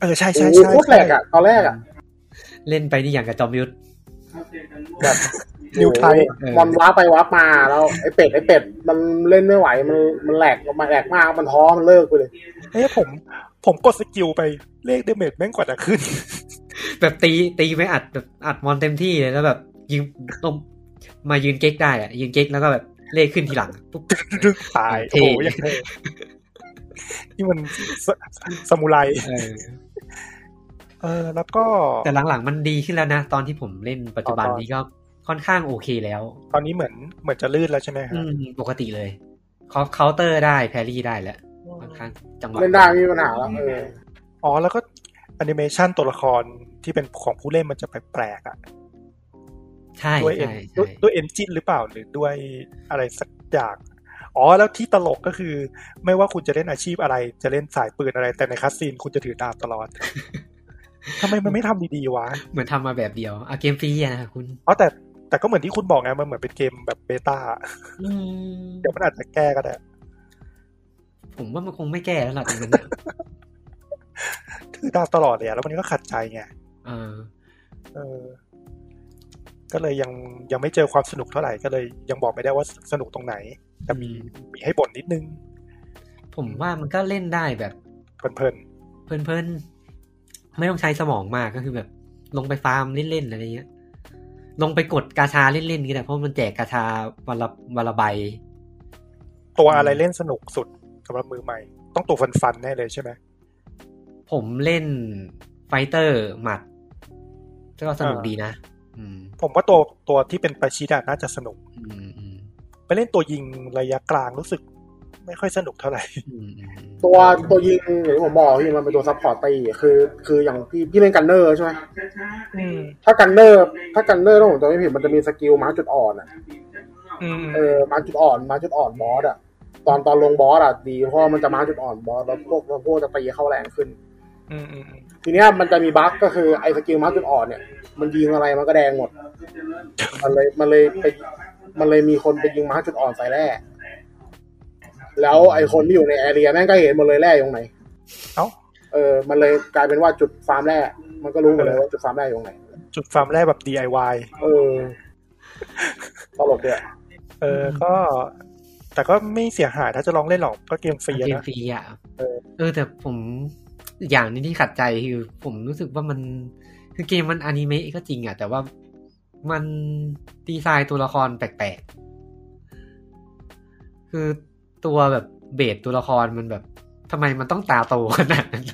A: เออใช่
C: โอ้
A: ใช่
C: โห
A: ใช่
C: โคตรแหลกอ่ะตอนแรกอ่ะ
B: เล่นไปนี่อย่างกับจอมยุทธ
C: แบบ
A: นิวไทย
B: เออ
C: มันว้าไปว้ามาแล้วไอ้เป็ดไอ้เป็ดมันเล่นไม่ไหวมันมันแหลกมันแหลกมากมันท้อมันเลิกไปเลย
A: เฮ้ยผมผมกดสกิลไปเลขเดเมจแม่งกว่าจะขึ้น *laughs*
B: แบบตีตีไม่อัดแบบอัดมอนเต็มที่เลยแล้วแบบยืนตรงมายืนเก๊กได้อะยืนเก๊กแล้วก็แบบเลขขึ้นทีหลังปุ๊บ
A: ดึกตาย
B: เท่
A: โอ้โหยังเท่นี่มันสสมุไร
B: เออ
A: เออ แล้วก็
B: *laughs* แต่หลังๆมันดีขึ้นแล้วนะ ตอนที่ผมเล่นปัจจุบันนี้ก็ค่อนข้างโอเคแล้ว
A: ตอนนี้เหมือนเหมือนจะลื่นแล้วใช่ไหมฮะ
B: อืมปกติเลยเคาเคาน์เตอร์ได้แพรรี่ได้แล้วค่อนข้างจังหวะ
C: เล่นได้ไม่มีปัญหาแล้วเออ
A: อ๋อแล้วก็แอนิเมชันตัวละครที่เป็นของผู้เล่นมันจะแปลกๆอ่ะ
B: ใช่
A: ด้วยเอ็
B: ใช่
A: น
B: ใช่
A: ด้วยเอนจินหรือเปล่าหรือด้วยอะไรสักอย่าง อ๋อแล้วที่ตลกก็คือ ไม่ว่าคุณจะเล่นอาชีพอะไร จะเล่นสายปืนอะไร แต่ในคัสซีนคุณจะถือดาบตลอด
B: *laughs*
A: ทำไมมันไม่ทำดีๆวะ
B: เหมือนทำมาแบบเดียวอะเกมฟรีอะนะคุณ
A: อ๋อแต่แต่ก็เหมือนที่คุณบอกไงมันเหมือนเป็นเกมแบบเบต้า
B: อืม
A: เดี๋ยวมันอาจจะแก้ก็ได้
B: ผมว่ามันคงไม่แก้แล้วล่ะตรงนั้นน่ะ *laughs*
A: ถือดาวตลอดเลยอะแล้วมันก็ขัดใจไง
B: เออ
A: เออ ก็เลยยังยังไม่เจอความสนุกเท่าไหร่ก็เลย ยังบอกไม่ได้ว่าสนุกตรงไหน แต่มีมีให้บ่นนิดนึง
B: ผมว่ามันก็เล่นได้แบบ
A: เพลิน
B: เพลินๆ ไม่ต้องใช้สมองมากก็คือแบบ ลงไปฟาร์มเล่นๆอะไรเงี้ย ลงไปกดกาชาเล่นๆก็ได้เพราะมันแจกกาชาวันละวันละใบ
A: ๆตัวอะไรเล่นสนุกสุดสำหรับมือใหม่ ต้องตัวฟันฟันๆแน่เลยใช่ไหม
B: ผมเล่นไฟเตอร์หมัดก็สนุก
A: อ่า
B: ดีนะอืม
A: ผมว่าตัวตัวที่เป็นปาชิดะน่าจะสนุก
B: อืมอืม
A: ไปเล่นตัวยิงระยะกลางรู้สึก ไม่ค่อยสนุกเท่าไหร่
B: อืมอืม
C: ตัวตัวยิงอย่างที่ผมบอกพี่มันเป็นตัวซัพพอร์ตตีคือ คืออย่างพี่พี่เล่นกันเนอร์ใช่ไหม
A: อืม
C: ถ้ากันเนอร์ถ้ากันเนอร์ถ้าผมจำไม่ผิดมันจะมีสกิลม้าจุดอ่อนอ่ะ
A: อืม
C: เออม้าจุดอ่อนม้าจุดอ่อนบอสอ่ะตอนตอนลงบอสอ่ะดีเพราะมันจะม้าจุดอ่อนบอสแล้วพวกแล้วพวกจะตีเข้าแรงขึ้น
A: อืมอืมอืม
C: ทีเนี้ยมันจะมีบั๊กก็คือไอ้สกิลม้าจุดอ่อนเนี่ยมันยิงอะไรมันก็แดงหมด มันเลยมันเลยไปมันเลยมีคนไปยิงม้าจุดอ่อนใส่แร่แล้วไอ้คนที่อยู่ในแอเรียแม่งก็เห็นหมดเลยแร่อยู่ตรงไหน
A: เอ้า
C: เออมันเลยกลายเป็นว่าจุดฟาร์มแร่มันก็รู้หมดเลยว่าจุดฟาร์มแร่อยู่ตรงไหน
A: จุดฟาร์มแรกแบบ DIY
C: เออตลกเลยอะ
A: เออก็ แต่ก็ไม่เสียหายถ้าจะลองเล่นหรอกก็เกมฟรีอะ
B: เกม
A: นะ
B: ฟรีอ่ะ
A: เออ
B: เออแต่ผมอีกอย่างหนึงที่ขัดใจคือ ผมรู้สึกว่ามันคือเกมมันอนิเมะก็จริงอ่ะแต่ว่ามันดีไซน์ตัวละครแปลกๆ คือตัวแบบเบสตัวละครมันแบบทำไมมันต้องตาโตขนาดนั้น *laughs*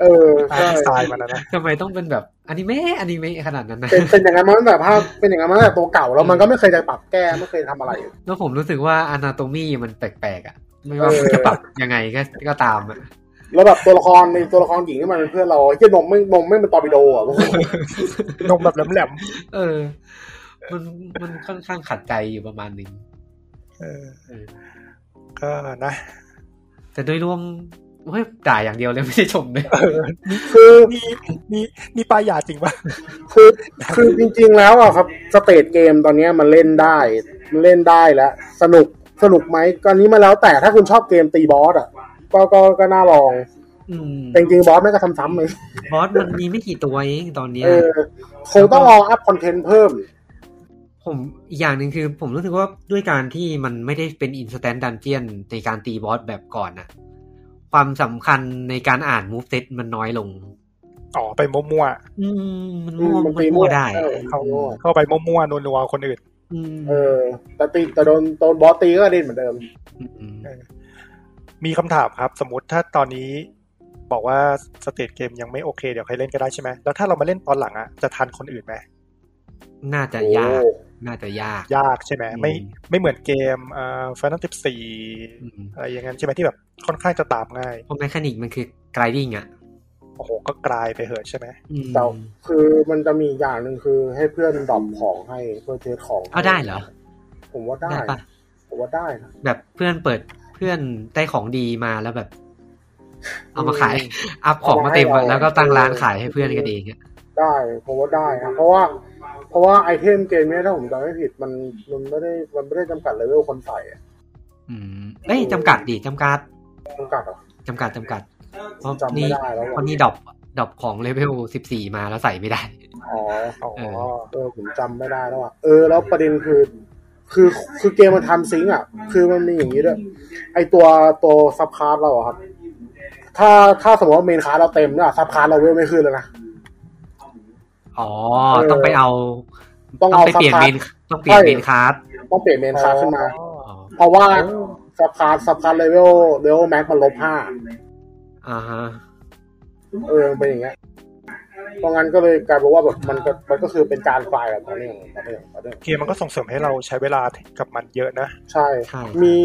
C: เออ
A: ตามดี
C: ใช่
A: ไซน์มันนะนะ
B: ทำไมต้องเป็นแบบอนิเมะอนิเมะขนาดนั้นนะ
C: เป็นเป็นอย่างนั้นมาตั้งแต่ภาพเป็นอย่างนั้นมาตั้งแต่ตัวเก่าแล้วมันก็ไม่เคยจะปรับแก้ไม่เคยทำอะไร
B: แล้วผมรู้สึกว่าอนาโตมีมันแปลกๆอ่ะ ไม่ว่ามันจะปรับยังไงก็ก็ตามอ่ะ
C: แล้วแบบตัวละครในตัวละครหญิงที่มันเป็นเพื่อนเราไอ้เหี้ยนมไม่นมไม่เป็นตอร์ปิโดอ่ะ
A: นมแบบแหลม
B: เออ มันมันค่อนข้างขัดใจอยู่ประมาณหนึ่ง
A: ๆเออ
B: เออ
A: ก็นะ
B: แต่โดยรวมเฮ้ยด่าอย่างเดียว *laughs* เลยไม่ได้ชมเลย
A: เออ
C: คือ
A: นี่นี่นี่ป้ายยาจริงปะ
C: คือคือจริงๆแล้วอ่ะครับสเตจเกมตอนเนี้ยมันเล่นได้ มันเล่นได้แล้ว สนุกสนุกไหมก็อันนี้มาแล้วแต่ถ้าคุณชอบเกมตีบอสอ่ะก็ก็ก็น่าลอง
B: อืม
C: แต่จริงๆบอสไม่งก็ทำซ้ำเลย
B: บอสมันมีไม่กี่ตัวเองตอนเนี้ย
C: เออคงต้องรออัพคอนเทนต์เพิ่ม
B: ผมอีกอย่างหนึ่งคือผมรู้สึกว่าด้วยการที่มันไม่ได้เป็นอินสแตนดันเจียนในการตีบอสแบบก่อนนะความสำคัญในการอ่านมูฟเซตมันน้อยลง
A: อ๋อไปมั่ว
B: อืมมันมั่ว
C: อืมมั
B: มัน น
C: ตีมั่
B: มั่
C: ว
B: วได้
C: เออ
A: ๆเข้าเข้าไปมั่วๆนัวๆคนอื่น
B: อืม
C: เออแต่ตีแต่โดนโดนบอสตีก็เล่นเหมือนเดิม
B: ม
A: มีคำถามครับ สมมติถ้าตอนนี้บอกว่าสเตจเกมยังไม่โอเค เดี๋ยวใครเล่นก็ได้ใช่ไหมแล้วถ้าเรามาเล่นตอนหลังอะจะทันคนอื่นไหม
B: น่าจะยาก น่าจะยาก
A: ยากใช่ไหม
B: อืม
A: ไม่ไม่เหมือนเกมเอ่อฟันนัทสี่
B: อืม
A: อะไรอย่างนั้นใช่ไหมที่แบบค่อนข้างจะตามง่าย
B: เพราะแมคานิกมันคือ g r i d i n g อ่ะ
A: โอ้โหก็กลายไปเหอะใช่ไหม
B: อืม
C: แต่คือมันจะมีอย่างหนึ่งคือให้เพื่อนดรอปของให้เพื่อนเทสของ
B: เอาได้เหรอ
C: ผมว่าได้
B: ได้ปะ
C: ผมว่าได้นะ
B: แบบเพื่อนเปิดเพื่อนได้ของดีมาแล้วแบบ เอามาขาย *laughs* อัพของมาเต็มอะแล้วก็ตั้งร้านขายให้เพื่อนกันเองอะ
C: ได้ผมว่าได้นะเพราะว่า เพราะว่าไอเทมเกมเนี้ยถ้าผมจำไม่ผิดมันมันไม่ได้มันไม่ได้จำกัดเลเวลคนใส่อะ
B: อืมเอ้ยจำกัดดิจำกัด
C: จำกัดเหรอ
B: จำกัดจำกัดเพราะ
C: จำไม่
B: นี่
C: ได้แล้ว
B: เพ
C: ว่ะ
B: ราะนี่ดรอปดรอปของเลเวลสิบสี่มาแล้วใส่ไม่ได้
C: อ๋อ
A: อ๋อ
B: เอ
C: เออผมจำไม่ได้แล้วอ่ะเออแล้วประเด็นคือ คือคือเกมมันทำซิงค์อ่ะ คือมันมีอย่างนี้ด้วยไอตัวตัวซับคาร์ดเราอะครับ ถ้าถ้าสมมติว่าเมนคาร์ดเราเต็มเนี่ยซับคาร์ดเราเวลไม่ขึ้นแล้วนะ
B: อ๋อ
C: เออ
B: ต้องไปเอา
C: ต้องเอา
B: ไปเปลี่ยนเม
C: ซับคลาส
B: นต้องเปลี่ยนเมนค
C: ใช่
B: ลาร์ด
C: ต้องเปลี่ยนเมนคาร์ดขึ้นมา
A: อ๋อ
B: อ๋อ
C: เพราะว่าซับคาร์ดซับคาร์ดเลเวลเลเวลแม็กมันลบห้า
B: อ่าฮะ
C: เออมันเป็นอย่างเงี้ยเพราะงั้นก็เลยกลายเป็นว่าแบบมันก็มันก็คือเป็นการไฟล์แบบต่อเนื่องต่อเนื่องต่อเนื่อง
A: เกมมันก็ส่งเสริมให้เราใช้เวลากับมันเยอะนะ
C: ใช่
B: ใช่
C: มี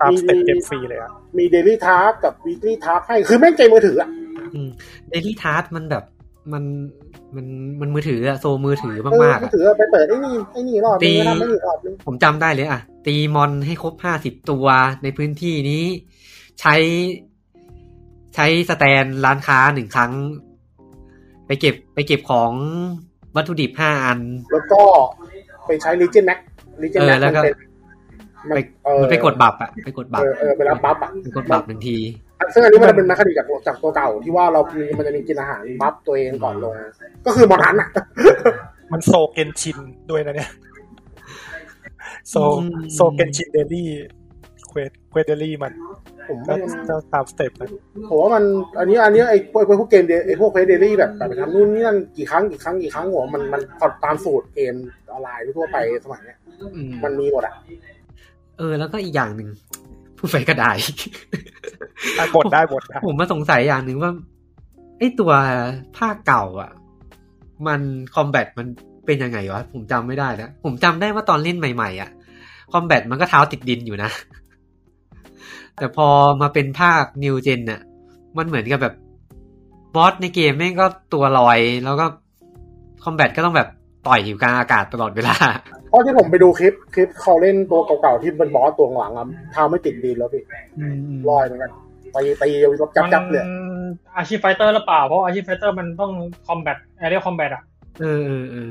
A: ตาม
C: มี
A: สเต็ปเกมฟรีเลยอะ
C: มีเดลี่ทาร์กกับวีคลี่ทาร์กให้คือแม่งใจมือถืออะ
B: เดลี่ทาร์มันแบบมันมันมันมือถืออะโซมือถือ
C: เออ
B: มากๆ
C: มือ
B: อะ
C: ถืออะไปเปิดไอ้นี่ไอ้นี่รอบ
B: ตี
C: นึงแล้วทำไอ้นี่รอบนึง
B: ผมจำได้เลยอะตีมอนให้ครบห้าสิบตัวในพื้นที่นี้ ใช้ใช้สแตนร้านค้าหนึ่งครั้ง ไปเก็บไปเก็บของวัตถุดิบห้าอัน
C: แล้วก็ไปใช้ลีเจนแม็กลีเจน
B: เออ
C: แม็ก
B: แล้วก็
C: มันเป็น
B: ไป
C: เออ
B: มันไปกดบับอะไปกดบั
C: เอบ อเออไปรับบัฟอะ
B: ไปกดบับหนึ่งที
C: ซึ่งอันนี้มันเป็นแมคคานิกจากจากตัวเก่าที่ว่าเรามีมันจะมีกินอาหารบัฟตัวเองก่อนลง ก็คือมอนทันอะ
A: มันโซเกนชินด้วยนะเนี่ย *laughs* โซ
B: อืม
A: โซเกนชินเดลี่เควสเควสเดลี่มัน
C: ผม
A: ก็
C: ว่ามัน
A: ก็ตามสเต็ปนะ
C: ผมว่ามันอันนี้อันนี้ไอ้พวกไอ้พวกเกมเดไอ้พวกเฟสเดลี่แบบแบบไปทำนู่นนี่นั่นกี่ครั้งกี่ครั้งกี่ครั้งหัวมันมันตามสูตรเกมออนไลน์ทั่วไปสมัยเนี้ย
B: อืม
C: มันมีหมดอ่ะ
B: เออ แล้วก็อีกอย่างหนึ่งผู้ไฟกระดาย
A: อ่ะบทได้บท
B: *laughs*
A: ได้
B: ผมมาสงสัยอย่างหนึ่งว่าไอตัวภาคเก่าอ่ะ มันคอมแบทมันเป็นยังไงวะ ผมจำไม่ได้แล้วผมจำได้ว่าตอนเล่นใหม่ๆอ่ะคอมแบทมันก็เท้าติดดินอยู่นะ *laughs* แต่พอมาเป็นภาคนิวเจนน่ะ มันเหมือนกับแบบบอสในเกมแม่งก็ตัวลอย แล้วก็คอมแบทก็ต้องแบบต่อยอยู่กลางอากาศตลอดเวลา *laughs*
C: เพราะที่ผมไปดูคลิปคลิปเขาเล่นตัวเก่าๆที่เป็นบอสตัวหลังอ่ะเท้าไม่ติดดินแล้วพี่ลอยเหมือนกันตีตียับจับจับเลย
D: มันอาชีพไฟเตอร์หรือเปล่า เพราะอาชีพไฟเตอร์มันต้องคอมแบทแอเรียลคอมแบทอะ
B: เออเออเออ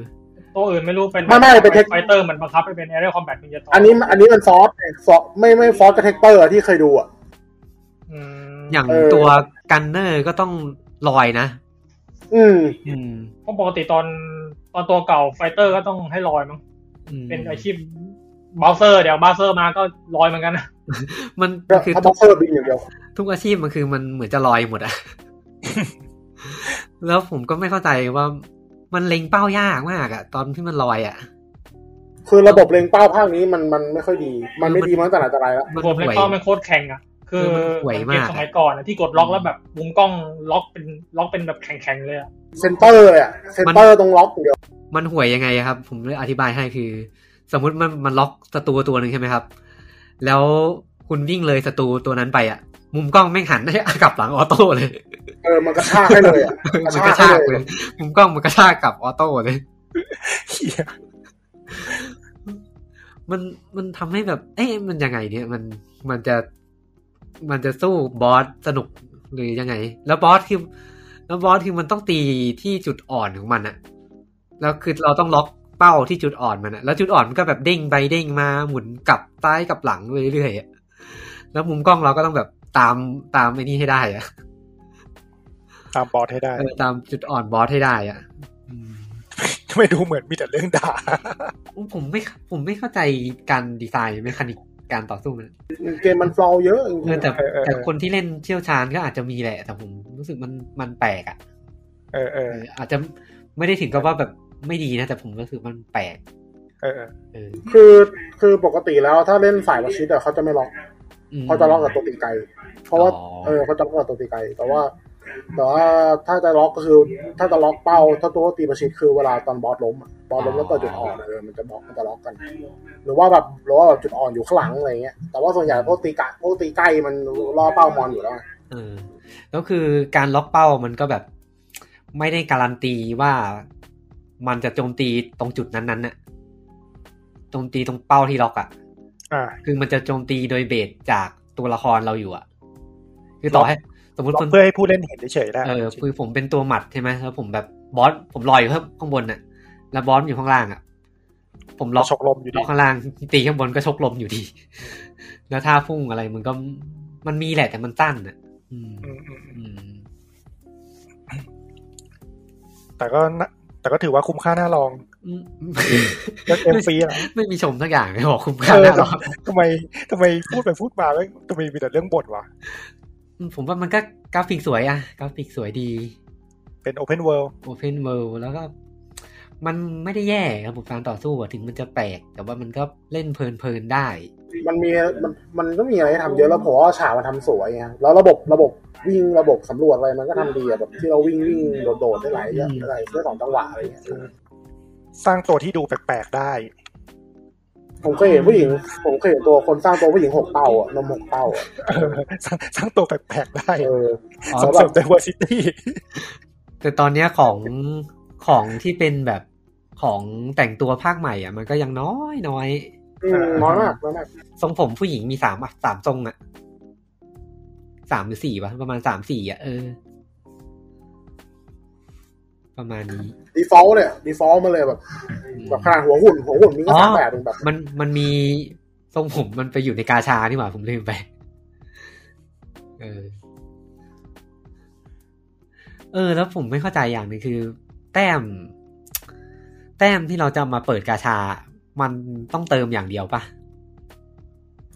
D: ตัวอื่นไม่รู้เป็น
C: ไม่ไม่เป็นเทค
D: ไฟเตอร์มันบังคับให้เป็นแอเรียลคอมแบทถึงจะต่อ
C: อั
D: อั
C: นนี้อันนี้มันฟอสฟอสไม่ไม่ฟอสกับเทคเตอร์ที่เคยดูอ่ะ
B: อย่าง
C: เออ
B: ตัวกันเนอร์ก็ต้องลอยนะ
C: อืม
B: อืม
D: เพราะปกติตอนตอนตัวเก่าไฟเตอร์ก็ต้องให้ลอยมั้ง
B: ม
D: เป็นอาชีพบาวเซอร์เดี๋ยวบาวเซอร์มาก็ลอยเหมือนกันนะ
B: มัน
C: ก็
B: คือ
C: ถ้าบ
B: ทุ
C: อก
B: ก
C: เซอร์บินอย่างเดียว
B: ทุกอาชีพมันคือมันเหมือนจะลอยหมด
D: *laughs*
B: อะ แล้วผมก็ไม่เข้าใจว่ามันเล็งเป้ายากมากอะตอนที่มันลอยอะ
C: คือระบบเล็งเป้าภาคนี้มันมันไม่ค่อยดี มันไม่ดีมาตั้งแต่ไหนแต่ไรแล้ว
B: มัน
D: ผมเลย
B: ห่วย
D: ก็ไม่โคตรแข่งอะคือ
B: เออมันห่วยมาก
D: เกมสมัยก่อนอะที่กดล็อกแล้วแบบมุมกล้องล็อกเป็นล็อกเป็นแบบแข็งๆเลยอะ
C: เซนเตอร์เลยอะเซนเตอร์ตรงล็อกอย่างเดียว
B: มันห่วยยังไงอะครับ ผมเลยอธิบายให้คือ สมมุติมันมันล็อกศัตรูตัวหนึ่งใช่ไหมครับ แล้วคุณวิ่งเลยศัตรูตัวนั้นไปอะ มุมกล้องไม่งหัน *laughs* ได้กลับหลังออโต้เลย
C: เออมันกระชากให้เลยอ่ะ
B: มันกระชากเลย มุมกล้องมันกระชากกลับออโต้เลย
A: เหี้ย
B: มันมันทำให้แบบ เอ๊ะมันยังไงเนี่ยมันมันจะมันจะสู้บอสสนุกหรือยังไง แล้วบอสคือแล้วบอสคือมันต้องตีที่จุดอ่อนของมันอะแล้วคือเราต้องล็อกเป้าที่จุดอ่อนมันอะแล้วจุดอ่อนมันก็แบบเด้งไปเด้งมาหมุนกลับซ้ายกลับหลังไปเรื่อยๆอะแล้วมุมกล้องเราก็ต้องแบบตามตามไอ้นี่ให้ได้อะ
A: ตามบอสให้ได้
B: เออตามจุดอ่อนบอสให้ได้อะ
A: ทำไมดูเหมือนมีแต่เรื่องด่า
B: ผมไม่ผมไม่เข้าใจการดีไซน์เมคานิกการต่อสู้นะ
C: เกมมันฟลอเยอะจริง
B: เออแต่
A: เออเออ
B: แต่คนที่เล่นเชี่ยวชาญก็อาจจะมีแหละ แต่ผมรู้สึกมันมันแปลกอะ
A: เออเอ
B: เอ
A: อ
B: ออาจจะไม่ได้ถึงกับว่าแบบไม่ดีนะ แต่ผมรู้สึกมันแปลก
A: เออเออ
B: เออ
C: ๆคือคือปกติแล้วถ้าเล่นสายวัชิตอะเขาจะไม่ล็อก
B: ม
C: เขาจะล็อกกับตัวตีไกลเพราะว่า
B: อ๋อ
C: เออเขาจะล็อกกับตัวตีไกลแต่ว่าแต่ว่าถ้าจะล็อกก็คือ ถ้าจะล็อกเป้า ถ้าตัวตีประชิดคือเวลาตอนบอสล้มอะบอสล้มแล้วเปิดจุดอ่อนอะเออมันจะบล็อกมันจะล็อกกัน หรือว่าแบบหรือว่าแบบจุดอ่อนอยู่ข้างหลังอะไรเงี้ยแต่ว่าส่วนใหญ่พวกตีไกลพวกตีใกล้มันล่อเป้ามอนอยู่แล้วไง
B: เออแล้วคือการล็อกเป้ามันก็แบบ ไม่ได้การันตีว่ามันจะโจมตีตรงจุดนั้นๆน่ะโจมตีตรงเป้าที่ล็อกอะ
A: อ่า
B: คือมันจะโจมตีโดยเบสจากตัวละครเราอยู่อะคือต่อให้สมมติคน
A: เพื่อให้ผู้เล่นเห็นเฉยๆได้
B: เออคือผมเป็นตัวหมัดใช่ไหมแล้วผมแบบบอสผมลอยอยู่ข้างบนน่ะ แล้วบอสอยู่ข้างล่างอะผมล็
A: เรา
B: อก
A: ชกลมอยู่
B: ล็
A: ดี
B: อกข้างล่างตีข้างบนก็ชกลมอยู่ดี *laughs* แล้วท่าพุ่งอะไรมันก็มันมีแหละแต่มันตั้นอ่ะ อืม
A: อืมอืมอืม
B: อืม
A: แต่ก็นะแต่ก็ถือว่าคุ้มค่าน่าลอง
B: อืม
A: ก็เกมฟรีอะ
B: *laughs* ไม่มีชมสักอย่างเลยบอกคุ้ม
A: เอ
B: ค่า
A: อ
B: น่าหรอก
A: ทำไมทำไมพูดไปพูดมาแล้วทำไมมีแต่เรื่องบ่นวะ
B: ผมว่ามันก็กราฟิกสวยอะกราฟิกสวยดี
A: เป็นโอเพนเวิลด์
B: โอเพนเวิลด์แล้วก็ มันไม่ได้แย่ครับผมการต่อสู้อะถึงมันจะแปลก แต่ว่ามันก็เล่นเพลินๆได้
C: มันมีมันมันก็มีอะไรให้ทำเยอะแล้วผมว่าฉากมันทำสวยไงแล้วระบบระบบวิ่งระบบสำรวจอะไรมันก็ทำดีอะแบบที่เราวิ่งวิ่งโดดๆได้หลายอย่างหลายเพื่อสองจังหวะอะไรอย่างเงี้ย
A: สร้างตัวที่ดูแปลกๆได้ *laughs*
C: ผมเคยเห็นผู้หญิง ผมเคยเห็นตัวคนสร้างตัวผู้หญิงหกเต้าอะนมหกเต้าอะ
A: เออสร้างสร้างตัวแปลกๆได้
C: เออ
B: อ๋อ
A: สำห
C: แบ
A: รับ บ diversity
B: แต่ตอนเนี้ยของของที่เป็นแบบของแต่งตัวภาคใหม่อ่ะ มันก็ยังน้อยน้อย
C: อืมน้อยมากน้อยมาก
B: ทรงผมผู้หญิงมีสามอะสามทรงอ่ะสามหรือสี่ปะประมาณสามสี่อ่ะเออ ประมาณนี้
C: ดีฟอลต์เนี่ยดีฟอลต์มาเลยแบบแบบขนาดหัวหุ่นหัวหุ่นมีก็สามแบบเป็นแบบ
B: มันมันมีทรงผมมันไปอยู่ในกาชานี่หว่าผมลืมไป เออ เออ แล้วผมไม่เข้าใจอย่างหนึ่งคือ แต้ม แต้มที่เราจะเอามาเปิดกาชา มันต้องเติมอย่างเดียวปะ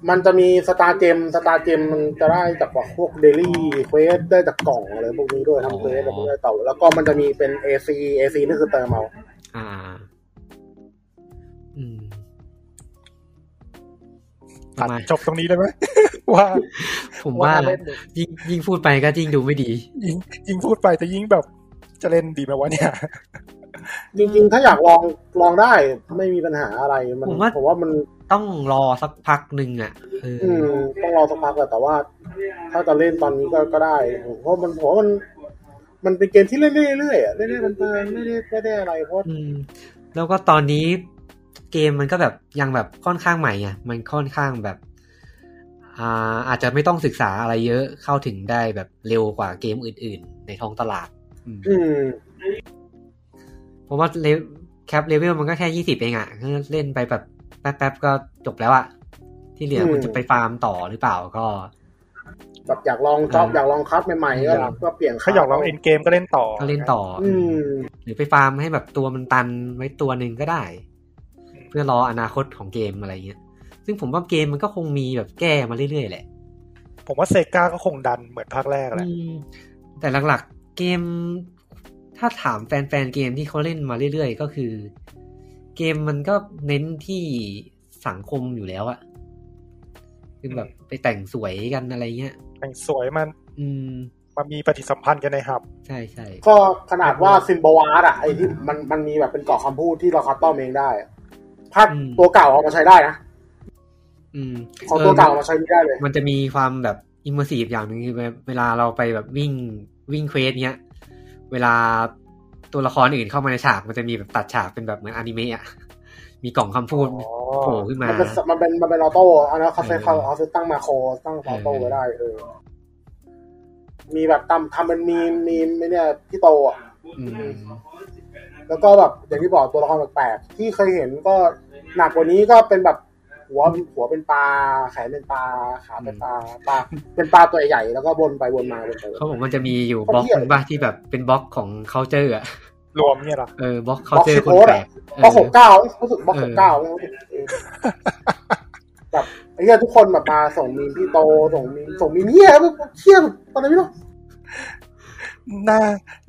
C: มันจะมีสตาร์เจมสตาร์เจมมันจะได้จากพวกเดลี่เควสได้จากกล่องอะไรพวกนี้ด้วยทำเควสแบบนี้ด้วยแต่แล้วก็มันจะมีเป็น AC AC นี่คือเติมเอา
B: อ่า อืม ป
A: ตั
B: ระ
A: ด
B: มาณ
A: จบตรงนี้ได้ไหม *laughs* ว่า
B: ผมว่า
C: เล่น
B: ยิ่งยิ่งพูดไปก็ยิ่งดูไม่ดี
A: ยิ่งยิ่งพูดไปแต่ยิ่งแบบจะเล่นดีไหมวะ
B: *laughs*
A: เนี่ย
C: จริงๆ ถ้าอยากลองลองได้ไม่มีปัญหาอะไรมัน
B: ผมว่า
C: ผมว่ามัน
B: ต้องรอสักพักหนึ่งอ่ะเอออ
C: อืมต้องรอสักพักแหละแต่ว่า ถ้าจะเล่นตอนนี้ก็ก็ได้เพราะมันผมว่ามัน มันเป็นเกมที่เล่นเรื่อยๆอะเล่นเรื่อยๆมันเพลินไม่ได้ไม่ได้อะไรเพราะ
B: อืมแล้วก็ตอนนี้เกมมันก็แบบยังแบบค่อนข้างใหม่ไงมันค่อนข้างแบบอ่าอาจจะไม่ต้องศึกษาอะไรเยอะเข้าถึงได้แบบเร็วกว่าเกมอื่น ๆ ในท้องตลาดอืม
C: อืม
B: เพราะว่าเลเวแคปเลเวลมันก็แค่ยี่สิบเองอะคือเล่นไปแบบแป๊บๆก็จบแล้วอะที่เหลืออ
C: ม
B: คุณจะไปฟาร์มต่อหรือเปล่าก็
C: แบบอยากลองจ็อบอยากลองคัสใหม่ๆก็
B: อยาก
C: ก็เปลี่ยน
A: ถ้าอยากลองเอ็นเกมก็เล่นต่อ
B: ก็เล่นต่ออ
C: อืม
B: หรือไปฟาร์มให้แบบตัวมันตันไว้ตัวหนึ่งก็ได้ เพื่อรออนาคตของเกมอะไรเงี้ย ซึ่งผมว่าเกมมันก็คงมีแบบแก้มาเรื่อยๆแหละ
A: ผมว่าเซกาก็คงดันเหมือนภาคแรกแหละ
B: อืมแต่หลักๆ เกม ถ้าถามแฟนๆ เกมที่เขาเล่นมาเรื่อยๆ ก็คือ เกมมันก็เน้นที่สังคมอยู่แล้วอะคือแบบไปแต่งสวยกันอะไรเงี้ย
A: แต่งสวยมัน
B: อืม
A: มันมีปฏิสัมพันธ์กันในหับ
B: ใช่ใช่
C: ก็ขนาดว่าซิมบวาร์ดอะไอที่มันมันมีแบบเป็นกรอบคำพูดที่เราคัสตอมเองได้อะภาคตัวเก่าเอามาใช้ได้นะ
B: อืม
C: ของตัวเก่าเอามาใช้ไม่ได้เลย
B: มันจะมีความแบบ อิมเมอร์ซีฟอย่างหนึ่งคือเวลาเราไปแบบวิ่งวิ่งเควสเนี้ย เวลาตัวละครอื่นเข้ามาในฉากมันจะมีแบบตัดฉากเป็นแบบเหมือนอนิเมะอะมีกล่องคำพูด
A: อ๋อ
B: โผล่ขึ้นมา
C: มันเป็นมันเป็นมันเป็นออโต้อันนั้นเขาใช้
B: เออ
C: เขาเขาซื้อตั้งมาโครตั้งออโต้ไว้ได้เออ มีแบบทำทำเป็นมีมมีมไอ้เนี่ยพี่โตอ่ะ
B: อืม
C: แล้วก็แบบอย่างที่บอกตัวละครแปลกๆที่เคยเห็นก็หนักกว่านี้ก็เป็นแบบหัวหัวเป็นปลาแขนเป็นปลาขาเป็นปลาปลาเป็นปลาตัวใหญ่ๆแล้วก็วนไปวนมาวนไปวน
B: เขา
C: มา
B: บอกมันจะมีอยู่
C: เขา
B: บล็อก
C: เรียก
B: บ้าที่แบบเป็นบล็อกของ c u เจอร์อะ
A: รวมเนี่ยเหรอ
B: เออบล็อก c u
C: บล็อก
B: เจอ
C: สิ
B: ร์
C: บ
B: คน
C: โอ๊ต
B: แปล
C: อะ
B: ก
C: บล็อ
B: เอ
C: กห
B: อ
C: กเก้ารู้สึกบล็อก
B: เอ
C: ห
B: อ
C: กเก้าแล้วเออแบบไอ้เหี้ยทุกคนแบบมาส่งมีมพี่โตส่งมีมส่งมีมเหี้ยแบบเที่ยงตอนนี้ไม่รู้
A: น่า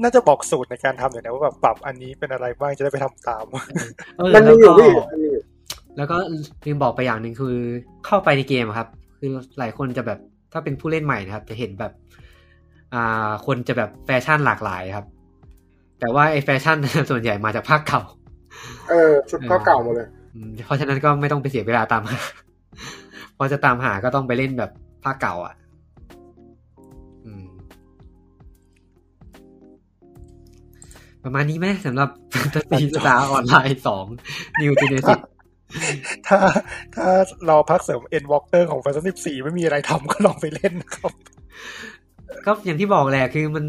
A: น่าจะบอกสูตรในการทำเดี๋ยวนะว่าแบบปรับอันนี้เป็นอะไรบ้างจะได้ไปทำตาม *laughs*
B: เออ
C: มัน
B: แล้
C: มี
B: ว
C: อ
B: ก็
C: ยู่พี่มันมีอยู่
B: แล้วก็ลืมบอกไปอย่างหนึ่งคือเข้าไปในเกมอะครับ คือหลายคนจะแบบถ้าเป็นผู้เล่นใหม่นะครับ จะเห็นแบบ อ่า คนจะแบบแฟชั่นหลากหลายครับ แต่ว่าไอแฟชั่น *laughs* ส่วนใหญ่มาจากภาคเก่า
C: เออชุดก็เก่าหมดเลย
B: อืมเพราะฉะนั้นก็ไม่ต้องไปเสียเวลาตามหา *laughs* เพราะจะตามหาก็ต้องไปเล่นแบบภาคเก่า อ่ะ อืม ประมาณนี้ไหมสำหรับ *laughs* ตัตีสตาออนไลน์สองนิวเจเนซิส
A: ถ้าถ้าเราพักเสริมเอ็นวอล์กเตอร์ของแฟชั่นสิบสี่ไม่มีอะไรทำ *laughs* ก็ลองไปเล่นนะครับ *laughs*
B: ก็อย่างที่บอกแหละคือมัน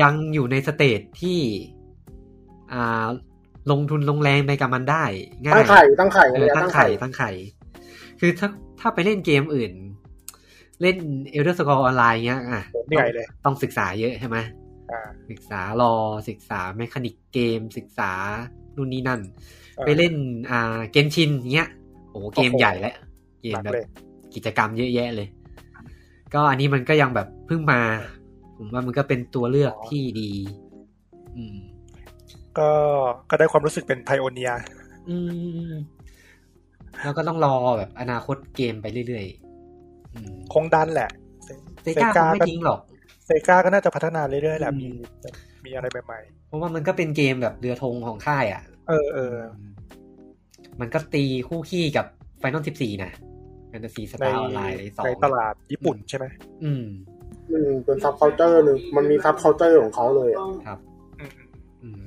B: ยังอยู่ในสเตจที่ อ่า ลงทุนลงแรงไปกับมันได้ง่าย
C: ตั้งไข่ตั้งไข่
B: เอ
C: เล
B: อย ตั้
C: ตั้
B: ง
C: ง
B: ไข่
C: ไข่
B: ตั้งไข่ คือถ้าถ้าไปเล่นเกมอื่น เล่นเอลเดอร์สกอร์ออนไลน์เงี้ยอ่ะ
A: เหนื่อยเลย
B: ต้องศึกษาเยอะใช่ไหม
A: อ่า
B: ศึกษารอศึกษาแมคานิกเกม ศึกษานู่นนี่นั่น
A: เออ
B: ไปเล่นอ่าเกนชินเงี้ยโอ้โหเกม
A: โอ้โห
B: ใหญ่แล้วเกม
A: หนัก
B: แบบ
A: เลย
B: กิจกรรมเยอะแยะเลย ก็อันนี้มันก็ยังแบบเพิ่งมา ผมว่ามันก็เป็นตัวเลือกที่ดี อืม
A: ก็ก็ได้ความรู้สึกเป็นไพโอเนีย
B: อืมแล้วก็ต้องรอแบบอนาคตเกมไปเรื่อยๆอืม
A: คงดันแหละ
B: เซกา
A: Sega
B: คงไม่
A: ก็
B: ทิ้งหรอก
A: เซกาก็น่าจะพัฒนาเรื่อยๆแหละ
B: อืม
A: มีมีอะไรใหม่
B: เพราะว่ามันก็เป็นเกมแบบเรือธงของค่ายอ่ะ
A: ๆเออเออ
B: มมันก็ตีคู่ขี้กับ Final 14 นะ Fantasy
A: ใน
B: Star Online สอง
A: ในตลาดญี่ปุ่นใช่ไหม
B: อืม
C: อืมเป็นซับเคาน์เตอร์หนึ่งมันมีซับเคาน์เตอร์ของเขาเลยอะ
A: อืม
B: อืม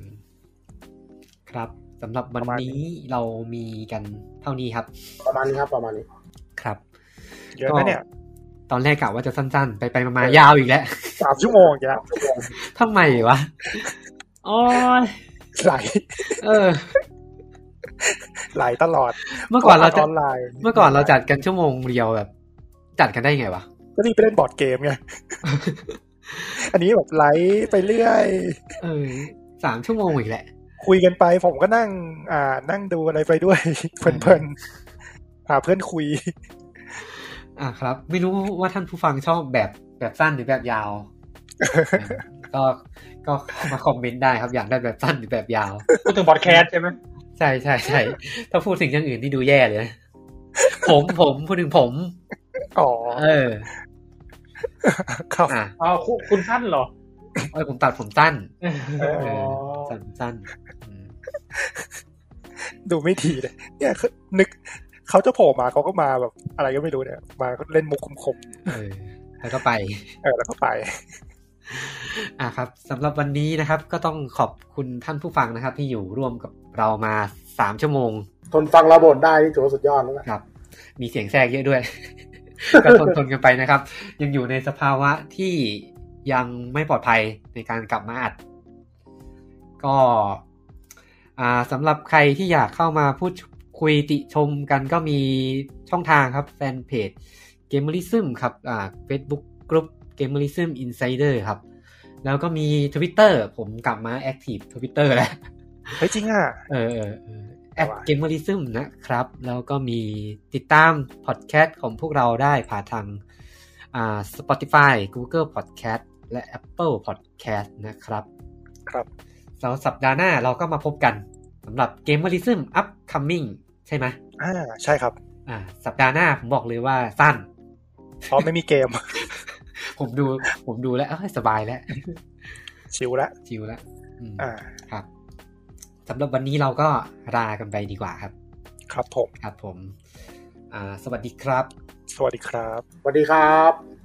B: ครับสำหรับวัน
A: ประมาณนี้
B: นี้เรามีกันเท่านี้ครับ
C: ประมาณนี้ครับประมาณนี้
B: ครับ
A: เยอะนะเนี่ย
B: ตอนแรกกะว่าจะสั้นๆ ไปไปๆมาๆยาวอีกแล้ว
A: สามชั่วโมงอย่าง *laughs*
B: ทำไมวะโอ้ย
A: หลาย
B: เออ
A: หลายตลอด
B: เมื่อก่อนเรา
A: อ
B: จะ
A: อนไลน์
B: เมื่อก่อนเราจัดกันชั่วโมงเดียวแบบ จัดกันได้ไงวะ
A: ก็นี่ไปเล่นบอร์ดเกม
B: *laughs*
A: ไง อันนี้แบบไลฟ์ไปเรื่อย
B: เออสามชั่วโมงอีกแหละ
A: คุยกันไปผมก็นั่ง อ่า นั่งดูอะไรไปด้วย *laughs* เพลินๆหาเพื่อนคุย
B: อ่ะครับ ไม่รู้ว่าท่านผู้ฟังชอบแบบแบบสั้นหรือแบบย *laughs* าว ก็ก็เข้ามาคอมเมนต์ได้ครับอยากได้แบบสั้นหรือแบบยาว
D: พูดถึงบอดแคสต์ใช่ไหม
B: ใช่ใช่ใช่ถ้าพูดถึงอย่างอื่นที่ดูแย่เลยนะผมผมพูดถึงผม
A: อ๋อ
B: เออ
A: ครับ
B: อ่ะ
D: อ๋อคุณคุณสั้นเหรอ
B: เอ้ยผมตัดผมสั้น
D: เอ
B: เออ
D: อ
B: ตัดผมสั้นอืม
A: ดูไม่ดีเลย เนี่ยคือนึกเขาจะโผล่มาเขาก็มาแบบอะไรก็ไม่รู้เนี่ย มาเล่นมุกคม
B: เออแล้วก็ไป
A: ๆเออแล้วก็ไป
B: อ่ะครับสำหรับวันนี้นะครับ ก็ต้องขอบคุณท่านผู้ฟังนะครับ ที่อยู่ร่วมกับเรามาสามชั่วโมง
C: ทนฟังเราบ่นได้นี่ถือว่าสุดยอดแล้วนะครับ
B: มีเสียงแทรกเยอะ *laughs* ด้วย ก็ทนทนกันไปนะครับ ยังอยู่ในสภาวะที่ยังไม่ปลอดภัยในการกลับมาอัด ก็อ่าสำหรับใครที่อยากเข้ามาพูดคุยติชมกันก็มีช่องทางครับแฟนเพจ Gamerism ครับอ่า Facebook Group Gamerism Insider ครับ แล้วก็มี Twitter ผมกลับมา Active Twitter แล้ว
A: เฮ้ยจริงอ่ะ
B: เออเออแอด
A: ว่า
B: เกมเมอริซึมนะครับ แล้วก็มีติดตามพอดแคสต์ของพวกเราได้ผ่านทางอ่า Spotify Google Podcast และ Apple Podcast นะครับ
A: ครับ
B: แล้วสัปดาห์หน้าเราก็มาพบกันสำหรับเกมเมอริซึม upcoming ใช่ไหม
A: อ่า ใช่ครับ
B: อ่า สัปดาห์หน้าผมบอกเลยว่าสั้น
A: เพราะไม่มีเกม *laughs*
B: ผมดูผมดูแล้วเอ้ยสบายแล้ว
A: ชิวละ
B: ชิลแล้วอืม
A: อ่า
B: ครับสำหรับวันนี้เราก็ลากันไปดีกว่าครับ
A: ครับผม
B: ครับผมอ่าสวัสดีครับ
A: สวัสดีครับ
C: สวัสดีครับ